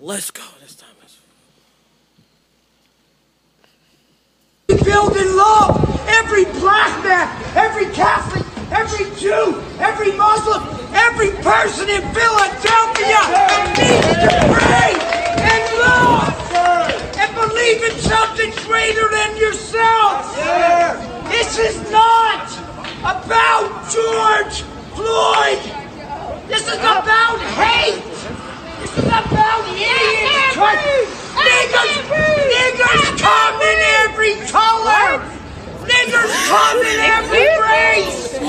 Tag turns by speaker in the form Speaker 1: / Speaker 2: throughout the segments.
Speaker 1: Let's go this time.
Speaker 2: Building love. Every black man, every Catholic, every Jew, every Muslim, every person in Philadelphia needs to pray and love and believe in something greater than yourself. This is not about George Floyd. This is about hate. This is about idiots. Niggas, niggas come in every color. Niggas come in every race.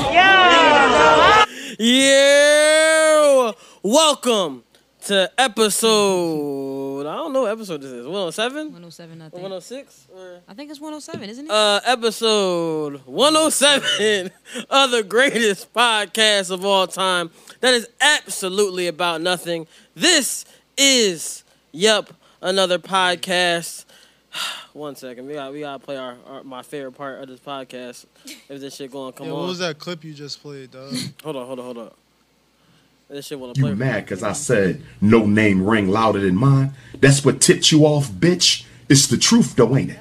Speaker 1: Yeah. Welcome to episode. I don't know what episode this is. 107?
Speaker 3: 107, I think.
Speaker 1: 106? Or
Speaker 3: I think it's 107, isn't it?
Speaker 1: uh, episode 107 of the greatest podcast of all time. That is absolutely about nothing. This is, yep, another podcast. One second, we got we gotta play our, our my favorite part of this podcast. If this shit gonna come
Speaker 4: Yo,
Speaker 1: on,
Speaker 4: what was that clip you just played, dog?
Speaker 1: hold on, hold on, hold on. This shit wanna play.
Speaker 5: You mad because I said no name ring louder than mine? That's what tipped you off, bitch. It's the truth, though, ain't it?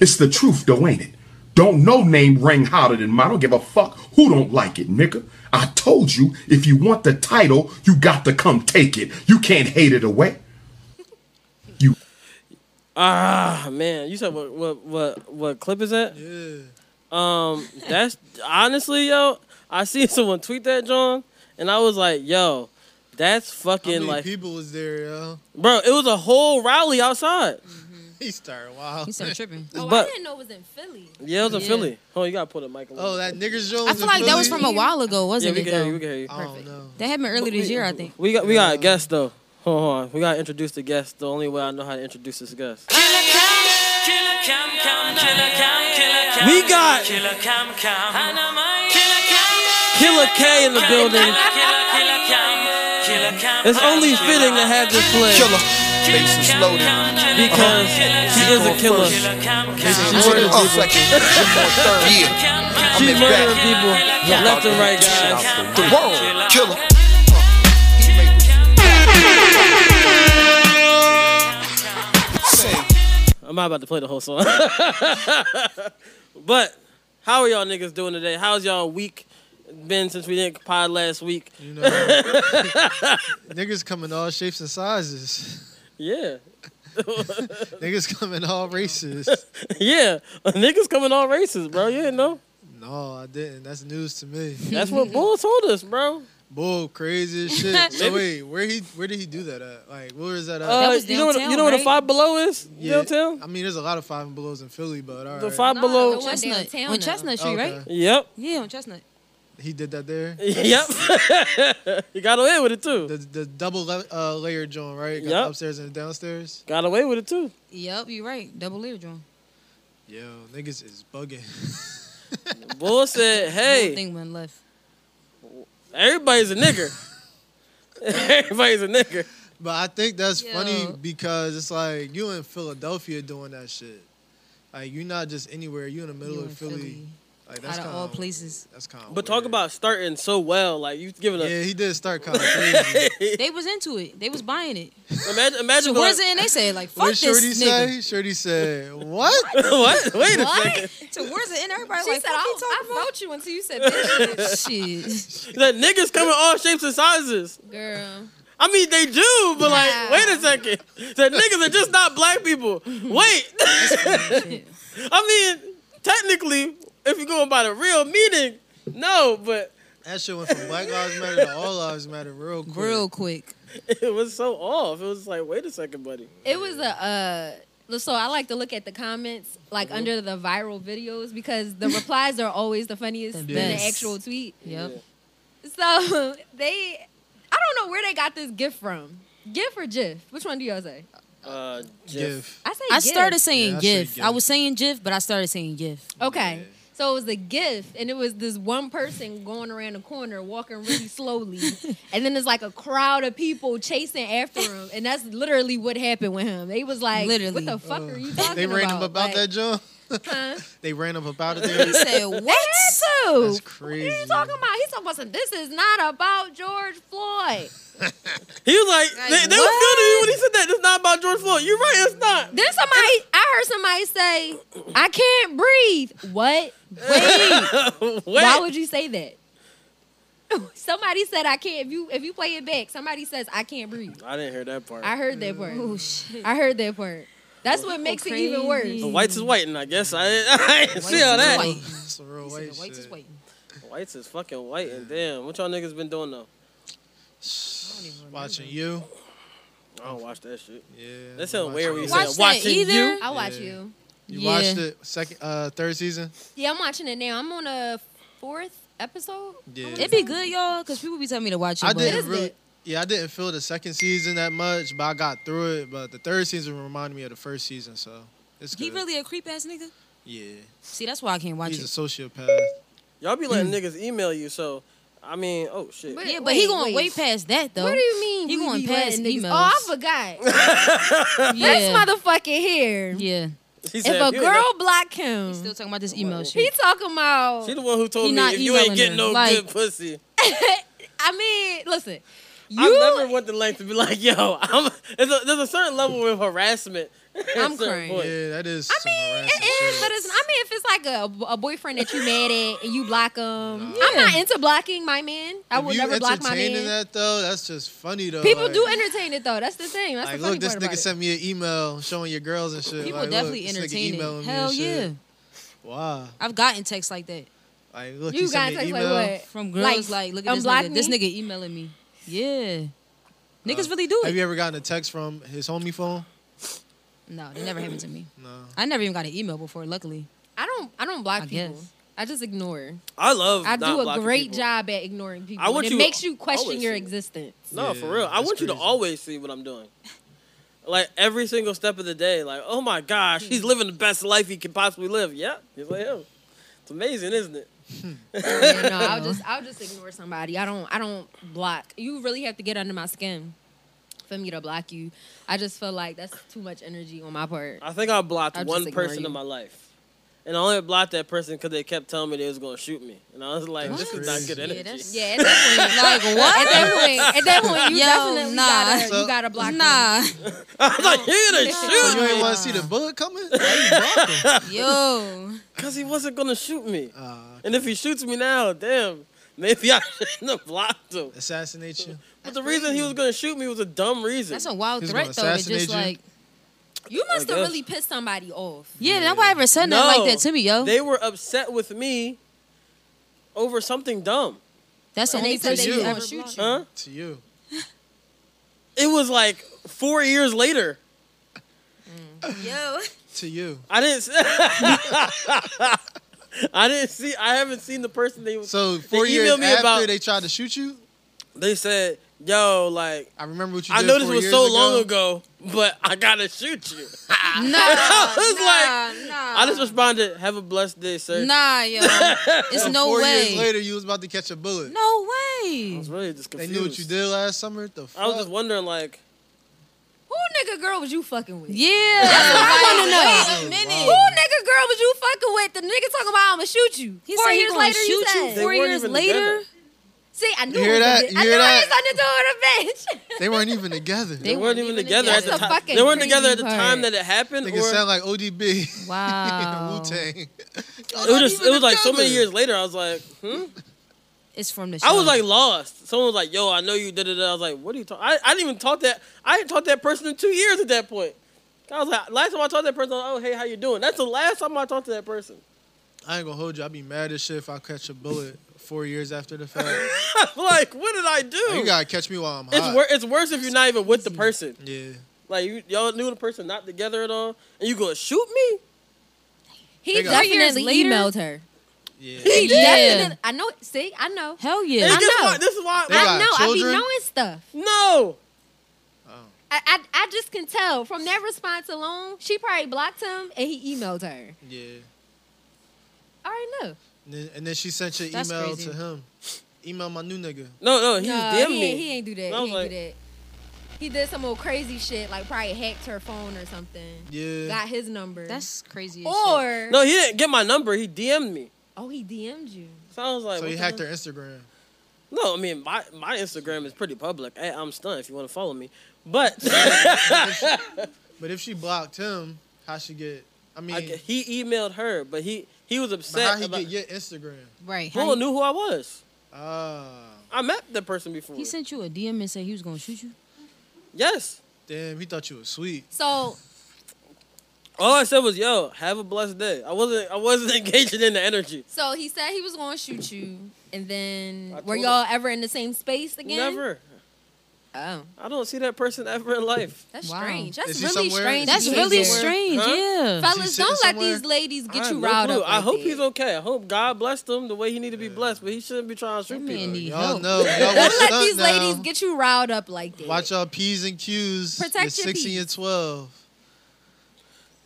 Speaker 5: It's the truth, though, ain't it? Don't no name ring hotter than mine. I don't give a fuck who don't like it, nigga. I told you if you want the title, you got to come take it. You can't hate it away. You
Speaker 1: Ah man, you said what what what what clip is that?
Speaker 4: Yeah.
Speaker 1: Um, that's honestly, yo. I seen someone tweet that, John, and I was like, yo, that's
Speaker 4: How
Speaker 1: fucking
Speaker 4: many
Speaker 1: like,
Speaker 4: people was there, yo?
Speaker 1: bro. It was a whole rally outside.
Speaker 4: He started wild.
Speaker 3: he started tripping.
Speaker 6: Oh,
Speaker 1: But-
Speaker 6: I didn't know it was in Philly.
Speaker 1: Yeah, it was in
Speaker 3: Yeah.
Speaker 1: Philly. Oh, you gotta pull the mic. A little
Speaker 4: Oh, that niggas Jones.
Speaker 3: I feel like that was from a while ago,
Speaker 1: Yeah,
Speaker 3: wasn't
Speaker 1: we
Speaker 3: it?
Speaker 1: can hear
Speaker 3: though?
Speaker 1: you. We can hear you.
Speaker 4: I don't know.
Speaker 3: That happened earlier this year, I think.
Speaker 1: We got we got a guest though. Hold on, we gotta introduce the guest. The only way I know how to introduce this guest. We got Killer K in the building. It's only fitting to have this play
Speaker 7: Killer. Bass is loaded.
Speaker 1: because she is a killer.
Speaker 7: It's
Speaker 1: murder
Speaker 7: oh, second. yeah.
Speaker 1: She's
Speaker 7: in
Speaker 1: murdering
Speaker 7: back.
Speaker 1: people left and right, guys.
Speaker 7: The world. Killer. Sing.
Speaker 1: I'm not about to play the whole song. but how are y'all niggas doing today? How's y'all week been since we didn't pod last week?
Speaker 4: You know, niggas come in all shapes and sizes.
Speaker 1: Yeah.
Speaker 4: Niggas come in all races.
Speaker 1: Yeah. Niggas coming all races, bro. You didn't know?
Speaker 4: No, I didn't. That's news to me.
Speaker 1: That's what Bull told us, bro.
Speaker 4: Bull, crazy as shit. So wait, where he? Where did he do that at? Like, where is that at?
Speaker 1: Uh,
Speaker 3: was
Speaker 1: you know what,
Speaker 3: downtown,
Speaker 1: you know what a
Speaker 3: right?
Speaker 1: five below is?
Speaker 4: Yeah,
Speaker 1: Downtown?
Speaker 4: I mean, there's a lot of five and belows in Philly, but all right.
Speaker 1: The five
Speaker 6: Nah,
Speaker 1: below.
Speaker 6: the one
Speaker 3: Chestnut.
Speaker 6: downtown
Speaker 3: On
Speaker 6: now.
Speaker 3: Chestnut Street,
Speaker 4: Okay.
Speaker 3: right?
Speaker 1: Yep.
Speaker 3: Yeah, on Chestnut.
Speaker 4: He did that there.
Speaker 1: Yep. you got away with it too.
Speaker 4: The the double le- uh, layer joint, right? Got
Speaker 1: Yup.
Speaker 4: Upstairs and downstairs.
Speaker 1: Got away with it too.
Speaker 3: Yep, you're right. Double layer drum.
Speaker 4: Yo, niggas is bugging.
Speaker 1: Bull said,
Speaker 3: One
Speaker 1: hey,
Speaker 3: thing went left.
Speaker 1: everybody's a nigger. everybody's a nigger.
Speaker 4: But I think that's funny
Speaker 3: Yo.
Speaker 4: because it's like you in Philadelphia doing that shit. Like you're not just anywhere. You in the middle
Speaker 3: You
Speaker 4: of
Speaker 3: in
Speaker 4: Philly.
Speaker 3: Philly.
Speaker 4: Like
Speaker 3: Out
Speaker 4: that's
Speaker 3: of
Speaker 4: kind
Speaker 3: all places.
Speaker 4: That's kind of.
Speaker 1: But talk about starting so well. Like you giving a
Speaker 4: Yeah, he did start kind of crazy.
Speaker 3: They was into it. They was buying it.
Speaker 1: Imagine, imagine.
Speaker 3: So
Speaker 1: going-
Speaker 3: where's it? And they said, like, fuck
Speaker 4: what
Speaker 3: this
Speaker 4: Shorty
Speaker 3: nigga.
Speaker 4: say? Shorty said what?
Speaker 1: what? Wait a second.
Speaker 3: So where's it? And everybody
Speaker 6: She
Speaker 3: like,
Speaker 6: said,
Speaker 3: fuck you
Speaker 6: I, I felt you until you said this shit.
Speaker 3: talking about? Shit.
Speaker 1: That niggas come in all shapes and sizes.
Speaker 6: Girl.
Speaker 1: I mean, they do, but like,
Speaker 6: Nah.
Speaker 1: wait a second. That niggas are just not black people. Wait. I mean, technically, if you're going by the real meaning, no. But
Speaker 4: That shit went from Black Lives Matter to All Lives Matter real quick.
Speaker 3: Real quick.
Speaker 1: it was so off. It was like, wait a second, buddy.
Speaker 6: It was a. Uh, so I like to look at the comments, like under the viral videos, because the replies are always the funniest
Speaker 3: The
Speaker 6: than
Speaker 3: best.
Speaker 6: the actual tweet.
Speaker 3: Yep.
Speaker 6: So they, I don't know where they got this gift from. GIF or JIF? Which one do y'all say?
Speaker 1: Uh, Jeff.
Speaker 4: Gif.
Speaker 6: I say
Speaker 3: I
Speaker 6: GIF.
Speaker 3: started saying
Speaker 4: Yeah, I said
Speaker 3: GIF. I
Speaker 4: GIF.
Speaker 3: was saying GIF, but I started saying GIF.
Speaker 6: Okay. So it was a gift, and it was this one person going around the corner, walking really slowly, and then there's like a crowd of people chasing after him, and that's literally what happened with him. They was like, "What
Speaker 3: Literally.
Speaker 6: the fuck are you talking
Speaker 4: They ran up
Speaker 6: about?"
Speaker 4: about
Speaker 6: Like,
Speaker 4: that joint.
Speaker 6: Huh?
Speaker 4: They ran up about it there.
Speaker 3: He said, what?
Speaker 6: So,
Speaker 4: That's
Speaker 6: what
Speaker 4: crazy.
Speaker 6: are you talking about? He's talking about some, this is not about George Floyd.
Speaker 1: He was like, they, they was good to you when he said said it's not about George Floyd. You're right, it's not.
Speaker 6: Then somebody, I heard somebody say, "I can't breathe." What? Wait.
Speaker 1: Wait.
Speaker 6: Why would you say that? Somebody said, "I can't." If you if you play it back, somebody says, "I can't breathe."
Speaker 1: I didn't hear that part.
Speaker 6: I heard that part.
Speaker 3: Oh shit.
Speaker 6: I heard that part. That's what makes it even worse.
Speaker 3: crazy.
Speaker 1: Whites is white, and I guess I didn't, I didn't see
Speaker 3: Whites
Speaker 1: all
Speaker 3: is
Speaker 1: that.
Speaker 3: white.
Speaker 4: It's a real
Speaker 3: He
Speaker 4: white
Speaker 3: said the whites
Speaker 4: shit.
Speaker 3: is waiting.
Speaker 1: Whites is fucking white, and damn, what y'all niggas been doing though?
Speaker 4: Watching you.
Speaker 1: I don't watch that shit.
Speaker 4: Yeah.
Speaker 1: That sound
Speaker 4: watching
Speaker 1: weird when you
Speaker 4: you.
Speaker 1: said
Speaker 3: Watch that
Speaker 1: watching
Speaker 3: either?
Speaker 1: you.
Speaker 6: I watch
Speaker 4: Yeah.
Speaker 6: you.
Speaker 4: You
Speaker 3: Yeah.
Speaker 4: watched it second, uh, third season.
Speaker 6: Yeah, I'm watching it now. I'm on a fourth episode.
Speaker 4: Yeah.
Speaker 3: It be good, y'all, because people be telling me to watch it.
Speaker 4: I
Speaker 3: but
Speaker 4: didn't
Speaker 6: good.
Speaker 4: really. Yeah, I didn't feel the second season that much, but I got through it. But the third season reminded me of the first season, so it's good.
Speaker 3: He really a creep ass nigga.
Speaker 4: Yeah,
Speaker 3: See, that's why I can't watch
Speaker 4: he's a
Speaker 3: it.
Speaker 4: sociopath.
Speaker 1: Y'all be letting niggas email you, so I mean, oh shit.
Speaker 6: But-
Speaker 3: Yeah, but
Speaker 6: Wait,
Speaker 3: he going
Speaker 6: wait.
Speaker 3: way past that though.
Speaker 6: What do you mean?
Speaker 3: He
Speaker 6: we
Speaker 3: going
Speaker 6: be
Speaker 3: past
Speaker 6: letting niggas-
Speaker 3: emails.
Speaker 6: Oh, I forgot. This
Speaker 3: Yeah.
Speaker 6: motherfucking here.
Speaker 3: Yeah.
Speaker 1: She
Speaker 6: If a
Speaker 1: "You ain't
Speaker 6: girl
Speaker 1: got-
Speaker 6: block
Speaker 3: He's
Speaker 6: him,
Speaker 3: still talking about this email
Speaker 6: he
Speaker 3: shit.
Speaker 6: talking about.
Speaker 1: she the one who told
Speaker 3: He
Speaker 1: me
Speaker 3: not
Speaker 1: if you ain't
Speaker 3: emailing
Speaker 1: getting
Speaker 3: her.
Speaker 1: no
Speaker 3: Like-
Speaker 1: good pussy.
Speaker 6: I mean, listen,
Speaker 1: I never
Speaker 6: you.
Speaker 1: went the length to be like, yo, I'm, there's, a, there's a certain level of harassment. at a
Speaker 6: I'm
Speaker 1: certain
Speaker 6: crying.
Speaker 1: point.
Speaker 4: Yeah, that is.
Speaker 6: I
Speaker 4: some
Speaker 6: mean,
Speaker 4: harassing
Speaker 6: it is,
Speaker 4: shit.
Speaker 6: but it's. I mean, if it's like a, a boyfriend that you mad at and you block him, I'm not into blocking my man. I
Speaker 4: If
Speaker 6: will
Speaker 4: you
Speaker 6: never block my
Speaker 4: entertaining
Speaker 6: man.
Speaker 4: that though, that's just funny though.
Speaker 6: People
Speaker 4: like,
Speaker 6: do entertain it though. That's the thing. That's
Speaker 4: Like,
Speaker 6: the funny
Speaker 4: look, this
Speaker 6: part
Speaker 4: nigga
Speaker 6: about
Speaker 4: sent me an email showing your girls and shit.
Speaker 3: People
Speaker 4: like,
Speaker 3: definitely
Speaker 4: look, this nigga
Speaker 3: entertain
Speaker 4: emailing
Speaker 3: it.
Speaker 4: me
Speaker 3: Hell
Speaker 4: and
Speaker 3: yeah.
Speaker 4: shit. Wow.
Speaker 3: I've gotten texts like that
Speaker 4: Like,
Speaker 6: it.
Speaker 4: look,
Speaker 6: You
Speaker 4: you
Speaker 6: guys
Speaker 4: sent me
Speaker 6: like
Speaker 4: an email.
Speaker 6: what?
Speaker 3: from girls like, look at this nigga.
Speaker 6: unblock
Speaker 3: This
Speaker 6: me?
Speaker 3: nigga emailing me. Yeah. Niggas really do
Speaker 4: Uh, Have
Speaker 3: it.
Speaker 4: you ever gotten a text from his homie phone?
Speaker 3: No, that never happened to me.
Speaker 4: No.
Speaker 3: I never even got an email before, luckily.
Speaker 6: I don't. I don't block
Speaker 3: I
Speaker 6: people.
Speaker 3: guess.
Speaker 6: I just ignore.
Speaker 1: I love.
Speaker 6: I
Speaker 1: not
Speaker 6: do a
Speaker 1: blocking
Speaker 6: great
Speaker 1: people.
Speaker 6: job at ignoring people.
Speaker 1: I want
Speaker 6: and
Speaker 1: you
Speaker 6: it makes you question
Speaker 1: always
Speaker 6: your
Speaker 1: to-
Speaker 6: existence.
Speaker 1: No,
Speaker 4: Yeah,
Speaker 1: for real. I
Speaker 4: that's
Speaker 1: want you to
Speaker 4: crazy.
Speaker 1: always see what I'm doing. Like every single step of the day, like, oh my gosh, he's living the best life he can possibly live. Yeah, he's like him. It's amazing, isn't it?
Speaker 6: Yeah, no, I'll just I'll just ignore somebody. I don't I don't block. You really have to get under my skin for me to block you. I just feel like that's too much energy on my part.
Speaker 1: I think I blocked
Speaker 6: I'll just
Speaker 1: one
Speaker 6: ignore
Speaker 1: person
Speaker 6: you.
Speaker 1: in my life. And I only blocked that person because they kept telling me they was gonna shoot me. And I was like,
Speaker 4: That's
Speaker 1: this is not
Speaker 4: crazy.
Speaker 1: good
Speaker 4: Yeah,
Speaker 1: energy.
Speaker 3: that's-
Speaker 6: Yeah, at that point, at
Speaker 3: Like what?
Speaker 6: that point, at that point, you
Speaker 3: Yo,
Speaker 6: definitely
Speaker 3: nah.
Speaker 6: gotta
Speaker 4: So-
Speaker 6: you gotta block. me.
Speaker 3: Nah.
Speaker 1: I was like, you didn't
Speaker 4: So
Speaker 1: shoot
Speaker 4: you ain't
Speaker 1: me.
Speaker 4: want to see the bullet coming? Why you block him?
Speaker 3: Yo.
Speaker 1: Because he wasn't gonna shoot me.
Speaker 4: Uh,
Speaker 1: And if he shoots me now, damn, maybe I shouldn't have blocked him.
Speaker 4: assassinate you?
Speaker 1: But the reason he was gonna shoot me was a dumb reason.
Speaker 3: That's a wild
Speaker 4: He's
Speaker 3: threat
Speaker 4: gonna
Speaker 3: though. It's
Speaker 4: assassinate
Speaker 3: just
Speaker 4: you?
Speaker 3: like
Speaker 6: You must
Speaker 1: I
Speaker 6: have
Speaker 1: guess.
Speaker 6: really pissed somebody off.
Speaker 3: Yeah, that's why I ever said nothing
Speaker 1: No.
Speaker 3: like that to me, yo.
Speaker 1: They were upset with me over something dumb.
Speaker 3: that's the
Speaker 6: And they
Speaker 3: only
Speaker 6: said
Speaker 3: person
Speaker 6: they
Speaker 4: you.
Speaker 3: you
Speaker 6: would
Speaker 3: ever
Speaker 6: never
Speaker 3: shoot
Speaker 6: block
Speaker 3: you.
Speaker 6: you.
Speaker 1: Huh?
Speaker 4: To you.
Speaker 1: It was like four years later.
Speaker 3: Yo.
Speaker 4: To you.
Speaker 1: I didn't. See, I didn't see. I haven't seen the person they.
Speaker 4: So four years
Speaker 1: emailed me
Speaker 4: after
Speaker 1: about-
Speaker 4: they tried to shoot you,
Speaker 1: They said, "Yo, like
Speaker 4: I remember what you
Speaker 1: I
Speaker 4: did
Speaker 1: know this
Speaker 4: four
Speaker 1: was
Speaker 4: years
Speaker 1: so
Speaker 4: ago.
Speaker 1: long ago, but I gotta shoot you."
Speaker 3: Nah.
Speaker 1: was
Speaker 3: nah,
Speaker 1: like-
Speaker 3: nah.
Speaker 1: I just responded, "Have a blessed day, sir."
Speaker 3: Nah, yo. It's no
Speaker 4: four
Speaker 3: way.
Speaker 4: years later, you was about to catch a bullet.
Speaker 3: No
Speaker 1: I
Speaker 3: way.
Speaker 1: was really just
Speaker 4: they
Speaker 1: confused.
Speaker 4: knew what you did last summer. The fuck?
Speaker 1: I was just wondering, like,
Speaker 6: Who nigga girl was you fucking with?
Speaker 3: Yeah. That's what I want to know. Wait a
Speaker 6: Who nigga girl was you fucking with? The nigga talking about I'ma shoot you.
Speaker 3: He
Speaker 6: Four
Speaker 3: said he
Speaker 6: years
Speaker 3: gonna
Speaker 6: later, you
Speaker 3: shoot you
Speaker 6: said.
Speaker 1: they
Speaker 3: four
Speaker 1: weren't
Speaker 3: years
Speaker 1: even
Speaker 3: later?
Speaker 1: together.
Speaker 6: See, I knew
Speaker 4: hear
Speaker 6: it was a
Speaker 4: that?
Speaker 6: bitch.
Speaker 4: You
Speaker 6: I
Speaker 4: hear
Speaker 6: knew
Speaker 4: that?
Speaker 6: I was under the bitch.
Speaker 4: They weren't even together.
Speaker 1: They, weren't even together
Speaker 6: together.
Speaker 1: at the
Speaker 6: That's a
Speaker 1: time.
Speaker 6: fucking
Speaker 1: They weren't together at
Speaker 6: crazy
Speaker 1: the
Speaker 6: part.
Speaker 1: time that it happened, or
Speaker 4: Niggas sound like ODB.
Speaker 3: Wow.
Speaker 4: Wu Tang.
Speaker 1: it was just. It was like so many years later. I was like, "Hmm."
Speaker 3: It's from the show.
Speaker 1: I was like lost. Someone was like, "Yo, I know you did it." I was like, "What are you talking?" I, I didn't even talk that. I hadn't talked to that person in two years at that point. I was like, last time I talked to that person, I was like, oh hey, how you doing? That's the last time I talked to that person.
Speaker 4: I ain't gonna hold you. I'd be mad as shit if I catch a bullet four years after the fact.
Speaker 1: like, what did I do?
Speaker 4: you gotta catch me while I'm hot.
Speaker 1: it's wor- it's worse if you're not even with the person.
Speaker 4: Yeah.
Speaker 1: Like you y'all knew the person not together at all, and you gonna shoot me?
Speaker 6: He
Speaker 4: They got-
Speaker 6: three years
Speaker 3: Definitely
Speaker 6: later.
Speaker 3: emailed
Speaker 6: her.
Speaker 4: Yeah.
Speaker 6: He
Speaker 3: Yeah.
Speaker 6: definitely. I know. See, I know.
Speaker 3: Hell
Speaker 1: And
Speaker 3: yeah.
Speaker 6: I
Speaker 1: guess
Speaker 6: know.
Speaker 1: what? This is why.
Speaker 4: They
Speaker 6: I
Speaker 4: got
Speaker 6: know. I
Speaker 4: children?
Speaker 6: be knowing stuff.
Speaker 1: no,
Speaker 6: I, I I just can tell from that response alone. She probably blocked him and he emailed her.
Speaker 4: Yeah.
Speaker 6: I already know.
Speaker 4: And then, and then she sent your
Speaker 3: That's
Speaker 4: email
Speaker 3: crazy.
Speaker 4: to him. Email my new nigga.
Speaker 1: no, no. He
Speaker 6: Nah,
Speaker 1: was DM'd
Speaker 6: he,
Speaker 1: me.
Speaker 6: ain't- he ain't do that.
Speaker 1: I was
Speaker 6: He ain't
Speaker 1: like-
Speaker 6: do that. He did some old crazy shit, like probably hacked her phone or something.
Speaker 4: Yeah.
Speaker 6: Got his number.
Speaker 3: That's crazy. as shit.
Speaker 6: or
Speaker 1: no, he didn't get my number. He DM'd me.
Speaker 6: oh, he DM'd you.
Speaker 1: So I was like,
Speaker 4: so
Speaker 1: what
Speaker 4: he
Speaker 1: the
Speaker 4: hacked
Speaker 1: hell?
Speaker 4: her Instagram.
Speaker 1: No, I mean my, my Instagram is pretty public. I, I'm stunned if you want to follow me. But
Speaker 4: But if she blocked him, how she get? I mean,
Speaker 1: I, he emailed her, but he he was
Speaker 4: but how
Speaker 1: upset
Speaker 4: he
Speaker 1: about.
Speaker 4: get your Instagram?
Speaker 3: Right.
Speaker 1: Bull knew who I was.
Speaker 4: Ah,
Speaker 1: I met the person before.
Speaker 3: He sent you a DM and said he was gonna shoot you.
Speaker 1: yes.
Speaker 4: damn, he thought you was sweet.
Speaker 6: So
Speaker 1: All I said was, "Yo, have a blessed day." I wasn't I wasn't engaging in the energy.
Speaker 6: so he said he was going to shoot you, and then
Speaker 1: I
Speaker 6: were
Speaker 1: told
Speaker 6: y'all ever in the same space again?
Speaker 1: Never.
Speaker 6: Oh,
Speaker 1: I don't see that person ever in life.
Speaker 6: that's
Speaker 3: Wow.
Speaker 6: strange. That's
Speaker 4: Is he
Speaker 6: really
Speaker 4: somewhere?
Speaker 6: strange.
Speaker 4: Is
Speaker 3: That's
Speaker 4: he
Speaker 3: really
Speaker 6: behavior.
Speaker 3: strange.
Speaker 1: Huh?
Speaker 3: Yeah.
Speaker 6: Fellas,
Speaker 4: sitting
Speaker 6: don't let
Speaker 4: somewhere?
Speaker 6: these ladies
Speaker 1: I
Speaker 6: get
Speaker 1: have
Speaker 6: you
Speaker 1: no
Speaker 6: riled
Speaker 1: clue.
Speaker 6: up.
Speaker 1: I
Speaker 6: like
Speaker 1: hope
Speaker 6: that.
Speaker 1: he's okay. I hope God blessed him the way he needed to be blessed, but he shouldn't be trying to shoot
Speaker 3: That
Speaker 1: people.
Speaker 3: man need
Speaker 4: Y'all
Speaker 3: help.
Speaker 4: know. Y'all
Speaker 6: Don't
Speaker 4: was
Speaker 6: let
Speaker 4: stuck
Speaker 6: these
Speaker 4: now.
Speaker 6: ladies get you riled up like that.
Speaker 4: Watch y'all p's and q's.
Speaker 6: Protect
Speaker 4: You're
Speaker 6: your
Speaker 4: six and
Speaker 6: Ps.
Speaker 4: you're twelve.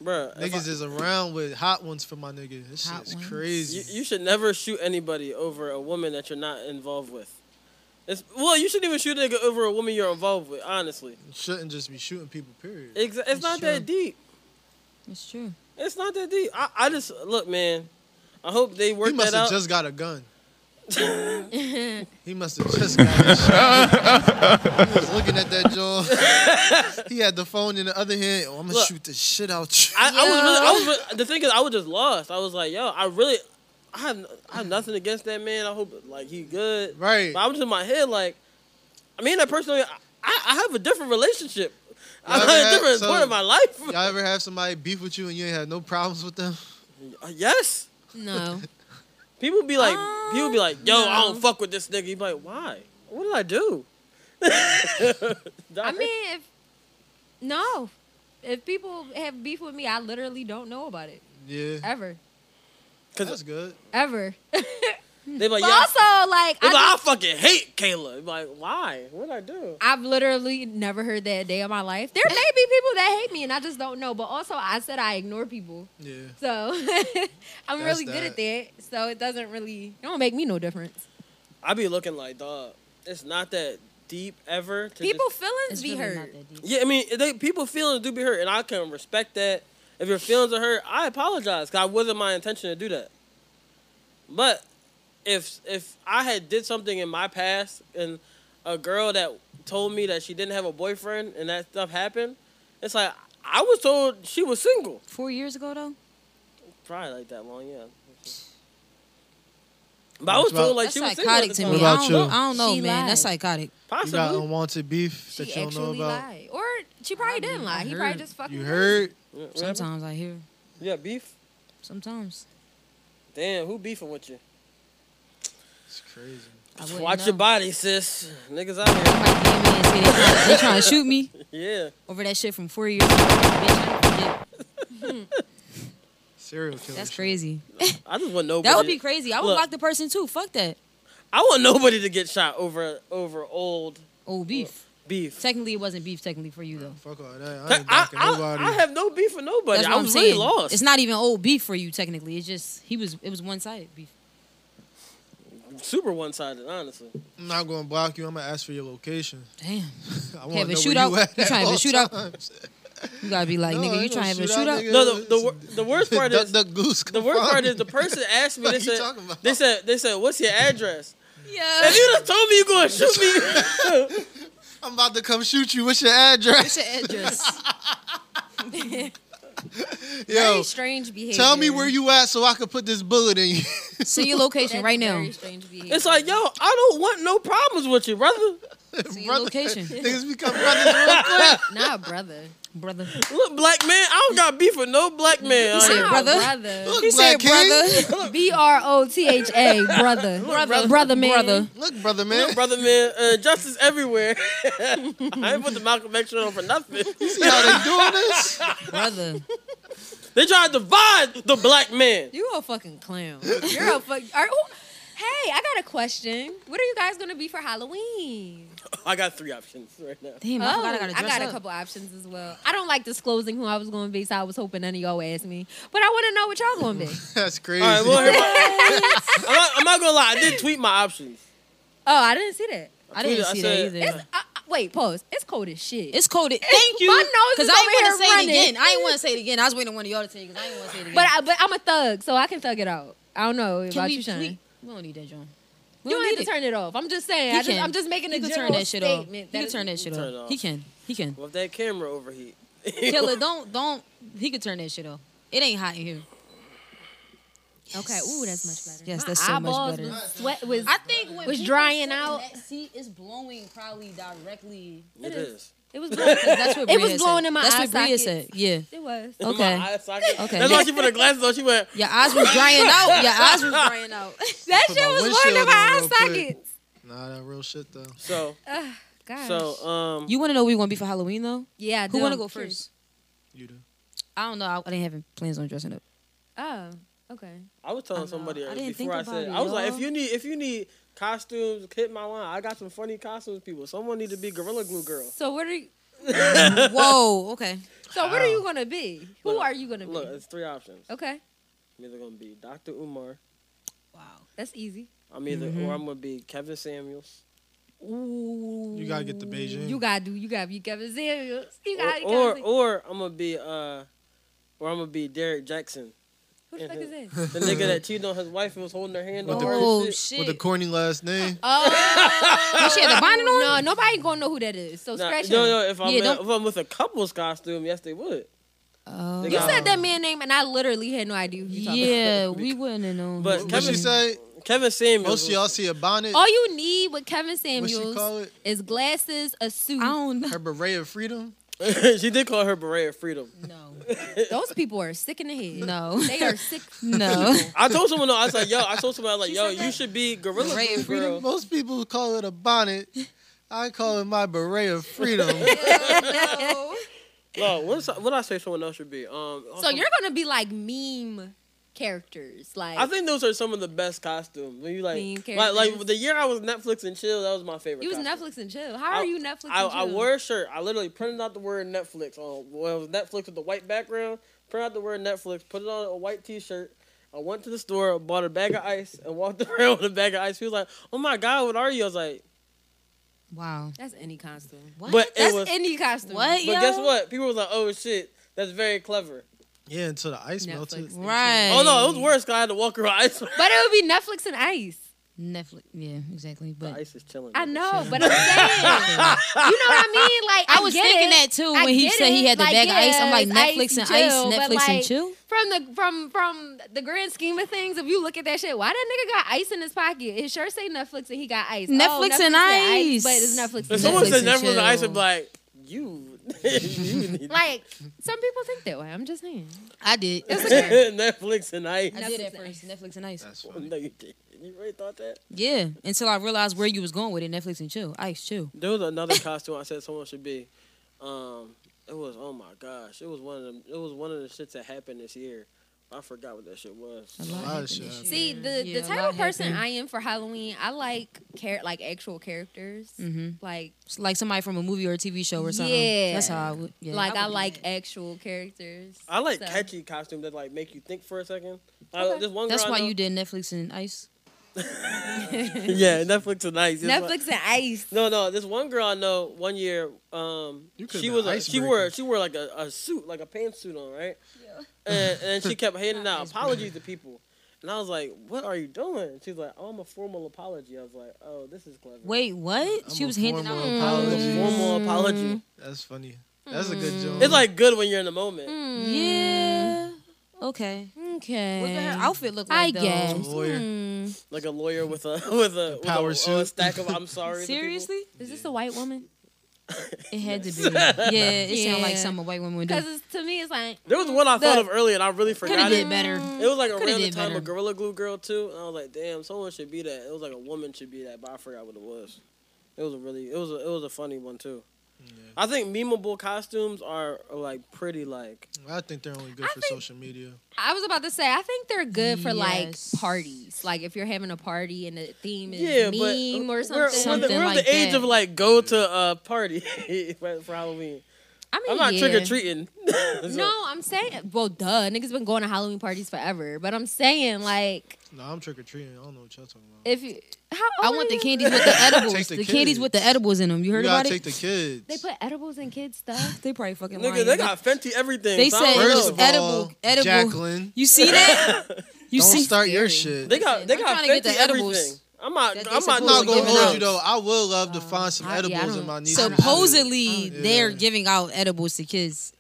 Speaker 1: Bruh, if I-
Speaker 4: Niggas is around with hot ones for my nigga. This
Speaker 3: Hot
Speaker 4: shit's
Speaker 3: ones.
Speaker 4: crazy.
Speaker 1: you, you should never shoot anybody over a woman that you're not involved with. It's, well, you shouldn't even shoot a nigga over a woman you're involved with, honestly.
Speaker 4: Shouldn't just be shooting people. Period.
Speaker 1: Exa- it's
Speaker 3: That's
Speaker 1: not
Speaker 3: true.
Speaker 1: that deep.
Speaker 3: It's true.
Speaker 1: It's not that deep. I, I just look, man. I hope they work
Speaker 4: he must
Speaker 1: that
Speaker 4: have
Speaker 1: out.
Speaker 4: just got a gun. he must have just got a shot. he was looking at that jaw. he had the phone in the other hand. Oh, I'm gonna
Speaker 1: Look.
Speaker 4: shoot the shit out you.
Speaker 1: I, I was really, I was really, the thing is, I was just lost. I was like, yo, I really, I have, I have nothing against that man. I hope like he good.
Speaker 4: Right.
Speaker 1: But I was in my head like, I mean, that personally, I, I have a different relationship. I
Speaker 4: Y'all
Speaker 1: have a
Speaker 4: had-
Speaker 1: different
Speaker 4: so-
Speaker 1: point of my life.
Speaker 4: Y'all ever have somebody beef with you and you ain't had no problems with them?
Speaker 1: Uh, yes.
Speaker 6: No.
Speaker 1: People be like,
Speaker 6: Um,
Speaker 1: people be like, yo, I
Speaker 6: no.
Speaker 1: don't fuck with this nigga. You be like, why? What did I do?
Speaker 6: I mean, if no, if people have beef with me, I literally don't know about it
Speaker 4: Yeah,
Speaker 6: ever,
Speaker 4: that's good.
Speaker 6: ever.
Speaker 1: they be like,
Speaker 6: But
Speaker 1: yeah.
Speaker 6: also, like,
Speaker 1: they be like, I
Speaker 6: I
Speaker 1: fucking hate Kayla. Be Like, why? What did I do?
Speaker 6: have literally never heard that a day of my life. There may be people that hate me, and I just don't know. But also, I said I ignore people,
Speaker 4: Yeah,
Speaker 6: so I'm
Speaker 4: That's
Speaker 6: really good
Speaker 4: that.
Speaker 6: at that. So it doesn't really, it don't make me no difference.
Speaker 1: I be looking like, dog, it's not that deep ever. To
Speaker 6: People
Speaker 1: just-
Speaker 6: feelings
Speaker 3: It's
Speaker 6: be
Speaker 3: really
Speaker 6: hurt.
Speaker 3: not that deep.
Speaker 1: Yeah, I mean, they people feelings do be hurt, and I can respect that. If your feelings are hurt, I apologize. 'cause I wasn't my intention to do that. But if if I had did something in my past, and a girl that told me that she didn't have a boyfriend, and that stuff happened, it's like I was told she was single.
Speaker 3: Four years ago though.
Speaker 1: Probably like that long, yeah. But I was
Speaker 4: What about-
Speaker 1: told like
Speaker 3: That's
Speaker 1: she was single. at
Speaker 3: psychotic
Speaker 1: the
Speaker 3: to
Speaker 1: time.
Speaker 3: me.
Speaker 4: What
Speaker 3: I
Speaker 4: about
Speaker 3: don't,
Speaker 4: you?
Speaker 3: know- I don't know,
Speaker 6: She
Speaker 3: man.
Speaker 6: lied.
Speaker 3: That's psychotic.
Speaker 4: you got
Speaker 1: Possibly.
Speaker 4: unwanted beef
Speaker 6: She
Speaker 4: that you don't know
Speaker 6: actually
Speaker 4: about.
Speaker 6: lied, or she probably didn't lie. He
Speaker 3: I
Speaker 6: probably
Speaker 3: heard.
Speaker 6: just fucking.
Speaker 4: You heard?
Speaker 1: Sometimes.
Speaker 3: Sometimes I hear.
Speaker 1: Yeah, beef.
Speaker 3: Sometimes.
Speaker 1: Damn, who beefing with you?
Speaker 4: It's crazy.
Speaker 3: I wouldn't
Speaker 1: Watch
Speaker 3: know.
Speaker 1: your body, sis. Niggas out here.
Speaker 3: Somebody came in and said they tryna- they trying to shoot me
Speaker 1: Yeah.
Speaker 3: over that shit from four years ago. Bitch, I forget.
Speaker 4: Serial killer.
Speaker 3: That's
Speaker 4: shit.
Speaker 3: crazy.
Speaker 1: I just want nobody.
Speaker 3: That would be crazy. I would
Speaker 1: Look.
Speaker 3: block the person too. Fuck that.
Speaker 1: I want nobody to get shot over over old uh,
Speaker 3: Old Oh, beef.
Speaker 1: beef.
Speaker 3: Technically, it wasn't beef. Technically, for you though.
Speaker 4: Fuck all that. I
Speaker 1: I,
Speaker 4: ain't
Speaker 1: I,
Speaker 4: backing
Speaker 1: I,
Speaker 4: nobody.
Speaker 1: have no beef with nobody.
Speaker 3: That's
Speaker 1: I
Speaker 3: what
Speaker 1: was
Speaker 3: I'm
Speaker 1: really
Speaker 3: saying.
Speaker 1: lost.
Speaker 3: It's not even old beef for you. Technically, it's just he was. It was one sided beef.
Speaker 1: super one sided, honestly.
Speaker 4: I'm not gonna block you. I'm gonna ask for your location.
Speaker 3: Damn.
Speaker 4: I
Speaker 3: Have
Speaker 4: want
Speaker 3: a
Speaker 4: to know
Speaker 3: shootout?
Speaker 4: where you at.
Speaker 3: You tryna have a shootout? You gotta be like,
Speaker 4: No,
Speaker 3: nigga, you
Speaker 4: ain't no
Speaker 3: trying to have a
Speaker 4: shootout,
Speaker 3: shootout?
Speaker 4: nigga.
Speaker 1: No, the the, wor- the worst part
Speaker 4: duck,
Speaker 1: is
Speaker 4: duck, goose.
Speaker 1: the
Speaker 4: come
Speaker 1: worst part
Speaker 4: find
Speaker 1: is the
Speaker 4: me.
Speaker 1: person asked me.
Speaker 4: What
Speaker 1: They
Speaker 4: you
Speaker 1: said
Speaker 4: talking about?
Speaker 1: they said they said what's your address?
Speaker 3: Yeah.
Speaker 1: If you just told me you gonna shoot me,
Speaker 4: I'm about to come shoot you. What's your address? Yo,
Speaker 6: Very strange behavior.
Speaker 4: tell me where you at so I can put this bullet in you.
Speaker 3: Send your location
Speaker 6: That's
Speaker 3: right now.
Speaker 6: Very strange behavior.
Speaker 1: it's like yo, I don't want no problems with you, brother.
Speaker 3: Send your
Speaker 4: Brother.
Speaker 3: location,
Speaker 4: Niggas become brothers real quick.
Speaker 6: Nah, brother.
Speaker 3: brother.
Speaker 1: Look, black man, I don't got beef with no black man. Like,
Speaker 3: said,
Speaker 6: Nah,
Speaker 3: brother.
Speaker 6: brother.
Speaker 4: Look,
Speaker 3: He said,
Speaker 4: Black King.
Speaker 3: brother.
Speaker 6: B R O T H A, brother.
Speaker 3: Brother.
Speaker 6: Brother, brother, man.
Speaker 3: Brother.
Speaker 4: Look, brother, man.
Speaker 1: Look, brother, man, uh, justice everywhere. I ain't put the Malcolm X shit on for nothing.
Speaker 4: See how they doing this?
Speaker 3: brother.
Speaker 1: They trying to divide the black man.
Speaker 6: You a fucking clown. You're a fuck. Are, who, hey, I got a question. What are you guys gonna be for Halloween?
Speaker 1: I got three options right now.
Speaker 3: Damn, I
Speaker 6: Oh,
Speaker 3: forgot I gotta dress
Speaker 6: got
Speaker 3: up.
Speaker 6: a couple options as well. I don't like disclosing who I was gonna be, so I was hoping none of y'all would ask me. But I want to know what y'all gonna be.
Speaker 4: That's crazy.
Speaker 1: All right, we'll hear my- I'm, not, I'm not gonna lie. I did tweet my options.
Speaker 6: Oh, I didn't see that.
Speaker 3: I didn't
Speaker 1: tweeted- I
Speaker 3: see
Speaker 1: said-
Speaker 3: that
Speaker 6: It's,
Speaker 3: either.
Speaker 6: I, I- wait, pause. It's cold as shit.
Speaker 3: It's cold. Thank you.
Speaker 6: My nose is
Speaker 3: I
Speaker 6: over
Speaker 3: ain't
Speaker 6: here
Speaker 3: wanna say
Speaker 6: running.
Speaker 3: it again. I ain't want to say it again. I was waiting on one of y'all to tell you because I ain't want to say it again.
Speaker 6: But I, but I'm a thug, so I can thug it out. I don't know
Speaker 3: Can
Speaker 6: about
Speaker 3: we
Speaker 6: you, Sean.
Speaker 3: please- We don't need that, John. We
Speaker 6: You
Speaker 3: don't
Speaker 6: don't
Speaker 3: need
Speaker 6: need to
Speaker 3: it.
Speaker 6: turn it off. I'm just saying.
Speaker 3: He
Speaker 6: I just,
Speaker 3: can.
Speaker 6: I'm just making
Speaker 3: He
Speaker 6: a
Speaker 3: can
Speaker 6: general
Speaker 3: turn that shit off. He
Speaker 6: statement.
Speaker 3: can turn that shit
Speaker 1: Turn it
Speaker 3: off.
Speaker 1: off.
Speaker 3: He can. He can.
Speaker 1: Well, if that camera overheat.
Speaker 3: Killer, don't don't. He could turn that shit off. It ain't hot in here.
Speaker 6: Okay. Ooh, that's much better.
Speaker 3: Yes,
Speaker 6: My
Speaker 3: that's so much
Speaker 6: eyeballs
Speaker 3: better.
Speaker 6: Was sweat was.
Speaker 8: I think when
Speaker 6: Was
Speaker 8: people
Speaker 6: drying
Speaker 8: sit in
Speaker 6: out.
Speaker 8: that seat is blowing probably directly.
Speaker 1: it is.
Speaker 6: it was. blowing.
Speaker 3: 'Cause That's what
Speaker 6: It
Speaker 3: Bria
Speaker 6: was
Speaker 3: said.
Speaker 6: blowing in my
Speaker 3: That's
Speaker 6: eye
Speaker 3: what Bria
Speaker 6: sockets.
Speaker 3: said. Yeah.
Speaker 6: It was.
Speaker 3: Okay.
Speaker 1: My eye socket.
Speaker 3: Okay.
Speaker 1: That's why she put her glasses on. She went,
Speaker 3: Your eyes was drying out. Your eyes was drying out.
Speaker 6: That
Speaker 4: Put
Speaker 6: shit
Speaker 4: my
Speaker 6: was blowing
Speaker 4: windshield
Speaker 6: in my
Speaker 4: on
Speaker 6: eye
Speaker 4: real quick.
Speaker 6: sockets.
Speaker 4: Nah, that real shit though.
Speaker 1: so,
Speaker 6: Gosh.
Speaker 1: so, um,
Speaker 3: You want to know what we going to be for Halloween though?
Speaker 6: yeah. I do.
Speaker 3: Who want to
Speaker 6: I'm
Speaker 3: go
Speaker 6: curious.
Speaker 3: first?
Speaker 4: You do.
Speaker 3: I don't know. I, I didn't have plans on dressing up.
Speaker 6: Oh. Okay.
Speaker 1: I was telling somebody
Speaker 3: I
Speaker 1: uh,
Speaker 3: didn't
Speaker 1: before
Speaker 3: think
Speaker 1: I said,
Speaker 3: about it,
Speaker 1: I was like,
Speaker 3: y'all.
Speaker 1: if you need, if you need costumes, hit my line. I got some funny costumes, people. Someone need to be Gorilla Glue Girl.
Speaker 6: So what are you?
Speaker 3: Whoa. Okay.
Speaker 6: So what are you gonna be? Who
Speaker 1: Look,
Speaker 6: are you gonna be?
Speaker 1: Look, it's three options.
Speaker 6: Okay.
Speaker 1: I'm either gonna be Dr. Umar.
Speaker 6: That's easy.
Speaker 1: I'm either,
Speaker 3: Mm-hmm.
Speaker 1: or I'm gonna be Kevin Samuels.
Speaker 6: Ooh.
Speaker 4: You gotta get the Beijing.
Speaker 6: You gotta do. You gotta be Kevin Samuels. You
Speaker 1: Mm. Or,
Speaker 6: gotta.
Speaker 1: or,
Speaker 6: Kevin-
Speaker 1: or I'm gonna be, uh, or I'm gonna be Derek Jackson,
Speaker 6: who the fuck is that?
Speaker 1: the nigga that cheated on his wife and was holding her hand.
Speaker 4: With
Speaker 1: on
Speaker 4: the-
Speaker 1: her and
Speaker 3: Oh
Speaker 1: shit.
Speaker 3: shit. Uh,
Speaker 4: With the corny last name.
Speaker 6: Oh, she had a bonnet on. No, nobody gonna know who that is. So
Speaker 1: Nah,
Speaker 6: scratch
Speaker 1: no,
Speaker 6: him.
Speaker 1: no. If I'm,
Speaker 3: Yeah,
Speaker 1: in-
Speaker 3: don't-
Speaker 1: if I'm with a couple's costume, yes, they would.
Speaker 3: Oh.
Speaker 1: They
Speaker 6: You
Speaker 1: got-
Speaker 6: said that man name, and I literally had no idea who you talking
Speaker 3: yeah, we wouldn't have known.
Speaker 1: But
Speaker 4: What
Speaker 1: Kevin-
Speaker 4: she say?
Speaker 1: Kevin Samuels.
Speaker 4: Most of y'all see a bonnet.
Speaker 3: Oh,
Speaker 6: about. All you need with Kevin
Speaker 4: What she call
Speaker 6: Samuels
Speaker 4: it?
Speaker 6: is glasses, a suit.
Speaker 3: I don't know.
Speaker 4: Her beret of freedom.
Speaker 1: she did call her beret of freedom.
Speaker 3: No.
Speaker 6: Those people are sick in the head.
Speaker 3: No.
Speaker 6: They are sick.
Speaker 3: No.
Speaker 1: I told someone, though, I was like, yo, I told somebody, I was like, yo, you should be Gorilla
Speaker 3: Beret
Speaker 1: Glue
Speaker 3: of freedom?
Speaker 1: Girl.
Speaker 4: Most people call it a bonnet. I call it my beret of freedom.
Speaker 1: No, what's, what I say someone else should be? Um,
Speaker 6: So
Speaker 1: some-
Speaker 6: you're gonna be like meme characters, like
Speaker 1: I think those are some of the best costumes. When you
Speaker 6: Mean
Speaker 1: like, like, like
Speaker 6: characters.
Speaker 1: the year I was Netflix and chill, that was my favorite.
Speaker 6: you was
Speaker 1: costume.
Speaker 6: Netflix and chill. How are you Netflix?
Speaker 1: I,
Speaker 6: and
Speaker 1: I
Speaker 6: chill?
Speaker 1: wore a shirt. I literally printed out the word Netflix on. Well, it was Netflix with the white background. Printed out the word Netflix. Put it on a white T-shirt. I went to the store, bought a bag of ice, and walked around with a bag of ice. He was like, "Oh my God, what are you?" I was like,
Speaker 3: Wow.
Speaker 6: That's any costume.
Speaker 3: What?
Speaker 1: But it
Speaker 6: That's
Speaker 1: was-
Speaker 6: any costume.
Speaker 3: What?
Speaker 1: "But
Speaker 3: yo?
Speaker 1: guess what?" People was like, "Oh shit, that's very clever."
Speaker 4: yeah, until the ice melted.
Speaker 6: Netflix.
Speaker 3: Right.
Speaker 1: Oh no, it was worse. Cause I had to walk around ice.
Speaker 6: But it would be Netflix and Ice.
Speaker 3: Netflix. Yeah, exactly.
Speaker 1: the
Speaker 3: But
Speaker 1: ice is chilling.
Speaker 6: I know, but I'm saying, you know what I mean. Like I,
Speaker 3: I was
Speaker 6: get
Speaker 3: thinking
Speaker 6: it.
Speaker 3: that too
Speaker 6: I
Speaker 3: when he
Speaker 6: get
Speaker 3: said he
Speaker 6: it.
Speaker 3: had the
Speaker 6: Like,
Speaker 3: bag of ice. I'm like
Speaker 6: yeah, it's
Speaker 3: Netflix and
Speaker 6: chill,
Speaker 3: ice,
Speaker 6: but,
Speaker 3: Netflix
Speaker 6: like,
Speaker 3: and chill.
Speaker 6: From the from from the grand scheme of things, if you look at that shit, why that nigga got ice in his pocket? His shirt say Netflix and he got ice. Oh,
Speaker 3: Netflix
Speaker 6: said
Speaker 3: and ice.
Speaker 6: but it's Netflix.
Speaker 1: If
Speaker 6: And
Speaker 1: someone
Speaker 3: Netflix
Speaker 1: said
Speaker 3: and
Speaker 1: never was ice,
Speaker 3: chill.
Speaker 1: I'm like, "You, you need
Speaker 6: Like some people think that way. I'm just saying.
Speaker 3: I did.
Speaker 1: Netflix and ice."
Speaker 3: I did
Speaker 6: Netflix
Speaker 3: at
Speaker 6: and
Speaker 3: first. Netflix and ice.
Speaker 4: That's
Speaker 1: Oh,
Speaker 4: funny.
Speaker 1: no, you did. You really thought that?
Speaker 3: Yeah, until I realized where you was going with it. Netflix and chill. Ice chill.
Speaker 1: There was another costume I said someone should be. Um, it was oh my gosh, it was one of them. It was one of the shits that happened this year. I forgot what that shit was.
Speaker 4: A lot of shit. happened.
Speaker 6: See the
Speaker 3: Yeah,
Speaker 6: the
Speaker 3: a
Speaker 6: type
Speaker 3: lot
Speaker 6: of person
Speaker 3: happened.
Speaker 6: I am for Halloween. I like char- like actual characters.
Speaker 3: Mm-hmm.
Speaker 6: Like
Speaker 3: It's like somebody from a movie or a TV show or something.
Speaker 6: Yeah.
Speaker 3: That's how I would. Yeah,
Speaker 6: like
Speaker 3: I,
Speaker 6: I,
Speaker 3: would do
Speaker 6: like
Speaker 3: that.
Speaker 6: actual characters.
Speaker 1: I like
Speaker 6: So-
Speaker 1: catchy costumes that like make you think for a second. I,
Speaker 6: Okay.
Speaker 1: this one
Speaker 3: That's
Speaker 1: girl I
Speaker 3: why
Speaker 1: know-
Speaker 3: you did Netflix and ice.
Speaker 1: yeah, Netflix and ice. It's like-
Speaker 6: Netflix and ice.
Speaker 1: no, no. This one girl I know. One year, um,
Speaker 4: You could've
Speaker 1: she
Speaker 4: been
Speaker 1: was
Speaker 4: an
Speaker 1: a, she wore
Speaker 4: icebreaker.
Speaker 1: she wore like a, a suit, like a pantsuit on, right? And, and she kept handing out apologies to people, and I was like, "What are you doing?" She's like, "Oh, I'm a formal apology." I was like, "Oh, this is clever."
Speaker 3: Wait, what?
Speaker 4: I'm
Speaker 3: she
Speaker 4: a
Speaker 3: was handing out.
Speaker 4: formal
Speaker 1: A
Speaker 4: apology.
Speaker 1: formal apology.
Speaker 4: That's funny. That's a
Speaker 6: Mm.
Speaker 4: good joke.
Speaker 1: It's like good when you're in the moment.
Speaker 3: Yeah. Mm. Okay. Hmm.
Speaker 6: Okay.
Speaker 3: What did her outfit look
Speaker 6: I
Speaker 3: like? though?
Speaker 6: guess. Mm.
Speaker 4: Lawyer.
Speaker 1: Like a lawyer with a with a, with
Speaker 4: power
Speaker 1: a,
Speaker 4: suit.
Speaker 1: a stack of I'm sorry. to people.
Speaker 3: Seriously?
Speaker 6: Is this a white woman?
Speaker 3: It had to be. Yeah, it sounded like
Speaker 6: Yeah.
Speaker 3: something a white woman would do.
Speaker 6: Because to me, it's like
Speaker 1: There was one I thought
Speaker 6: The-
Speaker 1: of earlier and I really
Speaker 3: Could have
Speaker 1: forgot
Speaker 3: did
Speaker 1: it.
Speaker 3: better.
Speaker 1: It was like
Speaker 3: Coulda
Speaker 1: around the
Speaker 3: did
Speaker 1: time
Speaker 3: better.
Speaker 1: of Gorilla Glue Girl too, and I was like, damn, someone should be that. It was like a woman should be that, but I forgot what it was. It was a really it was a, it was a funny one too. I think memeable costumes are, are like pretty like
Speaker 4: I think they're only good for social media.
Speaker 6: I was about to say, I think they're good for
Speaker 3: Yes.
Speaker 6: like parties. Like if you're having a party and the theme is
Speaker 1: yeah, but
Speaker 6: meme or
Speaker 1: we're-
Speaker 6: something.
Speaker 1: we're,
Speaker 3: Something
Speaker 1: the, we're
Speaker 3: like
Speaker 1: the age
Speaker 3: that.
Speaker 1: of like go to a party for for Halloween.
Speaker 6: I mean,
Speaker 1: I'm not
Speaker 6: yeah.
Speaker 1: trick or treating.
Speaker 6: No, I'm saying, well, duh, niggas been going to Halloween parties forever. But I'm saying, like,
Speaker 4: No, I'm trick or treating. I don't know what y'all talking about.
Speaker 6: if you, how
Speaker 3: I
Speaker 6: old
Speaker 3: want
Speaker 6: are
Speaker 3: the
Speaker 6: you?
Speaker 3: candies with the edibles.
Speaker 4: Take
Speaker 3: the
Speaker 4: the
Speaker 3: candies
Speaker 4: kids.
Speaker 3: with the edibles in them. You heard
Speaker 4: you
Speaker 3: about
Speaker 4: gotta
Speaker 3: it?
Speaker 4: take the kids.
Speaker 6: They put edibles in kids stuff.
Speaker 3: they probably fucking lying.
Speaker 1: Nigga, they got Fenty everything.
Speaker 3: They
Speaker 1: so I
Speaker 3: said
Speaker 1: don't
Speaker 3: it
Speaker 1: know.
Speaker 3: was
Speaker 4: First of
Speaker 3: edible.
Speaker 4: all,
Speaker 3: Edible.
Speaker 4: Jacqueline.
Speaker 3: You see that? You
Speaker 4: Don't
Speaker 3: see?
Speaker 4: start your
Speaker 3: Scary.
Speaker 4: shit.
Speaker 1: They got they
Speaker 3: I'm
Speaker 1: got
Speaker 3: trying to get
Speaker 1: Fenty
Speaker 3: the edibles.
Speaker 1: everything. I'm not.
Speaker 3: That they
Speaker 1: I'm not,
Speaker 3: supposed
Speaker 4: I'm not
Speaker 3: to
Speaker 1: doing
Speaker 3: give
Speaker 4: gonna
Speaker 3: it
Speaker 4: hold
Speaker 3: up.
Speaker 4: you though. I would love
Speaker 3: Um,
Speaker 4: to find
Speaker 3: Ah,
Speaker 4: some
Speaker 6: I- yeah, I
Speaker 4: edibles in
Speaker 6: don't-
Speaker 4: my niece. and nephew.
Speaker 3: Supposedly, they're
Speaker 4: Yeah.
Speaker 3: giving out edibles to kids.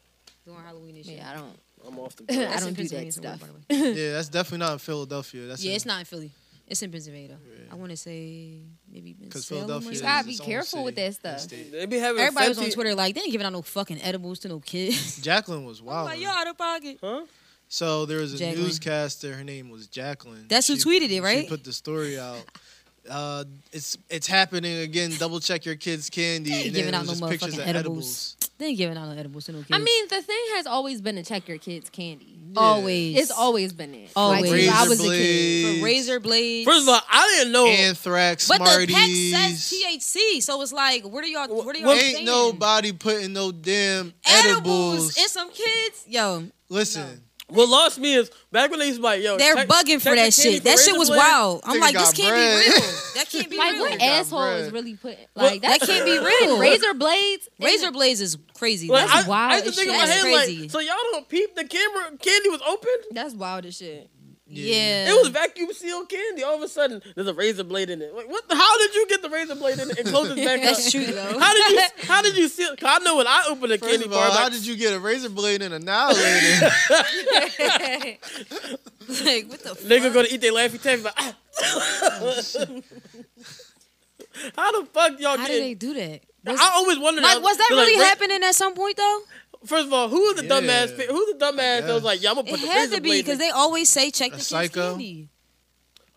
Speaker 8: During Halloween this year.
Speaker 6: Yeah, I don't.
Speaker 1: I'm off the.
Speaker 6: I
Speaker 1: grid.
Speaker 3: That's
Speaker 6: don't
Speaker 3: in
Speaker 6: do that
Speaker 3: Pennsylvania somewhere,
Speaker 6: stuff.
Speaker 3: by the way.
Speaker 4: Yeah, that's definitely not in Philadelphia. That's
Speaker 3: Yeah,
Speaker 4: in-
Speaker 3: it's not in Philly. It's in Pennsylvania. though. I want to say maybe
Speaker 4: 'Cause
Speaker 3: Salem or
Speaker 4: Philadelphia
Speaker 3: something.
Speaker 4: is
Speaker 6: gotta be
Speaker 4: its own
Speaker 6: careful with
Speaker 4: city
Speaker 6: that
Speaker 4: and
Speaker 6: stuff.
Speaker 4: state.
Speaker 1: They be having.
Speaker 3: Everybody was on
Speaker 1: fifty-
Speaker 3: Twitter like they ain't giving out no fucking edibles to no kids.
Speaker 4: Jacqueline was
Speaker 1: Oh
Speaker 3: I'm
Speaker 4: wild.
Speaker 3: like, yo, out of pocket.
Speaker 4: So there was a
Speaker 3: Jacqueline.
Speaker 4: newscaster. Her name was Jacqueline.
Speaker 3: That's who tweeted it, right?
Speaker 4: She put the story out. Uh, it's it's happening again. Double check your kids' candy.
Speaker 3: ain't
Speaker 4: and then
Speaker 3: giving
Speaker 4: it
Speaker 3: out
Speaker 4: was
Speaker 3: no
Speaker 4: just pictures
Speaker 3: motherfucking
Speaker 4: of
Speaker 3: edibles. They ain't giving out no edibles to no kids.
Speaker 6: I mean, the thing has always been to check your kids' candy.
Speaker 3: always.
Speaker 6: It's always been it.
Speaker 3: Always.
Speaker 6: Like, since I
Speaker 4: Razor
Speaker 6: was a kid.
Speaker 4: blades,
Speaker 3: for razor blades.
Speaker 1: First of all, I didn't know.
Speaker 4: anthrax,
Speaker 3: but the pack
Speaker 4: Smarties.
Speaker 3: says THC, so it's like, what are y'all? What are y'all
Speaker 1: Well,
Speaker 4: Ain't
Speaker 3: saying?
Speaker 4: nobody putting no damn
Speaker 3: edibles
Speaker 4: edibles.
Speaker 3: and some kids. Yo,
Speaker 4: Listen,
Speaker 1: what lost me is back when they used to be like, yo,
Speaker 3: they're
Speaker 1: check-
Speaker 3: bugging
Speaker 1: check
Speaker 3: for
Speaker 1: the
Speaker 3: that
Speaker 1: candy
Speaker 3: shit.
Speaker 1: for
Speaker 3: That shit
Speaker 1: razor
Speaker 3: was
Speaker 1: blades.
Speaker 3: wild. I'm
Speaker 4: Nigga
Speaker 3: like,
Speaker 4: got
Speaker 3: this can't
Speaker 4: bread.
Speaker 3: be real. That can't be
Speaker 6: Like
Speaker 3: real.
Speaker 6: what
Speaker 4: ass-
Speaker 6: asshole
Speaker 4: bruh.
Speaker 6: is really putting like
Speaker 3: That
Speaker 6: that?
Speaker 3: can't be real.
Speaker 6: razor blades,
Speaker 3: razor blades is crazy.
Speaker 1: Like,
Speaker 3: though.
Speaker 6: That's
Speaker 1: I,
Speaker 6: wild
Speaker 1: I used to
Speaker 6: as
Speaker 1: think in
Speaker 6: shit.
Speaker 1: my
Speaker 3: That's
Speaker 1: head
Speaker 3: crazy.
Speaker 1: like, so y'all don't peep the camera candy was open.
Speaker 6: That's wild as shit.
Speaker 3: yeah.
Speaker 1: It was vacuum sealed candy. All of a sudden, there's a razor blade in it. Like, what? the- How did you get the razor blade in it and close it back up?
Speaker 3: That's true though.
Speaker 1: How did you? How did you seal? Cause I know when I open a
Speaker 4: first
Speaker 1: candy
Speaker 4: of
Speaker 1: bar,
Speaker 4: all,
Speaker 1: I'm
Speaker 4: how
Speaker 1: like,
Speaker 4: did you get a razor blade and annihilator?
Speaker 3: like, what the
Speaker 1: nigga gonna eat their laffy taffy. Like, ah. how the fuck y'all
Speaker 3: How
Speaker 1: get?
Speaker 3: did they do that? Was,
Speaker 1: I always wondered.
Speaker 3: like, was that
Speaker 1: they're like,
Speaker 3: really
Speaker 1: "Ra-
Speaker 3: happening at some point though?
Speaker 1: First of all, who was the
Speaker 4: Yeah.
Speaker 1: dumbass? pi- Who's the dumbass that was like, "Yeah, I'm gonna
Speaker 3: It
Speaker 1: put the
Speaker 3: had
Speaker 1: razor
Speaker 3: to be
Speaker 1: blade."
Speaker 3: because
Speaker 1: in
Speaker 3: they always say check the
Speaker 4: A
Speaker 3: kids'
Speaker 4: psycho?
Speaker 3: candy.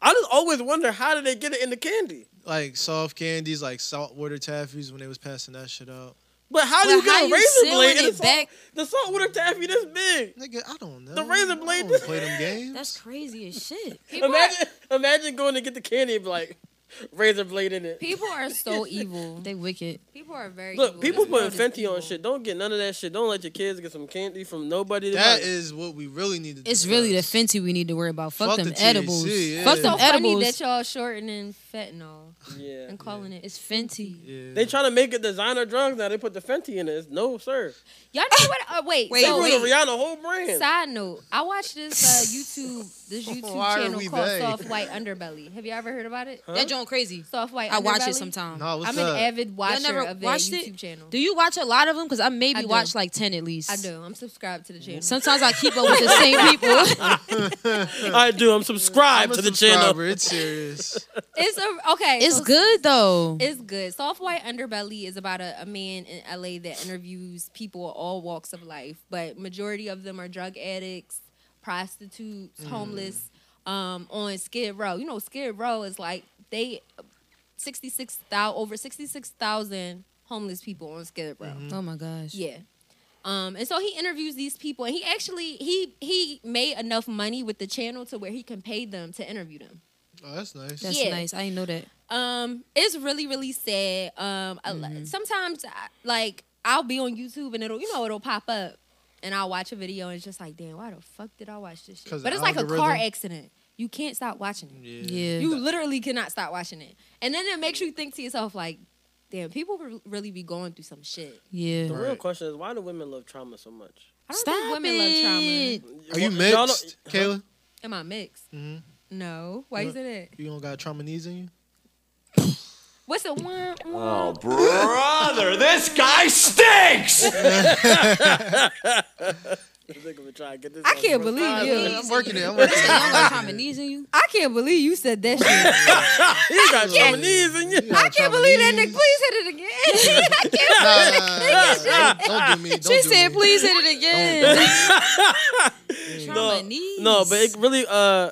Speaker 1: I just always wonder how did they get it in the candy.
Speaker 4: like soft candies, like saltwater taffies when they was passing that shit out.
Speaker 1: But how do
Speaker 3: But
Speaker 1: you
Speaker 3: how
Speaker 1: get a
Speaker 3: you
Speaker 1: razor
Speaker 3: sealing
Speaker 1: blade?
Speaker 3: it
Speaker 1: in the salt-
Speaker 3: back-
Speaker 1: The saltwater taffy this big.
Speaker 4: Nigga, I don't know.
Speaker 1: The razor
Speaker 4: I
Speaker 1: blade-
Speaker 4: don't play them games.
Speaker 3: That's crazy as shit.
Speaker 1: Imagine, imagine going to get the candy and be like, razor blade in it.
Speaker 6: People are so evil.
Speaker 3: They wicked.
Speaker 6: People are very
Speaker 1: Look,
Speaker 6: evil.
Speaker 1: people
Speaker 6: This world
Speaker 1: putting
Speaker 6: is
Speaker 1: Fenty on
Speaker 6: evil.
Speaker 1: shit. Don't get none of that shit. Don't let your kids get some candy from nobody. That
Speaker 4: That
Speaker 1: is,
Speaker 4: is what we really need to.
Speaker 3: It's really the
Speaker 4: discuss.
Speaker 3: Fenty we need to worry about. Fuck,
Speaker 4: Fuck
Speaker 3: them
Speaker 4: the
Speaker 3: edibles.
Speaker 4: THC, yeah.
Speaker 3: Fuck
Speaker 6: It's
Speaker 3: them
Speaker 6: so funny
Speaker 3: edibles.
Speaker 6: that y'all shortening fentanyl
Speaker 1: yeah.
Speaker 6: and calling it. It's
Speaker 3: Fenty.
Speaker 4: Yeah.
Speaker 1: They trying to make it designer drugs now. They put the Fenty in it. It's no sir.
Speaker 6: y'all know what? Uh, wait,
Speaker 3: Wait,
Speaker 1: They
Speaker 6: so
Speaker 1: ruined
Speaker 3: wait.
Speaker 1: the Rihanna whole brand.
Speaker 6: Side note: I watched this uh, YouTube this YouTube
Speaker 4: Why are
Speaker 6: channel
Speaker 4: we
Speaker 6: called
Speaker 4: they?
Speaker 6: Soft White Underbelly. Have you ever heard about it?
Speaker 3: That joint crazy.
Speaker 6: Soft White.
Speaker 3: I watch it
Speaker 6: Underbelly?
Speaker 3: sometimes.
Speaker 4: Nah, what's
Speaker 6: I'm
Speaker 4: up?
Speaker 6: an avid watcher
Speaker 3: never
Speaker 6: of that
Speaker 3: watched
Speaker 6: YouTube
Speaker 3: it?
Speaker 6: channel.
Speaker 3: Do you watch a lot of them? Because I maybe
Speaker 6: I do.
Speaker 3: watch like ten at least.
Speaker 6: I do. I'm subscribed to the channel.
Speaker 3: Sometimes I keep up with the same people.
Speaker 1: I do. I'm subscribed
Speaker 4: I'm
Speaker 1: to
Speaker 4: a
Speaker 1: the
Speaker 4: subscriber,
Speaker 1: channel.
Speaker 4: It's serious.
Speaker 6: it's a, okay.
Speaker 3: it's
Speaker 6: so-
Speaker 3: good though.
Speaker 6: It's good. Soft White Underbelly is about a, a man in LA that interviews people of all walks of life, but majority of them are drug addicts, prostitutes, homeless, um, on Skid Row. You know, Skid Row is like they sixty six thousand over sixty six thousand homeless people on Skid Row.
Speaker 3: oh my gosh.
Speaker 6: Yeah. Um, and so he interviews these people, and he actually he he made enough money with the channel to where he can pay them to interview them.
Speaker 4: Oh, that's nice.
Speaker 3: That's
Speaker 6: Yeah.
Speaker 3: nice. I didn't know that.
Speaker 6: Um, it's really really sad. Um, I-
Speaker 4: Mm-hmm.
Speaker 6: sometimes I, like I'll be on YouTube and it'll you know it'll pop up, and I'll watch a video and it's just like, damn, why the fuck did I watch this
Speaker 4: 'Cause
Speaker 6: shit?
Speaker 4: the
Speaker 6: But it's like a car
Speaker 4: algorithm.
Speaker 6: accident. You can't stop watching it.
Speaker 3: Yeah.
Speaker 6: You literally cannot stop watching it, and then it makes you think to yourself like, damn, people re- really be going through some shit.
Speaker 1: The
Speaker 3: yeah.
Speaker 1: real question is why do women love trauma so much?
Speaker 6: I don't
Speaker 3: Stop
Speaker 6: think women love
Speaker 3: it.
Speaker 6: trauma.
Speaker 4: Are you
Speaker 1: Y'all don't-
Speaker 4: mixed, Kayla?
Speaker 6: Am I mixed? No. Why you
Speaker 4: What?
Speaker 6: say that?
Speaker 4: You don't got trauma knees in you?
Speaker 6: What's the one?
Speaker 9: Oh, brother, this guy stinks!
Speaker 1: Think I'm gonna try to get this
Speaker 6: I
Speaker 1: on first.
Speaker 6: can't believe you.
Speaker 4: I'm working it. I'm working
Speaker 3: You
Speaker 4: it.
Speaker 3: don't got trauma knees in you.
Speaker 6: I can't believe you said that shit.
Speaker 1: You got trauma knees in you.
Speaker 6: I can't believe that nigga. Please hit it again. I can't.
Speaker 4: Nah, nah, nah, nah. Don't do me. Don't do
Speaker 3: She said,
Speaker 4: me.
Speaker 3: "Please hit it again." trauma knees.
Speaker 1: No, but it really uh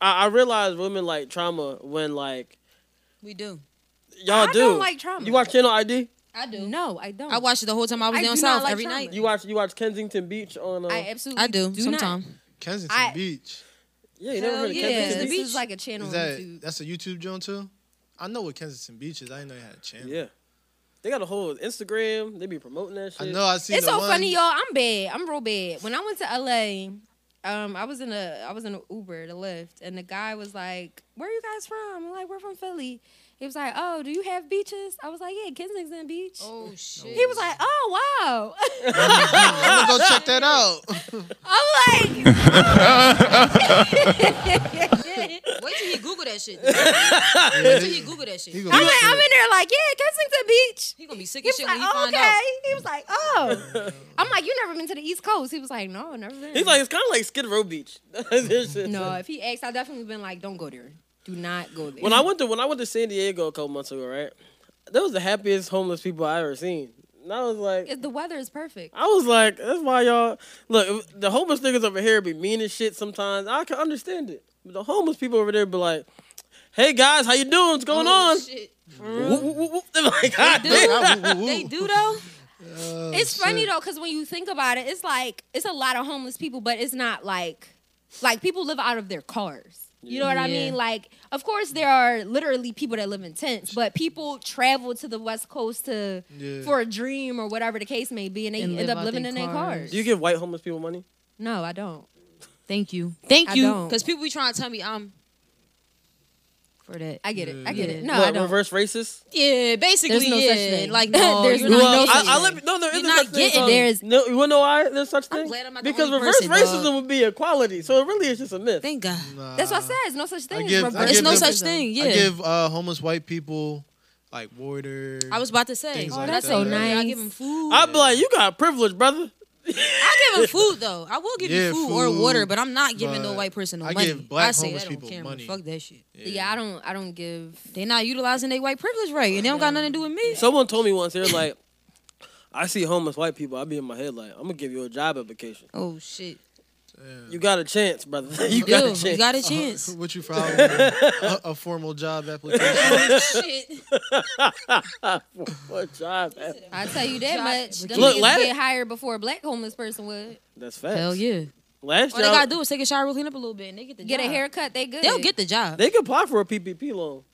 Speaker 1: I, I realize women like trauma when like
Speaker 3: we do.
Speaker 1: y'all
Speaker 6: I
Speaker 1: do.
Speaker 6: don't like trauma.
Speaker 1: You watch Channel ID?
Speaker 8: I do.
Speaker 6: No, I don't.
Speaker 3: I watch it the whole time I was
Speaker 6: I
Speaker 3: down
Speaker 6: do not
Speaker 3: south
Speaker 6: like
Speaker 3: every
Speaker 6: trauma.
Speaker 3: night.
Speaker 1: You watch you watch Kensington Beach on uh,
Speaker 6: I absolutely.
Speaker 3: I do,
Speaker 6: not.
Speaker 3: sometimes.
Speaker 4: Kensington
Speaker 6: I-
Speaker 4: Beach.
Speaker 1: Yeah, you never
Speaker 3: Hell
Speaker 1: heard of
Speaker 3: yeah.
Speaker 6: Yeah,
Speaker 1: Kensington
Speaker 6: this
Speaker 1: Beach?
Speaker 6: is like a channel
Speaker 4: Is
Speaker 6: on
Speaker 4: that
Speaker 6: YouTube.
Speaker 4: that's a YouTube joint too? I know what Kensington Beach is. I didn't know you had a channel.
Speaker 1: Yeah. They got a whole Instagram. They be promoting that
Speaker 4: I
Speaker 1: shit.
Speaker 4: know. I see.
Speaker 6: It's
Speaker 4: the
Speaker 6: so
Speaker 4: one.
Speaker 6: funny, y'all. I'm bad. I'm real bad. When I went to LA, um, I was in a I was in an Uber, the Lyft, and the guy was like, "Where you guys from?" I'm like, "We're from Philly." He was like, "Oh, do you have beaches?" I was like, "Yeah, Kensington Beach."
Speaker 3: Oh shit.
Speaker 6: He was like, "Oh wow."
Speaker 4: I'm gonna go check that out.
Speaker 6: I'm like,
Speaker 3: Wait till till he Google that shit. Wait till he Google that shit.
Speaker 4: He
Speaker 3: He
Speaker 4: gonna
Speaker 6: I'm, in,
Speaker 4: get
Speaker 6: I'm
Speaker 4: it.
Speaker 6: in there like, yeah, Kensington Beach.
Speaker 3: gonna be sick
Speaker 6: He
Speaker 3: as
Speaker 6: was
Speaker 3: shit
Speaker 6: like,
Speaker 3: when he
Speaker 6: oh,
Speaker 3: find
Speaker 6: okay.
Speaker 3: out.
Speaker 6: He was like, oh. I'm like, you never been to the East Coast? He was like, no, never been.
Speaker 1: He's like, it's kind of like Skid Row Beach. This shit.
Speaker 6: no. If he asked, I definitely been like, don't go there. Do not go there.
Speaker 1: When I went to when I went to San Diego a couple months ago, right? That was the happiest homeless people I ever seen. And I was like,
Speaker 6: It- the weather is perfect.
Speaker 1: I was like, that's why y'all look. The homeless niggas over here be mean as shit sometimes. I can understand it, but the homeless people over there be like, "Hey guys, how you doing? What's
Speaker 6: Oh,
Speaker 1: going on?"
Speaker 3: Shit.
Speaker 1: Whoop, whoop, whoop, whoop. They're like, God
Speaker 3: Dude,
Speaker 1: damn.
Speaker 3: they do though.
Speaker 4: Oh,
Speaker 6: it's funny though, because when you think about it, it's like it's a lot of homeless people, but it's not like like people live out of their cars. You know what I
Speaker 3: Yeah.
Speaker 6: mean? Like, of course, there are literally people that live in tents, but people travel to the West Coast to
Speaker 4: Yeah.
Speaker 6: for a dream or whatever the case may be, and they
Speaker 3: And
Speaker 6: end
Speaker 3: live
Speaker 6: up
Speaker 3: out
Speaker 6: living
Speaker 3: their
Speaker 6: in their
Speaker 3: cars.
Speaker 6: cars.
Speaker 1: Do you give white homeless people money?
Speaker 6: no, I don't.
Speaker 3: Thank you. Thank
Speaker 6: I
Speaker 3: you.
Speaker 6: don't.
Speaker 3: Because people be trying to tell me I'm for that. Mm-hmm.
Speaker 6: I get it. I get
Speaker 3: Yeah.
Speaker 6: it. No, I
Speaker 1: what,
Speaker 6: don't.
Speaker 1: reverse racist?
Speaker 3: yeah, basically.
Speaker 6: There's no
Speaker 3: yeah.
Speaker 6: such thing.
Speaker 3: Like no,
Speaker 6: There's
Speaker 3: you're
Speaker 6: no-
Speaker 3: not
Speaker 6: no
Speaker 1: Well,
Speaker 3: getting
Speaker 1: I, I
Speaker 3: it.
Speaker 1: let me, no, there
Speaker 3: You're
Speaker 1: isn't
Speaker 3: not
Speaker 1: such thing.
Speaker 3: getting
Speaker 1: so-
Speaker 3: there
Speaker 6: is-
Speaker 1: Um, no. You wanna know why there's such thing?
Speaker 3: glad I'm not the
Speaker 1: because
Speaker 3: only
Speaker 1: reverse
Speaker 3: person,
Speaker 1: racism
Speaker 3: dog.
Speaker 1: would be equality, so it really is just a myth.
Speaker 3: Thank God.
Speaker 4: Nah.
Speaker 6: That's why I said it's no such thing.
Speaker 4: give- Uh, I
Speaker 6: as
Speaker 4: give
Speaker 3: There's no
Speaker 4: them-
Speaker 3: such thing.
Speaker 4: I
Speaker 3: Yeah.
Speaker 4: give uh, homeless white people like water.
Speaker 3: I was about to say. oh,
Speaker 4: Things like
Speaker 3: That's
Speaker 4: that.
Speaker 3: so
Speaker 6: Yeah.
Speaker 3: nice. I give him food. I
Speaker 1: I'd be like, you got privilege, brother.
Speaker 3: give him food though. I will give
Speaker 4: Yeah,
Speaker 3: you food, or
Speaker 4: food,
Speaker 3: water, but I'm not giving no
Speaker 4: but
Speaker 3: white person no
Speaker 4: I
Speaker 3: money.
Speaker 4: give black
Speaker 3: I say
Speaker 4: homeless
Speaker 3: that
Speaker 4: people
Speaker 3: on camera.
Speaker 4: money.
Speaker 3: Fuck that shit.
Speaker 6: Yeah, I don't. I don't give.
Speaker 3: They not utilizing their white privilege right, and they don't got nothing to do with me.
Speaker 1: Someone told me once, they're like, I see homeless white people, I'd be in my head like, I'm gonna give you a job application.
Speaker 3: oh shit.
Speaker 1: You got a chance, brother. you
Speaker 3: You
Speaker 1: got a
Speaker 3: do.
Speaker 1: chance.
Speaker 3: You got a chance.
Speaker 4: What you found? a, a formal job application.
Speaker 3: shit.
Speaker 1: What job?
Speaker 6: I tell you that much. Them
Speaker 1: Look,
Speaker 6: niggas
Speaker 1: last-
Speaker 6: get hired before a black homeless person would
Speaker 1: That's facts.
Speaker 3: Hell yeah.
Speaker 1: Last
Speaker 3: All they gotta
Speaker 1: job,
Speaker 3: do is take a shower, clean up a little bit, and they get the
Speaker 6: get a
Speaker 3: job.
Speaker 6: haircut. They good.
Speaker 3: They'll get the job.
Speaker 1: they could apply for a PPP loan.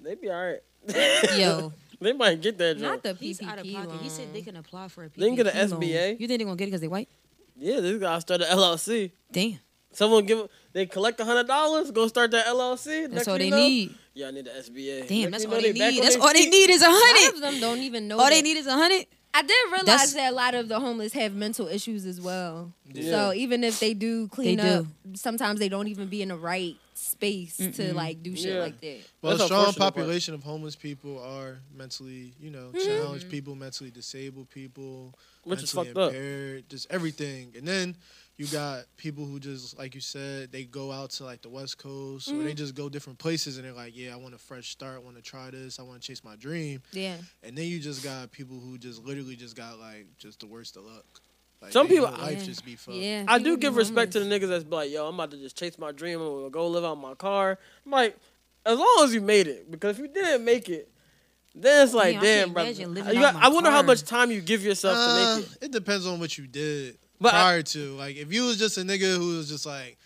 Speaker 1: They'd be all right.
Speaker 3: Yo,
Speaker 1: They might get that job.
Speaker 6: not the
Speaker 3: he's out of
Speaker 6: PPP
Speaker 3: pocket.
Speaker 6: loan.
Speaker 3: He said they can apply for a PPP.
Speaker 1: They can get an
Speaker 3: loan.
Speaker 1: SBA.
Speaker 3: You think they gonna get it because they white?
Speaker 1: yeah, this guy started LLC.
Speaker 3: Damn,
Speaker 1: Someone give they collect a hundred dollars, go start that LLC.
Speaker 3: that's
Speaker 1: Next thing
Speaker 3: all they
Speaker 1: you know,
Speaker 3: need.
Speaker 1: Yeah, I need the SBA.
Speaker 3: Damn,
Speaker 1: Next
Speaker 3: that's
Speaker 1: thing you know,
Speaker 3: all they
Speaker 1: back
Speaker 3: need.
Speaker 1: on
Speaker 3: That's
Speaker 1: their
Speaker 3: all they
Speaker 1: feet.
Speaker 3: need is
Speaker 6: A
Speaker 3: a
Speaker 6: lot of
Speaker 3: hundred.
Speaker 6: them don't even know.
Speaker 3: All they
Speaker 6: that.
Speaker 3: need is a hundred.
Speaker 6: I did realize
Speaker 3: That's-
Speaker 6: that a lot of the homeless have mental issues as well.
Speaker 1: Yeah.
Speaker 6: So even if they do clean
Speaker 3: They
Speaker 6: up, sometimes they don't even be in the right space to like do shit
Speaker 1: Yeah.
Speaker 6: like that.
Speaker 4: Well,
Speaker 1: That's
Speaker 4: a strong
Speaker 1: unfortunate part.
Speaker 4: population of homeless people are mentally, you know,
Speaker 6: Mm-hmm.
Speaker 4: challenged people, mentally disabled people,
Speaker 1: Which is
Speaker 4: mentally
Speaker 1: fucked up.
Speaker 4: impaired, just everything. And then you got people who just, like you said, they go out to like the West Coast or
Speaker 6: Mm-hmm.
Speaker 4: they just go different places and they're like, yeah, I want a fresh start, want to try this, I want to chase my dream.
Speaker 6: Yeah.
Speaker 4: And then you just got people who just literally just got like just the worst of luck. Like,
Speaker 1: Some
Speaker 4: they-
Speaker 1: people-
Speaker 4: their life
Speaker 6: Yeah.
Speaker 4: just be fucked.
Speaker 6: Yeah.
Speaker 1: I do give respect to the niggas that's like, yo, I'm about to just chase my dream. I'm gonna go live out my car. I'm like, as long as you made it, because if you didn't make it, then it's like,
Speaker 3: Man, I
Speaker 1: damn,
Speaker 3: can't
Speaker 1: brother. You
Speaker 3: imagine living
Speaker 1: got-
Speaker 3: out my
Speaker 1: I wonder how
Speaker 3: car.
Speaker 1: much time you give yourself to
Speaker 4: Uh,
Speaker 1: make it.
Speaker 4: it depends on what you did
Speaker 1: But I-
Speaker 4: prior to. Like, if you was just a nigga who was just like,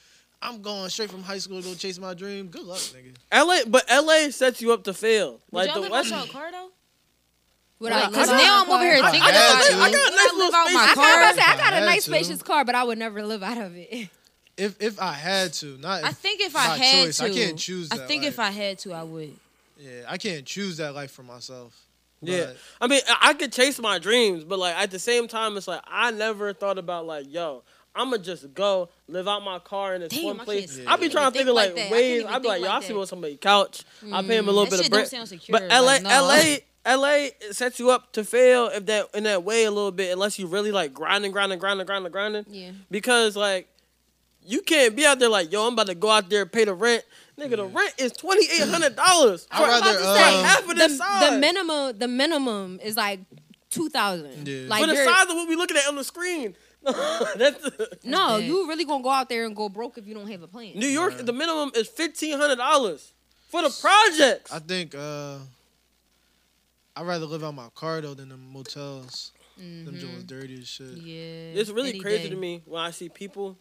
Speaker 4: I'm going straight from high school to go chase my dream. Good luck, nigga.
Speaker 1: LA, but LA sets you up to fail.
Speaker 3: Did
Speaker 1: Like
Speaker 3: y'all
Speaker 1: the
Speaker 3: live
Speaker 1: West.
Speaker 3: out y'all car though?
Speaker 6: Without
Speaker 3: Because
Speaker 6: living
Speaker 3: now
Speaker 6: out
Speaker 3: I'm
Speaker 6: my
Speaker 3: over here
Speaker 6: car.
Speaker 3: thinking
Speaker 4: I
Speaker 3: about
Speaker 4: had
Speaker 3: it.
Speaker 4: to.
Speaker 3: Like,
Speaker 1: I got a
Speaker 3: I
Speaker 1: nice
Speaker 3: live
Speaker 1: little
Speaker 3: out my
Speaker 1: space.
Speaker 6: I, got, I,
Speaker 3: car.
Speaker 6: said, I got
Speaker 4: I had
Speaker 6: a nice
Speaker 4: to.
Speaker 6: spacious car, but I would never live out of it.
Speaker 4: If if I had to, not.
Speaker 3: I
Speaker 4: if-
Speaker 3: think if I
Speaker 4: by
Speaker 3: had
Speaker 4: choice.
Speaker 3: to,
Speaker 4: I can't choose
Speaker 3: I
Speaker 4: that
Speaker 3: think if I
Speaker 4: life.
Speaker 3: had to, I would.
Speaker 4: yeah, I can't choose that life for myself.
Speaker 1: Yeah,
Speaker 4: But
Speaker 1: I mean, I I could chase my dreams, but like at the same time, it's like I never thought about like, yo, I'ma just go live out my car in this
Speaker 3: Damn,
Speaker 1: one
Speaker 3: I
Speaker 1: place.
Speaker 3: can't
Speaker 1: I be
Speaker 3: even
Speaker 1: trying to
Speaker 3: think
Speaker 1: think of
Speaker 3: like
Speaker 1: like
Speaker 3: that. I can't
Speaker 1: ways.
Speaker 3: even
Speaker 1: I be
Speaker 3: think
Speaker 1: like, yo,
Speaker 3: like
Speaker 1: I see
Speaker 3: that. Mm.
Speaker 1: what somebody's couch. I pay him a little
Speaker 3: that
Speaker 1: bit of
Speaker 3: shit don't
Speaker 1: bread.
Speaker 3: sound secure,
Speaker 1: But
Speaker 3: like,
Speaker 1: LA,
Speaker 3: no.
Speaker 1: LA, LA it sets you up to fail if that in that way a little bit, unless you really like grinding, grinding, grinding, grinding, grinding.
Speaker 6: Yeah.
Speaker 1: Because like, you can't be out there like, yo, I'm about to go out there and pay the rent. Nigga, the rent is twenty eight hundred dollars for
Speaker 4: I'd rather.
Speaker 6: to say,
Speaker 4: um,
Speaker 1: half of this
Speaker 6: the,
Speaker 1: size.
Speaker 6: the minimum the minimum is like two thousand.
Speaker 4: Yeah.
Speaker 6: Like
Speaker 1: for the
Speaker 6: you're-
Speaker 1: size of what we looking at on the screen. That's
Speaker 6: no,
Speaker 3: big.
Speaker 6: you really gonna go out there and go broke if you don't have a plan.
Speaker 1: New York. The minimum is fifteen hundred dollars for the projects.
Speaker 4: I think uh, I'd rather live out my car though than them motels. Them joints dirty as shit.
Speaker 3: Mm-hmm. Yeah.
Speaker 1: It's really
Speaker 3: any
Speaker 1: crazy
Speaker 3: day.
Speaker 1: to me when I see people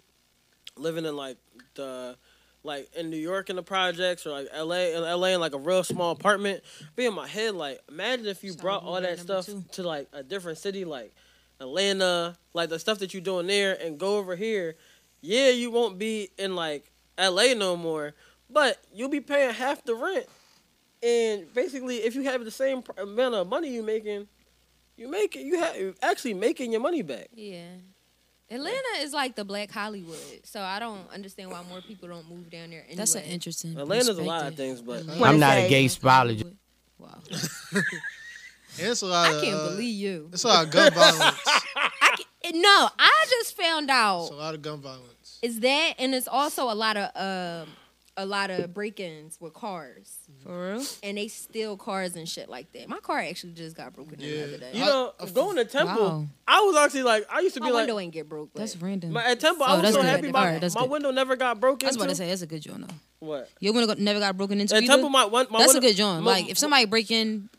Speaker 1: living in like the like in New York in the projects or like LA in LA in like a real small apartment. Be in my head like imagine if you brought all
Speaker 3: Uber
Speaker 1: that
Speaker 3: number
Speaker 1: stuff
Speaker 3: two.
Speaker 1: to like a different city like Atlanta, like the stuff that you're doing there and go over here. Yeah, you won't be in like LA no more, but you'll be paying half the rent. And basically, if you have the same pr- amount of money you making, you make it. You have actually making your money back.
Speaker 6: Yeah. Atlanta is like the black Hollywood, so I don't understand why more people don't move down there. Anyway.
Speaker 3: That's an interesting.
Speaker 1: Atlanta's a lot of
Speaker 3: perspective.
Speaker 1: things, but
Speaker 5: I'm not a gay
Speaker 3: Hollywood.
Speaker 5: spologist.
Speaker 6: Wow,
Speaker 4: And it's a lot
Speaker 6: I
Speaker 4: of.
Speaker 6: can't
Speaker 4: uh,
Speaker 6: believe you.
Speaker 4: It's a lot of gun violence.
Speaker 6: No, I just found
Speaker 4: it's a
Speaker 6: out
Speaker 4: lot of gun violence.
Speaker 6: is that, and it's also a lot of um, a lot of break-ins with cars,
Speaker 3: For real?
Speaker 6: and they steal cars and shit like that. My car actually just got broken in the
Speaker 4: Yeah.
Speaker 6: other day.
Speaker 1: you know, going to temple,
Speaker 3: Wow.
Speaker 1: I was actually like, I used to
Speaker 6: My
Speaker 1: be like,
Speaker 6: window ain't get broke. but-
Speaker 3: That's random.
Speaker 1: my, at temple,
Speaker 3: Oh,
Speaker 1: I was
Speaker 3: that's
Speaker 1: so
Speaker 3: good.
Speaker 1: happy my,
Speaker 3: Alright, that's
Speaker 1: my
Speaker 3: good.
Speaker 1: window never got broken.
Speaker 3: I was about
Speaker 1: into.
Speaker 3: to say that's a good joint though.
Speaker 1: What?
Speaker 3: Your window got- never got broken into.
Speaker 1: At
Speaker 3: either?
Speaker 1: temple, my one, my
Speaker 3: that's
Speaker 1: window,
Speaker 3: a good joint.
Speaker 1: my-
Speaker 3: Like if somebody break in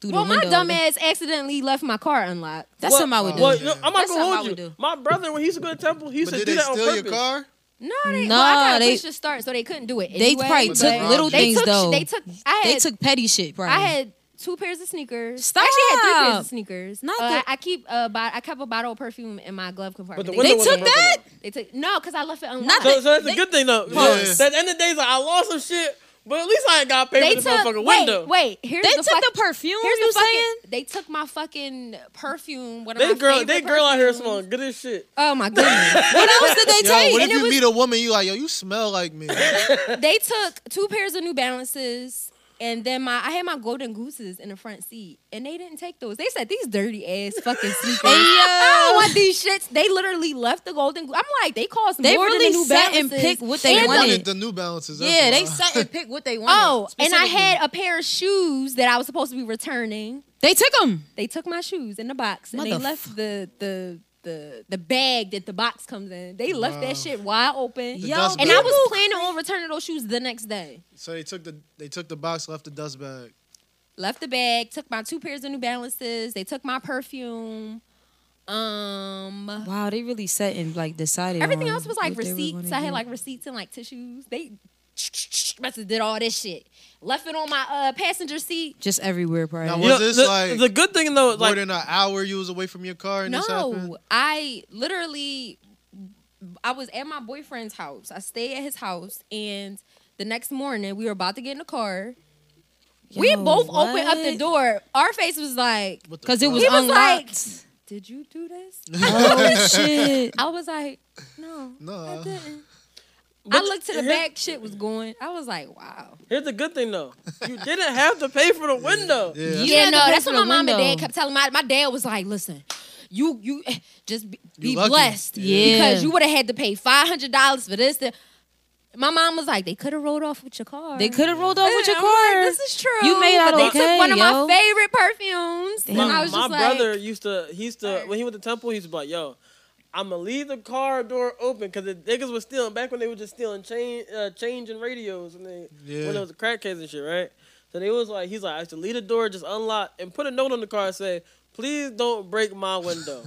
Speaker 3: through
Speaker 6: well,
Speaker 3: the
Speaker 6: my
Speaker 3: window,
Speaker 6: dumb ass accidentally left my car unlocked.
Speaker 3: that's
Speaker 1: Well-
Speaker 3: something I would do.
Speaker 1: Well, no, I'm not
Speaker 3: That's
Speaker 1: gonna
Speaker 3: something I
Speaker 1: hold you.
Speaker 3: would do.
Speaker 1: My brother, when he used to go to temple, he used
Speaker 4: But
Speaker 1: to
Speaker 4: did
Speaker 1: do
Speaker 4: they
Speaker 1: that on
Speaker 4: steal your
Speaker 1: purpose.
Speaker 4: car?
Speaker 6: No, they.
Speaker 3: Nah,
Speaker 6: well, I gotta
Speaker 3: they-
Speaker 6: push the start, so they couldn't do it.
Speaker 3: They
Speaker 6: anyway,
Speaker 3: probably
Speaker 6: but-
Speaker 3: took little
Speaker 6: They
Speaker 3: things
Speaker 6: took, sh-
Speaker 3: though.
Speaker 6: They took. I had
Speaker 3: They took petty shit. Probably.
Speaker 6: I had two pairs of sneakers.
Speaker 3: Stop.
Speaker 6: Actually, I had three pairs of sneakers.
Speaker 3: Not
Speaker 6: Not uh,
Speaker 3: that-
Speaker 6: I, I keep a bo- I kept a bottle of perfume in my glove compartment.
Speaker 1: But the
Speaker 3: They
Speaker 1: window was
Speaker 3: took
Speaker 1: broken
Speaker 3: that.
Speaker 1: up.
Speaker 6: They took no, cause I left it unlocked.
Speaker 3: Not
Speaker 1: So, so that's
Speaker 3: They-
Speaker 1: a good thing though.
Speaker 4: Pause.
Speaker 1: So, At the end of the day, it's like, I lost some shit, but at least I ain't got paid
Speaker 6: they
Speaker 1: for this
Speaker 6: took.
Speaker 1: motherfucking window.
Speaker 6: Wait, wait. Here's
Speaker 3: They
Speaker 6: the
Speaker 3: took
Speaker 6: fuck-
Speaker 3: the perfume.
Speaker 6: Here's
Speaker 3: you
Speaker 6: the fucking.
Speaker 3: saying?
Speaker 6: They took my fucking perfume. One of
Speaker 1: They
Speaker 6: my
Speaker 1: girl,
Speaker 6: favorite
Speaker 1: they girl out here
Speaker 6: perfumes.
Speaker 1: smelling good as shit.
Speaker 6: Oh my goodness!
Speaker 3: What else did they
Speaker 4: Yo, what
Speaker 3: take?
Speaker 4: if
Speaker 6: it
Speaker 4: you
Speaker 6: was-
Speaker 4: meet a woman, you like, yo, you smell like me.
Speaker 6: they took two pairs of New Balances. And then my, I had my golden gooses in the front seat, and they didn't take those. They said these dirty ass fucking sneakers. I don't want these shits. They literally left the golden. Goo- I'm like, they cost
Speaker 3: They
Speaker 6: more than
Speaker 3: really
Speaker 6: the New
Speaker 3: sat and
Speaker 6: Balances
Speaker 3: picked what they
Speaker 6: and
Speaker 4: They
Speaker 6: the-
Speaker 4: wanted
Speaker 3: wanted.
Speaker 4: the New Balances. that's
Speaker 3: Yeah, they
Speaker 4: why.
Speaker 3: sat and picked what they wanted.
Speaker 6: Oh, and I
Speaker 3: specifically.
Speaker 6: had a pair of shoes that I was supposed to be returning.
Speaker 3: They took them.
Speaker 6: They took my shoes in the box, and they
Speaker 3: Motherf-
Speaker 6: left the the the the bag that the box comes in. They left
Speaker 4: Wow.
Speaker 6: that shit wide open.
Speaker 4: The
Speaker 3: Yo,
Speaker 4: dust
Speaker 6: And
Speaker 4: bag.
Speaker 6: I was planning on returning those shoes the next day.
Speaker 4: So they took the they took the box, left the dust bag.
Speaker 6: left the bag, took my two pairs of New Balances. They took my perfume. Um,
Speaker 3: Wow, they really sat and like decided.
Speaker 6: everything
Speaker 3: on
Speaker 6: else was like
Speaker 3: what they were
Speaker 6: receipts.
Speaker 3: gonna
Speaker 6: I had
Speaker 3: do.
Speaker 6: like receipts and like tissues. They must have did all this shit. Left it on my uh, passenger seat.
Speaker 3: just everywhere,
Speaker 4: Now,
Speaker 3: probably.
Speaker 1: You
Speaker 4: was
Speaker 1: know,
Speaker 4: this
Speaker 1: the,
Speaker 4: like
Speaker 1: the good thing though, is
Speaker 4: more
Speaker 1: like
Speaker 4: than an hour you was away from your car and this happened?
Speaker 6: No, I literally, I was at my boyfriend's house. I stayed at his house, and the next morning we were about to get in the car. we
Speaker 3: Yo,
Speaker 6: both opened up the
Speaker 3: what?
Speaker 6: door. Our face was like,
Speaker 4: What the
Speaker 3: Cause it
Speaker 4: fuck?
Speaker 3: was
Speaker 6: He was like-
Speaker 3: unlocked.
Speaker 6: "Did you do this?"
Speaker 3: oh shit!
Speaker 6: I was like, "No."
Speaker 4: Nah.
Speaker 6: I looked to the
Speaker 1: here-
Speaker 6: back, shit was going. I was like, wow.
Speaker 1: here's the good thing though, you didn't have to pay for the window.
Speaker 4: Yeah.
Speaker 3: You
Speaker 6: yeah,
Speaker 3: had
Speaker 6: no,
Speaker 3: to pay
Speaker 6: that's
Speaker 3: for
Speaker 6: what
Speaker 3: the
Speaker 6: my mom and dad
Speaker 3: window.
Speaker 6: kept telling my my dad was like, listen, you you eh, just be, be
Speaker 4: lucky.
Speaker 6: blessed.
Speaker 3: Yeah.
Speaker 6: Because you would have had to pay five hundred dollars for this. that- My mom was like, they could have rolled off with your car.
Speaker 3: They could have rolled up with your
Speaker 6: I'm
Speaker 3: car.
Speaker 6: Like, this is true.
Speaker 3: You made
Speaker 6: But
Speaker 3: out
Speaker 6: they
Speaker 3: okay,
Speaker 6: took one of
Speaker 3: yo.
Speaker 6: my favorite perfumes.
Speaker 1: My,
Speaker 6: And I was
Speaker 1: my
Speaker 6: just like,
Speaker 1: brother used to he used to when he went to temple, he used to be like, yo, I'ma leave the car door open because the niggas was stealing back when they were just stealing chain uh changing radios and they
Speaker 4: Yeah.
Speaker 1: when it was crack case and shit, right? So they was like he's like, I used to leave the door just unlock and put a note on the car and say, please don't break my window.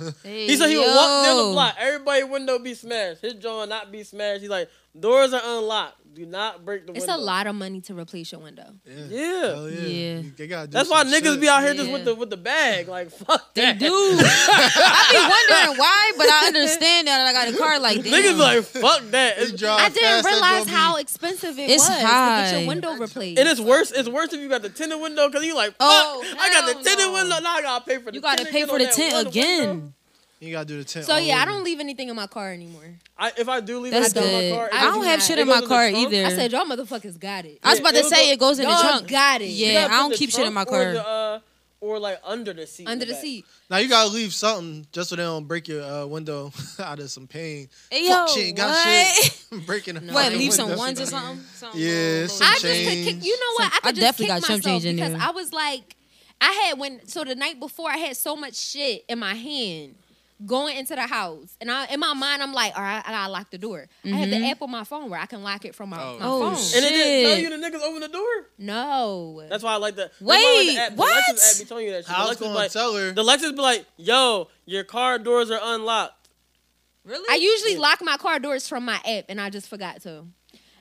Speaker 1: He said he would walk down the block. Everybody window be smashed. His jaw not be smashed. He's like, doors are unlocked. Do not break the
Speaker 6: it's
Speaker 1: window.
Speaker 6: a lot of money to replace your window.
Speaker 4: Yeah.
Speaker 1: Yeah.
Speaker 4: Hell yeah.
Speaker 3: Yeah.
Speaker 4: You- They gotta do
Speaker 1: That's why
Speaker 4: some
Speaker 1: niggas
Speaker 4: shit.
Speaker 1: be out here just
Speaker 3: Yeah.
Speaker 1: with the with the bag. Like fuck that.
Speaker 3: Dude, I be wondering why, but I understand now that I got a car like this.
Speaker 1: Niggas be like fuck that.
Speaker 4: They
Speaker 1: It's-
Speaker 4: drive
Speaker 6: I
Speaker 4: fast,
Speaker 6: didn't
Speaker 4: that
Speaker 6: realize
Speaker 4: gonna be-
Speaker 6: how expensive it
Speaker 3: It's
Speaker 6: was to get
Speaker 3: high.
Speaker 6: your window replaced.
Speaker 1: And it's worse. It's worse if you got the tinted window because you like, fuck,
Speaker 3: Oh,
Speaker 1: I got the
Speaker 3: hell
Speaker 1: tinted
Speaker 3: no.
Speaker 1: window. Now I gotta pay for the.
Speaker 3: you gotta
Speaker 1: tinted,
Speaker 3: pay
Speaker 1: get
Speaker 3: for
Speaker 1: on
Speaker 3: the
Speaker 1: that
Speaker 3: tent
Speaker 1: one window.
Speaker 3: again.
Speaker 4: You gotta do the tent.
Speaker 6: So
Speaker 4: all
Speaker 6: yeah, I
Speaker 4: over.
Speaker 6: don't leave anything in my car anymore.
Speaker 1: I, if I do leave
Speaker 3: That's
Speaker 1: it in
Speaker 3: good.
Speaker 1: my car,
Speaker 3: I don't
Speaker 6: do
Speaker 3: have
Speaker 6: not.
Speaker 3: shit
Speaker 1: It
Speaker 3: in my
Speaker 1: goes in the
Speaker 3: car
Speaker 1: trunk?
Speaker 3: either.
Speaker 6: I said, y'all motherfuckers got it.
Speaker 3: I was about
Speaker 1: It
Speaker 3: to
Speaker 1: was
Speaker 3: say
Speaker 1: a-
Speaker 3: it goes in the
Speaker 6: Y'all
Speaker 3: trunk.
Speaker 6: got it.
Speaker 1: You
Speaker 3: Yeah,
Speaker 1: gotta
Speaker 3: I
Speaker 1: put
Speaker 3: don't
Speaker 1: the
Speaker 3: keep shit in my
Speaker 1: trunk Or,
Speaker 3: car.
Speaker 1: the, uh, or like under the seat. in
Speaker 6: Under the
Speaker 1: back.
Speaker 6: seat.
Speaker 4: Now you gotta leave something just so they don't break your uh, window out of some pain.
Speaker 3: Hey,
Speaker 4: Fuck
Speaker 3: yo,
Speaker 4: shit, ain't got
Speaker 3: what?
Speaker 4: shit. Breaking the
Speaker 3: What,
Speaker 4: fucking
Speaker 3: leave some
Speaker 4: window.
Speaker 3: ones or something? Some
Speaker 4: Yeah,
Speaker 3: little-
Speaker 4: some
Speaker 6: I
Speaker 3: little-
Speaker 6: just could kick.
Speaker 4: change.
Speaker 6: You know what?
Speaker 3: Some-
Speaker 6: I could
Speaker 3: I
Speaker 6: just
Speaker 3: definitely
Speaker 6: kick
Speaker 3: got some
Speaker 6: myself
Speaker 3: change in
Speaker 6: because
Speaker 3: there.
Speaker 6: I was like, I had when so the night before I had so much shit in my hand going into the house, and I in my mind I'm like, all right, I gotta lock the door. I have the app on my phone where I can lock it from my, my
Speaker 3: Oh,
Speaker 6: phone.
Speaker 3: shit.
Speaker 1: Mm-hmm. And it didn't tell you the niggas open the door.
Speaker 6: No,
Speaker 1: That's why I like that. that's
Speaker 3: Wait,
Speaker 1: why I like the app.
Speaker 3: what?
Speaker 1: The Lexus app be telling you that shit.
Speaker 4: I
Speaker 1: the
Speaker 4: was
Speaker 1: Lexus be
Speaker 4: gonna
Speaker 1: like,
Speaker 4: tell her.
Speaker 1: the Lexus be like, yo, your car doors are unlocked.
Speaker 3: Really?
Speaker 6: I usually lock my car doors from my app, and I just forgot to.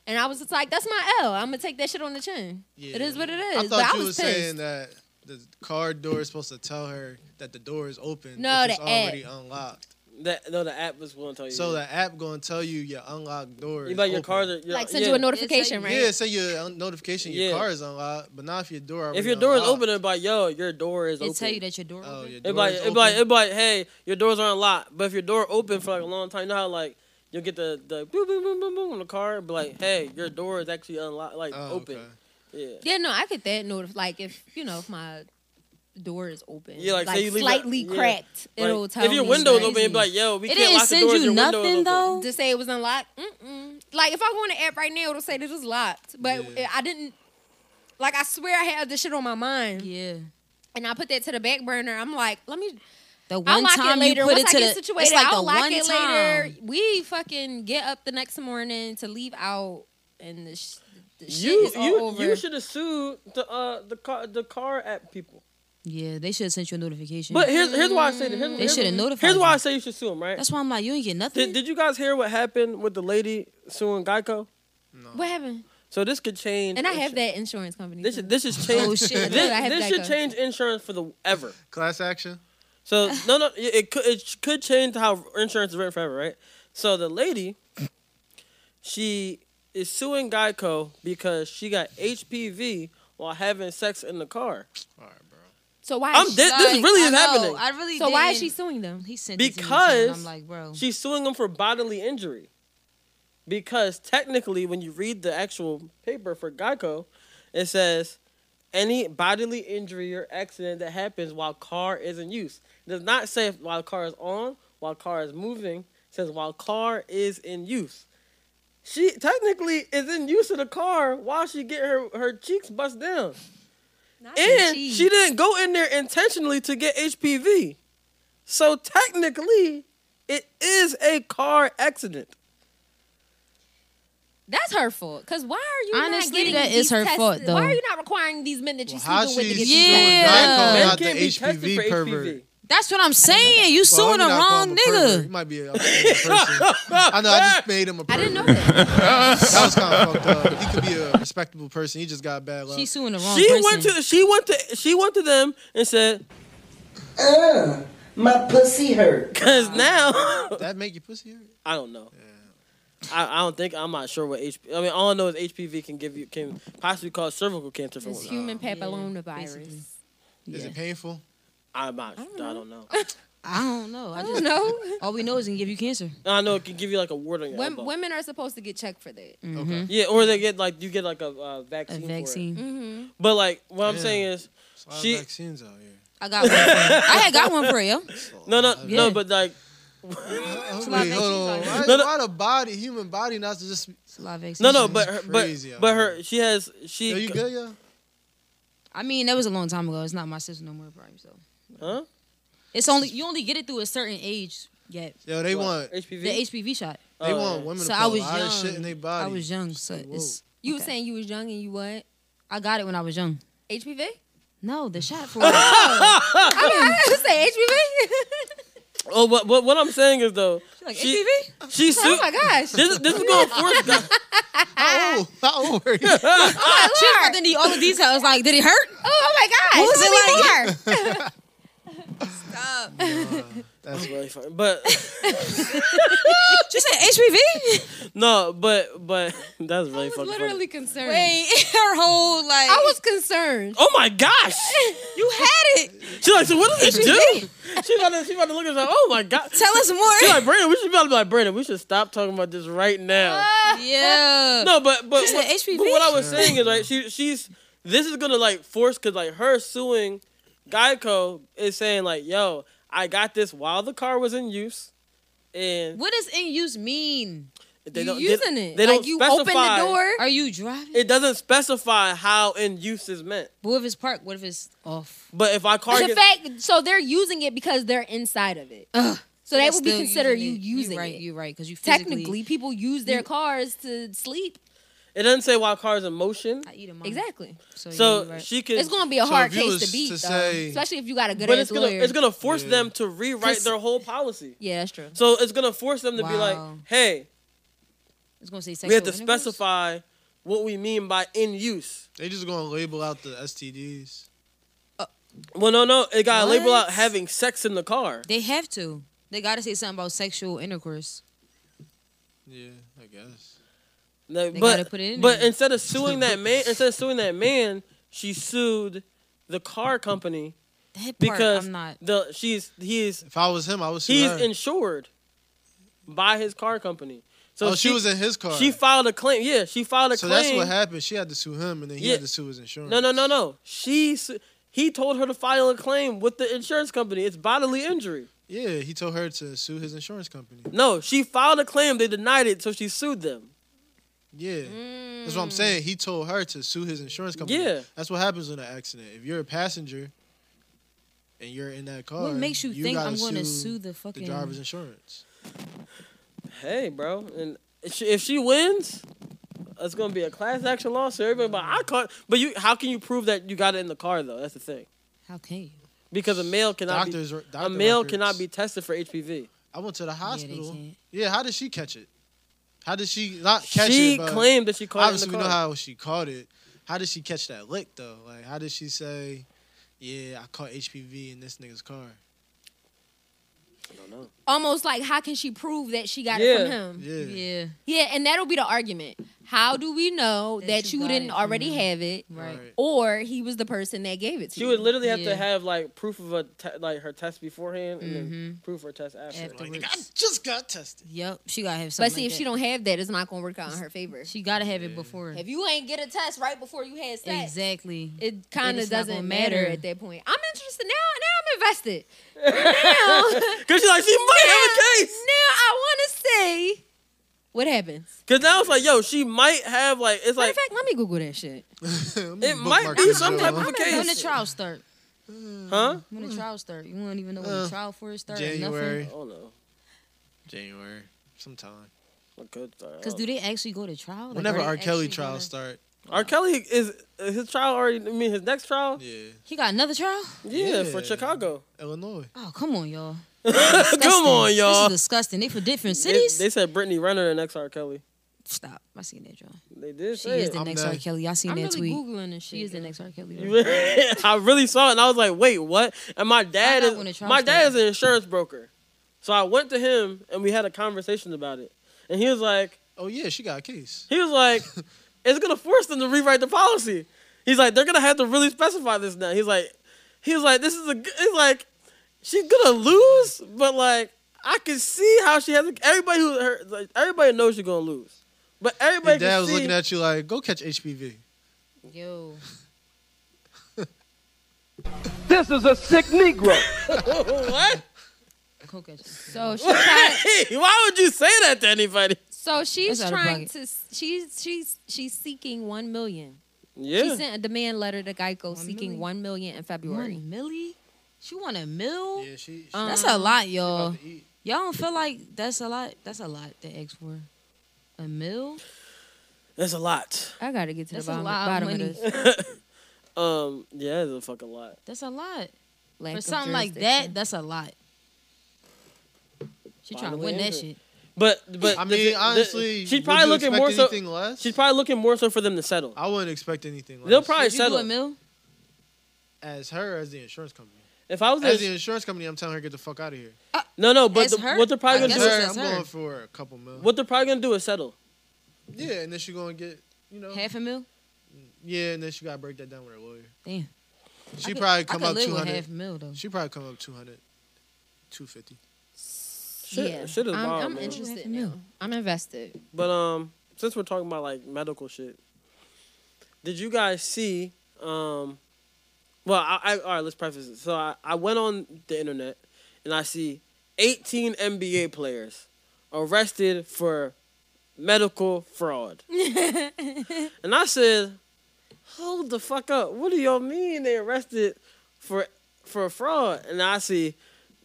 Speaker 6: And I was just like, that's my L. I'm gonna take that shit on the chin. It is what it is.
Speaker 4: I
Speaker 6: but
Speaker 4: thought
Speaker 6: I
Speaker 4: you
Speaker 6: was
Speaker 4: was
Speaker 6: pissed.
Speaker 4: saying that the car door is supposed to tell her that the door is open.
Speaker 6: No,
Speaker 4: if it's
Speaker 6: the
Speaker 4: already
Speaker 6: app.
Speaker 4: unlocked.
Speaker 1: That no, the app was going to tell you.
Speaker 4: So the app gonna tell you your unlocked door.
Speaker 1: Oh, you
Speaker 4: is
Speaker 1: about your
Speaker 4: open.
Speaker 1: cars are your,
Speaker 6: Like send
Speaker 1: yeah.
Speaker 6: you a notification, right?
Speaker 4: Yeah, say your un- notification your
Speaker 1: Yeah.
Speaker 4: car is unlocked, but not if your door.
Speaker 1: If
Speaker 4: already
Speaker 1: your door is
Speaker 4: unlocked.
Speaker 1: open, it's like yo, your door is
Speaker 3: They
Speaker 1: open.
Speaker 3: tell you that your door
Speaker 4: oh,
Speaker 3: open.
Speaker 4: your door
Speaker 1: It's like,
Speaker 4: is
Speaker 1: it's like,
Speaker 4: open.
Speaker 1: it's like, hey, your doors aren't locked. But if your door open for like a long time, you know how like you'll get the the boom boom boom boom boom on the car, but like, hey, your door is actually unlocked, like
Speaker 4: Oh,
Speaker 1: open.
Speaker 4: okay.
Speaker 1: Yeah.
Speaker 6: Yeah, no, I get that notif like if you know if my door is open,
Speaker 1: Yeah, like, say you leave it-
Speaker 6: slightly
Speaker 1: yeah.
Speaker 6: cracked,
Speaker 1: Like,
Speaker 6: it'll tell
Speaker 1: if your
Speaker 6: me
Speaker 1: window's
Speaker 6: like-
Speaker 1: open, it'd be like, yo, we
Speaker 3: It
Speaker 1: can't
Speaker 3: didn't
Speaker 1: lock the
Speaker 3: send
Speaker 1: doors.
Speaker 3: you
Speaker 1: your window is
Speaker 3: nothing
Speaker 1: open.
Speaker 3: though.
Speaker 6: to say it was unlocked. Mm-mm. Like if I go on the app right now, it'll say this is locked, but
Speaker 4: Yeah.
Speaker 6: I didn't. Like I swear I had this shit on my mind,
Speaker 3: Yeah.
Speaker 6: and I put that to the back burner. I'm like, let me
Speaker 3: The
Speaker 6: I'll
Speaker 3: one
Speaker 6: lock
Speaker 3: time
Speaker 6: it later.
Speaker 3: you put
Speaker 6: Once
Speaker 3: it
Speaker 6: I
Speaker 3: to
Speaker 6: get
Speaker 3: the,
Speaker 6: situated,
Speaker 3: it's like
Speaker 6: I'll
Speaker 3: the
Speaker 6: lock
Speaker 3: one
Speaker 6: it
Speaker 3: time.
Speaker 6: later. We fucking get up the next morning to leave out, and the, sh- the shit
Speaker 1: You
Speaker 6: is all
Speaker 1: you
Speaker 6: over.
Speaker 1: you should have sued the uh the car the car app people.
Speaker 3: Yeah, they should have sent you a notification.
Speaker 1: But here's here's why I say that. Here's,
Speaker 3: They should have notified.
Speaker 1: Here's why I
Speaker 3: you.
Speaker 1: say you should sue them, right?
Speaker 3: That's why I'm like, you ain't get nothing.
Speaker 1: Did, did you guys hear what happened with the lady suing Geico?
Speaker 6: what happened?
Speaker 1: So this could change.
Speaker 6: And I have that insurance company.
Speaker 1: This
Speaker 6: too.
Speaker 1: should this should change.
Speaker 3: Oh, shit. I
Speaker 1: This,
Speaker 6: thought I had
Speaker 1: this should
Speaker 6: Geico.
Speaker 1: change insurance for the ever.
Speaker 4: Class action.
Speaker 1: So no, no, it, it could it could change how insurance is written forever, right? So the lady, she is suing Geico because she got HPV while having sex in the car.
Speaker 4: All right, bro.
Speaker 6: so why?
Speaker 1: I'm
Speaker 6: is she-
Speaker 1: dead- this is really is
Speaker 3: I know,
Speaker 1: happening.
Speaker 3: I really.
Speaker 6: so why is she
Speaker 3: didn't-
Speaker 6: suing them?
Speaker 3: He sent it to me, too, and
Speaker 1: Because
Speaker 3: I'm like, bro.
Speaker 1: She's suing them for bodily injury. Because technically, when you read the actual paper for Geico, it says any bodily injury or accident that happens while car is in use. It does not say if- while car is on, while car is moving. It says while car is in use. She technically is in use of the car while she get her, her cheeks bust down. And she didn't go in there intentionally to get HPV. So technically, it is a car accident.
Speaker 6: That's her fault. Cause why are you
Speaker 3: Honestly,
Speaker 6: not getting
Speaker 3: that
Speaker 6: these
Speaker 3: is her
Speaker 6: tests-
Speaker 3: fault, though.
Speaker 6: Why are you not requiring these men that you
Speaker 4: Well, how
Speaker 6: sleeping with to
Speaker 4: she's
Speaker 6: get
Speaker 4: suing
Speaker 6: these
Speaker 3: Yeah.
Speaker 4: Geico,
Speaker 1: Men
Speaker 4: not the
Speaker 1: can't be tested for
Speaker 4: HPV pervert.
Speaker 1: HPV.
Speaker 3: That's what I'm saying. You
Speaker 4: Well,
Speaker 3: suing
Speaker 4: let
Speaker 3: the
Speaker 4: me not call
Speaker 3: wrong
Speaker 4: him a pervert. He
Speaker 3: nigga.
Speaker 4: might be a person. I know. I just made him a
Speaker 6: I
Speaker 4: pervert.
Speaker 6: didn't know that.
Speaker 4: That was kind of fucked up. He could be a respectable person. He just got bad luck.
Speaker 3: She suing the wrong
Speaker 1: She
Speaker 3: person.
Speaker 1: went to she went to she went to them and said,
Speaker 5: "Uh, My pussy hurt.
Speaker 1: "Cause now
Speaker 4: that make your pussy hurt?
Speaker 1: I don't know. I, I don't think I'm not sure what HP. I mean, all I know is HPV can give you can possibly cause cervical cancer for
Speaker 6: It's
Speaker 1: women.
Speaker 6: human papillomavirus.
Speaker 3: basically.
Speaker 4: Is it painful?
Speaker 1: I'm not. I don't know. I, don't know.
Speaker 3: I don't know. I just
Speaker 6: No,
Speaker 3: all we know is it can give you cancer.
Speaker 1: I know it can give you like a wart on your
Speaker 6: Wom-
Speaker 1: elbow.
Speaker 6: women are supposed to get checked for that.
Speaker 4: Okay.
Speaker 1: Yeah, or they get like you get like a, uh,
Speaker 3: A
Speaker 1: vaccine. for it.
Speaker 3: vaccine.
Speaker 1: But like what I'm
Speaker 4: Yeah.
Speaker 1: saying is,
Speaker 4: A lot
Speaker 1: She-
Speaker 4: of vaccines out here.
Speaker 3: I got one. For you. I had got one for you.
Speaker 1: no, no, no.
Speaker 3: Yeah.
Speaker 1: But like
Speaker 4: Oh,
Speaker 3: a lot
Speaker 4: wait,
Speaker 3: of
Speaker 4: hold on.
Speaker 3: vaccines out
Speaker 4: Why,
Speaker 1: No, no.
Speaker 4: why the body, human body, not to just?
Speaker 3: It's a lot of vaccines.
Speaker 1: no, no. But her,
Speaker 4: crazy
Speaker 1: but
Speaker 4: out
Speaker 1: but
Speaker 4: here.
Speaker 1: her she has she
Speaker 4: Yo, you good, yo?
Speaker 3: I mean that was a long time ago. It's not my sister no more, probably. So
Speaker 1: huh?
Speaker 3: it's only you only get it through a certain age. Yet
Speaker 4: Yo, they
Speaker 1: What,
Speaker 4: want
Speaker 1: HPV.
Speaker 3: the HPV shot.
Speaker 4: they
Speaker 6: Uh,
Speaker 1: Oh,
Speaker 4: want
Speaker 1: yeah.
Speaker 4: women
Speaker 3: So
Speaker 4: to
Speaker 3: I
Speaker 4: put
Speaker 3: was
Speaker 4: a lot
Speaker 3: young.
Speaker 4: of shit in their body.
Speaker 3: I was young, so
Speaker 4: Whoa.
Speaker 3: it's.
Speaker 6: You were
Speaker 3: okay.
Speaker 6: saying you was young and you what?
Speaker 3: I got it when I was young.
Speaker 6: HPV?
Speaker 3: No, the shot for it.
Speaker 6: I didn't say HPV.
Speaker 1: Oh, but, but what I'm saying is though,
Speaker 3: like
Speaker 1: she-
Speaker 3: HPV.
Speaker 1: she
Speaker 6: oh
Speaker 1: sued.
Speaker 6: my gosh.
Speaker 1: This is this is going force. Geico.
Speaker 4: How old? How old were you?
Speaker 3: She was about to need all the details. Like, did it hurt?
Speaker 6: Oh my gosh.
Speaker 3: What was
Speaker 6: Tell
Speaker 3: it
Speaker 6: me
Speaker 3: like?
Speaker 6: more.
Speaker 1: That's really funny. But
Speaker 3: She said HPV.
Speaker 1: no, but but that's really
Speaker 6: I was
Speaker 1: fucking
Speaker 6: literally
Speaker 1: funny.
Speaker 6: concerned.
Speaker 3: Wait, her whole like.
Speaker 6: I was concerned.
Speaker 1: Oh my gosh!
Speaker 3: You had it.
Speaker 1: She's like, so what does this do? She about to she about to look at us like, oh my god.
Speaker 3: Tell us
Speaker 1: She's
Speaker 3: more.
Speaker 1: like, Brandon, we should be about to be like, Brandon, we should stop talking about this right now.
Speaker 3: Uh, yeah.
Speaker 1: No, but but,
Speaker 3: She
Speaker 1: what,
Speaker 3: said HPV.
Speaker 1: but what I was saying is right. She she's this is gonna like force because like her suing Geico is saying like, yo, I got this while the car was in use, and
Speaker 3: What does in use mean?
Speaker 1: they
Speaker 6: you
Speaker 1: don't
Speaker 6: using
Speaker 1: they,
Speaker 6: it.
Speaker 1: They
Speaker 6: like
Speaker 1: don't
Speaker 6: you
Speaker 1: specify-
Speaker 6: open the door.
Speaker 3: Are you driving?
Speaker 1: It doesn't specify how in use is meant.
Speaker 3: But what if it's parked? What if it's off?
Speaker 1: But if I car
Speaker 6: The
Speaker 1: gets,
Speaker 6: fact, so they're using it because they're inside of it. so that would be considered you using
Speaker 3: you right,
Speaker 6: it.
Speaker 3: You right, because you physically-
Speaker 6: Technically, people use their cars to sleep.
Speaker 1: it doesn't say while cars in motion.
Speaker 3: I eat a mama,
Speaker 6: Exactly.
Speaker 3: So,
Speaker 1: So
Speaker 3: you right.
Speaker 1: she could.
Speaker 6: It's gonna be a
Speaker 4: So
Speaker 6: hard
Speaker 4: if you
Speaker 6: case
Speaker 4: was
Speaker 6: to beat,
Speaker 4: to
Speaker 6: though.
Speaker 4: say-
Speaker 6: especially if you got a good
Speaker 1: but
Speaker 6: ass
Speaker 1: it's gonna
Speaker 6: lawyer.
Speaker 1: it's gonna force
Speaker 4: Yeah.
Speaker 1: them to rewrite
Speaker 3: Cause-
Speaker 1: their whole policy.
Speaker 6: yeah, that's true.
Speaker 1: So it's gonna force them to be like,
Speaker 3: Wow.
Speaker 1: hey,
Speaker 3: it's gonna say
Speaker 1: we have to
Speaker 3: sexual intercourse?
Speaker 1: specify what we mean by in use.
Speaker 4: They just gonna label out the STDs.
Speaker 1: Well, no, no. It got to label
Speaker 3: What?
Speaker 1: out having sex in the car.
Speaker 3: They have to. They gotta say something about sexual intercourse.
Speaker 4: Yeah, I guess.
Speaker 1: No,
Speaker 3: They
Speaker 1: but
Speaker 3: gotta put it in
Speaker 1: but
Speaker 3: there.
Speaker 1: instead of suing that man, instead of suing that man, she sued the car company
Speaker 3: That part
Speaker 1: because
Speaker 3: I'm not.
Speaker 1: the she's he is
Speaker 4: If I was him, I would see
Speaker 1: he's
Speaker 4: her.
Speaker 1: insured by his car company. So
Speaker 4: oh, she, was in his car.
Speaker 1: She filed a claim. Yeah, she filed a
Speaker 4: so
Speaker 1: claim.
Speaker 4: that's what happened. She had to sue him, and then he
Speaker 1: Yeah.
Speaker 4: had to sue his insurance.
Speaker 1: No, no, no, no. She su- he told her to file a claim with the insurance company. It's bodily injury.
Speaker 4: Yeah, he told her to sue his insurance company.
Speaker 1: No, she filed a claim. They denied it, so she sued them.
Speaker 4: Yeah, that's what I'm saying. He told her to sue his insurance company.
Speaker 1: Yeah.
Speaker 4: that's what happens in an accident. If you're a passenger and you're in that car,
Speaker 3: What makes you, think
Speaker 4: gotta
Speaker 3: I'm gonna sue the fucking
Speaker 4: the driver's insurance?
Speaker 1: Hey, bro, and if she, if she wins, it's gonna be a class action lawsuit. Everybody, but I caught. But you, how can you prove that you got it in the car though? That's the thing.
Speaker 3: How can you?
Speaker 1: Because a male cannot
Speaker 4: Doctors,
Speaker 1: be,
Speaker 4: doctor
Speaker 1: a male
Speaker 4: records.
Speaker 1: cannot be tested for HPV.
Speaker 4: I went to the hospital. Yeah,
Speaker 3: can't.
Speaker 4: how did she catch it? How did she not catch
Speaker 1: she
Speaker 4: it? but
Speaker 1: claimed that she caught it in
Speaker 4: Obviously,
Speaker 1: the
Speaker 4: we
Speaker 1: car.
Speaker 4: know how she caught it. How did she catch that lick though? Like, how did she say, "Yeah, I caught HPV in this nigga's car"?
Speaker 6: Almost like how can she prove that she got it
Speaker 1: Yeah.
Speaker 6: from him?
Speaker 4: Yeah,
Speaker 3: Yeah.
Speaker 6: Yeah, and that'll be the argument. How do we know that,
Speaker 3: you
Speaker 6: you,
Speaker 3: got
Speaker 6: didn't
Speaker 3: it from
Speaker 6: already
Speaker 3: him.
Speaker 6: have it,
Speaker 3: Right.
Speaker 4: Right.
Speaker 6: or he was the person that gave it to
Speaker 1: she
Speaker 6: you?
Speaker 1: would literally have
Speaker 3: Yeah.
Speaker 1: to have like proof of a te- like her test beforehand and
Speaker 6: Mm-hmm.
Speaker 1: then proof her test after.
Speaker 3: Afterwards.
Speaker 4: I just got tested.
Speaker 3: Yep. She gotta have something.
Speaker 6: but see,
Speaker 3: like
Speaker 6: if she
Speaker 3: that.
Speaker 6: don't have that, it's not gonna work out in her favor.
Speaker 3: she gotta have it before.
Speaker 6: If you ain't get a test right before you had sex,
Speaker 3: Exactly.
Speaker 6: it kind of
Speaker 3: it's not
Speaker 6: doesn't
Speaker 3: gonna
Speaker 6: matter.
Speaker 3: matter.
Speaker 6: at that point. I'm interested now. Now I'm invested.
Speaker 1: Cause she's like, she might have a case.
Speaker 6: Now I want to see what happens.
Speaker 1: Cause now it's like, yo, she might have like, it's
Speaker 6: Matter
Speaker 1: like
Speaker 6: of fact, let me Google that shit.
Speaker 1: it might be
Speaker 4: bookmark
Speaker 1: some
Speaker 4: this,
Speaker 1: type
Speaker 4: y'all.
Speaker 1: of a
Speaker 3: When the
Speaker 1: case,
Speaker 3: trial start?
Speaker 1: huh?
Speaker 3: When
Speaker 6: Mm.
Speaker 3: the trial start? You won't even know when
Speaker 4: Uh,
Speaker 3: the trial for it start. or
Speaker 4: January,
Speaker 1: I don't know.
Speaker 4: January, sometime.
Speaker 1: I could start. I
Speaker 3: Because
Speaker 1: don't
Speaker 3: do they actually go to trial? Like,
Speaker 4: Whenever
Speaker 3: are they
Speaker 4: R. Kelly
Speaker 3: actually gonna-
Speaker 4: trials start,
Speaker 1: R. Kelly is is his trial already. I mean, his next trial.
Speaker 4: yeah,
Speaker 3: He got another trial?
Speaker 1: Yeah, for
Speaker 4: Yeah.
Speaker 1: Chicago.
Speaker 4: Illinois.
Speaker 3: Oh, come on, y'all.
Speaker 1: Come on,
Speaker 3: This
Speaker 1: y'all.
Speaker 3: is disgusting. They for different
Speaker 1: They,
Speaker 3: cities?
Speaker 1: they said Brittany Renner the next R. Kelly.
Speaker 3: Stop. I seen that, y'all.
Speaker 1: They did
Speaker 3: She
Speaker 1: say
Speaker 3: is
Speaker 1: it.
Speaker 3: the
Speaker 4: I'm
Speaker 3: next
Speaker 4: not-
Speaker 3: R. Kelly. Y'all seen
Speaker 6: I'm
Speaker 3: that
Speaker 6: really
Speaker 3: tweet.
Speaker 6: googling this shit.
Speaker 3: She is the next R. Kelly. though.
Speaker 1: I really saw it and I was like, wait, what? And my dad
Speaker 3: out when the
Speaker 1: is
Speaker 3: trial
Speaker 1: my dad is
Speaker 3: started.
Speaker 1: an insurance broker. So I went to him and we had a conversation about it. And he was like,
Speaker 4: Oh yeah, she got a case.
Speaker 1: he was like, it's gonna force them to rewrite the policy. He's like, they're gonna have to really specify this now. He's like, he was like, this is a g-" he's like, she's gonna lose, but like I can see how she has a, everybody who her like, everybody knows she's gonna lose. But everybody
Speaker 4: Your dad
Speaker 1: can
Speaker 4: was
Speaker 1: see,
Speaker 4: looking at you like, "Go catch HPV."
Speaker 3: Yo.
Speaker 10: This is a sick Negro.
Speaker 1: what?
Speaker 3: Coke at you.
Speaker 6: So she tried.
Speaker 1: Hey, why would you say that to anybody?
Speaker 6: So she's
Speaker 3: That's out of
Speaker 6: trying
Speaker 3: pocket.
Speaker 6: to. She's she's she's seeking one million. She
Speaker 1: Yeah.
Speaker 6: sent a demand letter to Geico seeking
Speaker 3: million?
Speaker 6: one million in February.
Speaker 3: One milli? She want a mill?
Speaker 4: Yeah, she. she
Speaker 3: That's
Speaker 1: Uh-huh.
Speaker 6: Um,
Speaker 3: a lot, y'all.
Speaker 4: about to eat.
Speaker 3: Y'all don't feel like that's a lot? That's a lot to ask for. A mill?
Speaker 1: That's a lot.
Speaker 6: I gotta get to
Speaker 3: That's a
Speaker 6: the bottom,
Speaker 3: lot of
Speaker 6: bottom of
Speaker 3: money.
Speaker 6: this.
Speaker 1: Um, yeah, it's a fucking lot.
Speaker 3: That's a lot.
Speaker 6: Lack
Speaker 3: For
Speaker 6: of
Speaker 3: something like that,
Speaker 6: jurisdiction.
Speaker 3: that's a lot. She trying to
Speaker 1: Bodily
Speaker 3: win that
Speaker 1: injury.
Speaker 3: shit.
Speaker 1: But but
Speaker 4: I
Speaker 1: the-
Speaker 4: mean,
Speaker 1: the-
Speaker 4: honestly,
Speaker 1: she's
Speaker 4: would
Speaker 1: probably
Speaker 4: you
Speaker 1: looking
Speaker 4: expect
Speaker 1: more so.
Speaker 4: anything less.
Speaker 1: She's probably looking more so for them to settle.
Speaker 4: I wouldn't expect anything less.
Speaker 1: They'll probably
Speaker 3: Would you do a
Speaker 1: settle.
Speaker 3: mill?
Speaker 4: as her as the insurance company.
Speaker 1: If I was
Speaker 4: As
Speaker 1: in-
Speaker 4: the insurance company, I'm telling her get the fuck out of here.
Speaker 1: no no, but
Speaker 3: As
Speaker 1: the,
Speaker 3: her?
Speaker 1: what they're probably
Speaker 3: I
Speaker 1: gonna
Speaker 3: guess
Speaker 1: do,
Speaker 3: it's
Speaker 4: her,
Speaker 3: as
Speaker 4: I'm
Speaker 3: her.
Speaker 4: going for a couple mil.
Speaker 1: what they're probably gonna do is settle.
Speaker 4: Yeah, and then she gonna get, you know.
Speaker 3: Half a mill?
Speaker 4: Yeah, and then she gotta break that down with her lawyer.
Speaker 3: Damn.
Speaker 4: She
Speaker 3: I could-
Speaker 4: probably
Speaker 3: I
Speaker 4: come
Speaker 3: could
Speaker 4: up
Speaker 3: live
Speaker 4: two
Speaker 3: with
Speaker 4: hundred.
Speaker 3: half a mill though.
Speaker 4: She probably come up 200, 250.
Speaker 1: Shit,
Speaker 6: yeah,
Speaker 1: shit is
Speaker 6: I'm,
Speaker 1: wild,
Speaker 6: I'm
Speaker 1: man.
Speaker 6: interested now. I'm invested.
Speaker 1: But um, since we're talking about like medical shit, did you guys see? Um, well, I, I all right. Let's preface it. So I, I went on the internet and I see 18 NBA players arrested for medical fraud, and I said, "Hold the fuck up! What do y'all mean they arrested for for fraud?" And I see.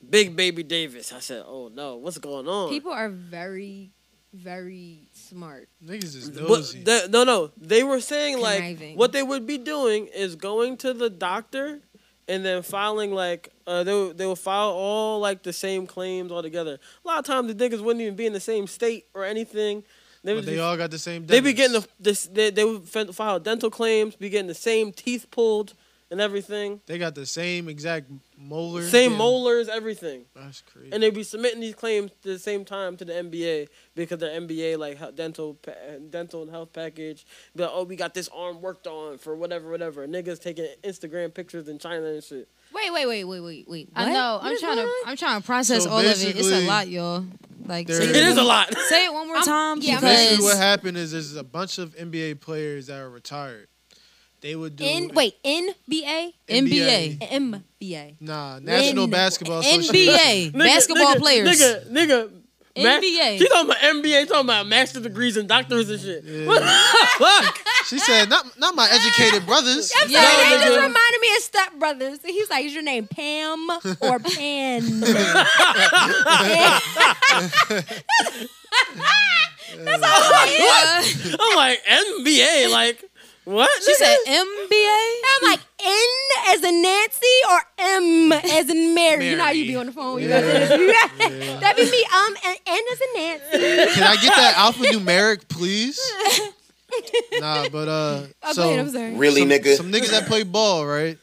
Speaker 1: Big baby Davis. I said, "Oh no, what's going on?"
Speaker 6: People are very, very smart.
Speaker 4: Niggas is
Speaker 1: But
Speaker 4: nosy.
Speaker 1: the- no, no. They were saying like
Speaker 6: Conniving.
Speaker 1: what they would be doing is going to the doctor and then filing like uh, they would- they will file all like the same claims all together. A lot of times the niggas wouldn't even be in the same state or anything. They
Speaker 4: but
Speaker 1: would
Speaker 4: they
Speaker 1: just-
Speaker 4: all got the same.
Speaker 1: they be getting
Speaker 4: dentist.
Speaker 1: the this they, they would fin- file dental claims, be getting the same teeth pulled, and everything.
Speaker 4: They got the same exact molar.
Speaker 1: Same
Speaker 4: Yeah,
Speaker 1: molars, everything.
Speaker 4: That's crazy.
Speaker 1: And they be submitting these claims at the same time to the NBA because their NBA like hel- dental pa- dental and health package. Be like, oh, we got this arm worked on for whatever, whatever. Niggas taking Instagram pictures in China and shit.
Speaker 3: Wait, wait, wait, wait, wait, wait.
Speaker 6: What?
Speaker 3: I know.
Speaker 6: What
Speaker 3: I'm
Speaker 6: is
Speaker 3: trying to.
Speaker 6: going on?
Speaker 3: I'm trying to process
Speaker 4: So
Speaker 3: all of it. It's
Speaker 4: basically,
Speaker 3: a lot, y'all. Like
Speaker 4: there
Speaker 3: say
Speaker 1: It
Speaker 4: is-
Speaker 1: is a lot.
Speaker 3: Say it one more
Speaker 6: I'm-
Speaker 3: time
Speaker 6: yeah, I'm-
Speaker 4: Basically,
Speaker 3: because
Speaker 4: what happened is there's a bunch of NBA players that are retired. They would do
Speaker 6: In wait, NBA,
Speaker 3: NBA,
Speaker 6: MBA.
Speaker 4: Nah, National
Speaker 6: In-
Speaker 4: Basketball Association.
Speaker 3: NBA, basketball
Speaker 1: nigga,
Speaker 3: players.
Speaker 1: Nigga, nigga. ma-
Speaker 6: NBA.
Speaker 1: she talking about MBA, talking about master degrees and doctors and shit. What the fuck?
Speaker 4: She said, "Not, not my educated brothers."
Speaker 6: I'm
Speaker 3: Yeah,
Speaker 6: sorry, that
Speaker 1: nigga.
Speaker 6: just reminded me of Step Brothers. He's like, is your name Pam or Pan? That's all I am.
Speaker 1: I'm like NBA, like what?
Speaker 3: she
Speaker 1: nigga?
Speaker 3: said MBA.
Speaker 6: I'm like N as in Nancy or M as in Mary. You know how you be on the phone. You yeah. That'd be me. Um, and N as in Nancy.
Speaker 4: Can I get that alphanumeric, please? nah, but uh,
Speaker 6: Oh,
Speaker 4: so
Speaker 6: go ahead, I'm sorry.
Speaker 9: Really,
Speaker 4: some,
Speaker 9: nigga?
Speaker 4: some niggas that play ball, right?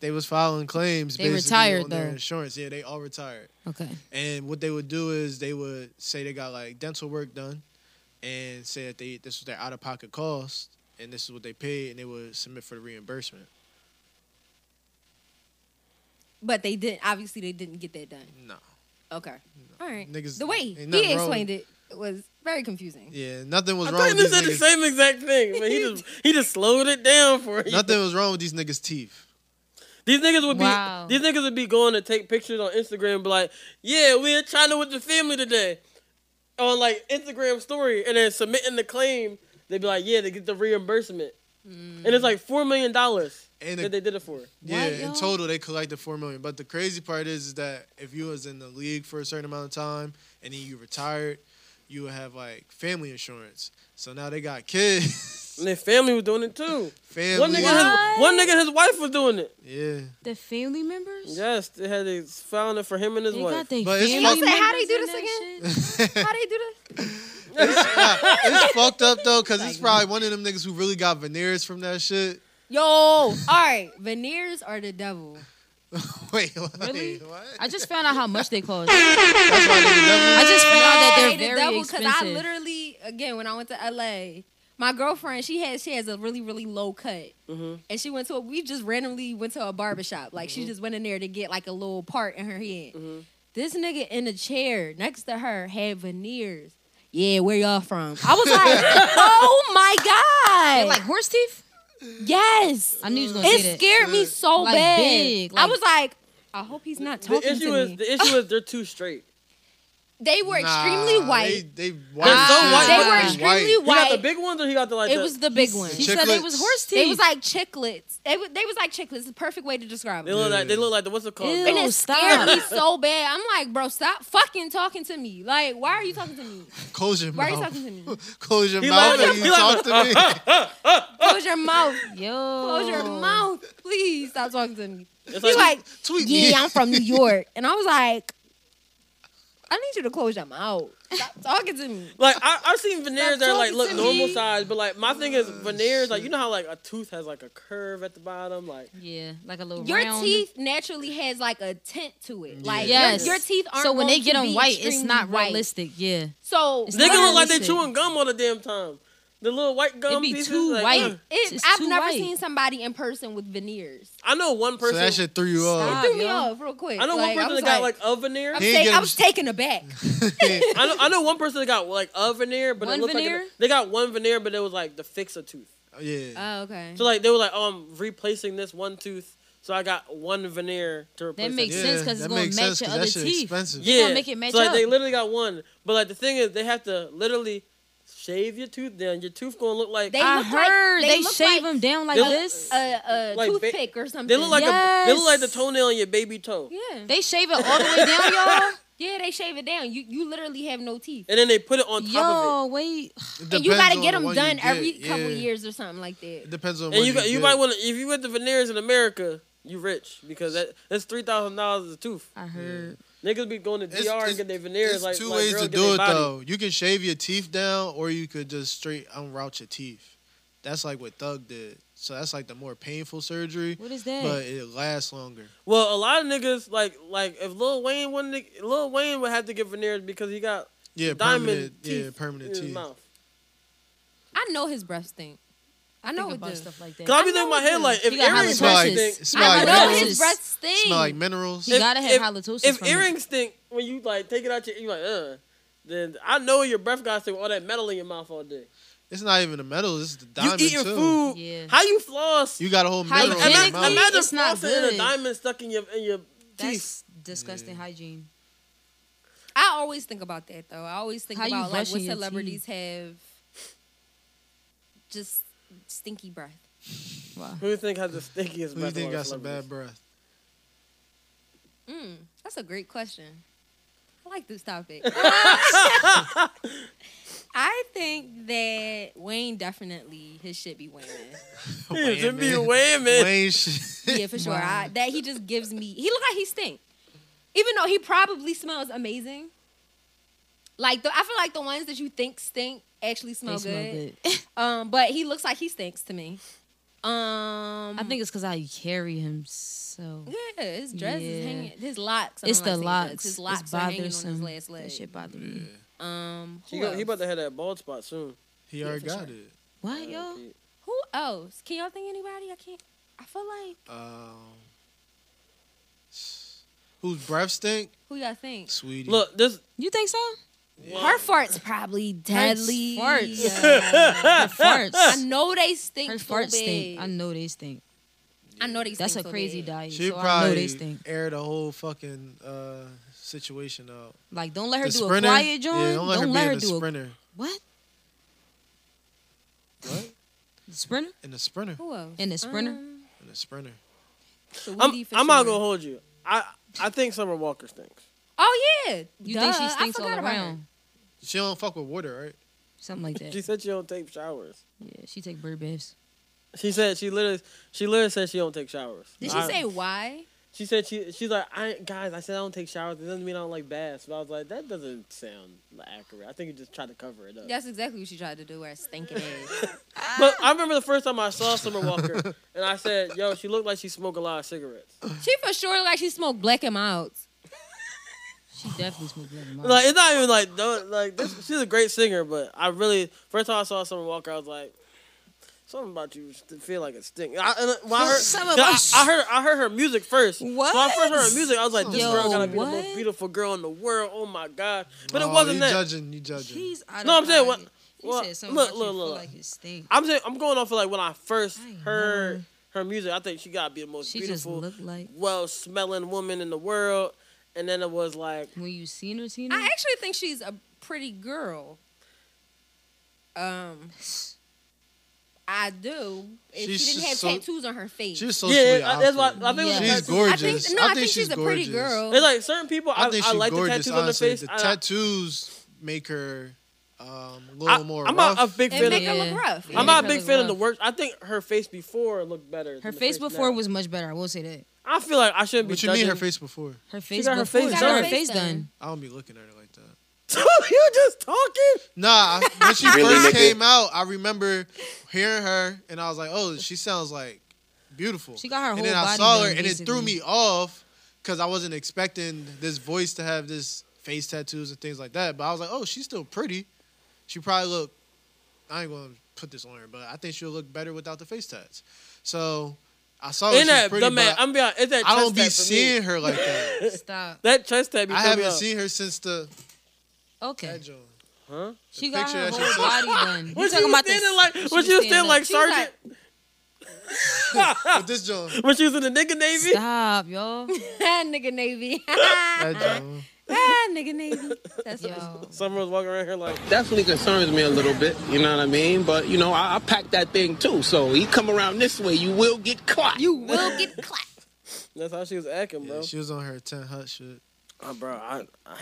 Speaker 4: They was filing claims.
Speaker 3: They
Speaker 4: basically
Speaker 3: retired,
Speaker 4: on their
Speaker 3: though.
Speaker 4: Insurance, yeah, they all retired.
Speaker 3: Okay.
Speaker 4: And what they would do is they would say they got like dental work done, and say that they this was their out of pocket cost, and this is what they paid, and they would submit for the reimbursement.
Speaker 6: But they didn't. Obviously, they didn't get that done.
Speaker 4: No.
Speaker 6: Okay. All right.
Speaker 4: Niggas-
Speaker 6: the way
Speaker 4: ain't nothing
Speaker 6: he
Speaker 4: wrong.
Speaker 6: explained it was very confusing.
Speaker 4: Yeah, nothing was
Speaker 1: I
Speaker 4: wrong
Speaker 1: thought
Speaker 4: with
Speaker 1: you
Speaker 4: these
Speaker 1: said the
Speaker 4: niggas.
Speaker 1: same exact thing, but he just he just slowed it down for you.
Speaker 4: Nothing was wrong with these niggas' teeth.
Speaker 1: These niggas would be
Speaker 3: Wow.
Speaker 1: these niggas would be going to take pictures on Instagram and be like, Yeah, we in China with the family today. On like Instagram story and then submitting the claim, they'd be like, Yeah, they get the reimbursement.
Speaker 6: Hmm.
Speaker 1: And it's like four million dollars
Speaker 4: And
Speaker 1: that
Speaker 4: the
Speaker 1: they did it for.
Speaker 4: Yeah,
Speaker 6: What,
Speaker 4: in
Speaker 6: y'all?
Speaker 4: total they collected four million. But the crazy part is, is that if you was in the league for a certain amount of time and then you retired, you would have like family insurance. So now they got kids,
Speaker 1: And their family was doing it too.
Speaker 4: family.
Speaker 1: One nigga, his, one nigga, his wife was doing it.
Speaker 4: yeah,
Speaker 3: The family members.
Speaker 1: Yes, they had it found it for him and his
Speaker 3: They
Speaker 1: wife.
Speaker 3: got they
Speaker 4: But
Speaker 3: but
Speaker 4: it's
Speaker 3: family
Speaker 4: fucked-
Speaker 3: members.
Speaker 6: Say, how they do
Speaker 3: in
Speaker 6: this
Speaker 3: that
Speaker 6: again?
Speaker 3: shit?
Speaker 6: How they do this?
Speaker 4: it's fucked up though, cause it's probably one of them niggas who really got veneers from that shit.
Speaker 6: Yo, all right. Veneers are the devil.
Speaker 4: Wait, what?
Speaker 3: Really?
Speaker 4: What?
Speaker 3: I just found out how much they cost.
Speaker 4: That's why niggas never-
Speaker 3: I just found out that
Speaker 6: Hey,
Speaker 3: they're
Speaker 6: the
Speaker 3: very
Speaker 6: double,
Speaker 3: expensive.
Speaker 6: I literally again when I went to LA, my girlfriend she has she has a really really low cut,
Speaker 3: Mm-hmm.
Speaker 6: and she went to a, we just randomly went to a barber shop. Like she just went in there to get like a little part in her head.
Speaker 3: Mm-hmm.
Speaker 6: This nigga in the chair next to her had veneers. Yeah, where y'all from? I was like, oh my god,
Speaker 3: They're like horse teeth.
Speaker 6: yes.
Speaker 3: I knew you was gonna say
Speaker 6: It
Speaker 3: that.
Speaker 6: scared me so
Speaker 3: Like
Speaker 6: bad.
Speaker 3: big,
Speaker 6: I
Speaker 3: like-
Speaker 6: was like, I hope he's not talking
Speaker 1: The issue
Speaker 6: to
Speaker 1: is
Speaker 6: me.
Speaker 1: the issue is they're too straight.
Speaker 6: they were
Speaker 4: Nah,
Speaker 6: extremely white.
Speaker 4: They, they white.
Speaker 1: so
Speaker 4: shit.
Speaker 1: white.
Speaker 6: They were
Speaker 1: White.
Speaker 6: extremely
Speaker 1: He
Speaker 6: white.
Speaker 1: got the big ones or he got the like
Speaker 3: It
Speaker 1: the-
Speaker 3: was the big one. He said it was
Speaker 4: Chiclets.
Speaker 3: horse teeth.
Speaker 6: They was like chiclets. They, wa- they was like chiclets. The perfect way to describe
Speaker 1: they
Speaker 6: them.
Speaker 1: look like they look like the what's it called?
Speaker 6: And
Speaker 3: Ew.
Speaker 6: it
Speaker 3: stop.
Speaker 6: scared me so bad. I'm like, bro, stop fucking talking to me. Like, why are you talking to me?
Speaker 4: Close your
Speaker 6: Why are you
Speaker 4: mouth.
Speaker 6: talking to me?
Speaker 4: Close your
Speaker 1: He
Speaker 4: mouth
Speaker 1: like-
Speaker 4: and you
Speaker 1: he like-
Speaker 4: talk to me.
Speaker 6: Close your mouth.
Speaker 3: yo,
Speaker 6: Close your mouth. Please stop talking to me.
Speaker 1: It's
Speaker 6: He's like,
Speaker 4: Tweet me.
Speaker 6: yeah, I'm from New York. And I was like, I need you to close your mouth. Stop talking to me.
Speaker 1: Like I, I've seen veneers that like
Speaker 6: talking
Speaker 1: look
Speaker 6: to
Speaker 1: normal
Speaker 6: me.
Speaker 1: size, but like my thing is veneers. Like you know how like a tooth has like a curve at the bottom. Like
Speaker 3: yeah, like a little
Speaker 6: Your
Speaker 3: round.
Speaker 6: teeth naturally has like a tint to it. Like your-
Speaker 3: Yes.
Speaker 6: your, teeth aren't.
Speaker 3: So when they
Speaker 6: going
Speaker 3: get
Speaker 6: to
Speaker 3: them
Speaker 6: be
Speaker 3: white, it's
Speaker 6: extremely
Speaker 3: not
Speaker 6: white.
Speaker 3: realistic. Yeah,
Speaker 6: So
Speaker 3: It's
Speaker 1: niggas look like they
Speaker 3: Listen.
Speaker 1: chewing gum all the damn time. The little white gum
Speaker 3: It be
Speaker 1: pieces.
Speaker 3: too
Speaker 1: like,
Speaker 3: white.
Speaker 1: ugh.
Speaker 6: It,
Speaker 3: It's
Speaker 6: I've
Speaker 3: too
Speaker 6: never
Speaker 3: white.
Speaker 6: seen somebody in person with veneers.
Speaker 1: I know one
Speaker 4: So
Speaker 1: person.
Speaker 4: that shit threw you
Speaker 3: Stop.
Speaker 4: off.
Speaker 6: Threw me
Speaker 3: yo.
Speaker 6: off real quick.
Speaker 1: I know one
Speaker 6: like, I
Speaker 1: person
Speaker 6: was
Speaker 1: that got
Speaker 6: like,
Speaker 1: like a veneer.
Speaker 6: I'm
Speaker 4: He ain't
Speaker 6: saying-
Speaker 4: get
Speaker 6: I
Speaker 4: him
Speaker 6: was
Speaker 4: s-
Speaker 6: taken aback.
Speaker 1: I know I know one person that got like a veneer, but
Speaker 3: One
Speaker 1: it looked like
Speaker 3: veneer?
Speaker 1: it- they got one veneer, but it was like the fix a tooth.
Speaker 4: Yeah.
Speaker 6: Oh, okay.
Speaker 1: So like they were like, oh, I'm replacing this one tooth, so I got one veneer to replace.
Speaker 3: that makes
Speaker 4: yeah,
Speaker 3: sense because it's
Speaker 4: that
Speaker 3: gonna
Speaker 4: makes
Speaker 3: match
Speaker 4: sense
Speaker 3: your
Speaker 4: 'cause
Speaker 3: other
Speaker 4: that shit
Speaker 3: teeth.
Speaker 4: expensive.
Speaker 1: yeah.
Speaker 3: gonna make it match
Speaker 1: so like they
Speaker 3: up.
Speaker 1: literally got one, but like the thing is they have to literally shave your tooth down. Your tooth gonna look like
Speaker 6: They
Speaker 3: I
Speaker 6: look like-
Speaker 3: heard
Speaker 6: they
Speaker 3: they,
Speaker 6: look
Speaker 3: shave
Speaker 6: like-
Speaker 3: them down like
Speaker 1: They look-
Speaker 3: this.
Speaker 6: A, a
Speaker 1: Like, ba-
Speaker 6: toothpick or something.
Speaker 1: They look like a, they look like the
Speaker 3: Yes.
Speaker 1: toenail on your baby toe,
Speaker 6: yeah.
Speaker 3: they shave it all the way down, y'all.
Speaker 6: yeah, they shave it down. You you literally have no teeth.
Speaker 1: and then they put it on top of
Speaker 3: Yo, wait.
Speaker 4: It
Speaker 6: And you got
Speaker 4: depends
Speaker 6: to
Speaker 4: on
Speaker 6: get
Speaker 4: the
Speaker 6: them
Speaker 4: one you
Speaker 6: done
Speaker 4: get,
Speaker 6: every couple
Speaker 4: yeah.
Speaker 6: years or something like that.
Speaker 4: It depends on
Speaker 1: it. And
Speaker 4: what
Speaker 1: you got, you
Speaker 4: get.
Speaker 1: might want to if you went to veneers in America, you rich because that that's three thousand dollars a tooth.
Speaker 3: I heard.
Speaker 1: Niggas be going to DR
Speaker 4: It's-
Speaker 1: and
Speaker 4: it's-
Speaker 1: get their veneers.
Speaker 4: There's
Speaker 1: like
Speaker 4: two
Speaker 1: like,
Speaker 4: ways
Speaker 1: girls
Speaker 4: to
Speaker 1: get
Speaker 4: do
Speaker 1: their
Speaker 4: it
Speaker 1: body.
Speaker 4: though. You can shave your teeth down, or you could just straight unroute your teeth. That's like what Thug did. So that's like the more painful surgery,
Speaker 3: What is that?
Speaker 4: but it lasts longer.
Speaker 1: Well, a lot of niggas like like if Lil Wayne wouldn't nigg- Lil Wayne would have to get veneers because he got
Speaker 4: Yeah,
Speaker 1: diamond
Speaker 4: permanent.
Speaker 1: teeth
Speaker 4: yeah, permanent
Speaker 1: in his
Speaker 4: teeth.
Speaker 1: mouth.
Speaker 6: I know his breath stink. I know
Speaker 8: Think
Speaker 6: it
Speaker 8: about
Speaker 6: does.
Speaker 8: stuff like that.
Speaker 1: Cause I be
Speaker 6: I know
Speaker 1: thinking in my
Speaker 6: it
Speaker 1: head
Speaker 6: do.
Speaker 1: like if
Speaker 3: You gotta have
Speaker 1: earrings
Speaker 4: Smell like,
Speaker 1: stink,
Speaker 4: smell
Speaker 6: I
Speaker 4: like,
Speaker 6: know
Speaker 4: minerals.
Speaker 6: his breath stinks.
Speaker 4: smell like minerals.
Speaker 3: You gotta have halitosis
Speaker 1: If
Speaker 3: from it.
Speaker 1: earrings stink when you like take it out your you like uh, then I know your breath got to stink with all that metal in your mouth all day.
Speaker 4: It's not even the metals. It's the diamond
Speaker 1: you eating
Speaker 4: too.
Speaker 1: food?
Speaker 8: Yeah.
Speaker 1: How you floss?
Speaker 4: You got a whole mineral in your
Speaker 1: imagine
Speaker 4: mouth.
Speaker 1: imagine
Speaker 3: It's not
Speaker 1: flossing and a
Speaker 3: good.
Speaker 1: diamond stuck in your in your teeth.
Speaker 8: That's disgusting hygiene.
Speaker 6: I always think about that though. I always think
Speaker 3: How you
Speaker 6: about like
Speaker 3: brushing
Speaker 6: what
Speaker 3: your
Speaker 6: celebrities have just stinky breath.
Speaker 3: Wow.
Speaker 1: Who you think has the stinkiest
Speaker 4: Who do you
Speaker 1: breath?
Speaker 4: think
Speaker 1: of all
Speaker 4: got some
Speaker 1: celebrities?
Speaker 4: bad breath?
Speaker 6: Mm, that's a great question. I like this topic. I think that Wayne definitely his shit be Wayne.
Speaker 1: He should be
Speaker 4: man.
Speaker 1: whamming.
Speaker 4: Wayne shit.
Speaker 6: Yeah, for sure.
Speaker 3: Wow.
Speaker 6: I, that he just gives me. He look like he stink, even though he probably smells amazing. Like the, I feel like the ones that you think stink actually
Speaker 3: They
Speaker 6: smell,
Speaker 3: smell
Speaker 6: good.
Speaker 3: good.
Speaker 6: Um, but he looks like he stinks to me. Um,
Speaker 3: I think it's because how he carry himself.
Speaker 6: yeah, his dress is
Speaker 3: Yeah.
Speaker 6: hanging. His locks. I
Speaker 3: It's
Speaker 6: don't like
Speaker 3: the
Speaker 6: seeing dreads.
Speaker 3: locks.
Speaker 6: His
Speaker 3: It's
Speaker 6: locks are hanging on his
Speaker 3: bothersome.
Speaker 6: last leg.
Speaker 3: That shit bother me.
Speaker 6: Um,
Speaker 1: He,
Speaker 6: who
Speaker 1: got,
Speaker 6: else?
Speaker 1: he about to have that bald spot soon.
Speaker 4: He already
Speaker 6: for
Speaker 4: got
Speaker 6: sure.
Speaker 4: it.
Speaker 3: What yo?
Speaker 6: Who else? Can y'all think anybody? I can't. I feel like
Speaker 4: Um, whose breath stink?
Speaker 6: who y'all think?
Speaker 4: Sweetie.
Speaker 1: Look, this
Speaker 3: You think so?
Speaker 6: Her farts probably deadly.
Speaker 3: farts.
Speaker 6: Yeah. I
Speaker 3: Farts.
Speaker 6: know they stink.
Speaker 3: Her
Speaker 6: so
Speaker 3: farts
Speaker 6: bad.
Speaker 3: stink. I know they stink.
Speaker 6: I know they.
Speaker 3: That's a
Speaker 6: stink so
Speaker 3: crazy
Speaker 6: bad.
Speaker 3: diet.
Speaker 4: she
Speaker 3: so I know
Speaker 4: probably
Speaker 3: they stink.
Speaker 4: air the whole fucking uh, situation out.
Speaker 3: Like, don't let her
Speaker 4: the
Speaker 3: do
Speaker 4: sprinter.
Speaker 3: a quiet joint.
Speaker 4: Yeah, don't let her be in the
Speaker 3: do
Speaker 4: sprinter.
Speaker 3: a what?
Speaker 4: What?
Speaker 3: The sprinter
Speaker 4: In the sprinter.
Speaker 6: Who else?
Speaker 3: and the sprinter.
Speaker 4: In the sprinter.
Speaker 6: So
Speaker 1: I'm,
Speaker 6: Weezy for
Speaker 1: I'm not
Speaker 6: sure.
Speaker 1: gonna hold you. I I think Summer Walker stinks.
Speaker 6: Oh yeah.
Speaker 3: you
Speaker 6: Duh,
Speaker 3: think she
Speaker 6: I
Speaker 3: stinks all
Speaker 6: forgot about her.
Speaker 3: around?
Speaker 4: She don't fuck with water, right?
Speaker 3: Something like that.
Speaker 1: She said she don't take showers.
Speaker 3: yeah, she take bird baths.
Speaker 1: She said she literally she literally said she don't take showers.
Speaker 6: Did she
Speaker 1: I-
Speaker 6: say why?
Speaker 1: She said she she's like I guys. I said I don't take showers. It doesn't mean I don't like baths. But I was like that doesn't sound accurate. I think you just tried to cover it up.
Speaker 6: That's exactly what she tried to do. Where stinking ass.
Speaker 1: But I remember the first time I saw Summer Walker, and I said, "Yo, she looked like she smoked a lot of cigarettes.
Speaker 6: she for sure look like she smoked black and milds.
Speaker 3: She definitely smoked black and mild.
Speaker 1: Like it's not even like no, like this, she's a great singer, but I really first time I saw Summer Walker, I was like." Something about you st- feel like a stink. I, and uh, when I, heard,
Speaker 3: Some
Speaker 1: 'cause
Speaker 3: about
Speaker 1: I, I heard I heard her music first. So I first heard
Speaker 3: What?
Speaker 1: her music, I was like, "This
Speaker 3: Yo,
Speaker 1: girl gotta be the
Speaker 3: what?
Speaker 1: most beautiful girl in the world." Oh my god! But
Speaker 4: Oh,
Speaker 1: it wasn't
Speaker 4: you
Speaker 1: that.
Speaker 4: judging. You judging.
Speaker 3: She's out
Speaker 1: No,
Speaker 3: of
Speaker 1: I'm saying,
Speaker 3: pocket.
Speaker 1: what-
Speaker 3: You
Speaker 1: what-
Speaker 3: said something
Speaker 1: look,
Speaker 3: about
Speaker 1: look,
Speaker 3: you feel
Speaker 1: look.
Speaker 3: like it stink.
Speaker 1: I'm saying I'm going off of like when I first
Speaker 3: I
Speaker 1: heard her music. I think she gotta be the most
Speaker 3: She just
Speaker 1: beautiful,
Speaker 3: looked like
Speaker 1: well smelling woman in the world. And then it was like,
Speaker 3: when you seen her, seen her.
Speaker 6: I actually think she's a pretty girl. Um, I do. If
Speaker 4: She's
Speaker 6: she didn't
Speaker 4: just
Speaker 6: have
Speaker 4: so-
Speaker 6: tattoos on her face.
Speaker 4: She's socially
Speaker 1: yeah, I-
Speaker 4: awkward.
Speaker 1: that's why I think it was
Speaker 3: Yeah.
Speaker 1: the
Speaker 4: She's
Speaker 1: tattoos.
Speaker 6: I
Speaker 4: gorgeous.
Speaker 6: think no, I, think she's, a pretty
Speaker 4: gorgeous.
Speaker 6: girl.
Speaker 1: It's like certain people. I,
Speaker 4: I
Speaker 1: I,
Speaker 4: think she's
Speaker 1: like
Speaker 4: gorgeous.
Speaker 1: the tattoos
Speaker 4: honestly.
Speaker 1: on the face.
Speaker 4: the
Speaker 1: I-
Speaker 4: tattoos make her um, a little
Speaker 1: I,
Speaker 4: more
Speaker 1: am
Speaker 4: rough.
Speaker 1: not a big
Speaker 6: and
Speaker 1: fan.
Speaker 6: make
Speaker 1: Of,
Speaker 6: her
Speaker 3: Yeah.
Speaker 6: look rough.
Speaker 1: I'm
Speaker 3: Yeah.
Speaker 1: not a big
Speaker 3: Make her
Speaker 1: fan
Speaker 3: look
Speaker 1: of the
Speaker 3: rough.
Speaker 1: work. I think her face before looked better.
Speaker 3: her
Speaker 1: than the
Speaker 3: face before
Speaker 1: now.
Speaker 3: was much better. I will say that.
Speaker 1: I feel like I shouldn't be.
Speaker 4: what you mean her
Speaker 1: judging-
Speaker 4: face before?
Speaker 3: Her face
Speaker 1: got her
Speaker 3: before.
Speaker 1: face
Speaker 3: she
Speaker 1: done.
Speaker 3: got her face done.
Speaker 4: I don't be looking at her like that.
Speaker 1: you just talking?
Speaker 4: Nah, I- when she
Speaker 9: Really,
Speaker 4: first
Speaker 9: nigga?
Speaker 4: came out, I remember hearing her, and I was like, "Oh, she sounds like beautiful."
Speaker 3: She got her
Speaker 4: And
Speaker 3: whole
Speaker 4: then I
Speaker 3: body
Speaker 4: saw her,
Speaker 3: done,
Speaker 4: and it threw
Speaker 3: basically.
Speaker 4: me off because I wasn't expecting this voice to have this face tattoos and things like that. But I was like, "Oh, she's still pretty. She probably look. I ain't gonna put this on her, but I think she'll look better without the face tats." So I saw her.
Speaker 1: In
Speaker 4: She's
Speaker 1: that,
Speaker 4: pretty,
Speaker 1: the man,
Speaker 4: but I,
Speaker 1: I'm being honest. It's that
Speaker 4: I
Speaker 1: chest
Speaker 4: don't be
Speaker 1: tat for me.
Speaker 4: seeing her like that.
Speaker 3: Stop.
Speaker 1: That chest tat. be
Speaker 4: I
Speaker 1: throwing me
Speaker 4: haven't
Speaker 1: off.
Speaker 4: seen her since the
Speaker 3: Okay.
Speaker 4: that joint.
Speaker 1: Huh?
Speaker 3: She got
Speaker 4: picture
Speaker 3: her
Speaker 4: that she
Speaker 3: whole body done. You
Speaker 1: What
Speaker 3: talking
Speaker 1: you
Speaker 3: about
Speaker 1: standing
Speaker 3: this?
Speaker 1: like? What you standing like,
Speaker 6: She was
Speaker 1: Sergeant?
Speaker 4: With this joint.
Speaker 1: When she was in the nigga navy.
Speaker 3: Stop, y'all.
Speaker 6: Ah, nigga Navy. ah,
Speaker 4: That joint.
Speaker 6: nigga Navy. That's yo.
Speaker 1: Summer was walking around here like,
Speaker 5: definitely concerns me a little bit. You know what I mean? But you know, I, I pack that thing too. So you come around this way, you will get caught.
Speaker 6: You will get clapped.
Speaker 1: that's how she was acting,
Speaker 4: Yeah,
Speaker 1: bro.
Speaker 4: she was on her 10 hut shit.
Speaker 1: Uh, bro, I, I,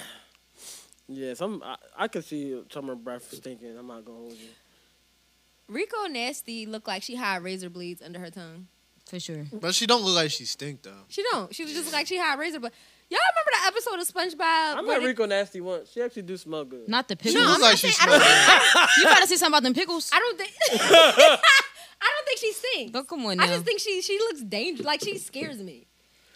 Speaker 1: yeah, some I, I could see summer breath stinking. I'm not gonna hold you.
Speaker 6: Rico Nasty looked like she had razor blades under her tongue.
Speaker 3: For sure.
Speaker 4: But she don't look like she stink though.
Speaker 6: She don't. She was just like she had razor blades. Y'all remember that episode of SpongeBob?
Speaker 1: I
Speaker 6: where
Speaker 1: met
Speaker 6: they-
Speaker 1: Rico Nasty once. She actually do smell good.
Speaker 3: Not the
Speaker 4: She
Speaker 3: pickles.
Speaker 4: look like she
Speaker 6: I
Speaker 4: smells.
Speaker 3: you gotta say something about them pickles.
Speaker 6: I don't think. she sings.
Speaker 3: Oh, come on
Speaker 6: I
Speaker 3: now.
Speaker 6: just think she she looks dangerous. Like she scares me.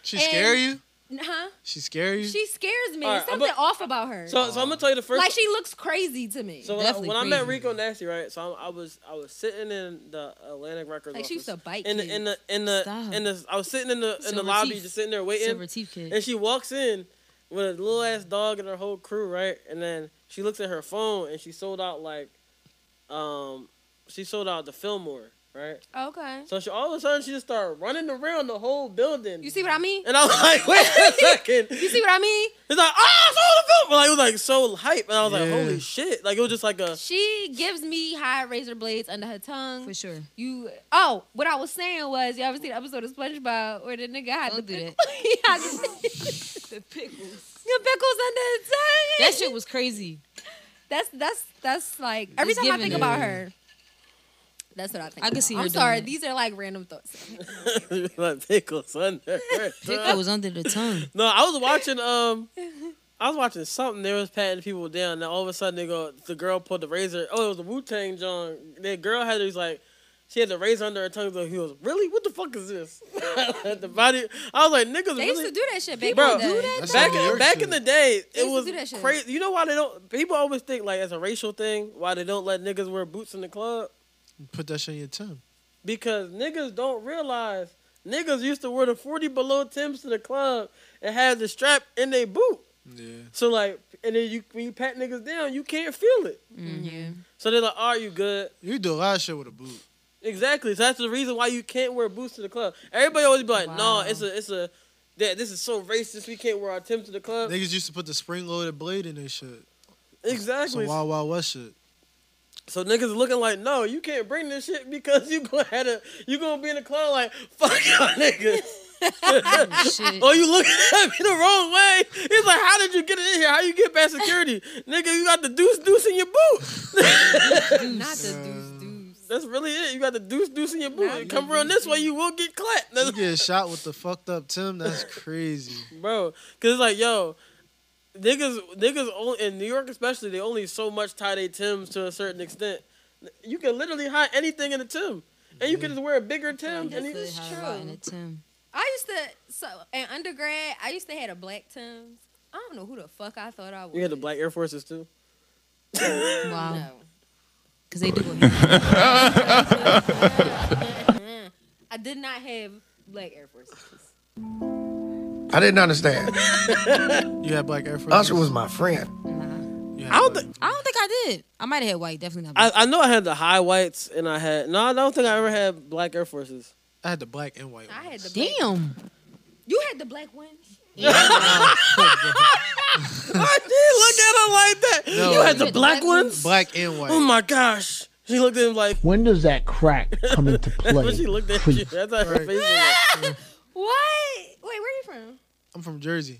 Speaker 4: She scare you?
Speaker 6: Huh?
Speaker 4: She scare you?
Speaker 6: She scares me.
Speaker 1: All right,
Speaker 6: There's
Speaker 1: I'm
Speaker 6: something
Speaker 1: a-
Speaker 6: off about her.
Speaker 1: So, so I'm gonna tell you the first.
Speaker 6: like she looks crazy to me.
Speaker 1: so when, I,
Speaker 3: Definitely
Speaker 1: when I met
Speaker 3: crazy.
Speaker 1: Rico Nasty, right? So I'm, I was I was sitting in the Atlantic Records.
Speaker 6: Like, she used
Speaker 1: office.
Speaker 6: to bite
Speaker 1: in the in the in the,
Speaker 3: Stop.
Speaker 1: in the I was sitting in the in the
Speaker 3: Silver
Speaker 1: lobby,
Speaker 3: teeth.
Speaker 1: just sitting there waiting.
Speaker 3: Silver teeth kid.
Speaker 1: And she walks in with a little ass dog and her whole crew, right? And then she looks at her phone and she sold out like, um, she sold out the Fillmore, right?
Speaker 6: okay.
Speaker 1: So she all of a sudden she just started running around the whole building.
Speaker 6: You see what I mean?
Speaker 1: And I was like, wait a second.
Speaker 6: You see what I mean?
Speaker 1: It's like, oh, it's all the film. Like it was like so hype, and I was like,
Speaker 4: Yeah.
Speaker 1: holy shit! Like it was just like a.
Speaker 6: She gives me high razor blades under her tongue.
Speaker 3: For sure.
Speaker 6: You oh, what I was saying was you ever see the episode of SpongeBob where the nigga had
Speaker 3: Don't
Speaker 6: the
Speaker 3: do
Speaker 6: pickles?
Speaker 3: that.
Speaker 6: He had the,
Speaker 3: The pickles.
Speaker 6: the pickles under his tongue.
Speaker 3: That shit was crazy.
Speaker 6: That's that's that's like every
Speaker 3: It's
Speaker 6: time I
Speaker 3: giving
Speaker 6: think
Speaker 3: it.
Speaker 6: about her. That's what I think.
Speaker 3: I can
Speaker 6: about.
Speaker 3: see her
Speaker 6: I'm
Speaker 3: doing
Speaker 6: sorry.
Speaker 3: it.
Speaker 6: These are like random thoughts.
Speaker 1: like pickles under. her
Speaker 3: Pickle
Speaker 1: tongue.
Speaker 3: was under the tongue.
Speaker 1: no, I was watching um, I was watching something. They was patting people down, and all of a sudden they go, the girl pulled the razor. Oh, it was the Wu Tang John. That girl had these like. She had the razor under her tongue. So he was really, what the fuck is this? the body. I was like, niggas really.
Speaker 6: They used to do that shit back
Speaker 1: Bro,
Speaker 6: in the
Speaker 1: do
Speaker 6: day.
Speaker 4: That's
Speaker 1: back
Speaker 4: some New
Speaker 1: in,
Speaker 4: York
Speaker 1: back
Speaker 4: shit.
Speaker 1: in the day,
Speaker 6: They used
Speaker 1: it
Speaker 6: to
Speaker 1: was
Speaker 6: do that shit.
Speaker 1: crazy. You know why they don't? People always think like it's a racial thing why they don't let niggas wear boots in the club
Speaker 4: Put that shit on your tongue.
Speaker 1: because niggas don't realize niggas used to wear the forty below Timbs to the club and have the strap in their boot.
Speaker 4: Yeah.
Speaker 1: So like, and then you when you pat niggas down, you can't feel it.
Speaker 3: Mm-hmm.
Speaker 1: So they're like, "Are you good?"
Speaker 4: You do a lot of shit with a boot.
Speaker 1: Exactly. So that's the reason why you can't wear boots to the club. Everybody always be like,
Speaker 3: Wow.
Speaker 1: "No, it's a it's a." That this is so racist. We can't wear our Timbs to the club.
Speaker 4: Niggas used to put the spring loaded blade in their shit. Some
Speaker 1: Exactly.
Speaker 4: Wild Wild West shit.
Speaker 1: So niggas looking like, no, you can't bring this shit because you gonna have to, you gonna be in the club like, fuck y'all niggas.
Speaker 3: Shit.
Speaker 1: or you looking at me the wrong way. It's like, how did you get it in here? How you get past security, nigga? You got the deuce deuce in your boot.
Speaker 6: Not the deuce deuce.
Speaker 1: That's really it. You got the deuce deuce in your boot. And come around this way, you will get clapped,
Speaker 4: You
Speaker 1: That's-
Speaker 4: get shot with the fucked up Tim. That's crazy.
Speaker 1: bro. Cause it's like, yo. Niggas, niggas only, in New York especially, they only so much tie their Tims to a certain extent. You can literally hide anything in a Tim, and you can just wear a bigger Tim. and you,
Speaker 3: That's
Speaker 6: true.
Speaker 3: true.
Speaker 6: I used to so in undergrad, I used to had a black Tim's. I don't know who the fuck I thought I was.
Speaker 1: You had the black Air Forces too.
Speaker 3: Wow.
Speaker 6: No.
Speaker 3: Because they do it.
Speaker 6: I did not have black Air Forces.
Speaker 9: I didn't understand.
Speaker 4: You had black Air Force.
Speaker 9: my friend.
Speaker 1: I don't think
Speaker 3: I don't think I did. I might have had white. Definitely not
Speaker 1: I,
Speaker 3: black.
Speaker 1: I know I had the high whites and I had no. I don't think I ever had black Air Forces.
Speaker 4: I had the black and white.
Speaker 6: I had the black.
Speaker 3: Damn.
Speaker 6: You had the black ones.
Speaker 1: I did look at her like that.
Speaker 4: No.
Speaker 1: You had the
Speaker 3: The
Speaker 1: black
Speaker 3: black
Speaker 1: ones.
Speaker 4: Black and white.
Speaker 1: Oh my gosh. She looked at him like
Speaker 11: When does that crack come into
Speaker 1: that's
Speaker 11: play?
Speaker 1: when she looked at you. That's how her face was. like.
Speaker 6: What? Wait, where you from?
Speaker 4: I'm from Jersey.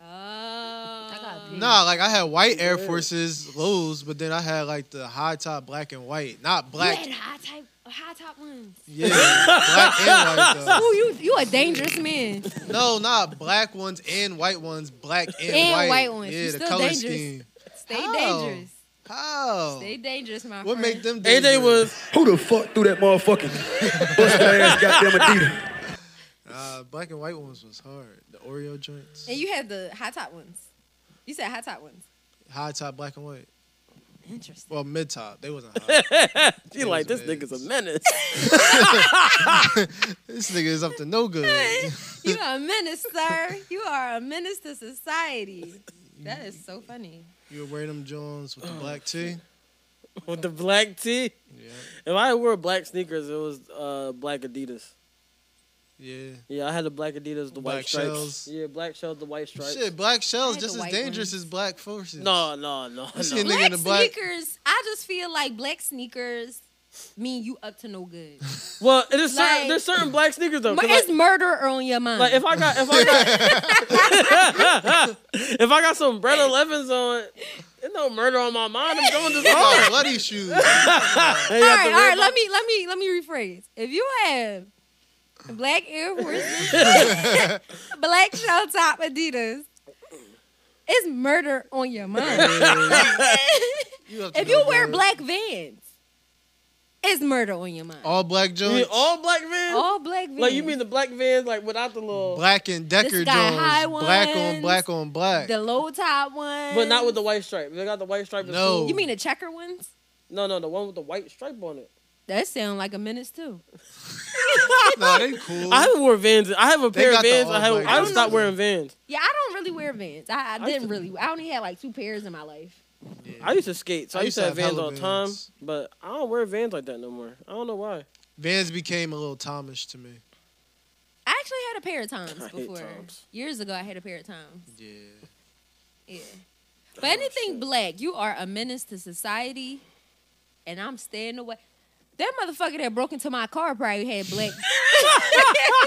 Speaker 6: Oh, I got
Speaker 3: Mm.
Speaker 4: Nah, like I had white Air Forces, lows, but then I had like the high top black and white, not
Speaker 6: You
Speaker 4: black.
Speaker 6: had high type, high top ones.
Speaker 4: Yeah, black and white
Speaker 6: Ooh, you you a dangerous man.
Speaker 4: though. No, not black ones and white ones, black and,
Speaker 6: And
Speaker 4: white.
Speaker 6: white ones.
Speaker 4: Yeah, the
Speaker 6: You still
Speaker 4: color
Speaker 6: dangerous.
Speaker 4: scheme.
Speaker 6: Stay
Speaker 4: How?
Speaker 6: dangerous.
Speaker 4: How?
Speaker 6: Stay dangerous, my
Speaker 4: What
Speaker 6: friend.
Speaker 4: make them?
Speaker 1: And they
Speaker 4: dangerous?
Speaker 1: was
Speaker 11: Who the fuck threw that motherfucking busted ass goddamn Adidas?
Speaker 4: Uh, black and white ones was hard. The Oreo joints,
Speaker 6: And you had the high top ones. You said high top ones.
Speaker 4: high top black and white.
Speaker 6: Interesting.
Speaker 4: Well, mid top. They wasn't high.
Speaker 1: she like this
Speaker 4: was
Speaker 1: nigga's a
Speaker 4: amazed.
Speaker 1: menace.
Speaker 4: this nigga is up to no good.
Speaker 6: You are a menace, sir. You are a menace to society. That is so funny.
Speaker 4: You were wearing them joints with the black tee.
Speaker 1: with the black tee.
Speaker 4: Yeah,
Speaker 1: If I wore black sneakers, it was uh, black Adidas.
Speaker 4: yeah.
Speaker 1: Yeah, I had the black Adidas, the white
Speaker 4: Black
Speaker 1: stripes.
Speaker 4: shells.
Speaker 1: Yeah, black shells, the white stripes.
Speaker 4: Shit, black shells
Speaker 6: had
Speaker 4: just
Speaker 6: the
Speaker 4: as
Speaker 6: white
Speaker 4: dangerous
Speaker 6: ones.
Speaker 4: as black forces.
Speaker 1: No, no, no,
Speaker 4: This
Speaker 1: no.
Speaker 4: shit Nigga
Speaker 6: Black,
Speaker 4: in the black-
Speaker 6: sneakers. I just feel like black sneakers mean you up to no good.
Speaker 1: Well, it is certain,
Speaker 6: Like-
Speaker 1: there's certain black sneakers though. 'cause,
Speaker 6: But
Speaker 1: like,
Speaker 6: it's murderer on your mind.
Speaker 1: like, if I got if I got if I got some bread elevens on, there's no murder on my mind. I'm going this
Speaker 4: Oh,
Speaker 1: hard.
Speaker 4: bloody shoes.
Speaker 1: All
Speaker 6: all right, all right. Let me let me let me rephrase. If you have black Air Forces, black shell top Adidas, it's murder on your mind.
Speaker 4: You have to
Speaker 6: if you
Speaker 4: go
Speaker 6: wear
Speaker 4: black.
Speaker 6: black Vans, is murder on your mind?
Speaker 4: All black
Speaker 1: You mean
Speaker 4: joints.
Speaker 1: all black vans?
Speaker 6: All black vans.
Speaker 1: Like you mean the black vans like without the little
Speaker 4: Black and Decker
Speaker 6: The sky
Speaker 4: joints.
Speaker 6: high
Speaker 4: Black on
Speaker 6: ones.
Speaker 4: black on black.
Speaker 6: the low top one?
Speaker 1: but not with the white stripe. They got the white stripe. is
Speaker 4: No.
Speaker 1: cool.
Speaker 6: You mean the checker ones?
Speaker 1: no, no, the one with the white stripe on it.
Speaker 6: That sound like a menace too.
Speaker 4: nah, they cool.
Speaker 1: I haven't worn Vans. I have a
Speaker 4: They
Speaker 1: pair of
Speaker 4: got the
Speaker 1: Vans.
Speaker 4: all
Speaker 1: I have.
Speaker 4: black
Speaker 1: I don't
Speaker 4: ones.
Speaker 1: stop wearing Vans.
Speaker 6: Yeah, I don't really wear Vans. I, I didn't
Speaker 1: used to-
Speaker 6: really. I only had like two pairs in my life.
Speaker 1: I used to skate, so I, used to have Vans
Speaker 4: hella
Speaker 1: all the time.
Speaker 4: Vans.
Speaker 1: But I don't wear Vans like that no more. I don't know why.
Speaker 4: Vans became a little Thomas to me.
Speaker 6: I actually had a pair of times
Speaker 1: I hate
Speaker 6: before
Speaker 1: Toms.
Speaker 6: years ago. I had a pair of times.
Speaker 4: Yeah.
Speaker 6: Yeah, but anything black, you are a menace to society, and I'm staying away. That motherfucker that broke into my car probably had black,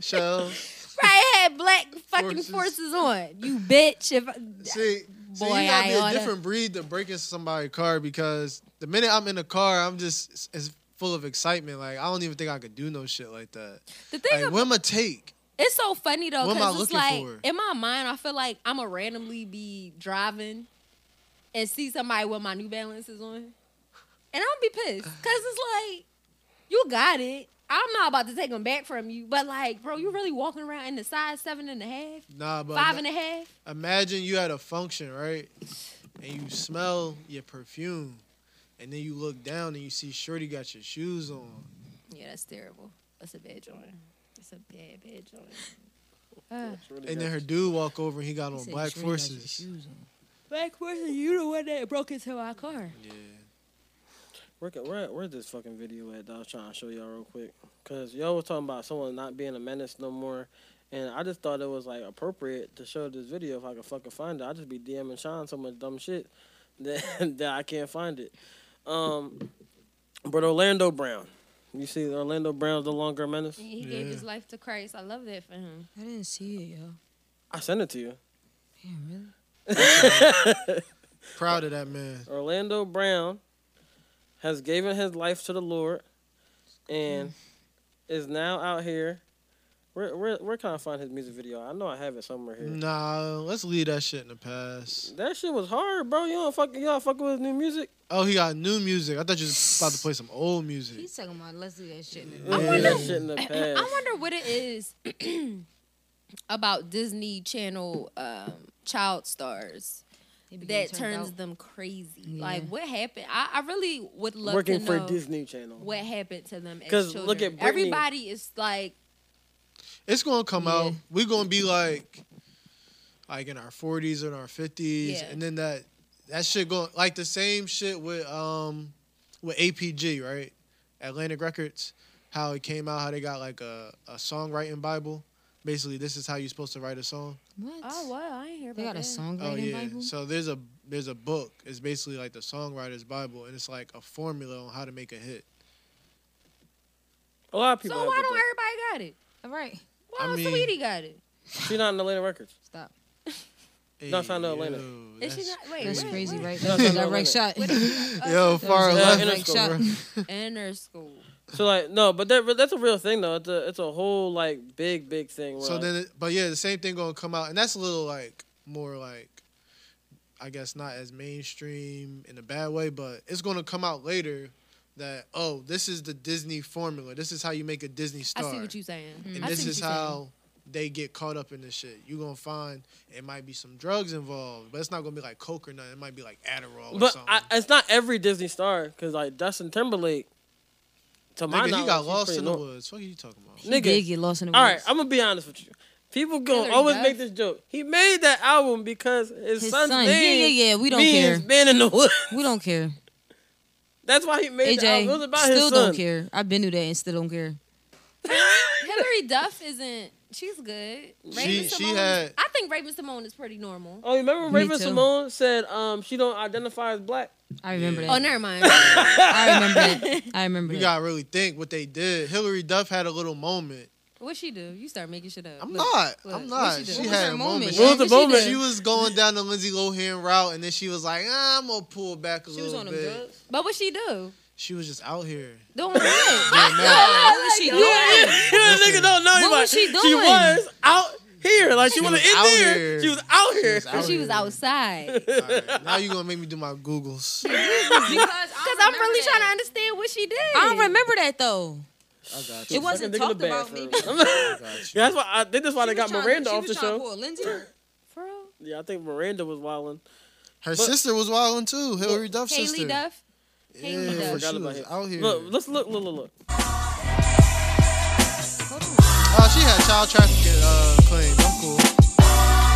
Speaker 4: Shells.
Speaker 6: probably had black fucking
Speaker 4: Forces.
Speaker 6: forces, on. You bitch! If
Speaker 4: See, see,
Speaker 6: Boy,
Speaker 4: you gotta be
Speaker 6: I oughta-
Speaker 4: a different breed to break into somebody's car because the minute I'm in the car, I'm just it's, it's full of excitement. Like I don't even think I could do no shit like that.
Speaker 6: the thing
Speaker 4: Like
Speaker 6: about-
Speaker 4: what am I take?
Speaker 6: It's so funny though,
Speaker 4: What am I
Speaker 6: because it's
Speaker 4: looking for?
Speaker 6: like in my mind, I feel like I'm gonna randomly be driving and see somebody with my New Balance is on, and I'm gonna be pissed because it's like you got it. I'm not about to take them back from you, but like, bro, you really walking around in the size seven and a half,
Speaker 4: Nah, but
Speaker 6: five and a half?
Speaker 4: imagine you at a function, right? And you smell your perfume, and then you look down and you see Shorty got your shoes on.
Speaker 6: Yeah, that's terrible. That's a bad joint. That's a bad bad joint.
Speaker 4: And then her dude walk over and he got on
Speaker 8: said
Speaker 4: black
Speaker 8: Shorty got your
Speaker 4: forces.
Speaker 6: Black person, you the one that broke into our car.
Speaker 4: Yeah.
Speaker 1: Where, ca- where, where's this fucking video at that I was trying to show y'all real quick? Because y'all was talking about someone not being a menace no more. And I just thought it was like appropriate to show this video if I could fucking find it. I just be DMing Sean so much dumb shit that, that I can't find it. Um, but Orlando Brown. You see, Orlando Brown's no longer a menace.
Speaker 6: He gave his life to Christ. I love that for him.
Speaker 8: I didn't see it, yo.
Speaker 1: I sent it to you.
Speaker 8: Damn, really?
Speaker 4: Proud of that man.
Speaker 1: Orlando Brown has given his life to the Lord and is now out here. Where, where, where can I find his music video? I know I have it somewhere here.
Speaker 4: Nah, let's leave that shit in the past.
Speaker 1: That shit was hard, bro. You don't fucking, y'all fucking with his new music?
Speaker 4: Oh, he got new music. I thought you was about to play some old music.
Speaker 8: He's talking about let's do that shit. in
Speaker 1: I wonder, that shit in the past.
Speaker 6: I wonder what it is about Disney Channel um, child stars
Speaker 8: They be getting
Speaker 6: that
Speaker 8: turned
Speaker 6: turns
Speaker 8: out.
Speaker 6: them crazy.
Speaker 8: Yeah.
Speaker 6: Like what happened? I, I really would love
Speaker 1: Working
Speaker 6: to
Speaker 1: for
Speaker 6: know
Speaker 1: Disney Channel.
Speaker 6: what happened to them.
Speaker 1: 'Cause
Speaker 6: Because
Speaker 1: look at Britney.
Speaker 6: everybody is like,
Speaker 4: It's gonna come
Speaker 8: Yeah.
Speaker 4: out. We're gonna be like, like in our forties and our fifties,
Speaker 6: Yeah.
Speaker 4: and then that that shit going like the same shit with um with APG right, Atlantic Records. How it came out, how they got like a a songwriting bible. Basically, this is how you're supposed to write a song.
Speaker 8: What?
Speaker 6: oh wow, I ain't hear
Speaker 8: They
Speaker 6: about
Speaker 8: got a
Speaker 6: that.
Speaker 8: songwriting
Speaker 4: Oh yeah.
Speaker 8: Bible?
Speaker 4: So there's a there's a book. It's basically like the songwriter's bible, and it's like a formula on how to make a hit.
Speaker 1: a lot of
Speaker 6: So
Speaker 1: people.
Speaker 6: why
Speaker 1: have
Speaker 6: don't
Speaker 1: don't
Speaker 6: everybody got it?
Speaker 8: All right.
Speaker 6: Why
Speaker 4: I
Speaker 6: don't
Speaker 4: mean-
Speaker 6: Sweetie got it?
Speaker 1: She's not in Atlantic Records.
Speaker 8: Stop.
Speaker 1: No, it's not no Atlantic.
Speaker 4: yo,
Speaker 6: Is she
Speaker 4: that's-
Speaker 6: not? Wait,
Speaker 8: That's
Speaker 6: where-
Speaker 8: crazy,
Speaker 6: where-
Speaker 8: right?
Speaker 1: No,
Speaker 8: That's
Speaker 1: no,
Speaker 8: a
Speaker 1: no,
Speaker 8: direct shot.
Speaker 4: Yo, far
Speaker 8: Yeah,
Speaker 4: left.
Speaker 1: Interscope,
Speaker 8: shot.
Speaker 4: bro.
Speaker 6: Inner school.
Speaker 1: So like, no, but that, that's a real thing though. It's a, it's a whole like big, big thing. Where,
Speaker 4: So
Speaker 1: like,
Speaker 4: then, it- but yeah, the same thing gonna come out, and that's a little like more like, I guess not as mainstream in a bad way, but it's gonna come out later that oh, this is the Disney formula. This is how you make a Disney star,
Speaker 6: I see what you saying.
Speaker 8: Hmm.
Speaker 4: and
Speaker 6: I
Speaker 4: this
Speaker 6: see what
Speaker 4: is
Speaker 6: you saying.
Speaker 4: how they get caught up in this shit. You gonna find it might be some drugs involved, but it's not gonna be like coke or nothing. It might be like Adderall or
Speaker 1: but
Speaker 4: something.
Speaker 1: I, it's not every Disney star because like Justin Timberlake. To my
Speaker 4: Nigga,
Speaker 1: knowledge,
Speaker 4: he got
Speaker 1: he's
Speaker 4: lost
Speaker 1: pretty
Speaker 4: in the
Speaker 1: nor-
Speaker 4: woods. What are you talking about?
Speaker 8: He
Speaker 1: Nigga.
Speaker 8: did get lost in the
Speaker 1: All right,
Speaker 8: woods.
Speaker 1: I'm gonna be honest with you. People gonna
Speaker 6: Hillary
Speaker 1: always
Speaker 6: Duff.
Speaker 1: make this joke. He made that album because his,
Speaker 8: His
Speaker 1: son's
Speaker 8: son. Yeah,
Speaker 1: name
Speaker 8: yeah, yeah, we don't
Speaker 1: means
Speaker 8: care.
Speaker 1: Man in the Wood.
Speaker 8: we don't care.
Speaker 1: That's why he made the album. It was
Speaker 8: AJ
Speaker 1: about his
Speaker 8: still
Speaker 1: son.
Speaker 8: don't care. I've been through that and still don't care.
Speaker 6: Hillary Duff isn't. She's good. Raven
Speaker 4: She- she
Speaker 6: Simone, is-
Speaker 4: had-
Speaker 6: I think Raven Simone is pretty normal.
Speaker 1: Oh, you remember
Speaker 8: Me
Speaker 1: Raven
Speaker 8: too.
Speaker 1: Simone said um, she don't identify as black.
Speaker 8: I remember
Speaker 6: Oh,
Speaker 8: that.
Speaker 6: never mind.
Speaker 8: I remember that. I remember
Speaker 4: We
Speaker 8: that.
Speaker 4: gotta really think what they did. Hillary Duff had a little moment.
Speaker 6: what she do? You start making shit up.
Speaker 4: I'm
Speaker 6: Look,
Speaker 4: not.
Speaker 6: look,
Speaker 4: I'm
Speaker 6: what
Speaker 4: not.
Speaker 6: she do?
Speaker 4: She
Speaker 8: What was
Speaker 4: had
Speaker 8: her
Speaker 4: a
Speaker 8: moment?
Speaker 4: moment.
Speaker 1: What was the
Speaker 8: What she
Speaker 1: moment?
Speaker 8: did?
Speaker 4: She was going down the Lindsay Lohan route, and then she was like, ah, "I'm gonna pull back a
Speaker 8: She was
Speaker 4: little
Speaker 8: on them
Speaker 4: bit."
Speaker 8: drugs.
Speaker 6: But what she do?
Speaker 4: She was just out here.
Speaker 6: Doing what?
Speaker 4: Being mad.
Speaker 8: What was she doing?
Speaker 1: nigga don't know
Speaker 8: What
Speaker 1: anybody.
Speaker 8: was she
Speaker 1: She
Speaker 8: doing?
Speaker 1: was out here, like she,
Speaker 4: She
Speaker 1: wasn't
Speaker 4: was
Speaker 1: in
Speaker 4: out
Speaker 1: there.
Speaker 4: here.
Speaker 1: She was out
Speaker 4: She
Speaker 1: here.
Speaker 4: was out
Speaker 6: she was
Speaker 4: here.
Speaker 6: outside.
Speaker 4: All right, now you gonna make me do my googles.
Speaker 8: Because I
Speaker 6: because I'm really trying to understand what she did.
Speaker 8: I don't remember that though.
Speaker 4: I got
Speaker 8: It wasn't
Speaker 1: Sucking
Speaker 8: talked
Speaker 1: dick in the
Speaker 8: about. Maybe.
Speaker 1: Yeah, that's why I think that's why they got
Speaker 8: She was tryna-
Speaker 1: Miranda
Speaker 8: she
Speaker 1: off
Speaker 8: was
Speaker 1: the
Speaker 8: tryna
Speaker 1: show.
Speaker 8: pull Lindsay.
Speaker 1: Yeah, I think Miranda was wilding.
Speaker 4: Her sister was wilding too. Hillary Duff's
Speaker 6: Haley
Speaker 4: sister.
Speaker 6: Duff.
Speaker 4: Yeah,
Speaker 6: Haley Duff.
Speaker 4: she
Speaker 1: Forgot about
Speaker 4: was
Speaker 1: him.
Speaker 4: out here.
Speaker 1: Look, let's look, look, look, look.
Speaker 4: Oh, she had child trafficking uh, claim. I'm cool.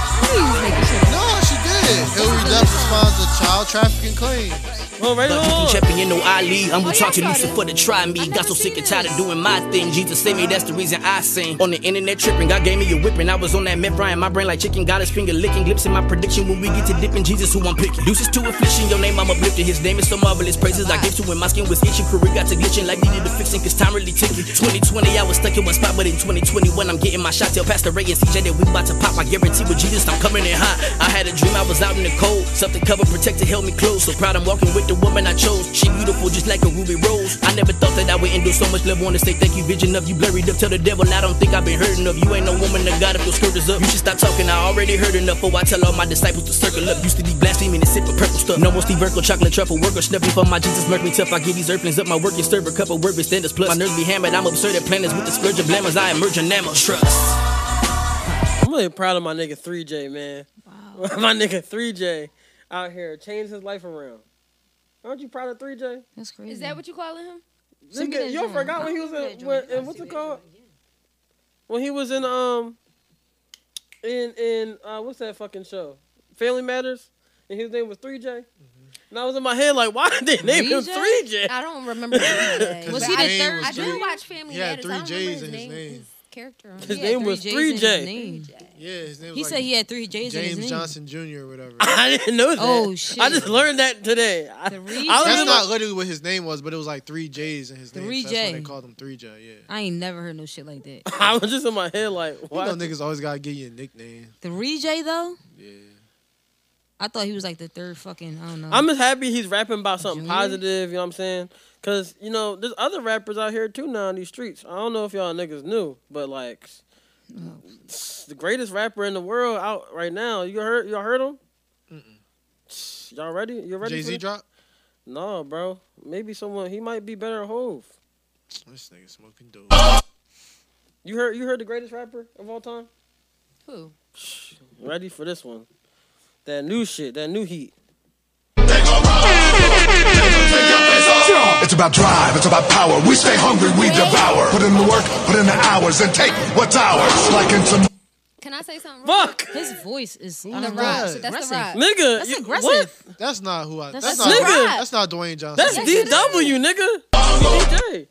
Speaker 4: No, she did. Hillary Duff responds to child trafficking claim.
Speaker 1: Well, right
Speaker 12: Keep
Speaker 1: on.
Speaker 12: Checking, you know I lead. Humble
Speaker 6: Oh, yeah,
Speaker 12: talk to
Speaker 6: I saw
Speaker 12: Lucifer to try me. Got so sick and tired of doing my thing. Jesus saved me, that's the reason I sing. On the internet tripping, God gave me a whipping. I was on that meth Ryan, my brain like chicken. Got his finger licking. Glips in my prediction when we get to dipping. Jesus who I'm picking. Deuces to affliction, your name I'm uplifting. His name is so marvelous. Praises I give to when my skin was itching. Career got to glitching like needed to fixing cause time really ticking. 2020 I was stuck in one spot, but in 2021 I'm getting my shot. Tell Pastor Ray and CJ that we about to pop. I guarantee with Jesus I'm coming in hot. I had a dream I was out in the cold. Something covered, protected, held me close. So proud I'm walking with the woman I chose. She beautiful just like a ruby rose. I never thought that I would endure so much love. Wanna say thank you, vision of you blurred up. Tell the devil I don't think I've been hurting enough. You ain't no woman that got up your skirt is up. You should stop talking. I already heard enough. Oh, I tell all my disciples to circle up. Used to be blaspheming and sipping purple stuff. No more Steve Urkel, chocolate truffle worker snuffing for my Jesus murk me tough. I give these earthlings up. My work is server cup of work with standards plus. My nerves be hammered. I'm absurd at planners with the splurge of blamers. I emerge enamel trust.
Speaker 1: I'm really proud of my nigga 3J, man. my nigga 3J out here changed his life around. Aren't you proud of 3J?
Speaker 8: That's crazy.
Speaker 6: Is that uh, what you calling him?
Speaker 1: Nigga, you forgot when he was in, when, in what's it called? When he was in um in in uh what's that fucking show? Family Matters, and his name was 3J.
Speaker 4: Mm-hmm.
Speaker 1: And I was in my head like, why did they name him
Speaker 8: 3J?
Speaker 1: 3J?
Speaker 6: I don't remember. his name.
Speaker 8: Was
Speaker 4: His
Speaker 8: he the
Speaker 4: name
Speaker 8: third?
Speaker 4: was
Speaker 6: I do
Speaker 4: Jay.
Speaker 6: watch Family
Speaker 4: He had
Speaker 6: Matters. I don't
Speaker 4: three
Speaker 6: remember
Speaker 4: J's in his name.
Speaker 6: His character on
Speaker 1: His
Speaker 6: it.
Speaker 8: He had
Speaker 1: name was
Speaker 8: three J's in his
Speaker 1: 3J.
Speaker 8: name.
Speaker 4: Yeah, his name was
Speaker 8: He
Speaker 4: like
Speaker 8: said he had three J's in his
Speaker 4: James
Speaker 8: name.
Speaker 4: Johnson Jr. or whatever.
Speaker 1: I didn't know that.
Speaker 8: Oh, shit.
Speaker 1: I just learned that today. I, I was
Speaker 8: 3J?
Speaker 4: That's
Speaker 1: in my-
Speaker 4: not literally what his name was, but it was like three J's in his name.
Speaker 8: Three
Speaker 4: so that's why
Speaker 8: J.
Speaker 4: they called him three J. Yeah.
Speaker 8: I ain't never heard no shit like that.
Speaker 1: I was just in my head like, why?
Speaker 4: You know niggas always gotta give you a nickname.
Speaker 8: Three J though.
Speaker 4: Yeah.
Speaker 8: I thought he was like the third fucking. I don't know.
Speaker 1: I'm just happy he's rapping about something
Speaker 8: Junior?
Speaker 1: positive, you know what I'm saying? Cause, you know, there's other rappers out here too now in these streets. I don't know if y'all niggas knew, but like the greatest rapper in the world out right now. You heard y'all heard him? Y'all ready? You ready?
Speaker 4: Jay
Speaker 1: for
Speaker 4: Z
Speaker 1: this?
Speaker 4: drop.
Speaker 1: No, bro. Maybe someone he might be better than Hove.
Speaker 4: This nigga smoking dope.
Speaker 1: You heard you heard the greatest rapper of all time?
Speaker 6: Who?
Speaker 1: Ready for this one. That new shit, that new heat.
Speaker 13: It's about drive, it's about power. We stay hungry, we devour. Put in the work, put in the hours, and take what's ours. Like in some.
Speaker 6: Can I say something? Wrong?
Speaker 1: Fuck!
Speaker 8: His voice is the
Speaker 4: that?
Speaker 6: Rock.
Speaker 4: That's
Speaker 6: That's the rock.
Speaker 1: Nigga,
Speaker 8: That's
Speaker 1: you-
Speaker 8: aggressive.
Speaker 1: What?
Speaker 4: That's not who I. That's,
Speaker 8: That's
Speaker 4: not.
Speaker 1: nigga.
Speaker 4: That's not Dwayne Johnson.
Speaker 1: That's DW, nigga. DJ.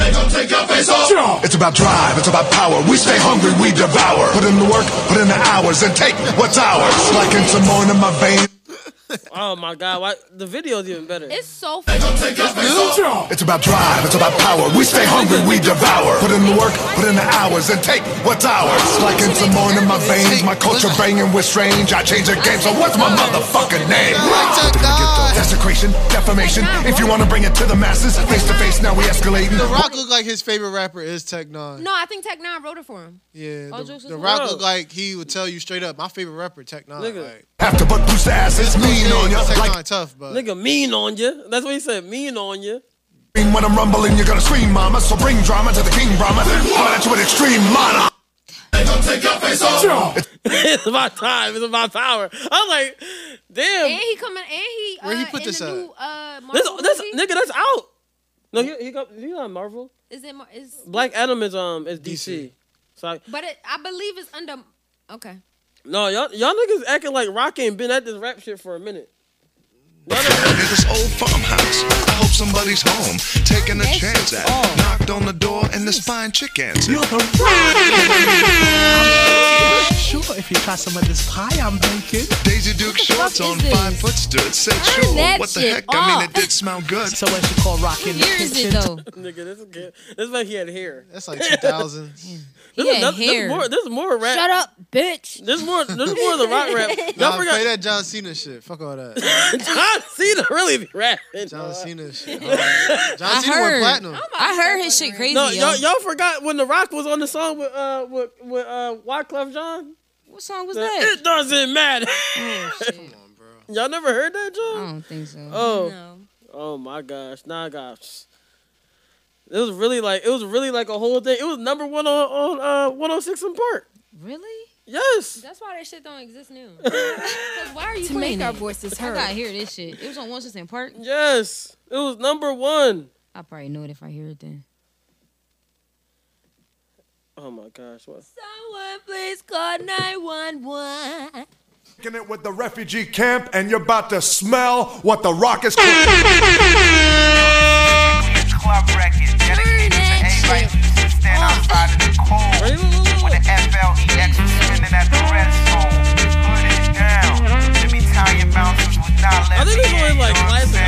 Speaker 13: It's about drive, it's about power. We stay hungry, we devour. Put in the work, put in the hours, and take what's ours. Like in some more in my veins.
Speaker 1: Oh my god, why the video's even better.
Speaker 6: It's so funny.
Speaker 13: It's about drive, it's about power. We stay hungry, we devour. Put in the work, put in the hours, and take what's ours. Like in some more in my veins. My culture banging with strange. I change the game, so what's my motherfucking name? Desecration, defamation. If you want to bring it to the masses, face to face, now we escalating.
Speaker 4: The Rock look like his favorite rapper is Tech Nine.
Speaker 6: No, I think Tech Nine wrote it for him.
Speaker 4: Yeah,
Speaker 8: All
Speaker 4: the,
Speaker 8: jokes
Speaker 4: the
Speaker 8: aside.
Speaker 4: Rock
Speaker 1: Bro.
Speaker 4: look like he would tell you straight up, my favorite rapper, Tech Nine.
Speaker 1: Nigga.
Speaker 4: Like,
Speaker 13: Have to butt boost the asses, mean on ya.
Speaker 4: Tech
Speaker 13: Like
Speaker 4: Nine tough, but
Speaker 1: Nigga mean on you. That's what he said. Mean on you.
Speaker 13: when I'm rumbling, you're gonna scream, mama. So bring drama to the king, Brahma. Holler at you with extreme mana.
Speaker 1: it's about time. It's about power. I was like,
Speaker 6: And
Speaker 1: damn.
Speaker 6: he coming. And he. Uh,
Speaker 4: Where he put
Speaker 6: in
Speaker 4: this
Speaker 6: the
Speaker 4: at?
Speaker 6: New, uh,
Speaker 1: This,
Speaker 6: Marvel
Speaker 1: this
Speaker 6: movie?
Speaker 1: nigga, that's out. No, he he, got, he's not Marvel.
Speaker 6: Is it? Mar- Is
Speaker 1: Black Adam is um is DC.
Speaker 4: DC.
Speaker 1: So I,
Speaker 6: but it, I believe it's under. Okay.
Speaker 1: no, y'all y'all niggas acting like Rock ain't been at this rap shit for a minute. Y'all niggas-
Speaker 13: It's this old farmhouse. I hope somebody's home, taking a chance at.
Speaker 9: oh.
Speaker 13: Knocked on the door and this fine chick answered.
Speaker 9: Sure, if you try some of this pie I'm baking.
Speaker 13: Daisy Duke shorts
Speaker 8: fuck is
Speaker 13: on five
Speaker 8: this?
Speaker 13: foot stood. Said sure.
Speaker 6: that
Speaker 13: What the
Speaker 6: shit
Speaker 13: heck? I mean,
Speaker 6: up.
Speaker 13: it did smell good.
Speaker 9: So what you call rocking
Speaker 8: Year is it though?
Speaker 1: nigga, this is good. This is like he had hair.
Speaker 4: that's like Hmm. 2000.
Speaker 1: This
Speaker 8: He
Speaker 1: is
Speaker 8: had
Speaker 1: nothing- this is
Speaker 8: hair.
Speaker 1: more. This is more rap. Shut
Speaker 6: up, bitch.
Speaker 1: This is more. This is more of the rock rap. Y'all
Speaker 4: nah, play
Speaker 1: forgot
Speaker 4: that John Cena shit. Fuck all that.
Speaker 1: John Cena really be rapping.
Speaker 4: John
Speaker 1: dog.
Speaker 4: Cena shit. Oh, John
Speaker 8: I
Speaker 4: Cena
Speaker 8: heard.
Speaker 4: went platinum.
Speaker 8: I heard his shit crazy.
Speaker 1: No,
Speaker 8: yo.
Speaker 1: y'all, y'all forgot when The Rock was on the song with uh with with uh Wyclef John.
Speaker 8: What song was
Speaker 1: The,
Speaker 8: that?
Speaker 1: it doesn't matter.
Speaker 8: Oh, shit.
Speaker 1: y'all never heard that,
Speaker 8: I
Speaker 1: John?
Speaker 8: don't think so.
Speaker 1: Oh,
Speaker 6: No.
Speaker 1: oh, Oh my gosh, nah, gosh. It was really like it was really like a whole thing. It was number one on on uh, 106 in Park.
Speaker 6: Really?
Speaker 1: Yes.
Speaker 6: That's why that shit don't exist now. 'Cause why are you
Speaker 3: To
Speaker 6: playing
Speaker 3: make our
Speaker 6: it?
Speaker 3: voices
Speaker 6: I
Speaker 3: heard.
Speaker 6: gotta hear this shit. It was on Washington Park.
Speaker 1: Yes, it was number one.
Speaker 8: I probably know it if I hear it then.
Speaker 1: Oh my gosh, what?
Speaker 6: Someone please call 911.
Speaker 14: Kicking it with the refugee camp, and you're about to smell what the rock is.
Speaker 15: club record dedicated to everybody who stand outside in the cold with the FLEX spinning at the red zone. Put it down. Them Italian bouncers would not let me in. Like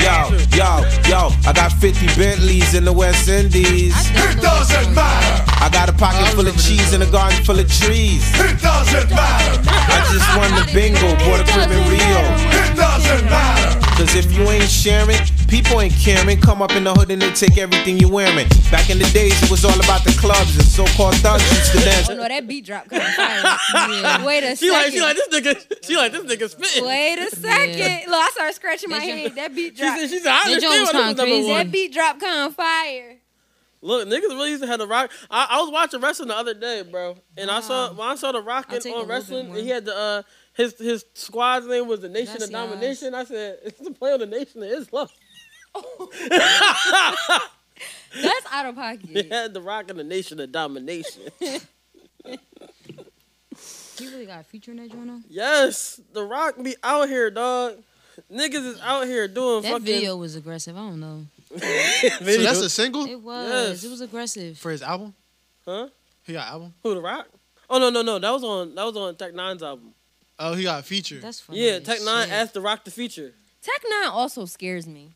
Speaker 16: Yo, yo, yo, I got 50 Bentleys in the West Indies. It doesn't matter. I got a pocket full of cheese and a garden full of trees. It doesn't matter. I just won the bingo, bought a crib in Rio. It doesn't matter. Cause if you ain't sharing, people ain't caring. Come up in the hood and they take everything you wearing. Back in the days, it was all about the clubs and so called thugs used to dance.
Speaker 6: Oh no, that beat drop coming fire. Yeah. Wait a
Speaker 1: she
Speaker 6: second.
Speaker 1: like she like this nigga. She like this nigga spitting.
Speaker 6: Wait a second. Look, I started scratching my
Speaker 1: That
Speaker 6: head.
Speaker 1: joint-
Speaker 6: That beat
Speaker 1: She said-
Speaker 6: drop.
Speaker 1: she said, I That joint understand was why this was kinda number crazy. one.
Speaker 6: That beat drop come fire.
Speaker 1: Look, niggas really used to have the rock. I, I was watching wrestling the other day, bro, and I saw when I saw the Rocket on wrestling, and he had the uh, his his squad's name was the Nation
Speaker 17: Gracias.
Speaker 1: of Domination. I said it's the play on the Nation of Islam.
Speaker 6: That's out of pocket.
Speaker 1: They had the Rock and the Nation of Domination.
Speaker 8: You really got a feature in that joint though?
Speaker 1: yes, the Rock be out here, dog. Niggas is out here doing
Speaker 8: That
Speaker 1: fucking.
Speaker 8: video was aggressive. I don't know.
Speaker 1: Video.
Speaker 4: that's a single?
Speaker 8: It was.
Speaker 1: Yes.
Speaker 8: It was aggressive.
Speaker 4: For his album?
Speaker 1: Huh?
Speaker 4: He got album?
Speaker 1: Who the Rock? Oh no no no! That was on that was on Tech Nine's album.
Speaker 4: Oh, he got a feature.
Speaker 8: That's
Speaker 1: yeah, Tech Nine asked the Rock to feature.
Speaker 6: Tech Nine also scares me,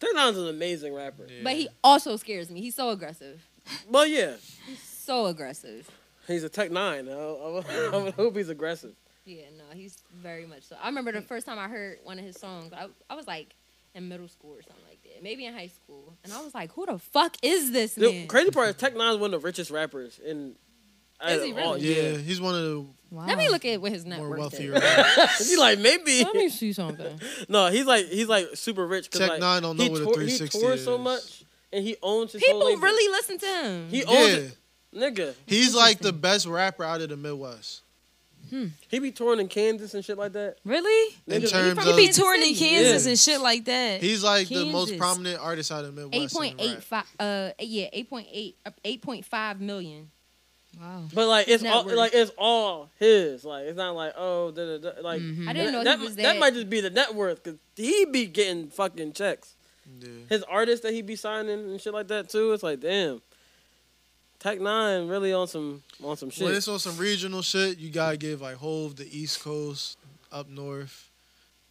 Speaker 1: Tech Nine's an amazing rapper.
Speaker 6: but he also scares me. He's so aggressive.
Speaker 1: Well, yeah,
Speaker 6: He's so aggressive.
Speaker 1: he's a Tech Nine. I, I, I hope he's aggressive.
Speaker 6: Yeah, no, he's very much so. I remember the first time I heard one of his songs, I, I was like in middle school or something like that, maybe in high school, and I was like, "Who the fuck is this
Speaker 1: The
Speaker 6: man?"
Speaker 1: crazy part is Tech Nine's one of the richest rappers in. out
Speaker 6: Is
Speaker 1: of
Speaker 6: he
Speaker 1: all-
Speaker 6: really?
Speaker 1: Yeah.
Speaker 4: Yeah, he's one of the.
Speaker 6: Let me look at what his net
Speaker 4: More
Speaker 6: worth
Speaker 4: wealthy
Speaker 6: is.
Speaker 1: He like maybe.
Speaker 6: Let me see something.
Speaker 1: No, he's like he's like super rich. 'cause,
Speaker 4: Tech
Speaker 1: like,
Speaker 4: Nine don't know
Speaker 1: he
Speaker 4: what a
Speaker 1: tour-
Speaker 4: 360
Speaker 1: He tours so
Speaker 4: is.
Speaker 1: much, and he owns his.
Speaker 6: People
Speaker 1: whole label.
Speaker 6: really listen to him.
Speaker 1: He
Speaker 4: Yeah.
Speaker 1: owns it, nigga.
Speaker 4: He's like the best rapper out of the Midwest.
Speaker 1: He be touring in Kansas and shit like that.
Speaker 8: Really?
Speaker 4: In
Speaker 1: Nigga,
Speaker 4: terms
Speaker 8: He
Speaker 4: of,
Speaker 8: be touring in Kansas
Speaker 1: Yeah.
Speaker 8: and shit like that.
Speaker 4: he's like the most
Speaker 8: Kansas.
Speaker 4: prominent artist out of the
Speaker 6: Eight
Speaker 4: Midwest.
Speaker 6: point
Speaker 4: in rap.
Speaker 6: eight five. Uh, yeah, eight point eight. uh, Eight point five million.
Speaker 8: Wow.
Speaker 1: But like it's
Speaker 6: Net
Speaker 1: all
Speaker 6: worth.
Speaker 1: like it's all his. Like it's not like oh da, da, da. like
Speaker 6: I didn't
Speaker 1: that-
Speaker 6: know he
Speaker 1: that,
Speaker 6: was
Speaker 1: that
Speaker 6: that-
Speaker 1: might just be the net worth because he be getting fucking checks. His artists that he be signing and shit like that too. It's like damn, Tech Nine really on some on some shit.
Speaker 4: When it's on some regional shit, you gotta give like Hove the East Coast, up north,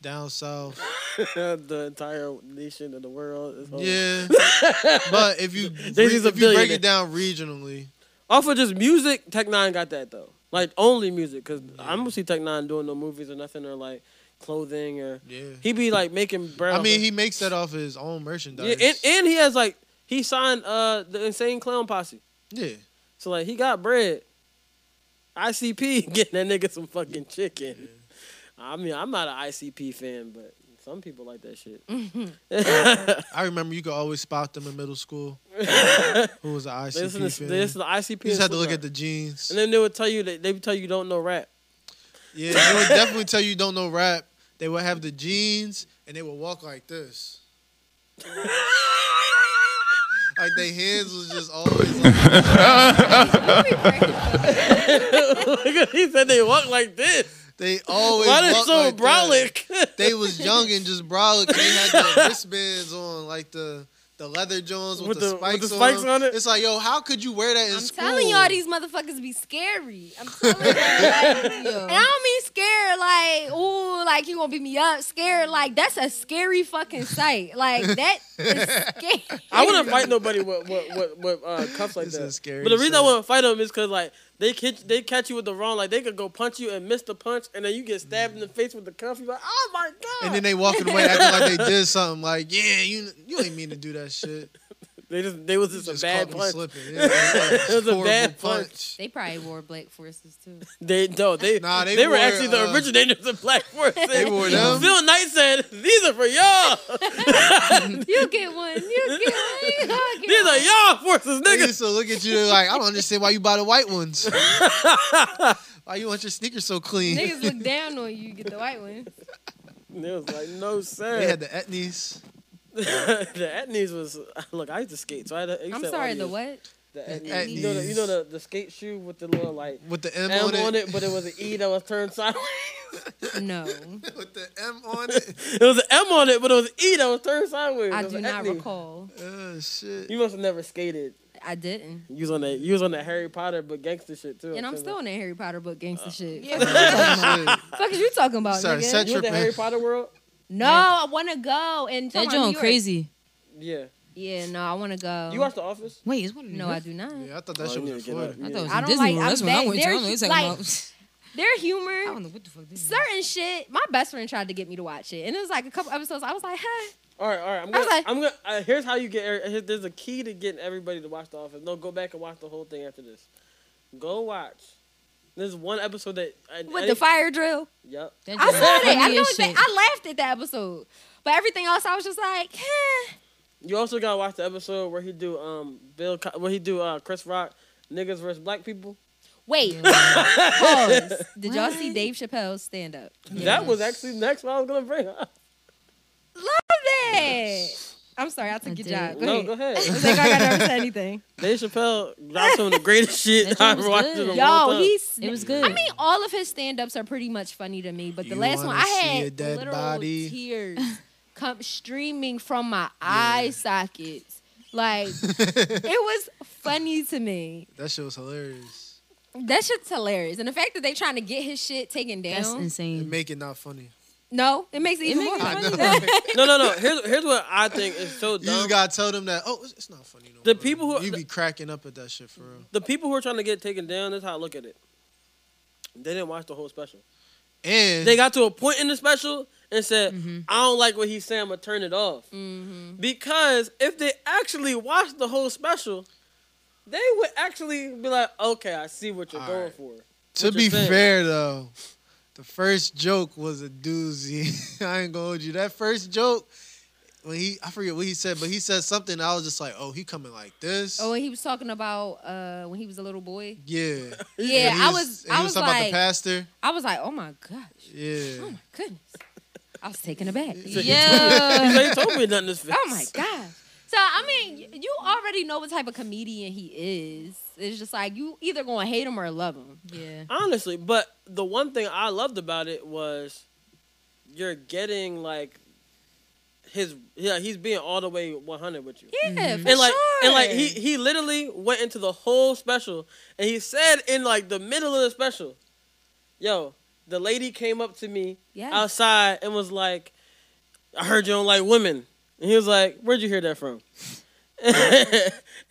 Speaker 4: down south.
Speaker 1: the entire nation of the world. Is on-
Speaker 4: Yeah, but if you
Speaker 1: Jay-Z's
Speaker 4: re-
Speaker 1: a
Speaker 4: if you break
Speaker 1: billionaire.
Speaker 4: it down regionally,
Speaker 1: off of just music, Tech Nine got that though. Like only music, cause I don't see Tech Nine doing no movies or nothing or like clothing or
Speaker 4: Yeah.
Speaker 1: he be like making bread.
Speaker 4: I
Speaker 1: off
Speaker 4: mean
Speaker 1: of-
Speaker 4: he makes that off his own
Speaker 1: Yeah,
Speaker 4: merchandise.
Speaker 1: and, and he has like he signed uh the insane clown posse.
Speaker 4: Yeah.
Speaker 1: So like he got bread. ICP getting that nigga some fucking chicken. I mean, I'm not an ICP fan, but some people like that shit.
Speaker 4: I remember you could always spot them in middle school. Who was the ICP
Speaker 1: This is
Speaker 4: fan?
Speaker 1: this is the ICP.
Speaker 4: You just had to
Speaker 1: and
Speaker 4: look
Speaker 1: Slipknot.
Speaker 4: at the jeans.
Speaker 1: And then they would tell you that they would tell you don't know rap.
Speaker 4: Yeah, they would definitely tell you don't know rap. They would have the jeans and they would walk like this. like their hands was just always like
Speaker 1: he said they walk like this.
Speaker 4: They always
Speaker 1: Why they
Speaker 4: walk
Speaker 1: so
Speaker 4: like
Speaker 1: brolic?
Speaker 4: that. They was young and just brolic. They had the wristbands on, like the the leather Jones with,
Speaker 1: With
Speaker 4: the,
Speaker 1: the- with
Speaker 4: spikes,
Speaker 1: the spikes
Speaker 4: on. it. It's like, yo, how could you wear that in
Speaker 6: I'm
Speaker 4: school?
Speaker 6: telling y'all, these motherfuckers be scary. I'm telling you, and I don't mean scared like, ooh, like you gonna beat me up. Scared like that's a scary fucking sight. Like that is scary.
Speaker 1: I wouldn't fight nobody with with, with, with uh, cuffs like that.
Speaker 4: scary
Speaker 1: but the reason I
Speaker 4: shit.
Speaker 1: wouldn't fight them is because like they catch they catch you with the wrong like they could go punch you and miss the punch and then you get stabbed in the face with the cuff. You're like, oh my god!
Speaker 4: And then they walking away acting like they did something. Like, yeah, you you ain't mean to do that shit.
Speaker 1: They just they was just, a bad
Speaker 4: caught me
Speaker 1: punch.
Speaker 4: slipping. Yeah,
Speaker 1: it was a
Speaker 4: horrible
Speaker 1: bad punch.
Speaker 4: punch.
Speaker 6: They probably wore black forces too.
Speaker 1: They no, they
Speaker 4: Nah,
Speaker 1: they,
Speaker 4: they
Speaker 1: were
Speaker 4: wore,
Speaker 1: actually the
Speaker 4: uh,
Speaker 1: originators of Black Forces.
Speaker 4: they wore them.
Speaker 1: Phil Knight said, "These are for y'all." one.
Speaker 6: You get one. You get one. You get
Speaker 1: These are y'all forces,
Speaker 4: nigga. They used to look at you like, I don't understand why you buy the white ones. why you want your sneakers so clean?
Speaker 6: Niggas look down on you. You get the white one.
Speaker 1: It was like no sense.
Speaker 4: they had the Etnies.
Speaker 1: the Etnies was look. I used to skate, so I. Had, I used
Speaker 6: I'm
Speaker 1: to have
Speaker 6: sorry. The
Speaker 1: Etnies.
Speaker 6: what?
Speaker 1: The Etnies. You know, the, you know the, the skate shoe with the little like
Speaker 4: With the
Speaker 1: M,
Speaker 4: M
Speaker 1: on,
Speaker 4: on it?
Speaker 1: it, but it was an E that was turned sideways.
Speaker 6: No.
Speaker 4: With the M on it.
Speaker 1: It was an M on it, but it was an E that was turned sideways.
Speaker 6: I
Speaker 1: It was
Speaker 6: do
Speaker 1: an
Speaker 6: not
Speaker 1: Etnies.
Speaker 6: recall.
Speaker 4: Oh shit.
Speaker 1: You must have never skated.
Speaker 6: I didn't.
Speaker 1: You was on that. You was on that Harry Potter but gangster shit too.
Speaker 6: And I'm still in that Harry Potter book gangster shit. Yeah.
Speaker 1: yeah.
Speaker 6: Fuck is you talking about,
Speaker 1: Uh, Sorry,
Speaker 6: nigga?
Speaker 1: set You went to tripping. Harry Potter world?
Speaker 6: No, I want to go. And
Speaker 8: That
Speaker 6: talking about New
Speaker 8: joint
Speaker 6: York.
Speaker 8: crazy.
Speaker 1: Yeah.
Speaker 6: Yeah, no, I want to go.
Speaker 1: You watch The Office?
Speaker 8: Wait, it's one of
Speaker 6: No,
Speaker 8: these.
Speaker 6: I do not.
Speaker 4: Yeah, I thought
Speaker 1: Oh,
Speaker 8: that shit was in Florida. I thought it was
Speaker 6: I
Speaker 8: in
Speaker 6: don't
Speaker 8: Disney
Speaker 6: like.
Speaker 8: World. That's
Speaker 6: I'm
Speaker 8: when I
Speaker 6: back.
Speaker 8: went to. I
Speaker 6: Their,
Speaker 8: don't know what
Speaker 6: hu-
Speaker 8: you're talking
Speaker 6: like,
Speaker 8: about.
Speaker 6: their humor. I don't
Speaker 8: know what the fuck.
Speaker 6: Certain shit. My best friend tried to get me to watch it, and it was like a couple episodes. I was like, huh.
Speaker 1: All right, all right. I'm gonna. I'm gonna. Uh, here's how you get. er- Here, there's a key to getting everybody to watch The Office. No, go back and watch the whole thing after this. Go watch. There's one episode that I,
Speaker 6: With
Speaker 1: I-
Speaker 6: the fire drill.
Speaker 1: Yep.
Speaker 6: I saw that. I know that. I laughed at that episode, but everything else, I was just like, huh.
Speaker 1: You also gotta watch the episode where he do um Bill Co- where he do uh Chris Rock niggas versus black people.
Speaker 6: Wait. Pause. Did y'all see Dave Chappelle's stand up?
Speaker 1: That was actually next what I was gonna bring up.
Speaker 6: Love that. I'm sorry, I took your job. Go
Speaker 1: no,
Speaker 6: ahead.
Speaker 1: go ahead.
Speaker 6: I was like, I gotta never say anything.
Speaker 1: Dave Chappelle dropped some of the greatest shit I've ever watched in a long
Speaker 6: Yo,
Speaker 1: time.
Speaker 6: he's
Speaker 8: It was good.
Speaker 6: I mean, all of his stand ups are pretty much funny to me, but the
Speaker 4: You
Speaker 6: last one
Speaker 4: wanna
Speaker 6: I
Speaker 4: see a
Speaker 6: had
Speaker 4: dead
Speaker 6: literal
Speaker 4: body?
Speaker 6: tears come streaming from my eye sockets. Like it was funny to me.
Speaker 4: That shit was hilarious.
Speaker 6: That shit's hilarious, and the fact that they trying to get his shit taken down.
Speaker 4: It make it not funny.
Speaker 6: No, it makes it even more funny.
Speaker 1: no, no, no. Here's here's what I think is so
Speaker 4: You just
Speaker 1: dumb.
Speaker 4: gotta tell them that. Oh, it's- it's not funny.
Speaker 1: The people who
Speaker 4: You be cracking up at that shit for real.
Speaker 1: the people who are trying to get taken down. That's how I look at it. They didn't watch the whole special.
Speaker 4: And
Speaker 1: They got to a point in the special and said, "I don't like what he's saying, but turn it off." Because if they actually watched the whole special, they would actually be like, "Okay, I see what you're going for."
Speaker 4: To
Speaker 1: What
Speaker 4: be
Speaker 1: you're saying.
Speaker 4: fair though, the first joke was a doozy. I ain't gonna hold you. That first joke, when he I forget what he said, but he said something. I was just like, oh, he coming like this.
Speaker 6: Oh, and he was talking about uh, when he was a little boy.
Speaker 4: yeah,
Speaker 6: Yeah,
Speaker 4: And he
Speaker 6: I was-
Speaker 4: and
Speaker 6: I
Speaker 4: he was,
Speaker 6: was
Speaker 4: talking about
Speaker 6: like-
Speaker 4: the pastor.
Speaker 6: I was like, oh my gosh,
Speaker 4: Yeah,
Speaker 6: goodness. I was taken aback.
Speaker 1: He said,
Speaker 6: Yeah.
Speaker 1: he said, "You told me nothing this fast."
Speaker 6: Oh my gosh. So I mean, y- you already know what type of comedian he is. It's just like you either gonna hate him or love him. Yeah.
Speaker 1: Honestly, but the one thing I loved about it was you're getting like his yeah he's being all the way 100 with you.
Speaker 6: Yeah, for
Speaker 1: and like and like
Speaker 6: sure.
Speaker 1: he he literally went into the whole special and he said in like the middle of the special, yo, the lady came up to me
Speaker 6: Yes.
Speaker 1: outside and was like, I heard you don't like women. And he was like, Where'd you hear that from?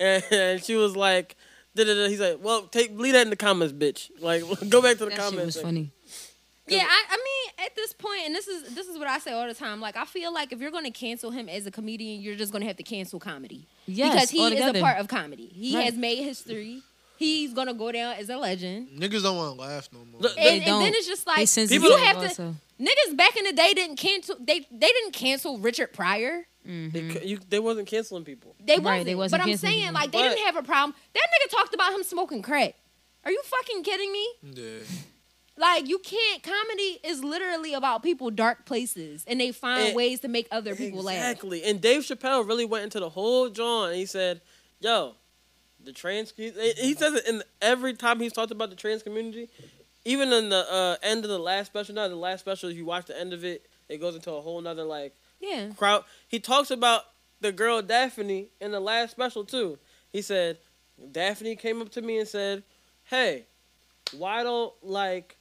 Speaker 1: and, and she was like, da-da-da. He's like, well, take leave that in the comments, bitch. Like, go back to the
Speaker 8: That shit
Speaker 1: comments.
Speaker 8: was funny.
Speaker 6: Yeah, I, I mean, at this point, and this is this is what I say all the time. Like, I feel like if you're gonna cancel him as a comedian, you're just gonna have to cancel comedy.
Speaker 8: Yes,
Speaker 6: because he is
Speaker 8: altogether.
Speaker 6: a part of comedy. He
Speaker 8: Right.
Speaker 6: has made history. He's gonna go down as a legend.
Speaker 4: niggas don't want to laugh no more.
Speaker 1: Look,
Speaker 6: and, and then it's just like
Speaker 8: sensitive
Speaker 6: you have to.
Speaker 8: also.
Speaker 6: Niggas back in the day didn't cancel. They they didn't cancel Richard Pryor.
Speaker 1: They, ca- you, they wasn't canceling people.
Speaker 6: They wasn't.
Speaker 8: Mm-hmm. Right, they wasn't
Speaker 6: but I'm
Speaker 8: canceling
Speaker 6: saying
Speaker 8: people.
Speaker 6: like they
Speaker 1: But-
Speaker 6: didn't have a problem. That nigga talked about him smoking crack. Are you fucking kidding me?
Speaker 4: Yeah.
Speaker 6: Like you can't. Comedy is literally about people dark places and they find
Speaker 1: And-
Speaker 6: ways to make other people laugh.
Speaker 1: Exactly. And Dave Chappelle really went into the whole John. And he said, yo, the trans he he says it in every time he's talked about the trans community. Even in the uh, end of the last special, not the last special, if you watch the end of it, it goes into a whole nother like
Speaker 6: Yeah.
Speaker 1: crowd. He talks about the girl Daphne in the last special too. He said, Daphne came up to me and said, "Hey, why don't like,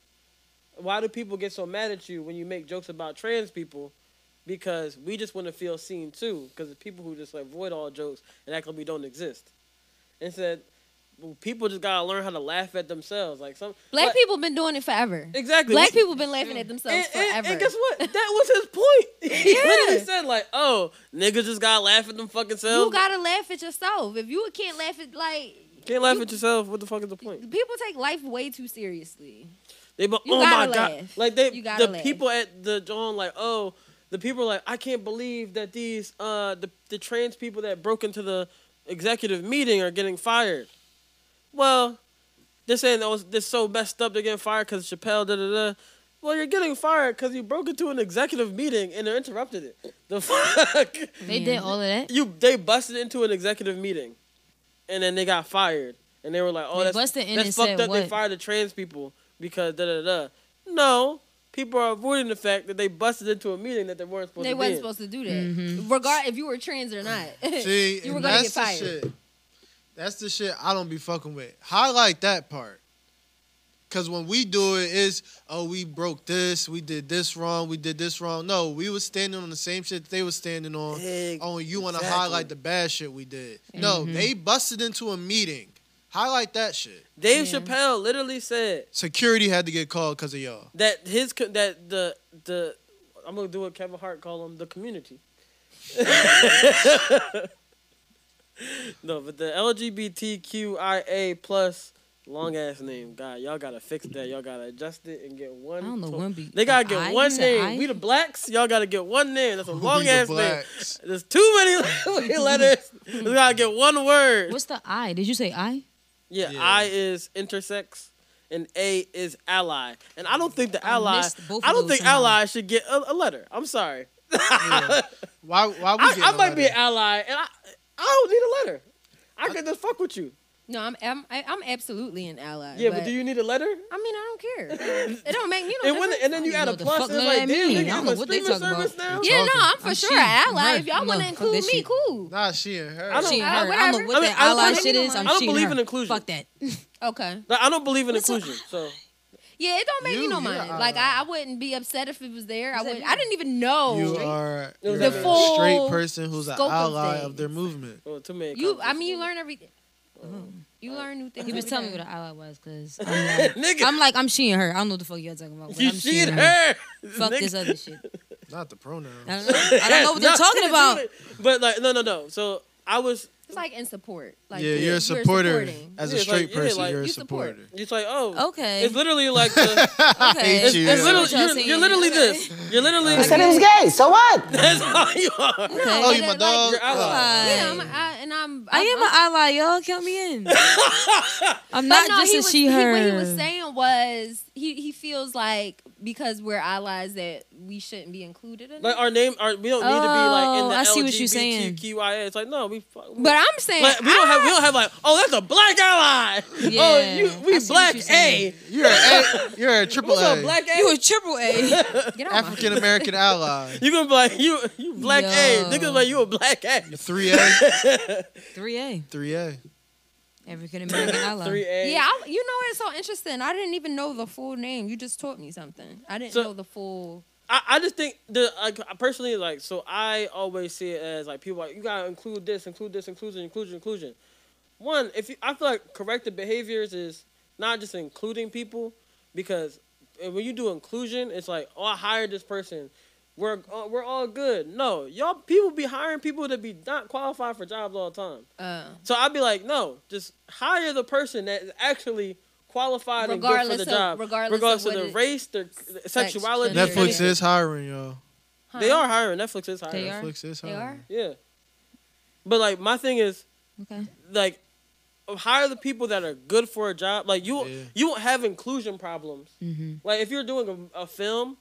Speaker 1: why do people get so mad at you when you make jokes about trans people? Because we just want to feel seen too. Because the people who just avoid all jokes and act like we don't exist." And said, well, "People just gotta learn how to laugh at themselves. Like some
Speaker 6: Black
Speaker 1: like-
Speaker 6: people been doing it forever.
Speaker 1: Exactly.
Speaker 6: Black
Speaker 1: We-
Speaker 6: people been laughing at themselves
Speaker 1: and, and-
Speaker 6: forever.
Speaker 1: and guess what? That was his point. He
Speaker 6: Yeah.
Speaker 1: literally said like, "Oh, niggas just gotta laugh at them fucking selves.
Speaker 6: you gotta laugh at yourself. If you can't laugh at like
Speaker 1: Can't laugh at yourself. What the fuck is the point?
Speaker 6: people take life way too seriously.
Speaker 1: They, but
Speaker 6: You
Speaker 1: oh my
Speaker 6: gotta
Speaker 1: god,
Speaker 6: laugh.
Speaker 1: like they,
Speaker 6: You gotta
Speaker 1: the
Speaker 6: laugh.
Speaker 1: people at the John, like, oh, the people are like, I can't believe that these uh, the the trans people that broke into the executive meeting are getting fired. Well, they're saying oh, they're so messed up they're getting fired because Chappelle da da da. Well, you're getting fired because you broke into an executive meeting and they interrupted it. The fuck?
Speaker 3: They did all of that?
Speaker 1: You they busted into an executive meeting, and then they got fired. And they were like, "Oh,
Speaker 3: They
Speaker 1: that's
Speaker 3: busted in
Speaker 1: that's
Speaker 3: and
Speaker 1: fucked
Speaker 3: said
Speaker 1: up. They
Speaker 3: what?
Speaker 1: fired the trans people because da da da." No, people are avoiding the fact that they busted into a meeting that they weren't supposed
Speaker 6: They
Speaker 1: to.
Speaker 6: wasn't
Speaker 1: be in.
Speaker 6: supposed to do that.
Speaker 1: Mm-hmm.
Speaker 6: Regard if you were trans or not,
Speaker 4: See,
Speaker 6: you were
Speaker 4: and
Speaker 6: gonna get
Speaker 4: that's
Speaker 6: fired.
Speaker 4: The shit. That's the shit I don't be fucking with. Highlight that part. Cause when we do it, is oh we broke this, we did this wrong, we did this wrong. No, we was standing on the same shit that they was standing on. Oh, you want to
Speaker 1: exactly.
Speaker 4: highlight the bad shit we did? No,
Speaker 6: Mm-hmm.
Speaker 1: Mhm.
Speaker 4: they busted into a meeting. Highlight that shit.
Speaker 1: Dave Chappelle literally said
Speaker 4: Security had to get called because of y'all.
Speaker 1: that his co- that the the I'm gonna do what Kevin Hart call him the community. no, but the LGBTQIA plus long ass name, God, y'all gotta fix that. Y'all gotta adjust it and get one.
Speaker 8: I don't know,
Speaker 1: to-
Speaker 8: one be-
Speaker 1: They gotta
Speaker 8: an I?
Speaker 1: get
Speaker 8: You
Speaker 1: one
Speaker 8: said
Speaker 1: name.
Speaker 8: I?
Speaker 1: We the blacks, y'all gotta get one name. That's a
Speaker 8: the
Speaker 1: long ass name.
Speaker 8: blacks?
Speaker 1: There's too many letters. We gotta get one word.
Speaker 8: What's the I? Did you say I?
Speaker 1: Yeah, I is intersex and A is ally. And I don't think the ally
Speaker 8: missed both
Speaker 1: I
Speaker 8: of
Speaker 1: don't
Speaker 8: those
Speaker 1: think
Speaker 8: somehow.
Speaker 1: ally should get a, a letter. I'm sorry.
Speaker 4: Why why
Speaker 1: we I, I might be an ally and I I don't need a letter. I could just fuck with you.
Speaker 6: No, I'm I'm, I- I'm absolutely an ally.
Speaker 1: Yeah, but do you need a letter?
Speaker 6: I mean, I don't care. it don't make me no.
Speaker 1: And when and then you add a plus and it's like, damn, nigga, I'm a streaming service now.
Speaker 6: Yeah, no, I'm for sure an ally. If y'all
Speaker 1: I'm
Speaker 6: want to
Speaker 1: not- fuck that
Speaker 6: include me,
Speaker 1: shit.
Speaker 6: cool.
Speaker 4: Nah, she and her.
Speaker 1: I don't,
Speaker 6: She and
Speaker 1: I,
Speaker 6: her. I don't know what
Speaker 1: I mean,
Speaker 6: that
Speaker 1: I don't
Speaker 6: ally
Speaker 1: believe-
Speaker 6: shit is. I'm
Speaker 1: I don't
Speaker 6: she and
Speaker 1: believe
Speaker 6: her.
Speaker 1: in inclusion. Fuck
Speaker 8: that.
Speaker 6: Okay.
Speaker 1: Like, I don't believe in inclusion. So
Speaker 6: Yeah, it don't make me
Speaker 1: You-
Speaker 6: no
Speaker 1: you're
Speaker 6: mind.
Speaker 1: an
Speaker 6: Like I, I wouldn't be upset if it was there. I would. I didn't even know.
Speaker 4: You are
Speaker 6: It was
Speaker 4: you're
Speaker 6: the
Speaker 4: a
Speaker 6: full
Speaker 4: straight person who's an
Speaker 6: scope of
Speaker 4: ally of,
Speaker 6: things.
Speaker 4: their movement.
Speaker 1: Oh, too many.
Speaker 6: You. I mean, you learn everything. You learn new things.
Speaker 8: He was
Speaker 6: every
Speaker 8: telling me
Speaker 6: day.
Speaker 8: what an ally was because I'm, like,
Speaker 1: Nigga.
Speaker 8: I'm like, I'm she and her. I don't know what the fuck y'all talking about. but
Speaker 1: You
Speaker 8: I'm she
Speaker 1: she
Speaker 8: and
Speaker 1: and
Speaker 8: Fuck
Speaker 1: Nigga.
Speaker 8: this other shit.
Speaker 4: Not the pronoun.
Speaker 8: I don't know, I don't know what they're
Speaker 1: No,
Speaker 8: talking
Speaker 1: nigga,
Speaker 8: about.
Speaker 1: do it. But like, no, no, no. So I was
Speaker 6: It's like in support. Like
Speaker 4: yeah, you're a supporter. As a
Speaker 1: Yeah, it's like-
Speaker 4: straight
Speaker 1: yeah,
Speaker 4: person,
Speaker 1: like,
Speaker 4: you're a
Speaker 1: you
Speaker 4: supporter.
Speaker 1: It's like, oh,
Speaker 8: Okay.
Speaker 1: It's literally like the. okay. It's,
Speaker 4: you.
Speaker 1: it's
Speaker 4: Yeah.
Speaker 1: literally,
Speaker 4: What y'all
Speaker 1: you're,
Speaker 4: saying?
Speaker 1: you're literally this. You're literally.
Speaker 4: I said it was
Speaker 1: gay. So what? That's all you are.
Speaker 4: Oh, you my dog.
Speaker 1: You're ally.
Speaker 6: Yeah, I'm, I, and I'm.
Speaker 8: Uh, I am an ally, y'all. Count me in. I'm
Speaker 6: But
Speaker 8: not
Speaker 6: Oh, no,
Speaker 8: just
Speaker 6: he
Speaker 8: a
Speaker 6: was,
Speaker 8: she
Speaker 6: he-
Speaker 8: her.
Speaker 6: What he was saying was he, he feels like because we're allies that we shouldn't be included in
Speaker 1: Like
Speaker 6: it.
Speaker 1: our name, our, we don't need to be like in
Speaker 6: Oh,
Speaker 1: the
Speaker 6: I see what you're saying.
Speaker 1: LGBTQIA. It's like no, we. fuck-
Speaker 6: But I'm saying
Speaker 1: like, we don't have. We don't have like. Oh, that's a black ally. Oh,
Speaker 6: Yeah,
Speaker 1: you, we black A.
Speaker 4: You're a, you're a triple
Speaker 1: What's
Speaker 4: A.
Speaker 1: a black A?
Speaker 8: You a triple A.
Speaker 4: African American ally.
Speaker 1: You gonna be like you you black A. Niggas like you a black A.
Speaker 4: Three A.
Speaker 8: Three A.
Speaker 4: Three A.
Speaker 8: African American ally.
Speaker 1: Three A.
Speaker 6: Yeah, I, you know it's so interesting. I didn't even know the full name. You just taught me something. I didn't
Speaker 1: So-
Speaker 6: know the full.
Speaker 1: I, I just think the like, I personally like so I always see it as like people are like you gotta include this, include this, inclusion, inclusion, inclusion. One, if you, I feel like corrective behaviors is not just including people because when you do inclusion, it's like oh I hired this person, we're uh, we're all good. No, y'all people be hiring people that be not qualified for jobs all the time.
Speaker 6: Uh,
Speaker 1: So I'd be like, no, just hire the person that is actually qualified and good
Speaker 6: Regardless
Speaker 1: for
Speaker 6: of-
Speaker 1: the job,
Speaker 6: regardless of
Speaker 1: of,
Speaker 6: what
Speaker 1: their
Speaker 6: it-
Speaker 1: race, their sexuality.
Speaker 4: Netflix is hiring y'all.
Speaker 1: They are hiring. Netflix is hiring.
Speaker 4: They are? Netflix is They hiring.
Speaker 1: Yeah. But like my thing is,
Speaker 8: okay.
Speaker 1: like, hire the people that are good for a job. Like you, you won't have inclusion problems.
Speaker 6: Mm-hmm.
Speaker 8: Mhm.
Speaker 1: Like if you're doing a, a film,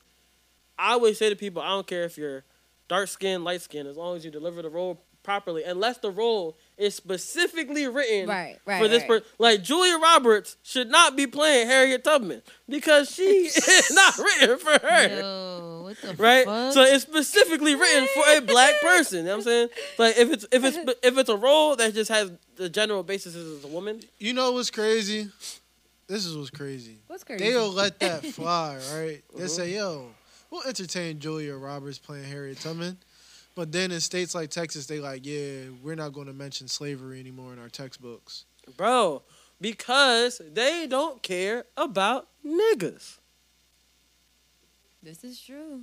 Speaker 1: I always say to people, I don't care if you're dark skinned, light skinned, as long as you deliver the role properly, unless the role is specifically written
Speaker 6: Right, right,
Speaker 1: for this
Speaker 6: right.
Speaker 1: person. Like Julia Roberts should not be playing Harriet Tubman because she is not written for her right? So it's specifically written for a black person. You know what I'm saying? Like if it's if it's if it's a role that just has the general basis is as a woman.
Speaker 4: You know what's crazy? This is what's crazy.
Speaker 6: What's crazy?
Speaker 4: They'll let that fly, right? They
Speaker 1: Uh-huh.
Speaker 4: say, yo, we'll entertain Julia Roberts playing Harriet Tubman. But then in states like Texas, they like, yeah, we're not going to mention slavery anymore in our textbooks.
Speaker 1: Bro, because they don't care about niggas.
Speaker 6: This is true.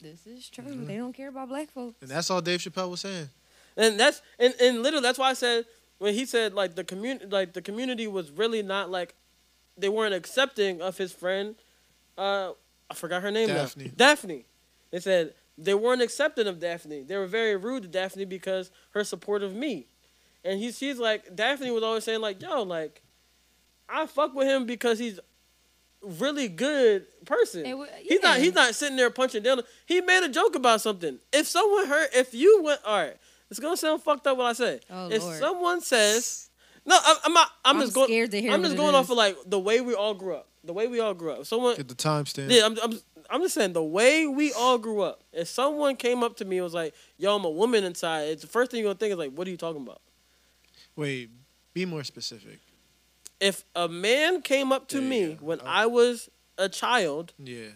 Speaker 6: This is true. They don't care about black folks.
Speaker 4: And that's all Dave Chappelle was saying.
Speaker 1: And that's and, and literally that's why I said when he said like the community like the community was really not like they weren't accepting of his friend uh I forgot her name
Speaker 4: Daphne.
Speaker 1: now. Daphne. They said they weren't accepting of Daphne. They were very rude to Daphne because her support of me. And he, she's like, Daphne was always saying, like, yo, like, I fuck with him because he's really good person.
Speaker 6: It wa-
Speaker 1: He's not
Speaker 6: yeah.
Speaker 1: he's not sitting there punching down. He made a joke about something. If someone heard if you went all right, it's gonna sound fucked up what I say.
Speaker 6: Oh,
Speaker 1: if
Speaker 6: Lord.
Speaker 1: someone says no, I'm, I'm not I'm,
Speaker 6: I'm
Speaker 1: just going
Speaker 6: scared to hear
Speaker 1: I'm
Speaker 6: what
Speaker 1: just
Speaker 6: it
Speaker 1: going off
Speaker 6: is.
Speaker 1: of like the way we all grew up. The way we all grew up. If Someone
Speaker 4: Get the timestamp.
Speaker 1: yeah, I'm, I'm, I'm just saying the way we all grew up. If someone came up to me and was like, "Yo, I'm a woman inside," it's the first thing you're gonna think is like, "What are you talking about?"
Speaker 4: Wait, be more specific.
Speaker 1: If a man came up to me when I was a child,
Speaker 4: Yeah.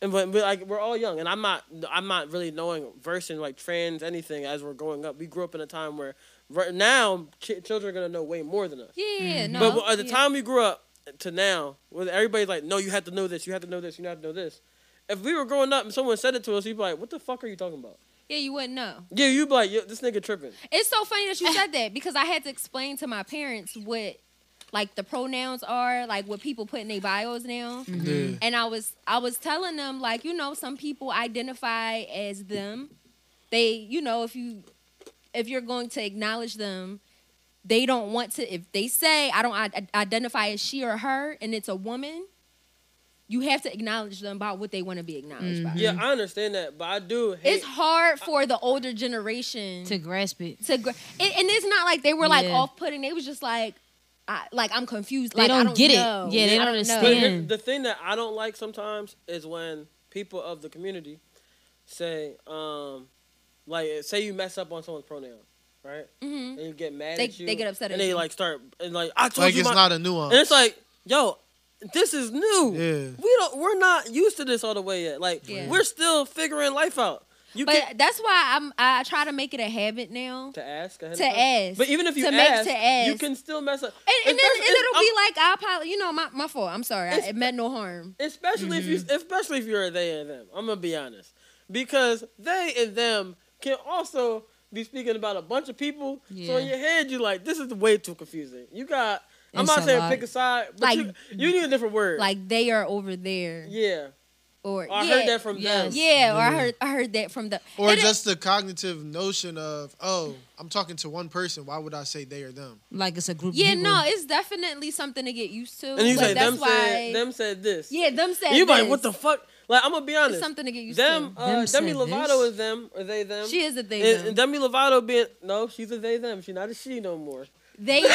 Speaker 1: and when we like we're all young, and I'm not I'm not really knowing versing like trans anything as we're growing up. We grew up in a time where right now ch- children are gonna know way more than us.
Speaker 6: Yeah, Mhm. no,
Speaker 1: But at the
Speaker 6: yeah.
Speaker 1: time we grew up to now, where everybody's like, no, you have to know this, you have to know this, you have to know this. If we were growing up and someone said it to us, we'd be like, what the fuck are you talking about?
Speaker 6: Yeah, you wouldn't know.
Speaker 1: Yeah, you'd be like, Yo, this nigga tripping.
Speaker 6: It's so funny that you said that because I had to explain to my parents what like the pronouns are, like what people put in their bios now.
Speaker 10: Mhm. Yeah.
Speaker 6: And I was I was telling them like, you know, some people identify as them. They, you know, if you if you're going to acknowledge them, they don't want to if they say I don't I- identify as she or her and it's a woman, you have to acknowledge them about what they want to be acknowledged by.
Speaker 1: Mm-hmm. Yeah, I understand that, but I do hate.
Speaker 6: It's hard for the older generation to
Speaker 8: grasp it.
Speaker 6: To gra- and, and it's not like they were like
Speaker 8: Yeah.
Speaker 6: off putting. They was just like, I, like I'm confused.
Speaker 8: They
Speaker 6: like, I
Speaker 8: don't
Speaker 6: don't
Speaker 8: get it.
Speaker 6: know.
Speaker 8: Yeah, they
Speaker 6: Oh, I
Speaker 8: don't
Speaker 6: know.
Speaker 1: But here- the thing that I don't like sometimes is when people of the community say, um, like, say you mess up on someone's pronoun, right?
Speaker 6: Mhm.
Speaker 1: And you get mad
Speaker 6: They-
Speaker 1: at you.
Speaker 6: they get upset
Speaker 1: and
Speaker 6: at
Speaker 1: they
Speaker 6: you.
Speaker 1: like start and like I told
Speaker 4: Like,
Speaker 1: you
Speaker 4: it's
Speaker 1: my-"
Speaker 4: not a nuance.
Speaker 1: And it's like, yo, this is new.
Speaker 4: Yeah.
Speaker 1: We don't. We're not used to this all the way yet. Like,
Speaker 6: Yeah.
Speaker 1: we're still figuring life out. You
Speaker 6: but
Speaker 1: get
Speaker 6: that's why I'm. I try to make it a habit now.
Speaker 1: to ask. ahead of
Speaker 6: to
Speaker 1: time.
Speaker 6: ask.
Speaker 1: But even if you
Speaker 6: To make-
Speaker 1: ask,
Speaker 6: to ask.
Speaker 1: you can still mess up.
Speaker 6: And, and then
Speaker 1: Especially-
Speaker 6: and it'll be
Speaker 1: I'm-
Speaker 6: like I apologize. You know, my, my fault. I'm sorry. I,
Speaker 1: It's-
Speaker 6: it meant no harm.
Speaker 1: Especially
Speaker 6: Mm-hmm.
Speaker 1: if you, especially if you're a they and them. I'm gonna be honest, because they and them can also be speaking about a bunch of people. So in
Speaker 6: Yeah.
Speaker 1: your head, you're like, this is way too confusing. You got. I'm
Speaker 6: It's
Speaker 1: not
Speaker 6: a
Speaker 1: saying
Speaker 6: lot.
Speaker 1: pick a side, but
Speaker 6: Like-
Speaker 1: you, you need a different word.
Speaker 6: Like they are over there.
Speaker 1: yeah,
Speaker 6: Or,
Speaker 1: Oh, I
Speaker 6: yeah,
Speaker 1: heard that from them.
Speaker 6: Yeah, or I
Speaker 4: Yeah.
Speaker 6: heard I heard that from the
Speaker 4: Or
Speaker 6: and it-
Speaker 4: just the cognitive notion of, oh, I'm talking to one person. Why would I say they or them?
Speaker 8: Like it's a group.
Speaker 6: yeah, no, it's definitely something to get used to.
Speaker 4: And you
Speaker 6: but
Speaker 4: say
Speaker 6: that's
Speaker 1: them
Speaker 6: why
Speaker 1: said them said this.
Speaker 6: Yeah, them said
Speaker 1: you like
Speaker 6: this.
Speaker 1: what the fuck? Like I'm gonna be honest.
Speaker 6: something to get used
Speaker 1: them,
Speaker 6: to.
Speaker 1: Uh,
Speaker 6: Them
Speaker 1: Demi
Speaker 6: said
Speaker 1: Lovato
Speaker 6: this.
Speaker 1: is them or they them.
Speaker 6: She is a they,
Speaker 1: And,
Speaker 6: them.
Speaker 1: and Demi Lovato being no, she's a they them. She's not a she no more.
Speaker 6: They
Speaker 4: They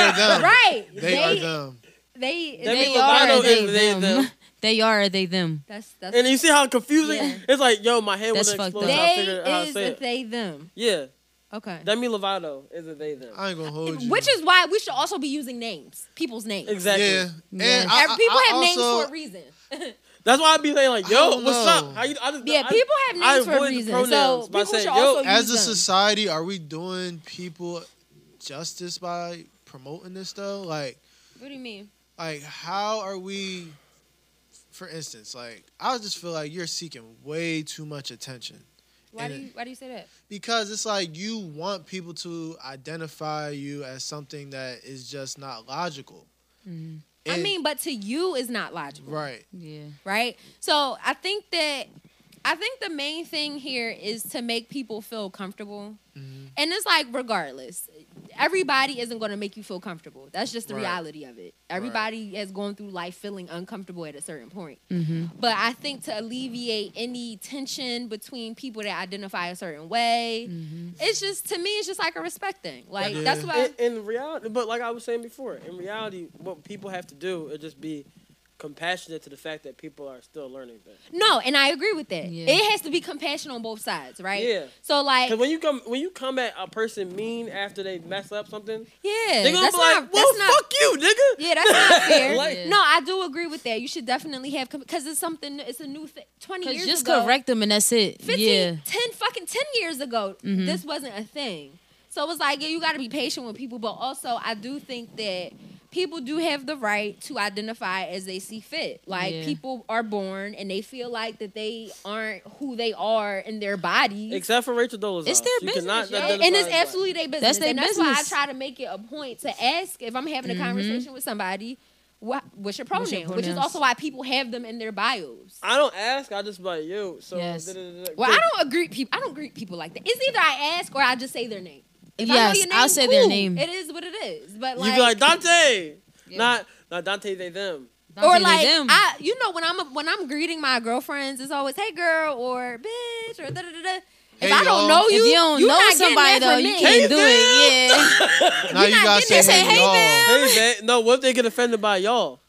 Speaker 4: are them.
Speaker 6: Right.
Speaker 4: They,
Speaker 6: They-
Speaker 4: are them.
Speaker 6: They
Speaker 1: Demi
Speaker 6: they
Speaker 1: Lovato is
Speaker 6: are they.
Speaker 1: they them.
Speaker 8: They are or they them.
Speaker 6: That's that's
Speaker 1: And you see how confusing?
Speaker 6: Yeah.
Speaker 1: It's like, yo, my head
Speaker 8: That's
Speaker 1: wasn't
Speaker 8: fucked
Speaker 1: exploding.
Speaker 8: up.
Speaker 1: how I
Speaker 8: They
Speaker 1: figured out how to
Speaker 6: is
Speaker 1: say
Speaker 6: a
Speaker 1: it.
Speaker 6: they them.
Speaker 1: Yeah.
Speaker 6: Okay.
Speaker 1: Demi Lovato is a they them.
Speaker 4: I ain't gonna hold you.
Speaker 6: Which is why we should also be using names, people's names.
Speaker 1: Exactly.
Speaker 4: Yeah. And I-
Speaker 6: Every-
Speaker 4: I-
Speaker 6: people
Speaker 4: I
Speaker 6: have names
Speaker 4: also-
Speaker 6: for a reason.
Speaker 1: That's why I be saying like,
Speaker 4: I
Speaker 1: yo,
Speaker 4: don't
Speaker 1: what's
Speaker 4: know.
Speaker 1: up? How you? I just,
Speaker 6: Yeah,
Speaker 1: I-
Speaker 6: people have
Speaker 1: I
Speaker 6: names for a
Speaker 1: avoid the
Speaker 6: reason,
Speaker 1: pronouns
Speaker 6: so
Speaker 1: by
Speaker 6: people
Speaker 1: saying,
Speaker 6: should
Speaker 1: yo,
Speaker 6: also
Speaker 4: As a
Speaker 6: use them.
Speaker 4: society, are we doing people justice by promoting this though? Like,
Speaker 6: What do you mean?
Speaker 4: like how are we? For instance, like I just feel like you're seeking way too much attention.
Speaker 6: Why
Speaker 4: And
Speaker 6: do
Speaker 4: it-
Speaker 6: you why do you say that?
Speaker 4: because it's like you want people to identify you as something that is just not logical.
Speaker 6: Mm-hmm. I
Speaker 4: And-
Speaker 6: mean, but to you is not logical.
Speaker 4: Right.
Speaker 8: Yeah.
Speaker 6: Right? So I think that I think the main thing here is to make people feel comfortable.
Speaker 4: Mm-hmm.
Speaker 6: And it's like regardless, everybody isn't going to make you feel comfortable. That's just the
Speaker 8: Right.
Speaker 6: reality of it. Everybody has gone through life feeling uncomfortable at a certain point.
Speaker 8: Mm-hmm.
Speaker 6: But I think to alleviate any tension between people that identify a certain way,
Speaker 1: Mm-hmm.
Speaker 6: it's just to me, it's just like a respect thing. Like that's why
Speaker 1: In, in reality, but like I was saying before, in reality, what people have to do is just be compassionate to the fact that people are still learning things.
Speaker 6: No, and I agree with that. It has to be compassion on both sides, right?
Speaker 1: Yeah.
Speaker 6: So like,
Speaker 1: 'Cause when you come when you come at a person mean after they mess up something,
Speaker 6: yeah,
Speaker 1: they gonna
Speaker 6: that's
Speaker 1: be
Speaker 6: not,
Speaker 1: like, well,
Speaker 6: that's not,
Speaker 1: fuck you, nigga.
Speaker 6: Yeah, that's not fair.
Speaker 1: Like-
Speaker 6: No, I do agree with that. You should definitely have because it's something. It's a new thing. Twenty years
Speaker 8: Just
Speaker 6: ago,
Speaker 8: correct them and that's it.
Speaker 6: 15,
Speaker 8: yeah.
Speaker 6: 10 fucking 10 years ago,
Speaker 8: Mhm.
Speaker 6: this wasn't a thing. So it was like, yeah, you got to be patient with people. But also, I do think that people do have the right to identify as they see fit. Like,
Speaker 1: Yeah.
Speaker 6: people are born and they feel like that they aren't who they are in their body.
Speaker 1: Except for Rachel Dolezal,
Speaker 6: It's their
Speaker 1: you cannot
Speaker 6: And-
Speaker 1: identify
Speaker 6: and it's
Speaker 1: as black.
Speaker 6: absolutely their business.
Speaker 8: That's their
Speaker 6: and that's why
Speaker 8: business.
Speaker 6: I try to make it a point to ask if I'm having a
Speaker 8: Mhm.
Speaker 6: conversation with somebody, what, what's your pronoun?
Speaker 3: What's your
Speaker 6: Which is
Speaker 3: pronouns?
Speaker 6: also why people have them in their bios.
Speaker 1: I don't ask. I just like you. So
Speaker 6: Yes.
Speaker 1: da-da-da-da.
Speaker 6: Well, I don't agree. People, I don't greet people like that. It's either I ask or I just say their name. If I know
Speaker 3: Yes,
Speaker 6: your name,
Speaker 3: I'll say their
Speaker 6: cool.
Speaker 3: name.
Speaker 6: It is what it is. But
Speaker 1: you
Speaker 6: like,
Speaker 1: be like Dante, not not Dante. They them.
Speaker 6: or like I, you know, when I'm when I'm greeting my girlfriends, it's always "Hey, girl" or "Bitch" or da da da. da. If
Speaker 1: Hey,
Speaker 6: I
Speaker 1: y'all.
Speaker 6: don't know
Speaker 1: If
Speaker 6: you,
Speaker 1: you don't know
Speaker 6: not getting
Speaker 1: somebody,
Speaker 6: that
Speaker 1: though,
Speaker 6: from
Speaker 1: you
Speaker 6: me.
Speaker 1: can't Hey, do it,
Speaker 6: Yeah.
Speaker 4: Now you gotta say, hey, y'all.
Speaker 1: Hey, man. No, what if they get offended by y'all?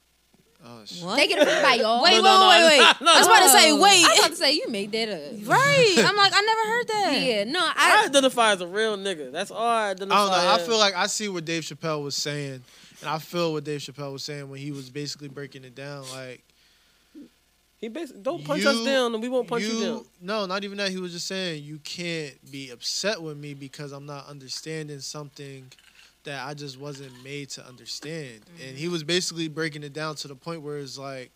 Speaker 6: What? They get offended by y'all.
Speaker 1: Wait, No, no, wait, no, wait, wait. no, I was about to say, wait.
Speaker 6: I was about to say, you made that up.
Speaker 1: Right. I'm
Speaker 6: like, I never heard that. Yeah, no, I.
Speaker 1: I identify as a real nigga. That's all I
Speaker 4: I
Speaker 1: identify.
Speaker 4: don't know. I
Speaker 1: as.
Speaker 4: feel like I see what Dave Chappelle was saying, and I feel what Dave Chappelle was saying when he was basically breaking it down. Like
Speaker 1: he basically don't punch
Speaker 4: you-
Speaker 1: us down, and we won't punch you, down.
Speaker 4: No, not even that. He was just saying you can't be upset with me because I'm not understanding something that I just wasn't made to understand. And
Speaker 1: Mm-hmm.
Speaker 4: he was basically breaking it down to the point where it's like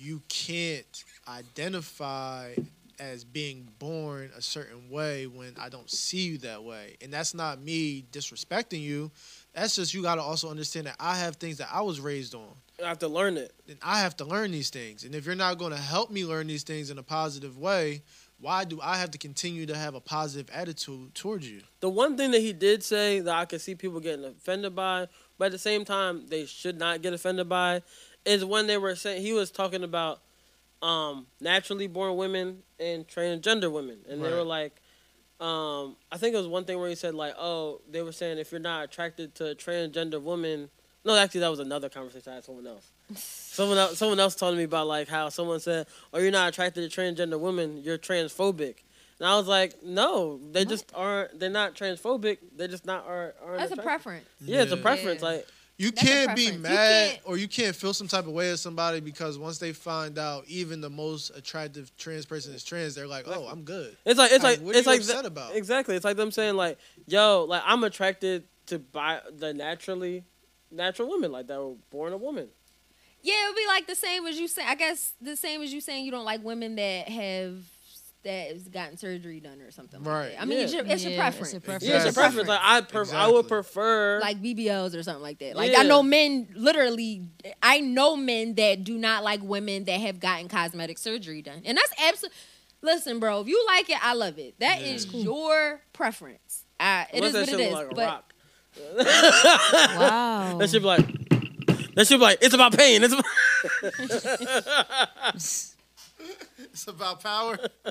Speaker 4: you can't identify as being born a certain way when I don't see you that way. And that's not me disrespecting you. That's just you got to also understand that I have things that I was raised on
Speaker 1: I have to learn it.
Speaker 4: then I have to learn these things. And if you're not going to help me learn these things in a positive way, why do I have to continue to have a positive attitude towards you?
Speaker 1: The one thing that he did say that I could see people getting offended by, but at the same time they should not get offended by, is when they were saying he was talking about um, naturally born women and transgender women, and they
Speaker 17: Right.
Speaker 1: were like, um, I think it was one thing where he said like, oh, they were saying if you're not attracted to a transgender woman, no, actually that was another conversation I had with someone else. Someone else, someone else told me about like how someone said, "Oh, you're not attracted to transgender women. You're transphobic." And I was like, "No, they just aren't. They're not transphobic. They just not are." Aren't
Speaker 6: That's a
Speaker 1: attracted."
Speaker 6: preference.
Speaker 1: Yeah, it's a
Speaker 4: Yeah.
Speaker 1: preference. Like
Speaker 4: You
Speaker 1: That's a
Speaker 4: can't be
Speaker 1: preference. You
Speaker 4: mad
Speaker 1: can't-
Speaker 4: or you can't feel some type of way at somebody because once they find out even the most attractive trans person is trans, they're like, oh, I'm good.
Speaker 1: it's like it's like,
Speaker 4: what
Speaker 1: it's
Speaker 4: are you
Speaker 1: like
Speaker 4: upset
Speaker 1: th-
Speaker 4: about?
Speaker 1: exactly. It's like them saying like, "Yo, like I'm attracted to bi- the naturally natural women. Like that were born a woman."
Speaker 6: Yeah, it would be like the same as you say. I guess the same as you saying you don't like women that have that has gotten surgery done or something. Like
Speaker 1: Right.
Speaker 6: that. I mean,
Speaker 1: Yeah.
Speaker 6: it's, your, it's your
Speaker 1: Yeah,
Speaker 6: preference.
Speaker 1: it's a preference. Yeah, it's a preference. Like, I pref- I would prefer
Speaker 6: like BBLs or something like that. Like I
Speaker 1: Yeah.
Speaker 6: know men literally. I know men that do not like women that have gotten cosmetic surgery done, and that's absolutely. Listen, bro, if you like it, I love it. That is your preference. I, it
Speaker 1: Unless
Speaker 6: is
Speaker 1: that
Speaker 6: what
Speaker 1: shit
Speaker 6: it is.
Speaker 1: look like a
Speaker 6: but
Speaker 1: rock. wow. That should be like. That should be like. It's about pain. It's about.
Speaker 4: it's about power.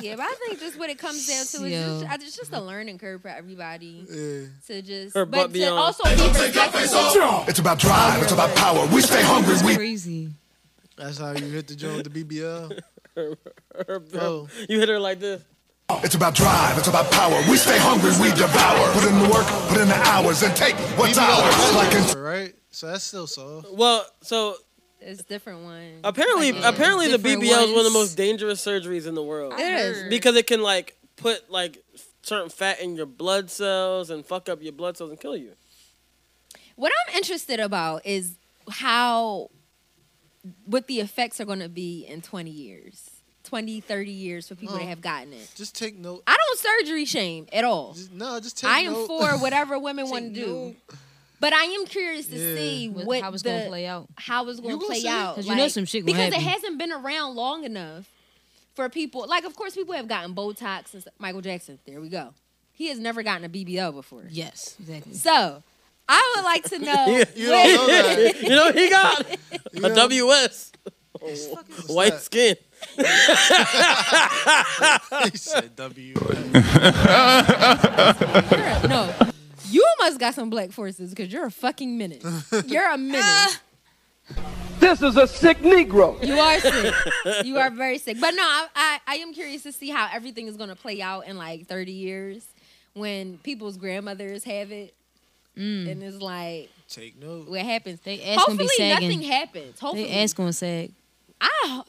Speaker 6: yeah, but I think just what it comes down to is
Speaker 1: Yo.
Speaker 6: just, I- it's just a learning curve for everybody to just,
Speaker 9: Her butt
Speaker 6: but
Speaker 9: be
Speaker 6: to
Speaker 9: on.
Speaker 6: also be respectful.
Speaker 9: It's about drive. It's about power. We stay hungry. We
Speaker 8: crazy.
Speaker 4: That's how you hit the joint with the BBL.
Speaker 1: her, her,
Speaker 4: Bro.
Speaker 1: You hit her like this.
Speaker 9: It's about drive. It's about power. We stay hungry. We devour. Put in the work. Put in the hours and take what's ours. Like in
Speaker 4: right? So that's still so.
Speaker 1: Well, so
Speaker 6: It's a different one.
Speaker 1: apparently,
Speaker 6: Like, yeah.
Speaker 1: apparently the
Speaker 6: Different
Speaker 1: BBL is one of the
Speaker 6: ones.
Speaker 1: most dangerous surgeries in the world.
Speaker 6: I It is. heard.
Speaker 1: because it can like put like certain fat in your blood cells and fuck up your blood cells and kill you.
Speaker 6: What I'm interested about is how what the effects are going to be in 20 years, 20, 30 years for people that
Speaker 4: Oh.
Speaker 6: have gotten it.
Speaker 4: Just take note.
Speaker 6: I don't surgery shame at all.
Speaker 4: no, just take
Speaker 6: I am
Speaker 4: note.
Speaker 6: for whatever women want to do. But I am curious to
Speaker 8: Yeah.
Speaker 6: see
Speaker 8: What-
Speaker 6: what
Speaker 8: how it's
Speaker 6: the,
Speaker 8: gonna play out.
Speaker 6: How it's going
Speaker 8: You
Speaker 6: to
Speaker 8: gonna
Speaker 6: play
Speaker 8: see it?
Speaker 6: out?
Speaker 8: 'Cause you know
Speaker 6: like-
Speaker 8: some shit gonna
Speaker 6: because it
Speaker 8: happen.
Speaker 6: hasn't been around long enough for people. Like, of course, people have gotten Botox and stuff. Michael Jackson. There we go. He has never gotten a BBL before.
Speaker 8: Yes, exactly.
Speaker 6: So I would like to
Speaker 8: Oh,
Speaker 6: know.
Speaker 1: Yeah.
Speaker 6: what-
Speaker 1: You don't know that. You know he got a WS.
Speaker 8: Oh,
Speaker 1: White skin.
Speaker 4: he said W.
Speaker 6: Girl, no, you must got some black forces because you're a fucking minute. You're a minute.
Speaker 11: This is a sick Negro.
Speaker 6: You are sick. you are very sick. But no, I, I, I am curious to see how everything is going to play out in like 30 years when people's grandmothers have it.
Speaker 4: Hmm.
Speaker 8: Mm.
Speaker 6: And it's like,
Speaker 4: Take note.
Speaker 6: what happens? They
Speaker 8: ass gonna be
Speaker 6: Hopefully,
Speaker 8: sagging.
Speaker 6: nothing happens. Hopefully.
Speaker 8: They ass gonna sag.
Speaker 6: I,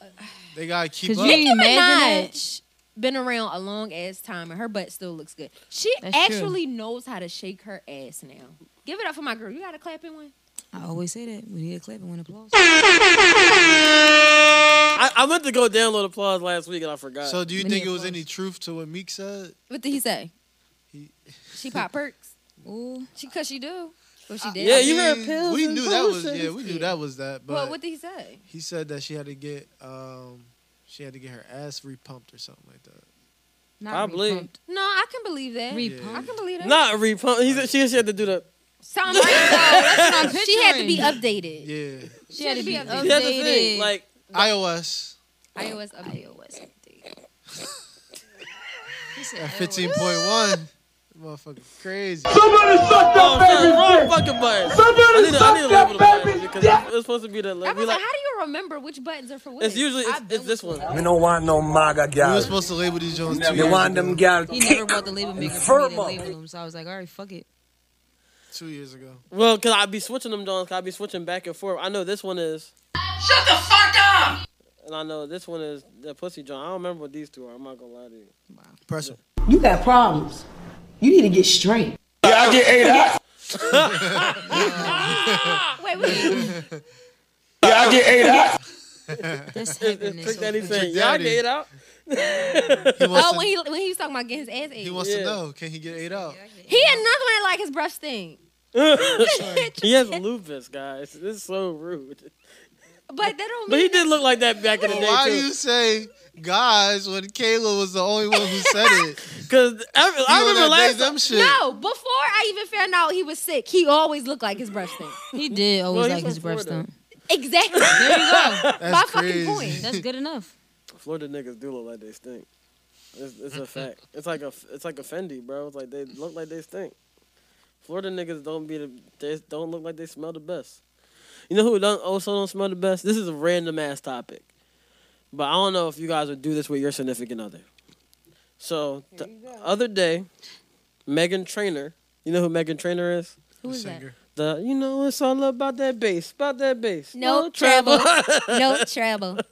Speaker 4: They gotta keep
Speaker 8: Could
Speaker 4: up.
Speaker 8: you
Speaker 6: Nicki
Speaker 8: imagine
Speaker 6: Minaj
Speaker 8: that?
Speaker 6: been around a long ass time and her butt still looks good. She
Speaker 8: That's true.
Speaker 6: actually knows how to shake her ass now. Give it up for my girl. You got a clapping one?
Speaker 8: I always Oh, say that. We need a clap and one applause.
Speaker 1: I, I meant to go download applause last week and I forgot.
Speaker 4: So do you think it was any truth to what Meek said?
Speaker 6: What did he say? she pop perks. Ooh. She, cause she do. Oh, she did.
Speaker 4: Uh, I mean, We knew that was yeah. We knew that was that. But
Speaker 6: Well, what did he say?
Speaker 4: He said that she had to get um she had to get her ass repumped or something like that.
Speaker 6: Not
Speaker 1: Probably.
Speaker 6: repumped. No, I can believe that. I can believe that.
Speaker 1: Not repump. He said she she had to do the.
Speaker 6: Sound like that's what I'm She had to be updated.
Speaker 4: Yeah.
Speaker 6: She had to be
Speaker 1: That's the thing.
Speaker 6: updated.
Speaker 1: Like
Speaker 4: iOS
Speaker 6: iOS update. iOS
Speaker 4: at fifteen point one. Motherfucker, crazy.
Speaker 1: Somebody suck that Oh, son, baby's wrong dick. fucking button. Somebody I need to- I suck need to that label the button baby's because dick. it's supposed to be the.
Speaker 6: I was like, how do you remember which buttons are for what?
Speaker 1: It's usually it's, it's this one.
Speaker 11: We don't want no MAGA
Speaker 4: We
Speaker 11: gal.
Speaker 4: were supposed to label these Jones. two
Speaker 11: You
Speaker 4: years
Speaker 11: want
Speaker 4: ago.
Speaker 11: them gal?
Speaker 8: He never bought the label maker for me to label them, so I was like, all right, fuck it.
Speaker 4: Two years ago.
Speaker 1: Well, cause I be switching them, Don. Cause I be switching back and forth. I know this one is.
Speaker 10: Shut the fuck up!
Speaker 1: And I know this one is the pussy John. I don't remember what these two are. I'm not gonna lie to you.
Speaker 4: Pressure.
Speaker 17: You got problems. You need to get straight.
Speaker 11: I get ate out.
Speaker 6: Wait, wait.
Speaker 11: I get ate out.
Speaker 1: That's happening. Trick Daddy saying,
Speaker 4: Trick
Speaker 1: y'all
Speaker 4: Daddy.
Speaker 1: get it out.
Speaker 4: wants
Speaker 6: oh,
Speaker 4: to-
Speaker 6: when he when he was talking about getting his ass ate.
Speaker 4: He wants to know, can he get ate out?
Speaker 6: He another one that like his breath stink.
Speaker 1: he has lupus, guys. This is so rude.
Speaker 6: But they don't.
Speaker 1: But he did look like that back in the
Speaker 4: Well,
Speaker 1: day
Speaker 4: why
Speaker 1: too.
Speaker 4: do you say guys when Kayla was the only one who said it?
Speaker 1: Because I,
Speaker 4: You on
Speaker 1: remember
Speaker 4: that
Speaker 1: last
Speaker 4: Dave Them shit.
Speaker 6: No, before I even found out he was sick, he always looked like his breath stink.
Speaker 8: He did always
Speaker 1: Well, he's
Speaker 8: like
Speaker 1: from
Speaker 8: his breath
Speaker 1: Florida.
Speaker 8: stunt.
Speaker 6: Exactly.
Speaker 8: There you go.
Speaker 4: That's
Speaker 6: My
Speaker 4: crazy.
Speaker 6: fucking point.
Speaker 8: That's good enough.
Speaker 1: Florida niggas do look like they stink. It's, it's a fact. It's like a it's like a Fendi, bro. It's like they look like they stink. Florida niggas don't be the they don't look like they smell the best. You know who don't also don't smell the best? This is a random ass topic, but I don't know if you guys would do this with your significant other. So the other day, Megan Trainer. You know who Megan Trainer is?
Speaker 6: Who is that?
Speaker 1: The you know it's all about that bass, about that bass.
Speaker 6: No trouble. no trouble. All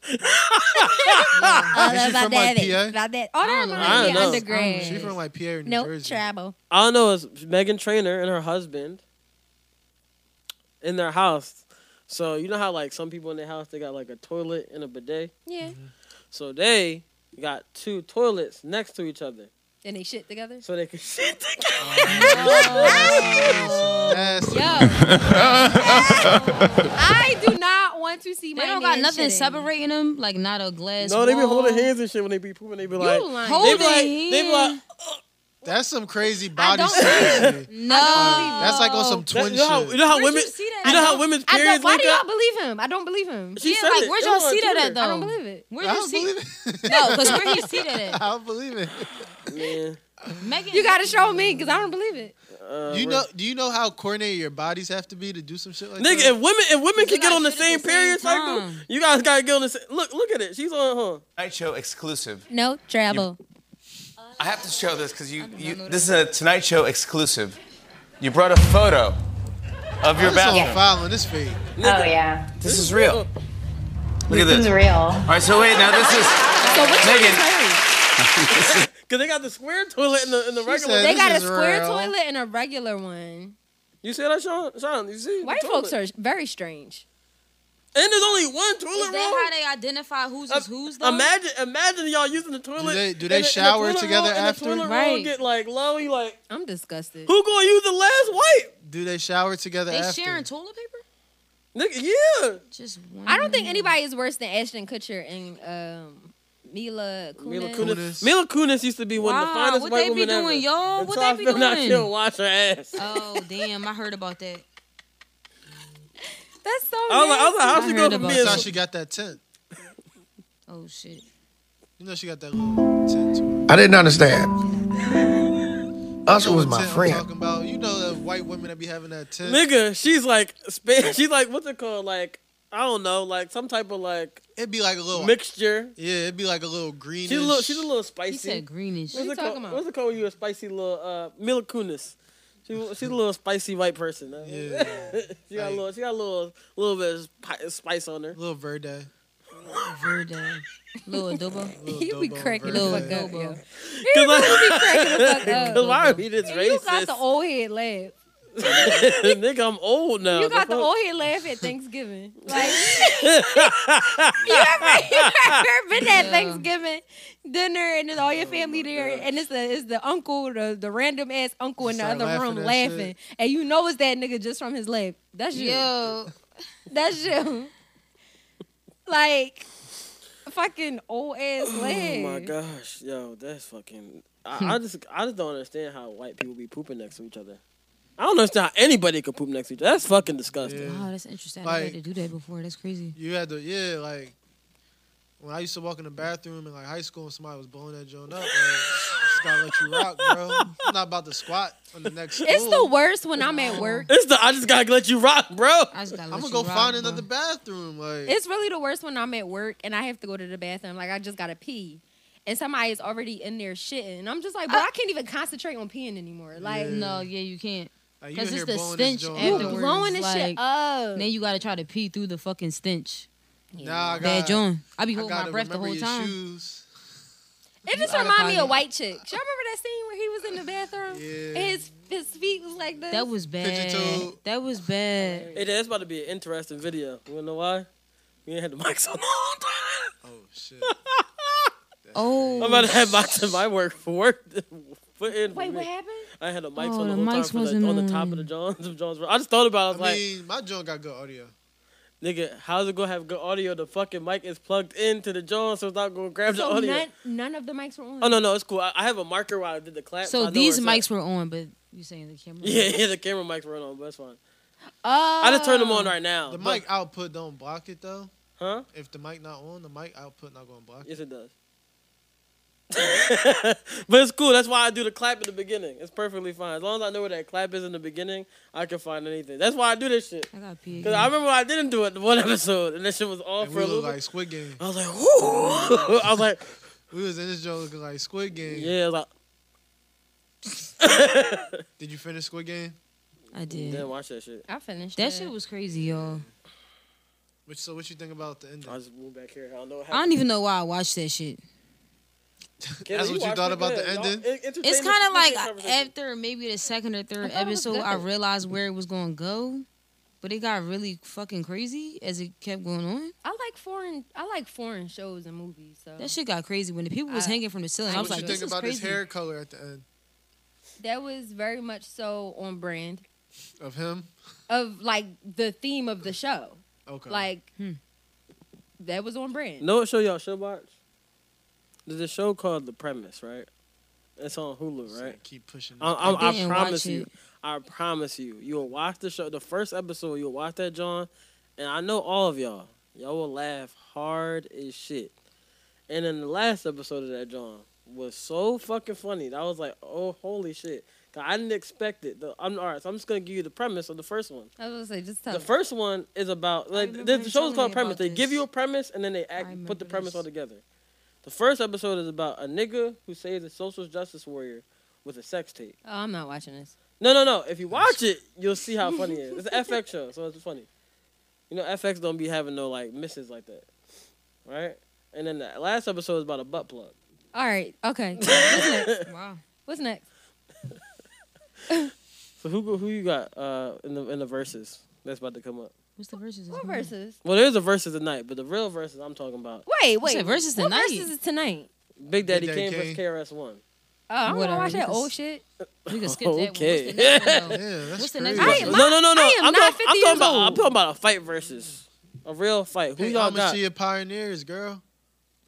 Speaker 1: Is she
Speaker 6: about
Speaker 1: from,
Speaker 6: that.
Speaker 1: like,
Speaker 6: it,
Speaker 1: PA?
Speaker 6: About that. Oh, that
Speaker 1: I
Speaker 6: reminds me
Speaker 1: don't know.
Speaker 6: of undergrad.
Speaker 4: She from like Pierre, New
Speaker 6: no
Speaker 4: Jersey.
Speaker 6: trouble.
Speaker 1: All I know is Megan Trainer and her husband in their house. So you know how like some people in their house they got like a toilet and a bidet.
Speaker 6: Yeah.
Speaker 1: So they got two toilets next to each other,
Speaker 6: And they shit together.
Speaker 1: so they can shit together.
Speaker 4: That's
Speaker 6: Yo, I do not want to see
Speaker 8: They
Speaker 6: my
Speaker 8: don't got
Speaker 6: man
Speaker 8: nothing
Speaker 6: shitting.
Speaker 8: separating them, like not a glass.
Speaker 1: no, they be
Speaker 8: wall.
Speaker 1: holding hands and shit when they be pooping. They be like,
Speaker 8: lying.
Speaker 1: they be like, they be like,
Speaker 4: That's some crazy body
Speaker 1: don't-
Speaker 4: shit.
Speaker 8: No.
Speaker 4: That's like on some
Speaker 1: That-
Speaker 4: twin
Speaker 1: you know how,
Speaker 4: shit.
Speaker 1: Oh, you know how
Speaker 6: Where'd
Speaker 1: women,
Speaker 6: you see that?
Speaker 1: you know
Speaker 6: I
Speaker 1: how
Speaker 6: don't-
Speaker 1: women's
Speaker 6: I
Speaker 1: periods
Speaker 6: don't, why
Speaker 1: link
Speaker 6: do y'all
Speaker 1: up.
Speaker 6: believe him? I don't believe him.
Speaker 1: She
Speaker 8: yeah,
Speaker 1: said
Speaker 8: like
Speaker 1: it.
Speaker 8: where'd
Speaker 1: It
Speaker 8: y'all
Speaker 1: was on
Speaker 8: see that at
Speaker 1: Twitter.
Speaker 8: though?
Speaker 6: I don't believe it.
Speaker 8: Where'd
Speaker 4: I
Speaker 8: you
Speaker 4: don't
Speaker 8: see?
Speaker 4: believe it.
Speaker 8: No, because where'd you see that
Speaker 4: I
Speaker 8: at?
Speaker 4: don't believe it.
Speaker 1: Man,
Speaker 8: Megan,
Speaker 6: You gotta show me because I don't believe it.
Speaker 1: uh,
Speaker 4: You
Speaker 1: we're-
Speaker 4: know? Do you know how coordinated your bodies have to be to do some shit like
Speaker 1: Nigga,
Speaker 4: that?
Speaker 1: if women if women can get on the same period cycle,
Speaker 8: time.
Speaker 1: you guys gotta get on the same. Look, look at it. She's on her.
Speaker 18: Tonight Show exclusive.
Speaker 6: No trouble.
Speaker 18: I have to show this because you, you this is a Tonight Show exclusive. You brought a photo of your
Speaker 4: I'm just on
Speaker 18: bathroom.
Speaker 4: file on this feed.
Speaker 19: Oh yeah,
Speaker 18: This is real. Look at
Speaker 19: this
Speaker 18: this.
Speaker 19: is
Speaker 18: All
Speaker 19: real.
Speaker 18: right, so wait, now this is
Speaker 6: So which one
Speaker 18: Megan.
Speaker 6: is hers?
Speaker 1: Cause they got the square toilet and the, and the regular.
Speaker 4: said
Speaker 6: They
Speaker 4: This
Speaker 6: got a
Speaker 4: is
Speaker 6: square
Speaker 4: real.
Speaker 6: toilet and a regular one.
Speaker 1: You see that, Sean? Sean, you see?
Speaker 6: White
Speaker 1: The
Speaker 6: folks are
Speaker 1: toilet.
Speaker 6: very strange.
Speaker 1: And there's only one toilet
Speaker 8: Is
Speaker 1: roll.
Speaker 8: that how they identify who's
Speaker 1: Uh,
Speaker 8: is who's though?
Speaker 1: Imagine, imagine y'all using the toilet.
Speaker 4: they- do
Speaker 1: and the-
Speaker 4: they
Speaker 1: and the
Speaker 4: shower
Speaker 1: toilet
Speaker 4: together
Speaker 1: roll,
Speaker 4: after?
Speaker 1: And the toilet roll
Speaker 8: Right.
Speaker 1: get like low. You like
Speaker 6: I'm disgusted.
Speaker 1: who gonna use the last wipe?
Speaker 4: Do they shower together
Speaker 8: They
Speaker 4: after?
Speaker 8: sharing toilet paper?
Speaker 1: Nigga, yeah.
Speaker 8: Just one.
Speaker 6: I don't think anybody is worse than Ashton Kutcher and um, Mila Kunis.
Speaker 1: Mila
Speaker 4: Kunis.
Speaker 1: Kunis. Mila Kunis used to be one of the
Speaker 8: Wow,
Speaker 1: finest
Speaker 8: what
Speaker 1: white
Speaker 8: they be
Speaker 1: women ever.
Speaker 8: doing, y'all?
Speaker 1: Until
Speaker 8: What
Speaker 1: I
Speaker 8: they be
Speaker 1: found out she
Speaker 8: doing?
Speaker 1: don't wash her ass.
Speaker 8: Oh damn! I heard about that.
Speaker 6: That's so.
Speaker 1: I was like, I was like, how
Speaker 6: nasty.
Speaker 1: she go
Speaker 8: heard
Speaker 1: from
Speaker 8: about
Speaker 1: being?
Speaker 4: That's how
Speaker 1: so-
Speaker 4: she got that tent.
Speaker 8: Oh shit!
Speaker 4: You know she got that little tent to her.
Speaker 11: I didn't understand. Usher was my
Speaker 4: Tent I'm
Speaker 11: friend.
Speaker 4: Talking about you know the white women that be having that tent.
Speaker 1: Nigga, she's like, spa- she's like, what's it called? Like, I don't know, like some type of like
Speaker 4: It'd be like a little.
Speaker 1: mixture.
Speaker 4: Yeah, it'd be like a little greenish.
Speaker 1: She's a little, she's a little spicy.
Speaker 8: He said greenish.
Speaker 1: What's
Speaker 6: you
Speaker 1: it called?
Speaker 6: talking about?
Speaker 1: What's it called when you a spicy little uh, Mila Kunis? She, she's a little spicy white person. huh?
Speaker 4: Yeah.
Speaker 1: she got a
Speaker 4: Like-
Speaker 1: little, she got a little, little bit of spi- spice on her.
Speaker 4: little verde.
Speaker 8: Verde, little adobo.
Speaker 4: Little
Speaker 6: You be
Speaker 4: adobo,
Speaker 6: cracking the
Speaker 4: verde.
Speaker 6: fuck up, yo.
Speaker 1: Cause
Speaker 6: be cracking the fuck
Speaker 1: I,
Speaker 6: up.
Speaker 1: cause why are we this
Speaker 6: And you got the
Speaker 1: racist?
Speaker 6: old head laugh.
Speaker 1: Nigga, I'm old now.
Speaker 6: You got the
Speaker 1: fuck?
Speaker 6: old head laugh at Thanksgiving. Like you ever, you ever been at Thanksgiving dinner and then
Speaker 4: Oh,
Speaker 6: all your family there and it's the it's the uncle, the, the random ass uncle in the
Speaker 3: Start
Speaker 6: other
Speaker 3: laughing
Speaker 6: room
Speaker 3: at
Speaker 6: laughing. And you know it's that nigga just from his laugh. That's you.
Speaker 3: Yo.
Speaker 6: That's you. Like fucking old ass laugh.
Speaker 1: Oh my gosh, yo, that's fucking. I, I just, I just don't understand how white people be pooping next to each other. I don't understand how anybody could poop next to each other. That's fucking disgusting.
Speaker 8: Oh, that's interesting. I
Speaker 4: Like-
Speaker 8: never had to do that before. That's crazy.
Speaker 4: You had to, yeah, like when I used to walk in the bathroom in like high school and somebody was blowing that joint up, like, just gotta let you rock, bro. I'm not about to squat on the next.
Speaker 6: It's the
Speaker 4: stool.
Speaker 6: worst when I'm at work.
Speaker 1: It's the I just gotta let you rock, bro.
Speaker 8: I just gotta
Speaker 4: I'm gonna go find another bathroom. Like
Speaker 6: It's really the worst when I'm at work and I have to go to the bathroom. Like I just gotta pee, and somebody is already in there shitting, and I'm just like, bro,
Speaker 4: Uh,
Speaker 6: I, can't even concentrate on peeing anymore. Like,
Speaker 8: No, yeah, you can't.
Speaker 6: Like, you
Speaker 8: Because
Speaker 6: in
Speaker 8: it's
Speaker 6: here
Speaker 8: the
Speaker 6: blowing this
Speaker 8: stench
Speaker 6: joint up. You
Speaker 8: afterwards.
Speaker 6: blowing this shit
Speaker 8: like,
Speaker 6: up.
Speaker 8: Then you gotta try to pee through the fucking stench.
Speaker 4: Nah, I
Speaker 8: Bad
Speaker 4: got-
Speaker 8: joint. I be
Speaker 4: I
Speaker 8: holding my
Speaker 4: gotta
Speaker 8: breath the
Speaker 4: remember
Speaker 8: whole
Speaker 4: your
Speaker 8: time.
Speaker 4: Shoes.
Speaker 6: it just
Speaker 8: You gotta
Speaker 6: remind me
Speaker 8: find
Speaker 6: of White Chicks. Y'all remember that scene where he was in the bathroom? And his his feet was like this.
Speaker 8: That was bad. That was bad.
Speaker 1: Hey, that's about to be an interesting video. You know why? We ain't had the mics on.
Speaker 8: Oh,
Speaker 1: I'm about to have my, my work for work. Put in for
Speaker 6: Wait, what
Speaker 1: me.
Speaker 6: happened?
Speaker 1: I had the mics
Speaker 8: Oh,
Speaker 1: on the,
Speaker 8: the
Speaker 1: whole
Speaker 8: mics
Speaker 1: time for
Speaker 8: wasn't
Speaker 1: the, on the top
Speaker 8: on.
Speaker 1: of the Johns of Johns. I just thought about. it. I was
Speaker 4: I
Speaker 1: like,
Speaker 4: mean, my joint got good audio.
Speaker 1: nigga, how's it gonna have good audio? The fucking mic is plugged into the John, so it's not gonna grab
Speaker 6: so
Speaker 1: the audio.
Speaker 6: none none of the mics were on.
Speaker 1: Oh no, no, it's cool. I, I have a marker while I did the clap. I
Speaker 8: So
Speaker 1: know
Speaker 8: these
Speaker 1: where
Speaker 8: mics
Speaker 1: it's at.
Speaker 8: were on, but you saying the camera?
Speaker 1: Yeah, yeah, the camera mics were on, but that's fine.
Speaker 6: Oh.
Speaker 1: I just turned them on right now.
Speaker 4: The
Speaker 1: but-
Speaker 4: mic output don't block it though.
Speaker 1: Huh?
Speaker 4: If the mic not on, the mic output not gonna block
Speaker 1: Yes, it does. but it's cool. That's why I do the clap in the beginning. It's perfectly fine. As long as I know where that clap is in the beginning, I can find anything. That's why I do this shit.
Speaker 8: I got pee.
Speaker 1: Because I remember I didn't do it the one episode, and that shit was all
Speaker 4: And
Speaker 1: for
Speaker 4: we
Speaker 1: a
Speaker 4: look
Speaker 1: little
Speaker 4: like Squid Game.
Speaker 1: I was like, whoo! I was like,
Speaker 4: we was in this joint looking like Squid Game.
Speaker 1: Yeah, like
Speaker 4: Did you finish Squid Game?
Speaker 8: I did.
Speaker 1: Didn't watch that shit.
Speaker 6: I finished
Speaker 8: That shit was crazy, y'all.
Speaker 4: Which so what you think about the ending?
Speaker 1: I just moved back here. I don't know. What
Speaker 8: I don't even know why I watched that shit.
Speaker 4: That's what you thought about the ending?
Speaker 8: It's kind of like uh, after maybe the second or third
Speaker 4: thought it was
Speaker 8: episode, I
Speaker 4: good.
Speaker 8: realized where it was going to go, but it got really fucking crazy as it kept going on.
Speaker 6: I like foreign. I like foreign shows and movies. So
Speaker 8: That shit got crazy when the people was
Speaker 6: I-
Speaker 8: hanging from the ceiling. I was
Speaker 4: what
Speaker 8: like,
Speaker 4: you
Speaker 8: this
Speaker 4: think
Speaker 8: is
Speaker 4: about
Speaker 8: crazy.
Speaker 4: his hair color at the end
Speaker 6: that was very much so on brand
Speaker 4: of him?
Speaker 6: of like the theme of the show.
Speaker 4: Okay.
Speaker 6: Like
Speaker 8: Hmm.
Speaker 6: that was on brand.
Speaker 1: Know what show y'all should watch? There's a show called The Premise, right? It's on Hulu, right?
Speaker 4: keep pushing.
Speaker 1: I, I,
Speaker 8: I
Speaker 1: I
Speaker 8: didn't
Speaker 1: promise
Speaker 8: watch
Speaker 1: you.
Speaker 8: it.
Speaker 1: I promise you. You'll watch the show, the first episode. You'll watch that, John, and I know all of y'all. Y'all will laugh hard as shit. And then the last episode of that, John, was so fucking funny. That I was like, oh holy shit! 'Cause I didn't expect it. The, I'm all right. So I'm just gonna give you the premise of the first one.
Speaker 6: I was gonna say just tell
Speaker 1: The first one is about like
Speaker 6: remember
Speaker 1: the
Speaker 6: him
Speaker 1: show's
Speaker 6: telling
Speaker 1: called
Speaker 6: me
Speaker 1: premise.
Speaker 6: about
Speaker 1: They give
Speaker 6: this.
Speaker 1: you a premise and then they act, put the premise all together. The first episode is about a nigga who saves a social justice warrior with a sex tape.
Speaker 6: Oh, I'm not watching this.
Speaker 1: No, no, no. If you watch it, you'll see how funny it is. It's an FX show, so it's funny. You know, FX don't be having no like misses like that, right? And then the last episode is about a butt plug.
Speaker 6: All right. Okay. What's next? wow. What's next?
Speaker 1: So who go- who you got uh, in the in the verses that's about to come up?
Speaker 8: What's the verses?
Speaker 6: What verses?
Speaker 1: Well, there's a verses tonight, but the real verses I'm talking about.
Speaker 6: Wait, wait.
Speaker 8: said versus
Speaker 6: what
Speaker 8: tonight?
Speaker 6: Versus is tonight.
Speaker 1: Big Daddy,
Speaker 4: Daddy
Speaker 1: Kane
Speaker 4: Kane.
Speaker 1: versus KRS One.
Speaker 6: Oh, I don't want to
Speaker 8: Whatever,
Speaker 6: watch
Speaker 8: we
Speaker 6: that
Speaker 8: can
Speaker 6: old
Speaker 8: s-
Speaker 6: shit.
Speaker 8: We can skip that one.
Speaker 1: Okay.
Speaker 4: Yeah, that's
Speaker 8: the next
Speaker 4: crazy.
Speaker 8: one?
Speaker 1: no, no, no, no.
Speaker 6: I am
Speaker 1: I'm,
Speaker 6: not
Speaker 1: talking, I'm
Speaker 6: 50
Speaker 1: talking
Speaker 6: years
Speaker 1: about. I'm
Speaker 6: old.
Speaker 1: talking about a fight versus a real fight. Who
Speaker 4: Hey,
Speaker 1: y'all
Speaker 4: I'ma
Speaker 1: got?
Speaker 4: see your pioneers, girl.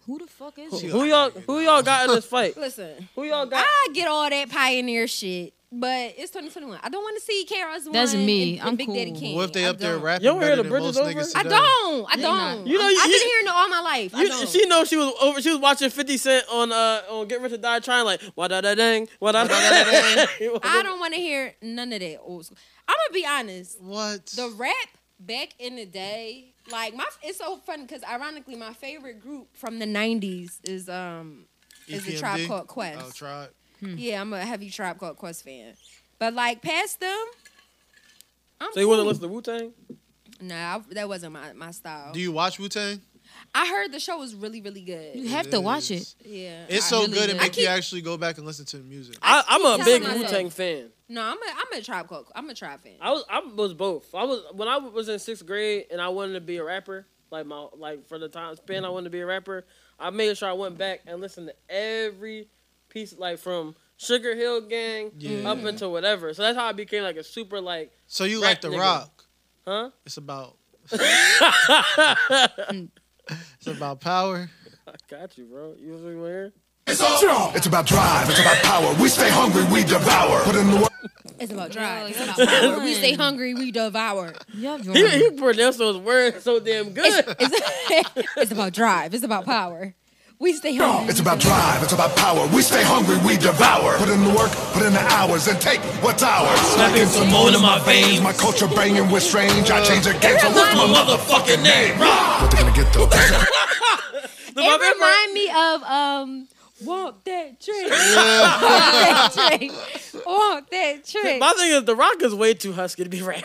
Speaker 8: Who the fuck is
Speaker 1: Who,
Speaker 8: you?
Speaker 1: who y'all? Who y'all got in this fight?
Speaker 6: Listen,
Speaker 1: who y'all got?
Speaker 6: I get all that pioneer shit, but it's 2021. I don't want to see Kara's one.
Speaker 8: That's me.
Speaker 6: And, and
Speaker 8: I'm
Speaker 6: Big
Speaker 8: cool.
Speaker 6: Daddy King.
Speaker 4: What if they
Speaker 6: I
Speaker 4: up there
Speaker 6: don't.
Speaker 4: rapping
Speaker 1: You don't hear
Speaker 4: better
Speaker 1: the
Speaker 4: than
Speaker 1: Bridges
Speaker 4: most
Speaker 1: over?
Speaker 4: niggas
Speaker 6: I
Speaker 4: today?
Speaker 6: don't. I
Speaker 8: They
Speaker 6: don't.
Speaker 8: not.
Speaker 1: You know,
Speaker 6: I've
Speaker 1: you-
Speaker 6: been hearing it all my life. I
Speaker 1: You,
Speaker 6: don't.
Speaker 1: she knows she was over. She was watching Fifty Cent on uh on Get Rich or Die Trying, like wah da da dang, wah da da dang.
Speaker 6: I don't want to hear none of that old school. I'm gonna be honest.
Speaker 4: What
Speaker 6: the rap back in the day, like my it's so funny because ironically my favorite group from the '90s is um is the Tribe
Speaker 4: EPMD?
Speaker 6: Called Quest. Mm.
Speaker 4: Oh, Tribe.
Speaker 6: Yeah, I'm a heavy Tribe Called Quest fan, but like past them, I'm
Speaker 1: So you want to
Speaker 6: cool.
Speaker 1: listen to Wu Tang?
Speaker 6: No, I, that wasn't my, my style. Uh,
Speaker 4: Do you watch Wu Tang?
Speaker 6: I heard the show was really, really good.
Speaker 8: You have to watch it.
Speaker 6: Yeah,
Speaker 4: It's
Speaker 6: I
Speaker 4: so
Speaker 6: really
Speaker 4: good it
Speaker 6: do. I
Speaker 4: makes you
Speaker 6: keep-
Speaker 4: actually go back and listen to the music.
Speaker 1: I, I'm a
Speaker 6: keep
Speaker 1: big
Speaker 6: telling
Speaker 1: Wu
Speaker 6: myself-
Speaker 1: Tang fan.
Speaker 6: No, I'm a I'm a tribe called I'm a tribe fan.
Speaker 1: I was I was both. I was when I was in sixth grade and I wanted to be a rapper. Like my like for the time span, I wanted to be a rapper. I made sure I went back and listened to every piece, like from Sugar Hill Gang
Speaker 4: Yeah.
Speaker 1: up into whatever. So that's how I became like a super like.
Speaker 4: So you
Speaker 1: rap
Speaker 4: like The
Speaker 1: nigga.
Speaker 4: Rock?
Speaker 1: Huh?
Speaker 4: It's about. it's about power.
Speaker 1: I got you, bro. You was here.
Speaker 9: It's, it's about drive, it's about power. We stay hungry, we devour. Put in the work.
Speaker 6: It's about drive. It's about power. we stay hungry, we devour.
Speaker 1: He, he pronounced those words so damn good.
Speaker 6: it's about drive. It's about power. We stay hungry.
Speaker 9: It's about drive, it's about power. We stay hungry, we devour. Put in the work, put in the hours, and take what's ours. Slapping some more in my veins. My culture banging with strange. I change the game, so what's my motherfucking name? Rah! What they gonna get though?
Speaker 6: it remind me of um walk that train. walk that train. Walk that train.
Speaker 1: My thing is, The Rock is way too husky to be rapping.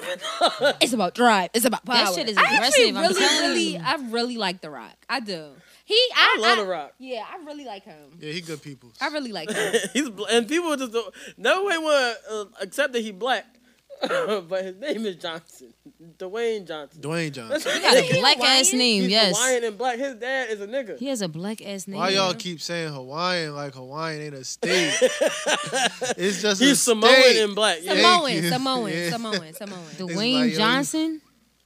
Speaker 6: it's about drive. It's about power.
Speaker 1: That shit is
Speaker 6: I actually
Speaker 1: aggressive, I'm
Speaker 6: really,
Speaker 1: telling
Speaker 6: really,
Speaker 1: you.
Speaker 6: I really like The Rock. I do. He, I,
Speaker 1: I love The Rock.
Speaker 6: Yeah, I really like him.
Speaker 4: Yeah, he good people.
Speaker 6: I really like him.
Speaker 1: He's bl- and people just don't, no way want uh, accept that he black, but his name is Johnson, Dwayne Johnson.
Speaker 4: Dwayne Johnson.
Speaker 8: He got a black ass name,
Speaker 1: He's
Speaker 8: yes.
Speaker 1: Hawaiian and black. His dad is a nigga.
Speaker 8: He has a black ass name.
Speaker 4: Why y'all keep saying Hawaiian like Hawaiian ain't a state? it's just a
Speaker 1: He's Samoan
Speaker 4: state.
Speaker 1: and black, yeah.
Speaker 4: Thank
Speaker 6: Samoan,
Speaker 4: you.
Speaker 6: Samoan,
Speaker 4: Yeah.
Speaker 6: Samoan, Samoan.
Speaker 8: Dwayne Johnson?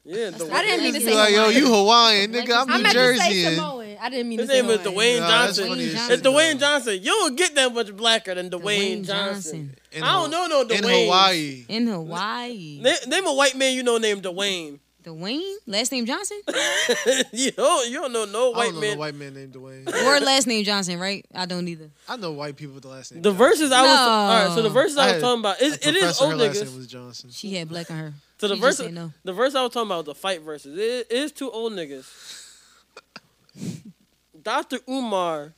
Speaker 1: Yeah,
Speaker 6: I didn't mean to
Speaker 4: You
Speaker 6: say
Speaker 4: like, yo,
Speaker 6: Hawaiian.
Speaker 4: you Hawaiian, nigga. I'm
Speaker 6: I
Speaker 4: New
Speaker 6: meant to
Speaker 4: Jersey.
Speaker 6: say Samoan. I didn't mean
Speaker 1: His
Speaker 6: to say
Speaker 1: name is Dwayne
Speaker 4: Nah, that's
Speaker 1: Johnson.
Speaker 4: funny as
Speaker 1: It's
Speaker 4: shit,
Speaker 1: Dwayne Johnson. You don't get that much blacker than Dwayne, Johnson. I don't know no Dwayne.
Speaker 4: in Hawaii.
Speaker 8: In Hawaii.
Speaker 1: Na- name a white man you know named Dwayne.
Speaker 8: Dwayne? Last name Johnson?
Speaker 1: you, don't, you don't know no
Speaker 4: I
Speaker 1: white
Speaker 4: don't know
Speaker 1: man.
Speaker 4: a white man named Dwayne.
Speaker 8: or last name Johnson, right? I don't either.
Speaker 4: I know white people with the last name.
Speaker 1: The verses I was
Speaker 8: No.
Speaker 1: all right. So the verses I,
Speaker 4: I
Speaker 1: was
Speaker 4: had
Speaker 1: talking about is
Speaker 4: a
Speaker 1: it is
Speaker 4: professor,
Speaker 1: old
Speaker 4: her last name
Speaker 1: niggas.
Speaker 4: was Johnson.
Speaker 8: She had black on her.
Speaker 1: So the
Speaker 8: She just
Speaker 1: verse,
Speaker 8: say no.
Speaker 1: the verse I was talking about, was the fight verses. It it is two old niggas. Dr. Umar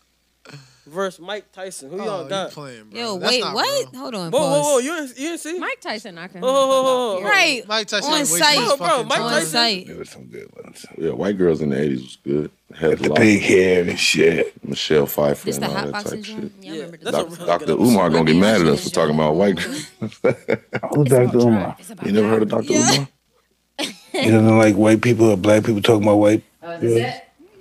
Speaker 1: versus Mike Tyson. Who
Speaker 4: Oh,
Speaker 1: y'all
Speaker 4: you
Speaker 1: got?
Speaker 4: playing,
Speaker 8: bro. Yo, That's wait, not what? real. Hold on,
Speaker 1: Whoa, whoa,
Speaker 8: pause.
Speaker 1: whoa! You didn't, you didn't see?
Speaker 6: Mike Tyson. I can.
Speaker 1: Oh, oh, oh, oh.
Speaker 8: Right.
Speaker 4: Mike Tyson
Speaker 8: on
Speaker 4: ain't wasting
Speaker 8: site.
Speaker 4: his
Speaker 1: Bro, bro,
Speaker 4: fucking
Speaker 1: Mike
Speaker 4: time.
Speaker 8: on site.
Speaker 19: There was some good ones. Yeah, white girls in the eighties was good. Had
Speaker 20: the big hair and shit.
Speaker 19: Michelle Pfeiffer
Speaker 8: This
Speaker 19: and
Speaker 8: the
Speaker 19: all
Speaker 8: hot
Speaker 19: that
Speaker 8: boxing
Speaker 19: type
Speaker 8: gym?
Speaker 19: shit.
Speaker 8: Yeah, I remember
Speaker 1: That's a
Speaker 8: this.
Speaker 1: really
Speaker 19: Dr.
Speaker 1: good
Speaker 19: Umar gonna get mad at us for talking about white girls.
Speaker 20: Who's Dr. Umar?
Speaker 19: You never heard of Dr. Umar?
Speaker 20: He doesn't like white people or black people talking about white.
Speaker 4: Oh,
Speaker 20: girls?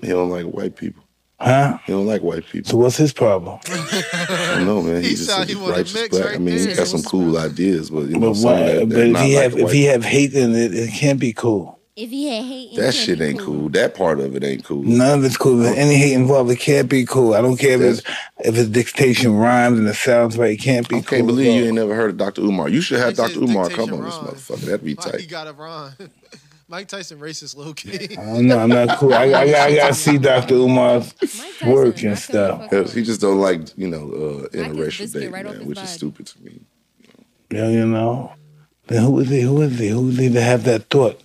Speaker 19: He don't like white people.
Speaker 20: Huh?
Speaker 19: He don't like white people.
Speaker 20: So what's his problem?
Speaker 19: I don't know, man. He,
Speaker 20: He
Speaker 19: just
Speaker 20: sound-
Speaker 19: is
Speaker 20: he wanna
Speaker 19: righteous
Speaker 20: mix
Speaker 19: black. I
Speaker 20: right
Speaker 19: mean, he
Speaker 20: there.
Speaker 19: got some cool ideas, but you know,
Speaker 20: But,
Speaker 19: some
Speaker 20: why-
Speaker 19: that-
Speaker 20: but
Speaker 19: that
Speaker 20: if
Speaker 19: not
Speaker 20: he
Speaker 19: like
Speaker 20: have
Speaker 19: a
Speaker 20: if
Speaker 19: white
Speaker 20: he have hate, then it, it can't be cool.
Speaker 6: If he had hate,
Speaker 19: That shit ain't cool. That part of it ain't cool.
Speaker 20: None of it's cool. If any hate involved, it can't be cool. I don't care if it's if it's dictation rhymes and it sounds right. It can't be. I
Speaker 19: Can't believe you ain't never heard of Dr. Umar. You should have Dr. Umar come on this motherfucker. That'd be
Speaker 4: Why he
Speaker 19: tight.
Speaker 4: got it wrong? Mike Tyson racist low key.
Speaker 20: I don't know. I'm not cool. I, I, I gotta see Dr. Umar's work and stuff.
Speaker 19: He just don't like you know uh, interracial dating, man, which is stupid to me.
Speaker 20: Yeah, you know. Then who is he? Who is he? Who is he to have that thought?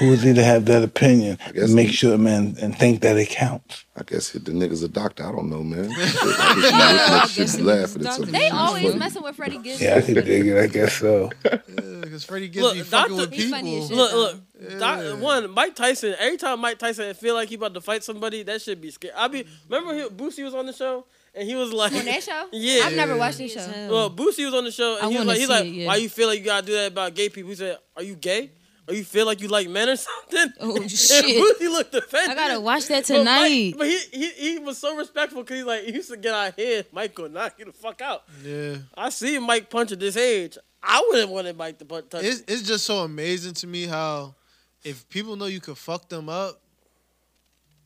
Speaker 20: Who is he to have that opinion? And make sure, man, and think that it counts.
Speaker 19: I guess the nigga's a doctor. I don't know, man. I just, you know, this shit be laughing at some of
Speaker 6: They
Speaker 19: these
Speaker 6: always
Speaker 19: shits, but-
Speaker 6: messing with Freddie Gibbs.
Speaker 20: Yeah, I can dig it. I guess so.
Speaker 4: Because Freddie Gibbs be
Speaker 1: Look,
Speaker 4: fucking
Speaker 1: Dr.
Speaker 4: with people.
Speaker 1: look, look. Doc, one, Mike Tyson. Every time Mike Tyson feel like he about to fight somebody, that should be scary. I be remember he, Boosie was on the show and he was like
Speaker 6: On that show?
Speaker 1: Yeah,
Speaker 6: I've never watched this show.
Speaker 1: Well, Boosie was on the show and
Speaker 6: I
Speaker 1: he was
Speaker 6: wanna
Speaker 1: like, he's
Speaker 6: see
Speaker 1: like,
Speaker 6: it, yeah.
Speaker 1: why you feel like you gotta do that about gay people? He said, are you gay? Or you feel like you like men or something? Oh
Speaker 8: shit.
Speaker 1: Boosie looked offended.
Speaker 8: I gotta watch that
Speaker 1: But Mike-
Speaker 8: tonight.
Speaker 1: But, he, he he was so respectful because he's like, he used to get out here, Michael, knock you the fuck out.
Speaker 4: Yeah.
Speaker 1: I see Mike punch at this age. I wouldn't want Mike to punch. touch
Speaker 4: It's, it's just so amazing to me how if people know you could fuck them up,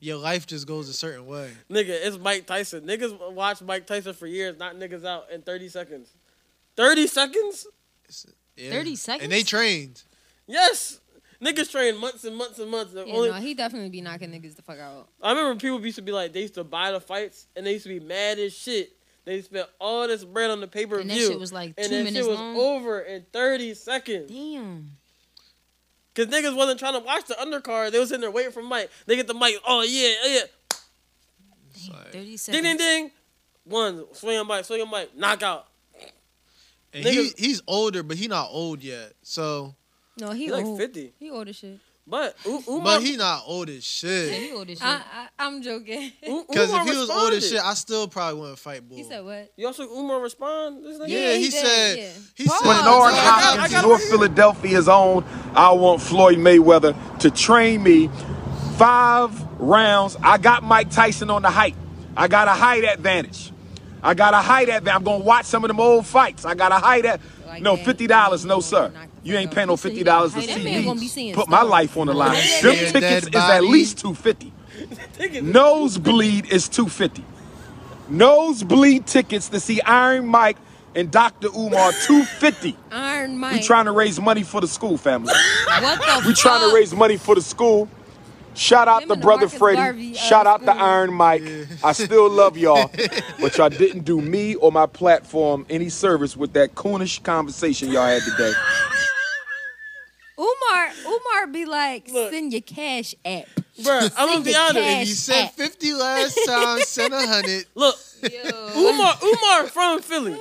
Speaker 4: your life just goes a certain way.
Speaker 1: Nigga, it's Mike Tyson. Niggas watch Mike Tyson for years, not niggas out in 30 seconds. 30 seconds?
Speaker 4: Yeah.
Speaker 1: 30
Speaker 4: And they trained.
Speaker 1: Yes. Niggas train months and months and months. The
Speaker 6: Yeah,
Speaker 1: only-
Speaker 6: no, he definitely be knocking niggas the fuck out.
Speaker 1: I remember people used to be like, they used to buy the fights and they used to be mad as shit. They spent all this bread on the pay per view.
Speaker 8: shit was like two
Speaker 1: And that shit
Speaker 8: minutes
Speaker 1: was
Speaker 8: long.
Speaker 1: over in 30 seconds.
Speaker 8: Damn.
Speaker 1: Because niggas wasn't trying to watch the undercard. They was in there waiting for Mike. They get the mic. Oh, yeah, yeah.
Speaker 8: 30
Speaker 1: Ding,
Speaker 8: seconds.
Speaker 1: ding, ding. One, swing on Mike, swing on Mike, knockout.
Speaker 4: And he, he's older, but he not old yet. So
Speaker 6: No, he
Speaker 1: He like
Speaker 6: old.
Speaker 1: 50.
Speaker 6: He old as shit.
Speaker 1: But U- Uma,
Speaker 4: But he not old as shit.
Speaker 6: I, I, I'm joking.
Speaker 4: Because if he was old as shit, I still probably wouldn't fight Bull.
Speaker 6: He said what?
Speaker 1: You also Umar respond? This nigga?
Speaker 4: Yeah, he, said. He said.
Speaker 5: When
Speaker 6: Oh,
Speaker 5: Lawrence Hopkins, North Philadelphia is on, I want Floyd Mayweather to train me five rounds. I got Mike Tyson on the height. I got a height advantage. I got a height advantage. I'm gonna watch some of them old fights. I got a height at no fifty dollars, no sir. You ain't paying no fifty dollars to
Speaker 6: That
Speaker 5: see
Speaker 6: man gonna be
Speaker 5: me.
Speaker 6: seeing
Speaker 5: Put my life on the line.
Speaker 6: Yeah,
Speaker 5: Them
Speaker 6: yeah,
Speaker 5: tickets
Speaker 6: dead
Speaker 5: is at
Speaker 6: body.
Speaker 5: least two fifty. Nosebleed is two fifty. Nosebleed tickets to see Iron Mike and Dr. Umar two fifty.
Speaker 6: Iron Mike.
Speaker 5: We trying to raise money for the school family.
Speaker 6: What the
Speaker 5: We trying to raise money for the school. Shout out to brother Freddie. Shout out to Iron Mike. I still love y'all, but y'all didn't do me or my platform any service with that coonish conversation y'all had today.
Speaker 6: Umar, Umar be like, send your cash app.
Speaker 1: Bruh, I'm gonna
Speaker 6: Send
Speaker 1: be
Speaker 6: your
Speaker 1: honest.
Speaker 6: cash app.
Speaker 4: fifty last time, sent a hundred.
Speaker 1: Look, Umar, Umar from Philly.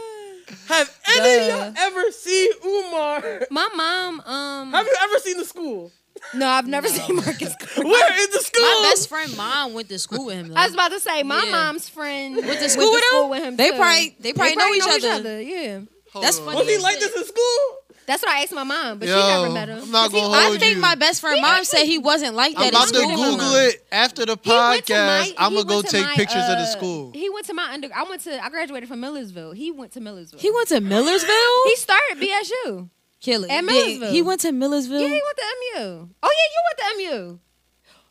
Speaker 1: Have any of y'all ever seen Umar?
Speaker 6: My mom, um
Speaker 1: Have you ever seen the school?
Speaker 6: No, I've never seen Marcus.
Speaker 1: Where is the school?
Speaker 3: My best friend mom went to school with him.
Speaker 6: I was about to say my
Speaker 3: Yeah.
Speaker 6: mom's friend went
Speaker 3: to school with him? They
Speaker 6: too.
Speaker 3: probably- they probably know each other.
Speaker 6: Yeah,
Speaker 3: That's funny.
Speaker 1: Was he like this in school?
Speaker 6: That's what I asked my mom, but she
Speaker 4: Yo,
Speaker 6: never met him.
Speaker 4: I'm not
Speaker 6: 'Cause he-
Speaker 4: gonna
Speaker 3: I
Speaker 4: hold
Speaker 3: think
Speaker 4: you.
Speaker 3: my best friend mom said he wasn't like
Speaker 4: I'm
Speaker 3: that.
Speaker 4: about
Speaker 3: in
Speaker 4: to
Speaker 3: school.
Speaker 4: Google it after the podcast. I'm
Speaker 6: he
Speaker 4: gonna go
Speaker 6: went to
Speaker 4: take
Speaker 6: my,
Speaker 4: pictures of the
Speaker 6: uh,
Speaker 4: school.
Speaker 6: He went to my under. I went to. I graduated from Millersville. He went to Millersville.
Speaker 3: He went to Millersville.
Speaker 6: He started BSU.
Speaker 3: Kill it.
Speaker 6: At
Speaker 3: Yeah,
Speaker 6: Millersville.
Speaker 3: He went to Millersville.
Speaker 6: Yeah, he went to MU. Oh yeah, you went to MU.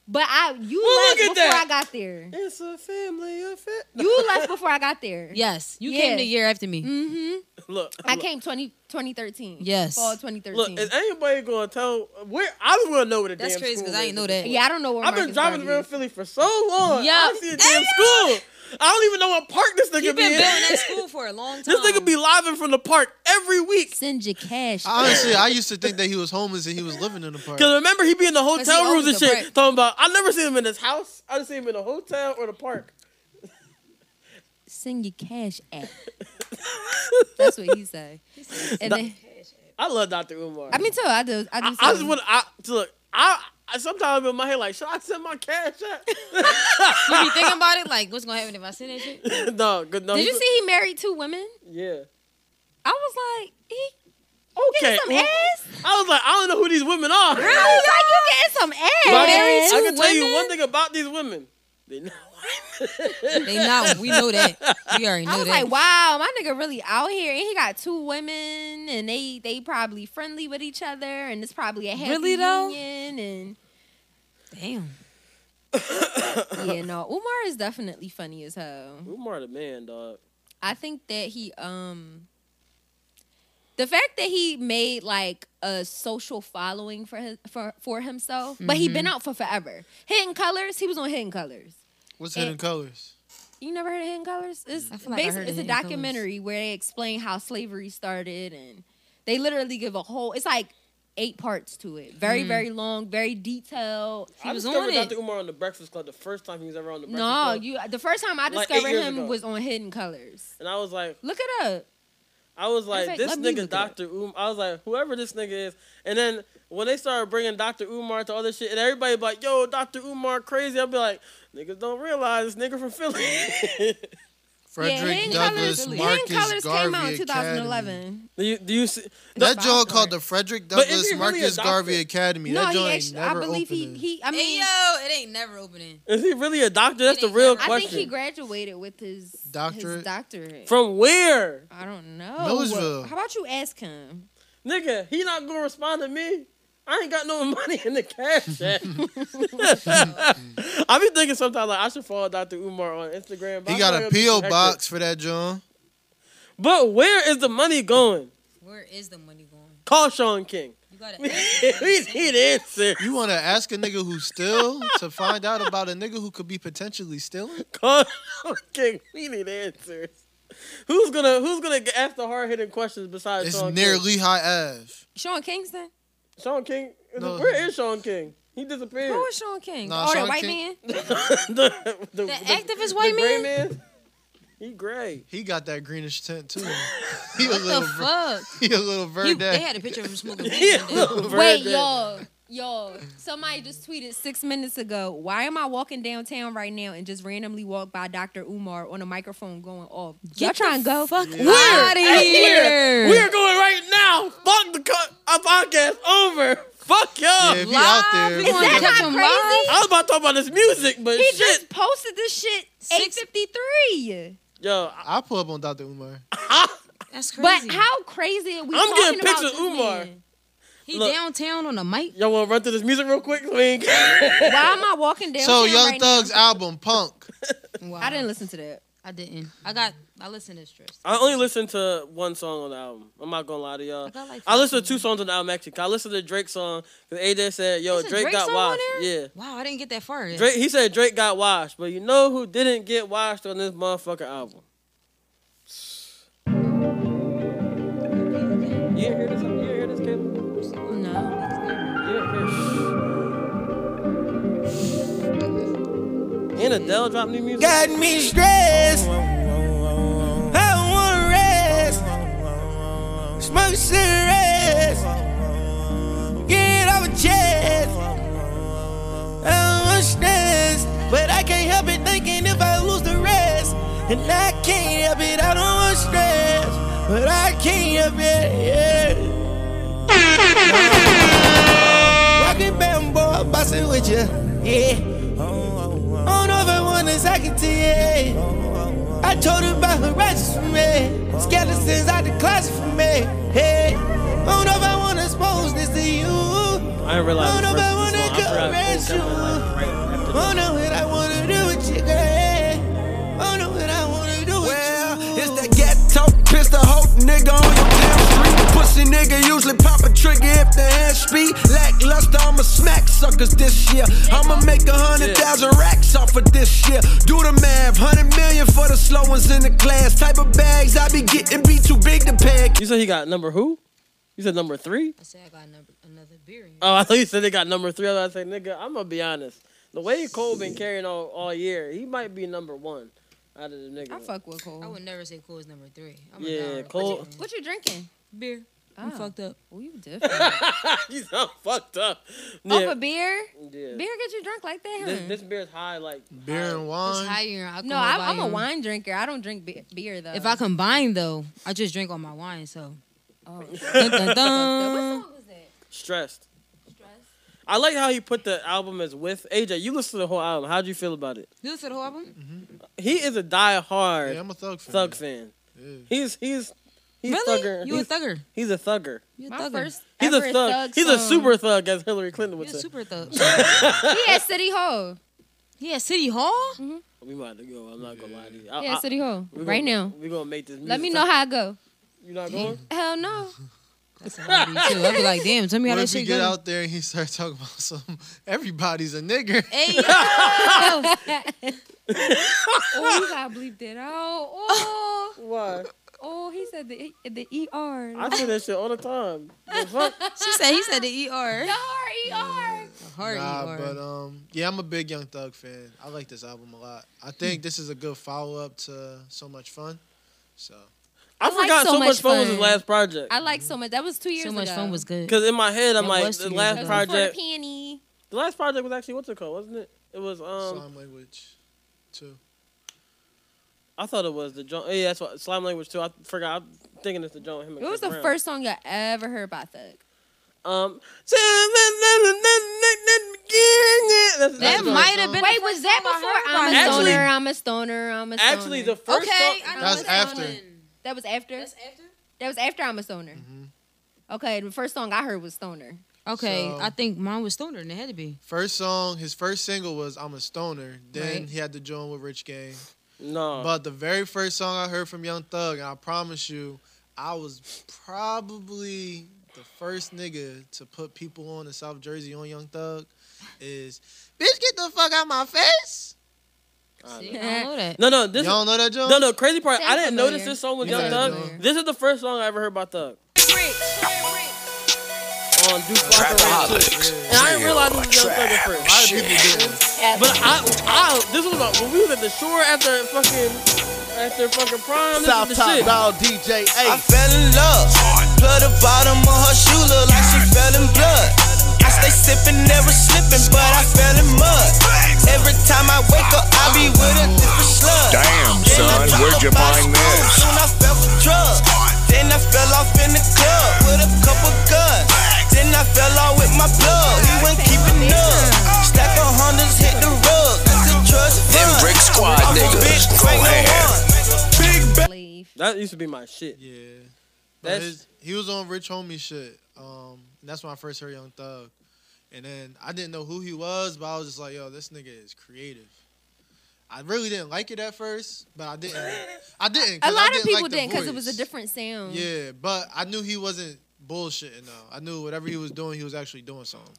Speaker 6: But I, you
Speaker 1: Well,
Speaker 6: left
Speaker 1: look at
Speaker 6: before
Speaker 1: that.
Speaker 6: I got there.
Speaker 1: It's a family affair.
Speaker 6: You left before I got there.
Speaker 3: Yes, you
Speaker 6: Yeah.
Speaker 3: came the year after me.
Speaker 6: Mm-hmm.
Speaker 1: Look,
Speaker 6: I
Speaker 1: look,
Speaker 6: came 20, 2013.
Speaker 3: Yes.
Speaker 6: Fall 2013.
Speaker 1: Look, is anybody gonna tell where? I don't wanna know where the
Speaker 3: That's
Speaker 1: damn
Speaker 3: crazy,
Speaker 1: school
Speaker 3: 'cause I
Speaker 1: is.
Speaker 3: ain't know that.
Speaker 6: yeah, I don't know where
Speaker 1: I've been
Speaker 6: Marcus
Speaker 1: driving
Speaker 6: Garvey
Speaker 1: around Philly for so long.
Speaker 3: Yeah.
Speaker 1: I don't see a damn school. I don't even know what park this nigga
Speaker 3: He been
Speaker 1: be
Speaker 3: building
Speaker 1: in.
Speaker 3: that school for a long time.
Speaker 1: This nigga be living from the park every week.
Speaker 6: Send your cash.
Speaker 4: Honestly, I used to think that he was homeless and he was living in the park.
Speaker 1: Cause remember he be in the
Speaker 3: he
Speaker 1: hotel rooms
Speaker 3: owns
Speaker 1: and
Speaker 3: the
Speaker 1: shit.
Speaker 3: brick.
Speaker 1: Talking about I never seen him in his house. I just seen him in the hotel or the park.
Speaker 6: Send your cash app. That's what he said. And then,
Speaker 1: I love Dr. Umar.
Speaker 6: I mean, too. I do. I do.
Speaker 1: I, I
Speaker 6: too.
Speaker 1: just want I to look. I, I sometimes in my head like, should I send my cash out?
Speaker 3: you be thinking about it, like what's gonna happen if I send that shit?
Speaker 1: no, good. No,
Speaker 6: Did you
Speaker 1: he's-
Speaker 6: see he married two women?
Speaker 1: Yeah.
Speaker 6: I was like, he
Speaker 1: Okay.
Speaker 6: getting some
Speaker 1: Um,
Speaker 6: ass.
Speaker 1: I was like, I don't know who these women are.
Speaker 6: I was like, you getting some ass.
Speaker 1: But I can-
Speaker 3: married
Speaker 1: I
Speaker 3: two
Speaker 1: can tell you
Speaker 3: women?
Speaker 1: one thing about these women. They not white.
Speaker 3: They not. We know that. We already know
Speaker 6: I was
Speaker 3: that.
Speaker 6: like, wow, my nigga really out here, and he got two women, and they they probably friendly with each other, and it's probably a happy
Speaker 3: Really, though?
Speaker 6: union, and
Speaker 3: Damn.
Speaker 6: yeah, no, Umar is definitely funny as hell.
Speaker 1: Umar the man, dog.
Speaker 6: I think that he um the fact that he made like a social following for his, for for himself, but he
Speaker 3: Mm-hmm.
Speaker 6: been out for forever. Hidden Colors, he was on Hidden Colors.
Speaker 4: What's hidden colors?
Speaker 6: You never heard of Hidden Colors? It's
Speaker 3: feel like I
Speaker 6: basi-
Speaker 3: heard of
Speaker 6: it's a
Speaker 3: Hidden Colors.
Speaker 6: documentary where they explain how slavery started and they literally give a whole it's like eight parts to it.
Speaker 3: Mm-hmm.
Speaker 6: Very, very long, very detailed.
Speaker 1: I discovered Dr. Umar on the Breakfast Club the first time he was ever on the Breakfast
Speaker 6: No,
Speaker 1: Club.
Speaker 6: you the first time I
Speaker 1: Like eight
Speaker 6: discovered
Speaker 1: years
Speaker 6: him
Speaker 1: ago.
Speaker 6: was on Hidden Colors.
Speaker 1: And I was like,
Speaker 6: Look it up.
Speaker 1: I was like,
Speaker 6: fact,
Speaker 1: this
Speaker 6: let me
Speaker 1: nigga
Speaker 6: look it up.
Speaker 1: Dr. Um, I was like, whoever this nigga is. And then when they started bringing Dr. Umar to other shit, and everybody be like, yo, Dr. Umar crazy. I'll be like, niggas don't realize this nigga from Philly.
Speaker 4: Frederick
Speaker 6: Hidden
Speaker 4: Douglas
Speaker 6: Colors-
Speaker 4: Marcus
Speaker 6: Hidden Colors
Speaker 4: Garvey
Speaker 6: came out in
Speaker 4: Academy.
Speaker 6: 2011.
Speaker 1: do, you, do you see?
Speaker 4: That joint called the Frederick
Speaker 1: But is
Speaker 4: Douglass
Speaker 1: he really a
Speaker 4: Marcus
Speaker 1: doctor?
Speaker 4: Garvey Academy.
Speaker 6: No,
Speaker 4: that
Speaker 6: he
Speaker 4: joint
Speaker 6: actually, I
Speaker 4: never
Speaker 6: believe
Speaker 4: opened.
Speaker 6: he, he, I mean,
Speaker 3: yo, it ain't never opening.
Speaker 1: Is he really a doctor? That's the real
Speaker 6: I think
Speaker 1: question.
Speaker 6: he graduated with his
Speaker 4: Doctorate?
Speaker 6: His doctorate.
Speaker 1: From where?
Speaker 6: I don't know.
Speaker 4: Millersville.
Speaker 6: How about you ask him?
Speaker 1: Nigga, he not gonna respond to me. I ain't got no money in the cash app. I be thinking sometimes like I should follow Dr. Umar on Instagram. but
Speaker 4: He
Speaker 1: I
Speaker 4: got
Speaker 1: know he'll
Speaker 4: a
Speaker 1: be
Speaker 4: PO
Speaker 1: hectic.
Speaker 4: box for that joint.
Speaker 1: But where is the money going?
Speaker 3: Where is the money going?
Speaker 1: Call Sean King.
Speaker 3: You gotta.
Speaker 1: we need an answer.
Speaker 4: You want to ask a nigga who still to find out about a nigga who could be potentially stealing?
Speaker 1: Call Sean King. We need answers. Who's gonna Who's gonna g- ask the hard hitting questions besides
Speaker 4: It's
Speaker 1: Sean
Speaker 4: near
Speaker 1: King?
Speaker 4: Lehigh Ave.
Speaker 6: Sean Kingston?
Speaker 1: Sean King. is-
Speaker 4: No.
Speaker 1: Where is Sean King? He disappeared.
Speaker 6: Who is Sean King?
Speaker 4: Nah,
Speaker 6: oh,
Speaker 4: Sean
Speaker 6: that white
Speaker 4: King-
Speaker 6: man?
Speaker 1: the, the,
Speaker 3: The activist white
Speaker 1: gray
Speaker 3: man.
Speaker 1: man. He gray.
Speaker 4: He got that greenish tint too. He a
Speaker 3: What the
Speaker 4: little, ver-
Speaker 3: fuck?
Speaker 4: he a little
Speaker 3: You- they
Speaker 4: verde.
Speaker 3: had a picture of him smoking
Speaker 1: He
Speaker 3: weed.
Speaker 1: a little
Speaker 6: Wait,
Speaker 1: verde.
Speaker 6: y'all. Yo, somebody just tweeted six minutes ago. Why am I walking downtown right now and just randomly walk by Dr. Umar on a microphone going off? Y'all
Speaker 1: Get
Speaker 6: trying to go fuck
Speaker 1: We're here. We're going right now. Fuck the co- our podcast over. Fuck y'all.
Speaker 6: if he out there- Live, you wanna catch him live?
Speaker 1: I was about to talk about this music, but
Speaker 6: He
Speaker 1: shit.
Speaker 6: just posted this shit eight fifty three.
Speaker 1: Yo,
Speaker 4: I pull up on Dr. Umar.
Speaker 8: That's crazy.
Speaker 6: But how crazy are we?
Speaker 8: I'm
Speaker 6: talking
Speaker 8: getting
Speaker 6: about
Speaker 8: pictures of
Speaker 6: this
Speaker 8: Umar.
Speaker 6: man?
Speaker 8: He
Speaker 1: Look.
Speaker 8: downtown on a mic.
Speaker 1: Y'all want to run through this music real quick? Why
Speaker 6: Why am
Speaker 1: am
Speaker 6: I walking downtown
Speaker 4: So Young
Speaker 6: right
Speaker 4: Thug's album Punk.
Speaker 6: now? I didn't listen to that.
Speaker 8: I didn't. I got. I listened to stress.
Speaker 1: I only listened to one song on the album. I'm not gonna lie to y'all. I,
Speaker 8: got like
Speaker 1: listened to two songs on the album actually. 'cause I listened to Drake's song because AJ said, "Yo,
Speaker 8: There's a
Speaker 1: Oh, Drake, got
Speaker 8: song on
Speaker 1: washed."
Speaker 8: there?
Speaker 1: Yeah,
Speaker 8: Wow, I didn't get that far. yet.
Speaker 1: Drake. He said Drake got washed, but you know who didn't get washed on this motherfucker album? You didn't hear this? You didn't hear this, Caleb? No. And Adele dropped new music.
Speaker 9: Got me stressed. I want rest. Smoke cigarettes. Get it off my chest. I don't want stress. But I can't help it thinking if I lose the rest. And I can't help it. I don't want stress. But I can't help it. Yeah. Rockin' bamboo, bustin' with ya, yeah. I don't know if I want this, I can tell ya. I told her about her righteous for me. Skeletons out the closet for me, hey. I don't know if I want to expose this to you.
Speaker 1: I didn't realize.
Speaker 9: I don't know if I
Speaker 1: this verse
Speaker 9: want to
Speaker 1: was long. I
Speaker 9: caress
Speaker 1: forgot.
Speaker 9: you. I don't know what Oh, I want to do with you, girl. I don't know what I want to do with you. It's that ghetto, piss the whole nigga on your damn street. Pussy nigga usually pop a trigger if the hand speed. Lackluster, I'ma smack suckers this year. I'ma make a hundred thousand racks off of this year. Do the math, hundred million for the slow ones in the class. Type of bags I be getting be too big to pack.
Speaker 1: You said he got number who? You said number three? I said I got number another beer. Oh, I thought you said they got number three. I was like, nigga, I'm gonna be honest. The way Cole been carrying all, all year, he might be number one out of the nigga.
Speaker 6: I fuck with Cole.
Speaker 8: I would never say cool is number three. I'm
Speaker 1: Yeah,
Speaker 8: a dog.
Speaker 1: Cole-
Speaker 8: What you-
Speaker 6: What you drinking?
Speaker 8: Beer. I'm
Speaker 6: Oh.
Speaker 8: fucked up.
Speaker 6: Well, you different.
Speaker 1: He's all fucked up.
Speaker 6: Off a beer?
Speaker 1: Yeah.
Speaker 6: Beer gets you drunk like that?
Speaker 1: This,
Speaker 6: huh?
Speaker 1: this beer's high, like
Speaker 4: Beer and wine.
Speaker 6: No, I, I'm a wine drinker. I don't drink be- beer though.
Speaker 8: If I combine though, I just drink all my wine. So. Oh. dun, dun, dun.
Speaker 1: stressed. I like how he put the album as with AJ. You listened to the whole album. How'd you feel about it?
Speaker 8: You listen to the whole album?
Speaker 1: He is a die-hard
Speaker 4: Yeah, I'm a thug fan.
Speaker 1: thug fan.
Speaker 4: Yeah.
Speaker 1: He's he's he's
Speaker 8: Really?
Speaker 1: thugger.
Speaker 8: You a
Speaker 1: he's,
Speaker 8: thugger?
Speaker 1: He's a thugger.
Speaker 8: You a
Speaker 6: My
Speaker 8: thugger.
Speaker 6: first
Speaker 1: He's a
Speaker 6: ever
Speaker 1: thug.
Speaker 6: thug
Speaker 1: He's a
Speaker 6: song.
Speaker 1: super thug, as Hillary Clinton would
Speaker 8: You're a
Speaker 1: say.
Speaker 8: super thug.
Speaker 6: he at City Hall. Mm-hmm.
Speaker 8: He at City Hall?
Speaker 1: we might have to go. I'm not gonna lie to you.
Speaker 6: He at City Hall
Speaker 1: we
Speaker 6: right
Speaker 1: gonna,
Speaker 6: now.
Speaker 1: We're gonna make this.
Speaker 6: Let me
Speaker 1: music
Speaker 6: know
Speaker 1: talk.
Speaker 6: how I go.
Speaker 1: You not going?
Speaker 6: Hell no.
Speaker 8: I'd be like, damn, tell me how
Speaker 4: What
Speaker 8: that
Speaker 4: if he
Speaker 8: shit
Speaker 4: get
Speaker 8: go.
Speaker 4: out there and he start talking about some everybody's a nigger?
Speaker 8: Hey,
Speaker 6: oh, you gotta bleep that out. Oh,
Speaker 1: Why?
Speaker 6: oh, he said the the ER.
Speaker 1: I say that shit all the time. The fuck?
Speaker 8: she said he said the ER.
Speaker 3: E
Speaker 6: ER.
Speaker 8: Hard
Speaker 4: Nah,
Speaker 8: ER.
Speaker 4: but um, yeah, I'm a big Young Thug fan. I like this album a lot. I
Speaker 8: Hmm.
Speaker 4: think this is a good follow up to So Much Fun. So
Speaker 1: I,
Speaker 6: like
Speaker 1: forgot
Speaker 6: So
Speaker 1: so, much,
Speaker 6: Much
Speaker 1: fun was his
Speaker 6: Fun.
Speaker 1: last project.
Speaker 6: I like so much. That was two years
Speaker 8: So
Speaker 6: ago.
Speaker 8: much fun was good.
Speaker 1: Because in my head, I'm
Speaker 8: That
Speaker 1: like,
Speaker 8: was
Speaker 1: the
Speaker 8: two
Speaker 1: last
Speaker 8: years ago.
Speaker 6: Before the
Speaker 1: project.
Speaker 6: panty.
Speaker 1: The last project was actually what's it called, wasn't it? It was um.
Speaker 4: Slime Language, too.
Speaker 1: I thought it was the John. Yeah, that's what slime language too. I forgot. I'm thinking it's the John. Him and
Speaker 6: What
Speaker 1: Chris
Speaker 6: was the
Speaker 1: Brown.
Speaker 6: first song I ever heard by Thug?
Speaker 1: Um. That's- that's
Speaker 8: That
Speaker 1: the-
Speaker 8: might have been.
Speaker 6: Wait, was that before I'm a
Speaker 1: Actually-
Speaker 6: stoner? I'm a stoner. I'm a stoner.
Speaker 1: Actually, the first
Speaker 8: Okay,
Speaker 1: song-
Speaker 8: I know
Speaker 4: That's
Speaker 8: what's happening.
Speaker 4: after.
Speaker 6: that was after.
Speaker 8: That's after.
Speaker 6: That was after I'm a stoner.
Speaker 4: Mm-hmm.
Speaker 6: Okay, the first song I heard was Stoner.
Speaker 8: Okay,
Speaker 4: So-
Speaker 8: I think mine was stoner, and it had to be.
Speaker 4: First song, his first single was "I'm a Stoner." Then
Speaker 8: Right.
Speaker 4: he had to join with Rich Gang.
Speaker 1: No.
Speaker 4: But the very first song I heard from Young Thug, and I promise you, I was probably the first nigga to put people on in South Jersey on Young Thug, is "Bitch, get the fuck out my face."
Speaker 8: See, I don't know that.
Speaker 1: no, no. This
Speaker 4: Y'all know that joke?
Speaker 1: No, no. Crazy part. I
Speaker 6: Sounds
Speaker 1: didn't
Speaker 6: familiar.
Speaker 1: notice this song was
Speaker 4: You
Speaker 1: Young
Speaker 4: guys
Speaker 1: Thug.
Speaker 4: know.
Speaker 1: This is the first song I ever heard by Thug. On Duke Rocker
Speaker 9: Trapaholics.
Speaker 1: And I didn't realize this was Young Thug at
Speaker 4: A lot
Speaker 1: first.
Speaker 4: of people didn't.
Speaker 1: But I, I, this was about when we was at the shore after fucking, after fucking prime. This
Speaker 9: South
Speaker 1: is
Speaker 9: Top
Speaker 1: the shit.
Speaker 9: Dog DJ I fell in love. Plug the bottom of her shoe look like she fell in blood. I They sippin', never slippin', but I fell in mud. Every time I wake up, I be with a different slug.
Speaker 13: Damn, son, where'd you find this?
Speaker 9: Soon I fell for drugs. Then I fell off in the club with a couple guns. Then I fell off with my plug. We went keeping up. Stack of Hondas hit the rug. That's the trust
Speaker 13: Them
Speaker 9: fund.
Speaker 13: Brick Squad
Speaker 9: I'm a
Speaker 13: niggas.
Speaker 9: big
Speaker 13: Go
Speaker 9: break, no
Speaker 13: ahead.
Speaker 9: one.
Speaker 1: That used to be my shit.
Speaker 4: Yeah. But
Speaker 1: That's
Speaker 4: his- he was on Rich Homie shit. Um, that's when I first heard Young Thug, and then I didn't know who he was, but I was just like, yo, this nigga is creative. I really didn't like it at first, but I didn't. I didn't. 'cause I
Speaker 6: A lot of
Speaker 4: didn't
Speaker 6: people
Speaker 4: like the
Speaker 6: didn't because it was a
Speaker 4: voice.
Speaker 6: different sound.
Speaker 4: Yeah, but I knew he wasn't bullshitting though. I knew whatever he was doing, he was actually doing something.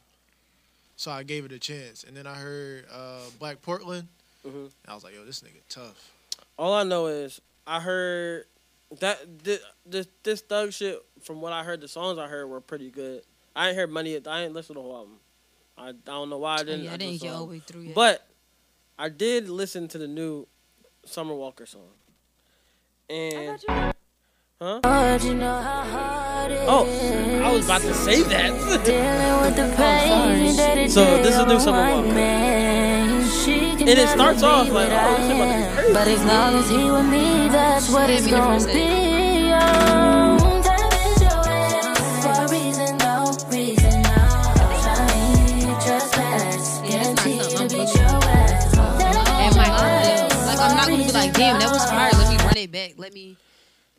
Speaker 4: So I gave it a chance, and then I heard uh, Black Portland. And I was like, yo, this nigga tough.
Speaker 1: Mm-hmm. All I know is I heard that this, this this thug shit. From what I heard, the songs I heard were pretty good. I ain't heard money. I ain't listened to the whole album. I, I don't know why I didn't.
Speaker 3: yeah, I
Speaker 1: do
Speaker 3: didn't get
Speaker 1: song.
Speaker 3: all the way through yet.
Speaker 1: But I did listen to the new Summer Walker song. And huh? oh, I was about to say that. so this is new Summer Walker.
Speaker 21: And
Speaker 1: And it starts off like, oh, this shit about to be crazy.
Speaker 21: But as long as he with me, that's what it's gonna be. oh. Time is your way for a reason, no reason, no. Trying to trust us, guaranteed to beat your ass.
Speaker 3: And my audio. Like I'm not gonna be like, damn, that was hard. Let me run it back. Let me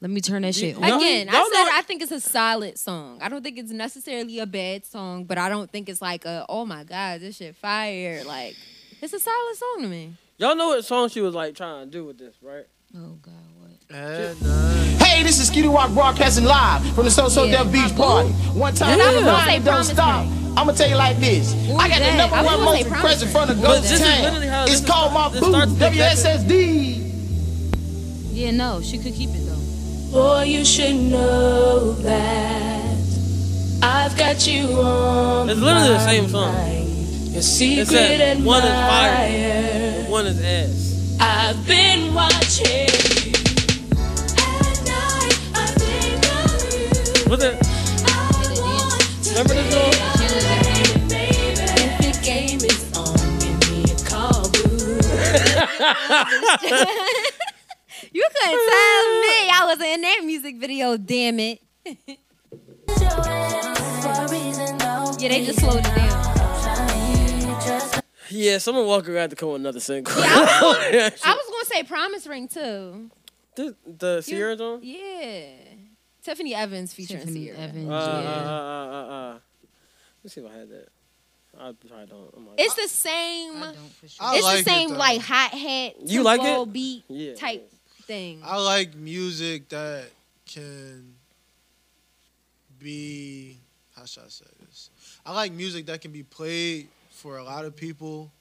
Speaker 3: let me turn that shit on.
Speaker 6: Again, I said I think it's a solid song. I don't think it's necessarily a bad song, but I don't think it's like a oh my god, this shit fire. Like it's a solid song to me.
Speaker 1: Y'all know what song she was like trying to do with this, right? Oh God, what?
Speaker 2: Hey, this is Skitty Rock broadcasting live from the So So
Speaker 1: Yeah.
Speaker 2: Def Beach Party. One time,
Speaker 1: Yeah.
Speaker 2: the
Speaker 1: Yeah.
Speaker 2: vibe don't stop. I'm gonna tell you like this. I got
Speaker 1: that?
Speaker 2: the number
Speaker 1: I was
Speaker 2: one
Speaker 1: gonna say
Speaker 2: most
Speaker 1: Promise
Speaker 2: requested
Speaker 1: Ring.
Speaker 2: from the
Speaker 1: But
Speaker 2: Ghost
Speaker 1: this is literally how
Speaker 2: Town.
Speaker 1: this
Speaker 2: It's called my
Speaker 1: this
Speaker 2: boo,
Speaker 1: starts with
Speaker 2: WSSD.
Speaker 3: Yeah, no, she could keep it though.
Speaker 21: Boy, you should know that I've got you on
Speaker 1: It's literally the same song.
Speaker 21: Your
Speaker 1: It
Speaker 21: secret
Speaker 1: said one is fire,
Speaker 21: admirer.
Speaker 1: one is ass.
Speaker 21: I've been watching.
Speaker 1: What's it? Remember this song?
Speaker 6: You couldn't tell me I wasn't in that music video. Damn it. yeah, they just slowed it down.
Speaker 1: Yeah, someone Walker got to come with another single.
Speaker 6: I was gonna say Promise Ring too.
Speaker 1: the, the Sierra song.
Speaker 6: Yeah. Tiffany Evans featuring Sierra.
Speaker 1: Uh, uh, uh, uh, uh, uh. Let me see if I had that. I probably don't. I'm like,
Speaker 6: It's the same.
Speaker 4: I
Speaker 6: It's
Speaker 4: like it,
Speaker 6: the same
Speaker 4: though.
Speaker 6: like hot hat.
Speaker 4: You like
Speaker 6: tempo
Speaker 4: it?
Speaker 6: Beat
Speaker 4: Yeah.
Speaker 6: type thing.
Speaker 4: I like music that can be how should I say this? I like music that can be played for a lot of people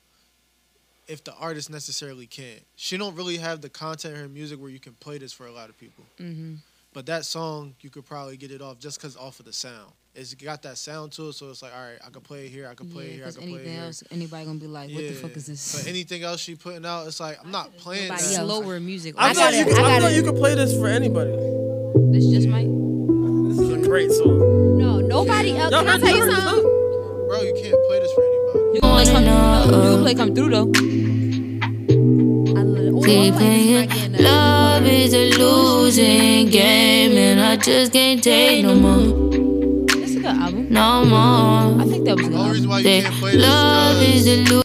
Speaker 4: if the artist necessarily can't. She don't really have the content in her music where you can play this for a lot of people.
Speaker 3: Mm-hmm.
Speaker 4: But that song, you could probably get it off just because off of the sound. It's got that sound to it, so it's like, all right, I can play it here, I can play it
Speaker 3: Yeah,
Speaker 4: here, I
Speaker 3: because
Speaker 4: can play it
Speaker 3: anything
Speaker 4: here.
Speaker 3: else, anybody gonna be like, what the fuck is this?
Speaker 4: But anything else she putting out, it's like I'm not playing
Speaker 3: Nobody
Speaker 4: that.
Speaker 3: else. Slower music.
Speaker 1: I,
Speaker 3: I
Speaker 1: thought
Speaker 3: got
Speaker 1: you
Speaker 3: it,
Speaker 1: could, I
Speaker 3: I got
Speaker 1: thought
Speaker 3: it.
Speaker 1: you could play this for anybody.
Speaker 3: This just might.
Speaker 1: This is a great song.
Speaker 6: No, nobody else. Can I tell you something?
Speaker 4: Bro, you can't play this for
Speaker 3: You can play come through though. You can play come through though.
Speaker 21: Keep playing. Love is a losing game, and I just can't take no more.
Speaker 3: This is a good album.
Speaker 21: No more.
Speaker 3: I think that was a good album.
Speaker 21: They- Love is a losing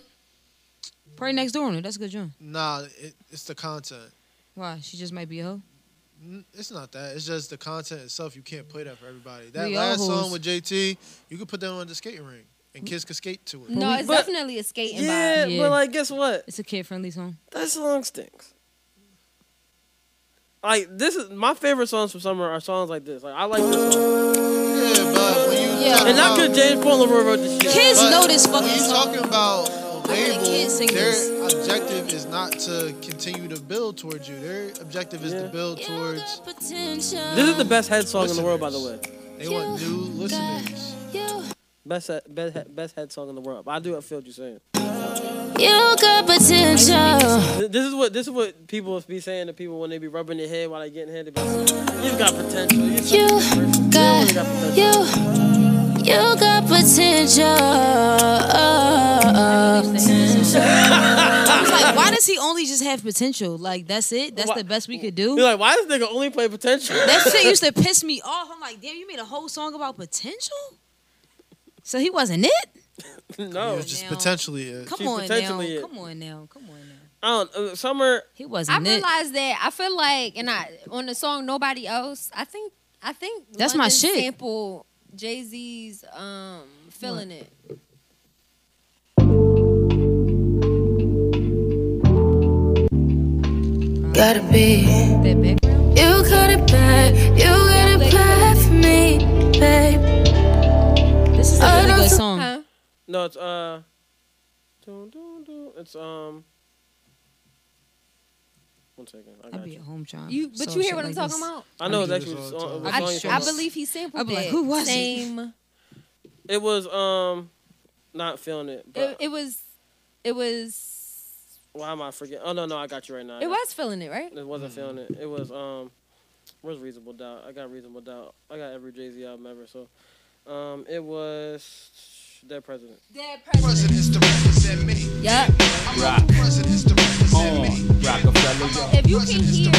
Speaker 3: Pray next door on it. That's a good joint.
Speaker 4: Nah, it, it's the content.
Speaker 3: Why? She just might be a hoe.
Speaker 4: N- It's not that. It's just the content itself. You can't play that for everybody. That
Speaker 3: We all
Speaker 4: last song
Speaker 3: hoes.
Speaker 4: with JT, you could put that on the skating ring and kids could skate to it.
Speaker 6: No, it's
Speaker 1: But-
Speaker 6: definitely a skating
Speaker 1: Yeah,
Speaker 6: vibe.
Speaker 1: but like, guess what?
Speaker 3: It's a kid friendly song.
Speaker 1: That song stinks. Like this is my favorite songs from summer are songs like this. Like I like this song.
Speaker 4: Yeah, but when you
Speaker 1: yeah. and not because James Paul Leroy wrote this shit.
Speaker 3: Kids
Speaker 4: But
Speaker 3: know this fucking
Speaker 4: you
Speaker 3: song.
Speaker 4: talking about a label,
Speaker 3: kids sing
Speaker 4: their
Speaker 3: this.
Speaker 4: objective is not to continue to build towards you. Their objective is to build towards.
Speaker 21: This
Speaker 1: This is the best head song in the world, by the way.
Speaker 4: They want new listeners.
Speaker 1: Best head, best head, best head song in the world. But I do I feel what you're saying.
Speaker 21: You got potential.
Speaker 1: Th- This is what this is what people be saying to people when they be rubbing their head while they getting head. They be like, "You've got potential. You
Speaker 21: You got, you,
Speaker 22: You got potential.
Speaker 3: It's like, why does he only just have potential? Like, that's it? That's the best we could do?
Speaker 1: You're like, why does nigga only play potential?
Speaker 3: That shit used to piss me off. I'm like, damn, you made a whole song about potential? So he wasn't it?
Speaker 1: no.
Speaker 4: It was just potentially it.
Speaker 3: Come
Speaker 1: She's
Speaker 3: on now.
Speaker 1: potentially it.
Speaker 3: Come on now. Come on.
Speaker 1: I don't. Uh, Summer.
Speaker 3: He
Speaker 6: I realized that. I feel like, and I on the song "Nobody Else," I think, I think
Speaker 3: That's my
Speaker 6: London
Speaker 3: shit.
Speaker 6: Sample Jay Z's um feeling it.
Speaker 22: Gotta be. You cut it back. You got it back for me, babe. This
Speaker 6: Oh,
Speaker 3: is a really good song.
Speaker 1: No, it's uh. dun, dun, dun, It's um. One second. I
Speaker 3: I'd
Speaker 1: got
Speaker 3: be
Speaker 1: you.
Speaker 3: at home trying.
Speaker 6: You, but you hear what I'm talking about?
Speaker 1: I know that you. song- it was
Speaker 6: I,
Speaker 1: on your
Speaker 6: I
Speaker 1: song.
Speaker 6: believe he sampled
Speaker 3: I'd be like,
Speaker 6: that
Speaker 3: who was it?
Speaker 6: same, it?
Speaker 1: It was um, not feeling it. But
Speaker 6: It, was, it was,
Speaker 1: why am I forgetting? Oh no, no, I got you right now.
Speaker 6: it was feeling it, right?
Speaker 1: It wasn't feeling it. It was um, where's reasonable doubt? I got reasonable doubt. I got every Jay Z album ever. So, um, it was Dead President.
Speaker 6: Dead president. Yeah.
Speaker 12: Rock. On Rockefeller.
Speaker 6: If you can hear,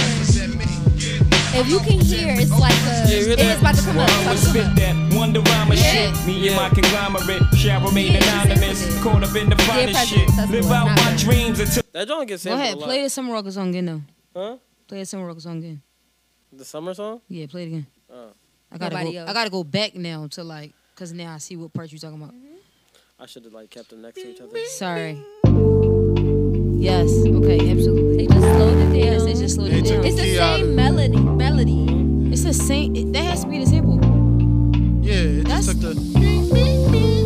Speaker 6: if you can hear, it's like a, it's about to come up.
Speaker 23: Well, I would spit that wonder rhyme of
Speaker 6: Yeah.
Speaker 23: shit. Me and my conglomerate shall remain anonymous. Caught up in the finest shit. Live out my dreams until.
Speaker 1: That don't get
Speaker 3: Go
Speaker 1: sampled
Speaker 3: ahead.
Speaker 1: a lot.
Speaker 3: Play the Summer Walker song again, though.
Speaker 1: Huh?
Speaker 3: Play the Summer Walker song again.
Speaker 1: The summer song.
Speaker 3: Yeah, play it again.
Speaker 1: Oh.
Speaker 3: I gotta
Speaker 1: Nobody
Speaker 3: go.
Speaker 1: else.
Speaker 3: I gotta go back now to like, cause now I see what part you talking about.
Speaker 1: I should have like kept them next to each other.
Speaker 3: Sorry. Yes. Okay. Absolutely. They just slowed it down. Yes, they just slowed it down.
Speaker 6: It's the same melody. Melody.
Speaker 3: It's the same. It, that has to be the sample.
Speaker 4: Yeah. It
Speaker 3: That's
Speaker 4: just took the.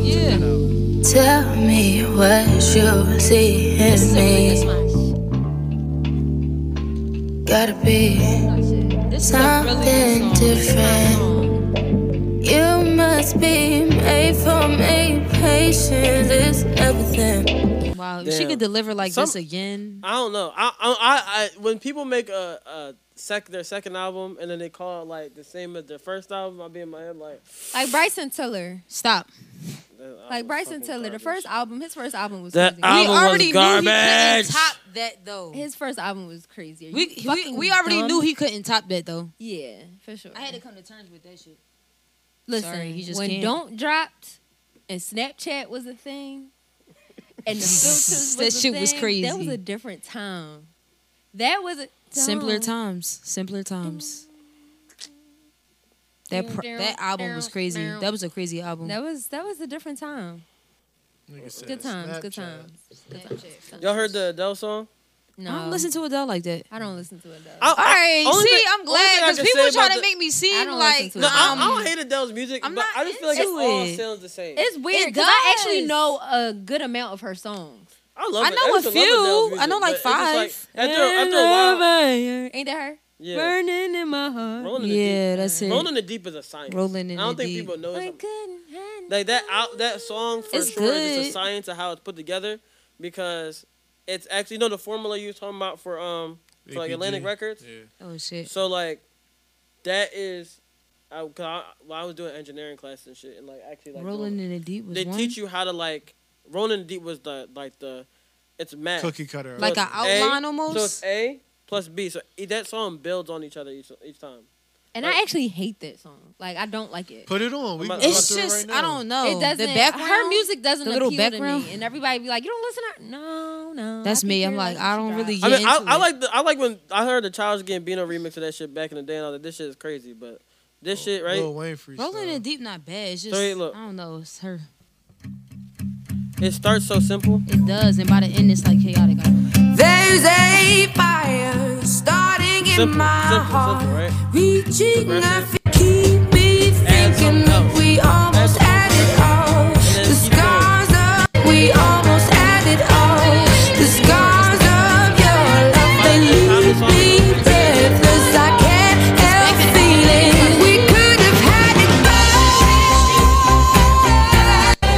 Speaker 3: yeah.
Speaker 22: Tell me what you see in me. Gotta be
Speaker 3: Oh,
Speaker 22: something different. You must be made for me. Patience is everything.
Speaker 3: Wow. If she
Speaker 1: Damn.
Speaker 3: could deliver like this
Speaker 1: Some-
Speaker 3: again.
Speaker 1: I don't know. I I, I, I when people make a, a sec their second album and then they call it like the same as their first album, I'll be in my head like,
Speaker 6: Like Bryson Tiller.
Speaker 3: Stop.
Speaker 6: Like Bryson Tiller, the first album, his first album was
Speaker 1: That
Speaker 6: crazy.
Speaker 1: album We was already knew he couldn't garbage.
Speaker 3: top that though.
Speaker 6: His first album was crazy. Are you
Speaker 3: We we,
Speaker 6: fucking
Speaker 3: we already
Speaker 6: dumb?
Speaker 3: knew he couldn't top that though.
Speaker 6: Yeah, for sure.
Speaker 3: I had to come to terms with that shit.
Speaker 6: Listen,
Speaker 3: Sorry, he just
Speaker 6: when
Speaker 3: can't.
Speaker 6: Don't dropped and Snapchat was a thing, and the filters was
Speaker 3: That
Speaker 6: a
Speaker 3: shit was
Speaker 6: thing, That was
Speaker 3: crazy.
Speaker 6: a different time. That was a
Speaker 3: Simpler
Speaker 6: time.
Speaker 3: times. Simpler times. That pr- that album was crazy. That was a crazy album.
Speaker 6: That was that was a different time.
Speaker 4: said
Speaker 6: Good times, good
Speaker 4: Snapchat.
Speaker 6: times. Good times.
Speaker 1: y'all heard the Adele song?
Speaker 6: No,
Speaker 3: I don't listen to Adele like that.
Speaker 6: I don't listen to it though.
Speaker 1: I-
Speaker 3: All right,
Speaker 1: I- only
Speaker 3: see,
Speaker 1: thing-
Speaker 3: I'm
Speaker 1: only
Speaker 3: glad
Speaker 1: thing I
Speaker 3: because
Speaker 1: can
Speaker 3: people
Speaker 1: say
Speaker 3: trying
Speaker 1: about
Speaker 3: to
Speaker 1: the-
Speaker 3: make me seem
Speaker 6: I don't
Speaker 3: like
Speaker 6: listen
Speaker 1: No, I,
Speaker 3: um,
Speaker 1: I don't hate Adele's music,
Speaker 3: I'm
Speaker 1: but
Speaker 3: not
Speaker 1: I just feel like
Speaker 3: into
Speaker 1: it all
Speaker 3: it.
Speaker 1: sounds the same.
Speaker 6: It's weird
Speaker 3: It
Speaker 6: because I actually
Speaker 3: does.
Speaker 6: know a good amount of her songs.
Speaker 1: I love
Speaker 3: I
Speaker 1: it.
Speaker 3: know a
Speaker 1: used to love Adele's
Speaker 3: few. I know,
Speaker 1: music, but
Speaker 3: like,
Speaker 1: it's just like, after, after a while,
Speaker 6: Ain't that her?
Speaker 1: Yeah.
Speaker 6: Burning in my heart.
Speaker 1: Rolling in the
Speaker 3: yeah,
Speaker 1: deep.
Speaker 3: that's it.
Speaker 1: Rolling in the deep is a science.
Speaker 3: Rolling in
Speaker 1: I don't
Speaker 3: the
Speaker 1: think
Speaker 3: deep.
Speaker 1: people know it's like that out that song for
Speaker 3: It's
Speaker 1: sure is just
Speaker 3: good.
Speaker 1: a science of how it's put together because it's actually you know the formula you were talking about for um for like
Speaker 4: APG.
Speaker 1: Atlantic Records.
Speaker 3: Oh shit.
Speaker 1: So like that is I, 'cause I, well, I was doing engineering class and shit and like actually like
Speaker 3: Rolling in the deep was
Speaker 1: they
Speaker 3: one.
Speaker 1: teach you how to like rolling in the deep was the like the it's math
Speaker 4: Cookie cutter.
Speaker 3: Like
Speaker 1: So
Speaker 3: a
Speaker 1: it's
Speaker 3: outline
Speaker 1: A-
Speaker 3: almost?
Speaker 1: So it's A plus B. So e- that song builds on each other each each time.
Speaker 6: And I actually hate that song. Like I don't like it.
Speaker 4: Put it on. We
Speaker 1: I'm about-
Speaker 4: can
Speaker 1: It's
Speaker 4: go through it
Speaker 3: just-
Speaker 4: right
Speaker 3: I
Speaker 4: now.
Speaker 3: don't know.
Speaker 6: it doesn't.
Speaker 3: the background,
Speaker 6: her music doesn't
Speaker 3: the little
Speaker 6: appeal
Speaker 3: background.
Speaker 6: to me, and everybody be like, "You don't listen to her." No, no.
Speaker 3: That's
Speaker 6: I
Speaker 3: me.
Speaker 6: think
Speaker 3: I'm
Speaker 6: you're
Speaker 3: like,
Speaker 6: right.
Speaker 3: I don't really
Speaker 1: I
Speaker 3: get
Speaker 1: mean, I,
Speaker 3: into
Speaker 1: I
Speaker 3: it.
Speaker 1: like the I like when I heard the Childs Gambino remix of that shit back in the day. And I was like, this shit is crazy, but this shit right.
Speaker 4: Oh, Lil Wayne freestyle.
Speaker 3: Rolling in the deep, not bad. It's just
Speaker 1: So, hey, look.
Speaker 3: I don't know. It's her.
Speaker 1: It starts so simple.
Speaker 3: It does, and by the end, it's like chaotic.
Speaker 2: There's a fire starting in
Speaker 1: Simple,
Speaker 2: my
Speaker 1: simple,
Speaker 2: heart,
Speaker 1: simple, right?
Speaker 2: reaching up
Speaker 1: Progressive.
Speaker 2: and keep me
Speaker 1: Add
Speaker 2: thinking
Speaker 1: something
Speaker 2: that
Speaker 1: else.
Speaker 2: we almost had it all. The scars of we almost had it all. The scars of your love they leave me breathless. I can't help feeling we could have had it both. We could have had it all.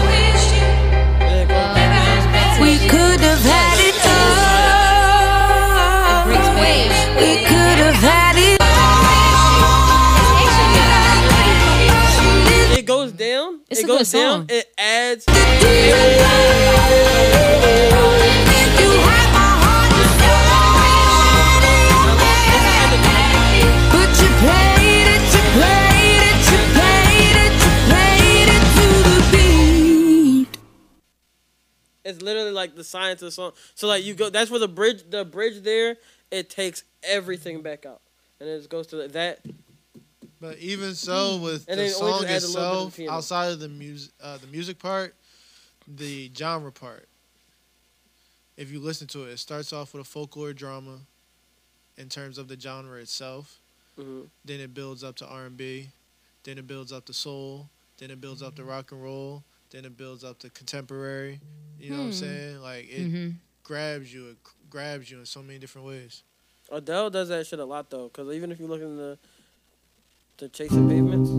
Speaker 2: We could have had it all.
Speaker 1: down.
Speaker 3: It's
Speaker 1: it
Speaker 3: a good
Speaker 1: goes
Speaker 3: song.
Speaker 1: down. It adds.
Speaker 2: But you played it, you played it, you played it, you played it to the beat.
Speaker 1: It's literally like the science of the song. So like you go. That's where the bridge. The bridge there. It takes everything back out, and it just goes to that.
Speaker 4: But even so, with
Speaker 1: Mm. And
Speaker 4: the
Speaker 1: then only
Speaker 4: song
Speaker 1: just add a little bit of
Speaker 4: itself,
Speaker 1: piano.
Speaker 4: outside of the music, uh, the music part, the genre part. If you listen to it, it starts off with a folklore drama, in terms of the genre itself.
Speaker 1: Mm-hmm.
Speaker 4: Then it builds up to R and B, then it builds up to soul, then it builds up to rock and roll, then it builds up to contemporary. You know what I'm
Speaker 1: Hmm.
Speaker 4: saying? Like it
Speaker 1: Mhm.
Speaker 4: grabs you, it grabs you in so many different ways.
Speaker 1: Adele does that shit a lot though, because even if you look in the the chasing pavements,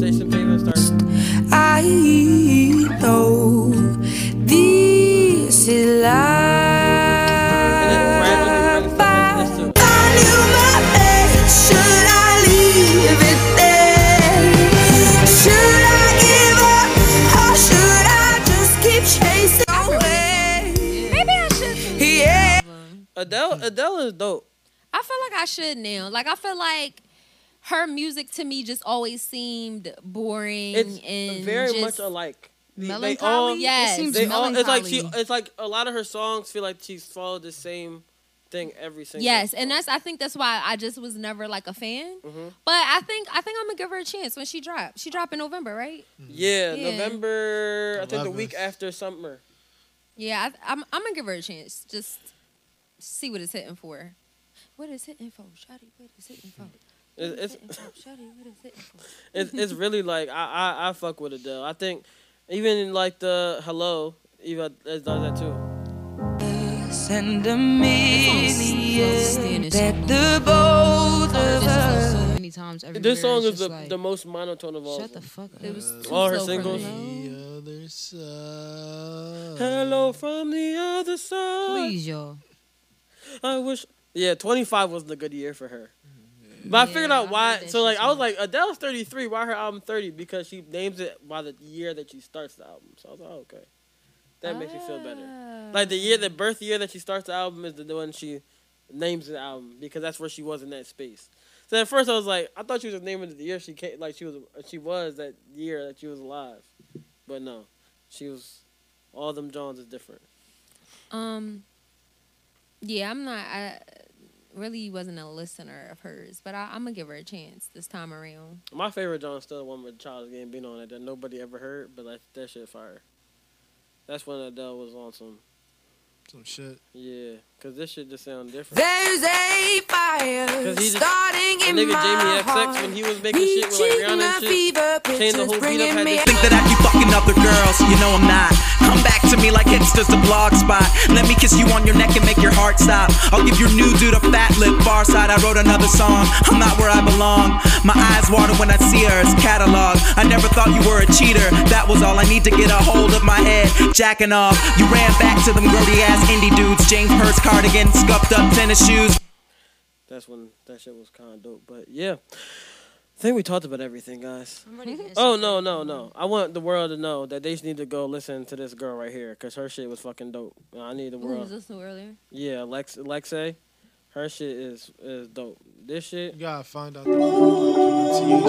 Speaker 1: chasing pavements starts.
Speaker 2: I know this is life. I knew my fate. Should I leave it there? Should I give up or should I just keep chasing away? Maybe I should. Yeah.
Speaker 1: Adele, Adele is dope.
Speaker 6: I feel like I should now. Like I feel like her music to me just always seemed boring
Speaker 1: It's
Speaker 6: and
Speaker 1: very
Speaker 6: just-
Speaker 1: much alike. They-
Speaker 6: Melancholy?
Speaker 1: They all,
Speaker 6: Yes. It seems
Speaker 1: they all, it's like she.
Speaker 6: melancholy.
Speaker 1: It's like a lot of her songs feel like she's followed the same thing every single.
Speaker 6: Yes, and that's I think that's why I just was never like a fan.
Speaker 1: Mhm.
Speaker 6: But I think I think I'm gonna give her a chance when she drops. She dropped in November, right?
Speaker 1: Yeah,
Speaker 6: Yeah.
Speaker 1: November. I think the
Speaker 4: Eleventh.
Speaker 1: week after summer.
Speaker 6: Yeah, I, I'm I'm gonna give her a chance. Just see what it's hitting for. What is hitting for, Shotty? What is hitting for? What
Speaker 1: It-
Speaker 6: is
Speaker 1: it's-
Speaker 6: hitting for, Shotty? What is hitting for?
Speaker 1: It's it's really like I, I I fuck with Adele. I think even in like the hello, even it does that too.
Speaker 2: Send a million that the both of us.
Speaker 8: So many times every
Speaker 1: This
Speaker 8: year,
Speaker 1: song
Speaker 8: it's
Speaker 1: is
Speaker 8: just
Speaker 1: the,
Speaker 8: like-
Speaker 1: the most monotone of all. Shut the
Speaker 8: fuck up.
Speaker 1: It
Speaker 8: It was
Speaker 1: all her
Speaker 8: too slow for
Speaker 1: singles.
Speaker 8: me.
Speaker 1: Hello from the other side.
Speaker 8: Please, y'all.
Speaker 1: I wish. Yeah, 25 was the good year for her. But I figured out why. So like, I was like, Adele's 33. Why her album 30? Because she names it by the year that she starts the album. So I was like, oh, okay, that makes me feel better. Like the year, the birth year that she starts the album is the one she names the album because that's where she was in that space. So at first I was like, I thought she was just naming it the year she came, like she was she was that year that she was alive, but no, she was. All them Johns is different.
Speaker 6: Um, yeah, I'm not. I really wasn't a listener of hers, but I, I'm gonna give her a chance this time around.
Speaker 1: My favorite John's still the one with Charles Gambino on it that nobody ever heard, but like that shit fire. That's when Adele was on some.
Speaker 4: Some shit.
Speaker 1: Yeah, cause this shit just sound different.
Speaker 2: There's a fire
Speaker 1: 'Cause he just-
Speaker 2: starting
Speaker 1: that
Speaker 2: in
Speaker 1: nigga
Speaker 2: my
Speaker 1: Jamie
Speaker 2: heart.
Speaker 1: XX when he was making shit with like
Speaker 2: Reaching
Speaker 1: Rihanna
Speaker 2: a
Speaker 1: and shit,
Speaker 2: fever
Speaker 1: changed the
Speaker 2: pitch is
Speaker 1: whole beat up. Had
Speaker 2: bringing
Speaker 1: this
Speaker 2: me
Speaker 1: shit-
Speaker 13: Think that I keep fucking other girls, you know I'm not. Come back to me like hipsters to blog spot. Let me kiss you on your neck and make your heart stop. I'll give your new dude a fat lip, far side. I wrote another song. I'm not where I belong. My eyes water when I see her, it's catalog. I never thought you were a cheater. That was all I need to get a hold of my head. Jacking off. You ran back to them grody ass indie dudes. James Purse cardigan, scuffed up tennis shoes.
Speaker 1: That's when that shit was kind of dope. But yeah, I think we talked about everything, guys.
Speaker 8: I'm ready for this.
Speaker 1: Oh no, no, no! I want the world to know that they just need to go listen to this girl right here, cause her shit was fucking dope. I need the
Speaker 6: Ooh,
Speaker 1: world.
Speaker 6: was this earlier?
Speaker 1: Yeah, Lex, Lexay, her shit is is dope. This shit. You
Speaker 4: gotta find out the pronunciation.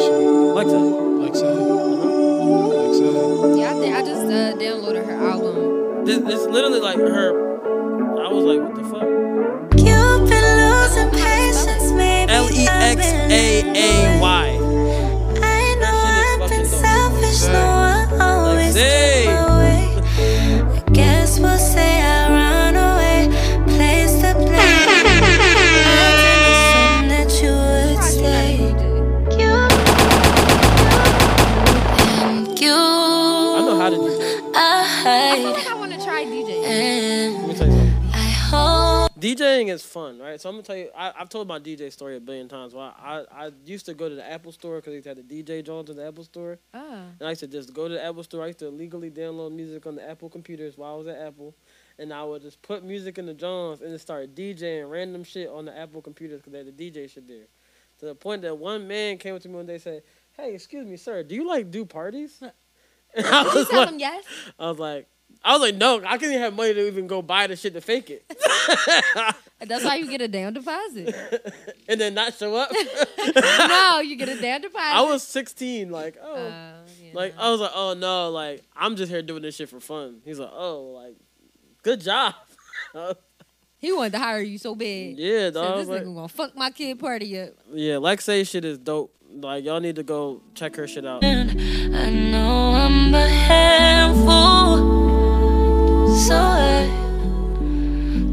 Speaker 1: Lexa.
Speaker 4: uh-huh. Lexa.
Speaker 6: Yeah, I, think I just uh, downloaded her album.
Speaker 1: This, it's literally like her. I was like, what the fuck?
Speaker 2: You've been losing patience, maybe
Speaker 1: L E
Speaker 2: I've
Speaker 1: X
Speaker 2: been
Speaker 1: A A Y.
Speaker 2: I know I've been selfish, no, I always
Speaker 1: Lexi.
Speaker 2: give away. I guess we'll say I run away, place to play. I didn't assume that you would stay. You, you, I
Speaker 1: know how to do
Speaker 6: I feel like I want to try DJ.
Speaker 1: Let me tell you something.
Speaker 2: hope
Speaker 1: DJing is fun, right? So I'm gonna tell you. I, I've told my DJ story a billion times. Why I, I used to go to the Apple Store because they had the DJ Jones in the Apple Store.
Speaker 6: Oh.
Speaker 1: And I used to just go to the Apple store. I used to illegally download music on the Apple computers while I was at Apple. And I would just put music in the Johns and just start DJing random shit on the Apple computers because they had the DJ shit there. to the point that one man came up to me one day and said, Hey, excuse me, sir, do you like do parties? And I
Speaker 6: You
Speaker 1: was
Speaker 6: tell
Speaker 1: like,
Speaker 6: him yes.
Speaker 1: I was like, I was like, no, I couldn't even have money to even go buy the shit to fake it.
Speaker 6: That's how you get a down deposit.
Speaker 1: and then not show up.
Speaker 6: no, you get a down deposit.
Speaker 1: I
Speaker 6: Uh,
Speaker 1: was 16, like, oh. like, I was like, oh no, like, I'm just here doing this shit for fun. He's like, oh, like, good job. Uh,
Speaker 6: He wanted to hire you so bad.
Speaker 1: Yeah,
Speaker 6: So
Speaker 1: dog,
Speaker 6: this
Speaker 1: like-
Speaker 6: nigga gonna fuck my kid party up.
Speaker 1: yeah, Lexay shit is dope. Like, y'all need to go check her shit out.
Speaker 21: I know I'm a handful, so I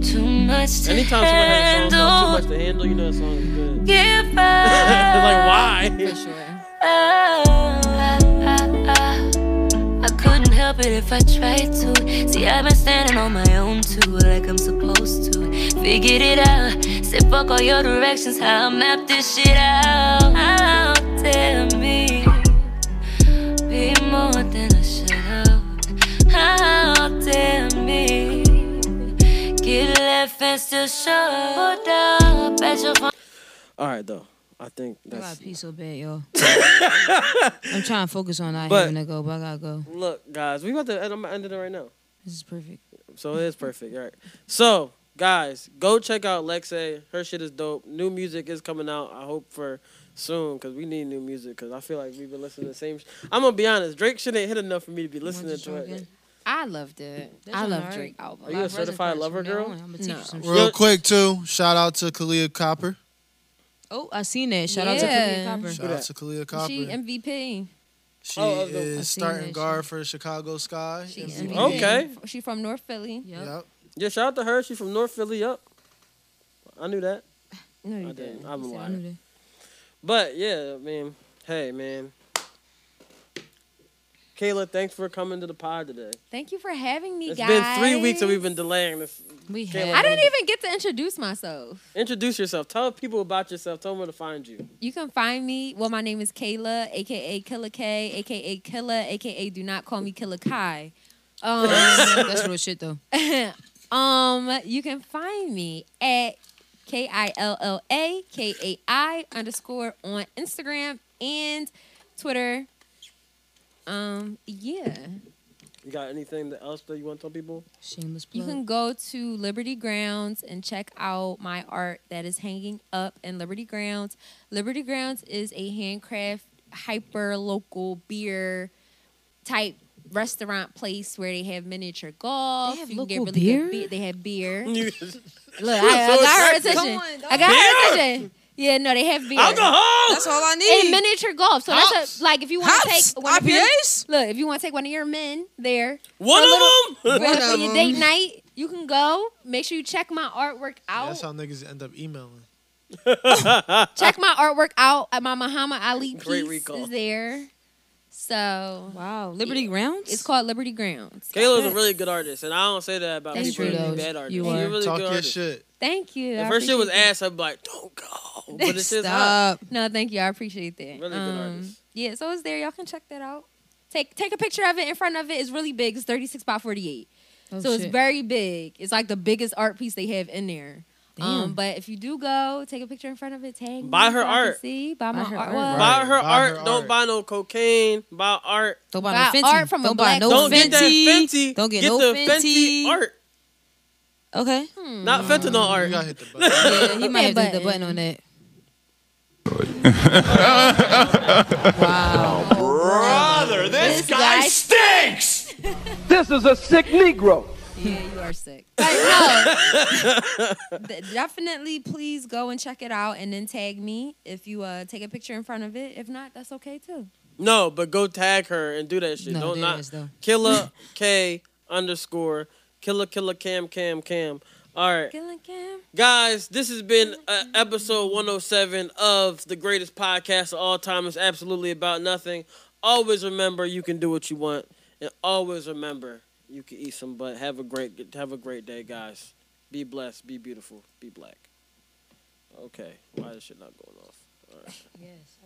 Speaker 21: too much to
Speaker 1: Anytime someone has a song called
Speaker 21: handle.
Speaker 1: Too Much to Handle, you know that song is good.
Speaker 21: Give
Speaker 1: like, why?
Speaker 21: I, I, I, I couldn't help it if I tried to. See, I've been standing on my own too, like I'm supposed to. Figured it out. Said fuck all your directions, how I map this shit out. How dare me be more than I should have? How dare me get left and still shut up at your phone?
Speaker 1: All right, though. I think
Speaker 8: I got
Speaker 1: that's.
Speaker 8: to pee so bad, y'all. I'm trying to focus on not
Speaker 1: But-
Speaker 8: having to go, but I gotta go.
Speaker 1: Look, guys, we about to end, I'm ending it right now.
Speaker 8: This is perfect.
Speaker 1: So it is perfect. All right. So, guys, go check out Lexay. Her shit is dope. New music is coming out. I hope for soon because we need new music because I feel like we've been listening to the same. Sh- I'm gonna be honest. Drake shit ain't hit enough for me to be listening to it.
Speaker 3: I loved it. I
Speaker 8: on
Speaker 3: love
Speaker 8: her.
Speaker 3: Drake album.
Speaker 1: Are you a certified lover girl?
Speaker 8: No.
Speaker 4: Real quick too, shout out to Kalia Copper.
Speaker 8: Oh, I seen that. Shout out to
Speaker 6: Yeah.
Speaker 8: Kalia Copper.
Speaker 4: Shout out to Kalia Copper.
Speaker 6: She
Speaker 4: She,
Speaker 6: MVP.
Speaker 3: Oh, of the- I seen
Speaker 4: is starting
Speaker 6: that
Speaker 4: guard for the Chicago Sky. MVP.
Speaker 1: Okay.
Speaker 6: She from North Philly.
Speaker 4: Yep.
Speaker 1: Yeah, shout out to her. She from North Philly. Up. I knew that.
Speaker 6: No,
Speaker 1: I
Speaker 6: you
Speaker 1: didn't.
Speaker 6: didn't.
Speaker 1: I'm a
Speaker 6: You said I
Speaker 1: liar.
Speaker 6: knew that.
Speaker 1: But yeah, I mean, hey, man. Kayla, thanks for coming to the pod today.
Speaker 6: Thank you for having me,
Speaker 1: It's
Speaker 6: guys.
Speaker 1: been three weeks that we've been delaying this.
Speaker 8: We
Speaker 1: Kayla,
Speaker 6: I didn't even get to introduce myself.
Speaker 1: Introduce yourself. Tell people about yourself. Tell them where to find you.
Speaker 6: You can find me. Well, my name is Kayla, aka Killer K, aka Killer, aka Do Not Call Me Killer Kai. Um,
Speaker 8: That's real shit though.
Speaker 6: um, you can find me at K I L L A K A I underscore on Instagram and Twitter. Um, yeah.
Speaker 1: You got anything that else that you want to tell people?
Speaker 8: Shameless
Speaker 6: You can go to Liberty Grounds and check out my art that is hanging up in Liberty Grounds. Liberty Grounds is a handcraft, hyper local beer type restaurant place where they have miniature golf.
Speaker 8: have
Speaker 6: you can get
Speaker 8: local
Speaker 6: really
Speaker 8: beer?
Speaker 6: good beer. They have beer.
Speaker 1: Look,
Speaker 6: Look, I, I got her attention. I got her
Speaker 8: Beer?
Speaker 6: attention. Yeah, no, they have beer.
Speaker 8: Alcohol? That's all I need.
Speaker 6: And miniature golf. So that's
Speaker 8: Hops.
Speaker 6: a, like if you want to
Speaker 8: Hops.
Speaker 6: take one of your,
Speaker 8: IPAs?
Speaker 6: look if you want to take one of your men there.
Speaker 1: One
Speaker 6: for a
Speaker 1: of
Speaker 6: little-
Speaker 1: them?
Speaker 6: for-
Speaker 4: One
Speaker 6: for
Speaker 4: of
Speaker 6: your
Speaker 4: 'em.
Speaker 6: date night. You can go. Make sure you check my artwork out.
Speaker 4: That's how niggas end up emailing.
Speaker 6: check my artwork out at my Muhammad Ali piece
Speaker 4: Great recall.
Speaker 6: is there. So wow,
Speaker 8: Liberty Grounds.
Speaker 6: It's called Liberty Grounds.
Speaker 1: Kayla's a really good artist, and I don't say that about
Speaker 6: Thank
Speaker 1: people
Speaker 6: you.
Speaker 1: that be
Speaker 6: Kudos.
Speaker 1: bad artists.
Speaker 6: You
Speaker 1: She's a
Speaker 6: are.
Speaker 1: really
Speaker 4: Talk
Speaker 1: good
Speaker 4: your
Speaker 1: artist.
Speaker 4: shit.
Speaker 6: Thank you. I
Speaker 1: The first shit was
Speaker 6: appreciate
Speaker 1: ass. I'm like, don't go. But it's just
Speaker 6: Stop. No, thank you. I appreciate that.
Speaker 1: Really good artist.
Speaker 6: Yeah, so it's there. Y'all can check that out. Take take a picture of it in front of it. It's really big. It's 36 by 48.
Speaker 8: Oh,
Speaker 6: so
Speaker 8: shit.
Speaker 6: it's very big. It's like the biggest art piece they have in there.
Speaker 8: Damn.
Speaker 6: Um, but if you do go, take a picture in front of it. Tag me
Speaker 1: Buy her
Speaker 6: so I can
Speaker 1: art.
Speaker 6: See, buy, my
Speaker 8: her
Speaker 6: art.
Speaker 8: art.
Speaker 6: Well,
Speaker 1: Buy her
Speaker 8: Buy
Speaker 1: art.
Speaker 8: her
Speaker 1: Don't
Speaker 8: art.
Speaker 1: buy no cocaine. Buy art.
Speaker 8: Don't buy no
Speaker 6: Buy
Speaker 8: Fenty.
Speaker 6: art from a
Speaker 8: Don't buy
Speaker 6: black
Speaker 8: no
Speaker 1: don't
Speaker 8: Fenty.
Speaker 1: get that Fenty.
Speaker 8: Don't get
Speaker 1: Get
Speaker 8: no
Speaker 1: the
Speaker 8: Fenty.
Speaker 1: Fenty art.
Speaker 8: Okay.
Speaker 6: Hmm.
Speaker 1: Not fentanyl art. You
Speaker 4: gotta hit the
Speaker 8: Mm. Yeah, he might have to hit the button on that.
Speaker 11: wow.
Speaker 2: Ah.
Speaker 11: brother,
Speaker 6: this guy
Speaker 11: stinks! this is a sick Negro.
Speaker 6: Yeah, you are sick. But no, d- definitely, please go and check it out, and then tag me if you uh, take a picture in front of it. If not, that's okay too.
Speaker 1: No, but go tag her and do that shit.
Speaker 8: No,
Speaker 1: don't
Speaker 8: there
Speaker 1: not
Speaker 8: is, though.
Speaker 1: killer k underscore killer killer cam cam cam. All right. Guys, this has been uh, episode 107 of the greatest podcast of all time. It's absolutely about nothing. Always remember you can do what you want, and always remember you can eat some butt. Have a great have a great day, guys. Be blessed. Be beautiful. Be black. Okay, why is this shit not going off? All right.
Speaker 8: Yes.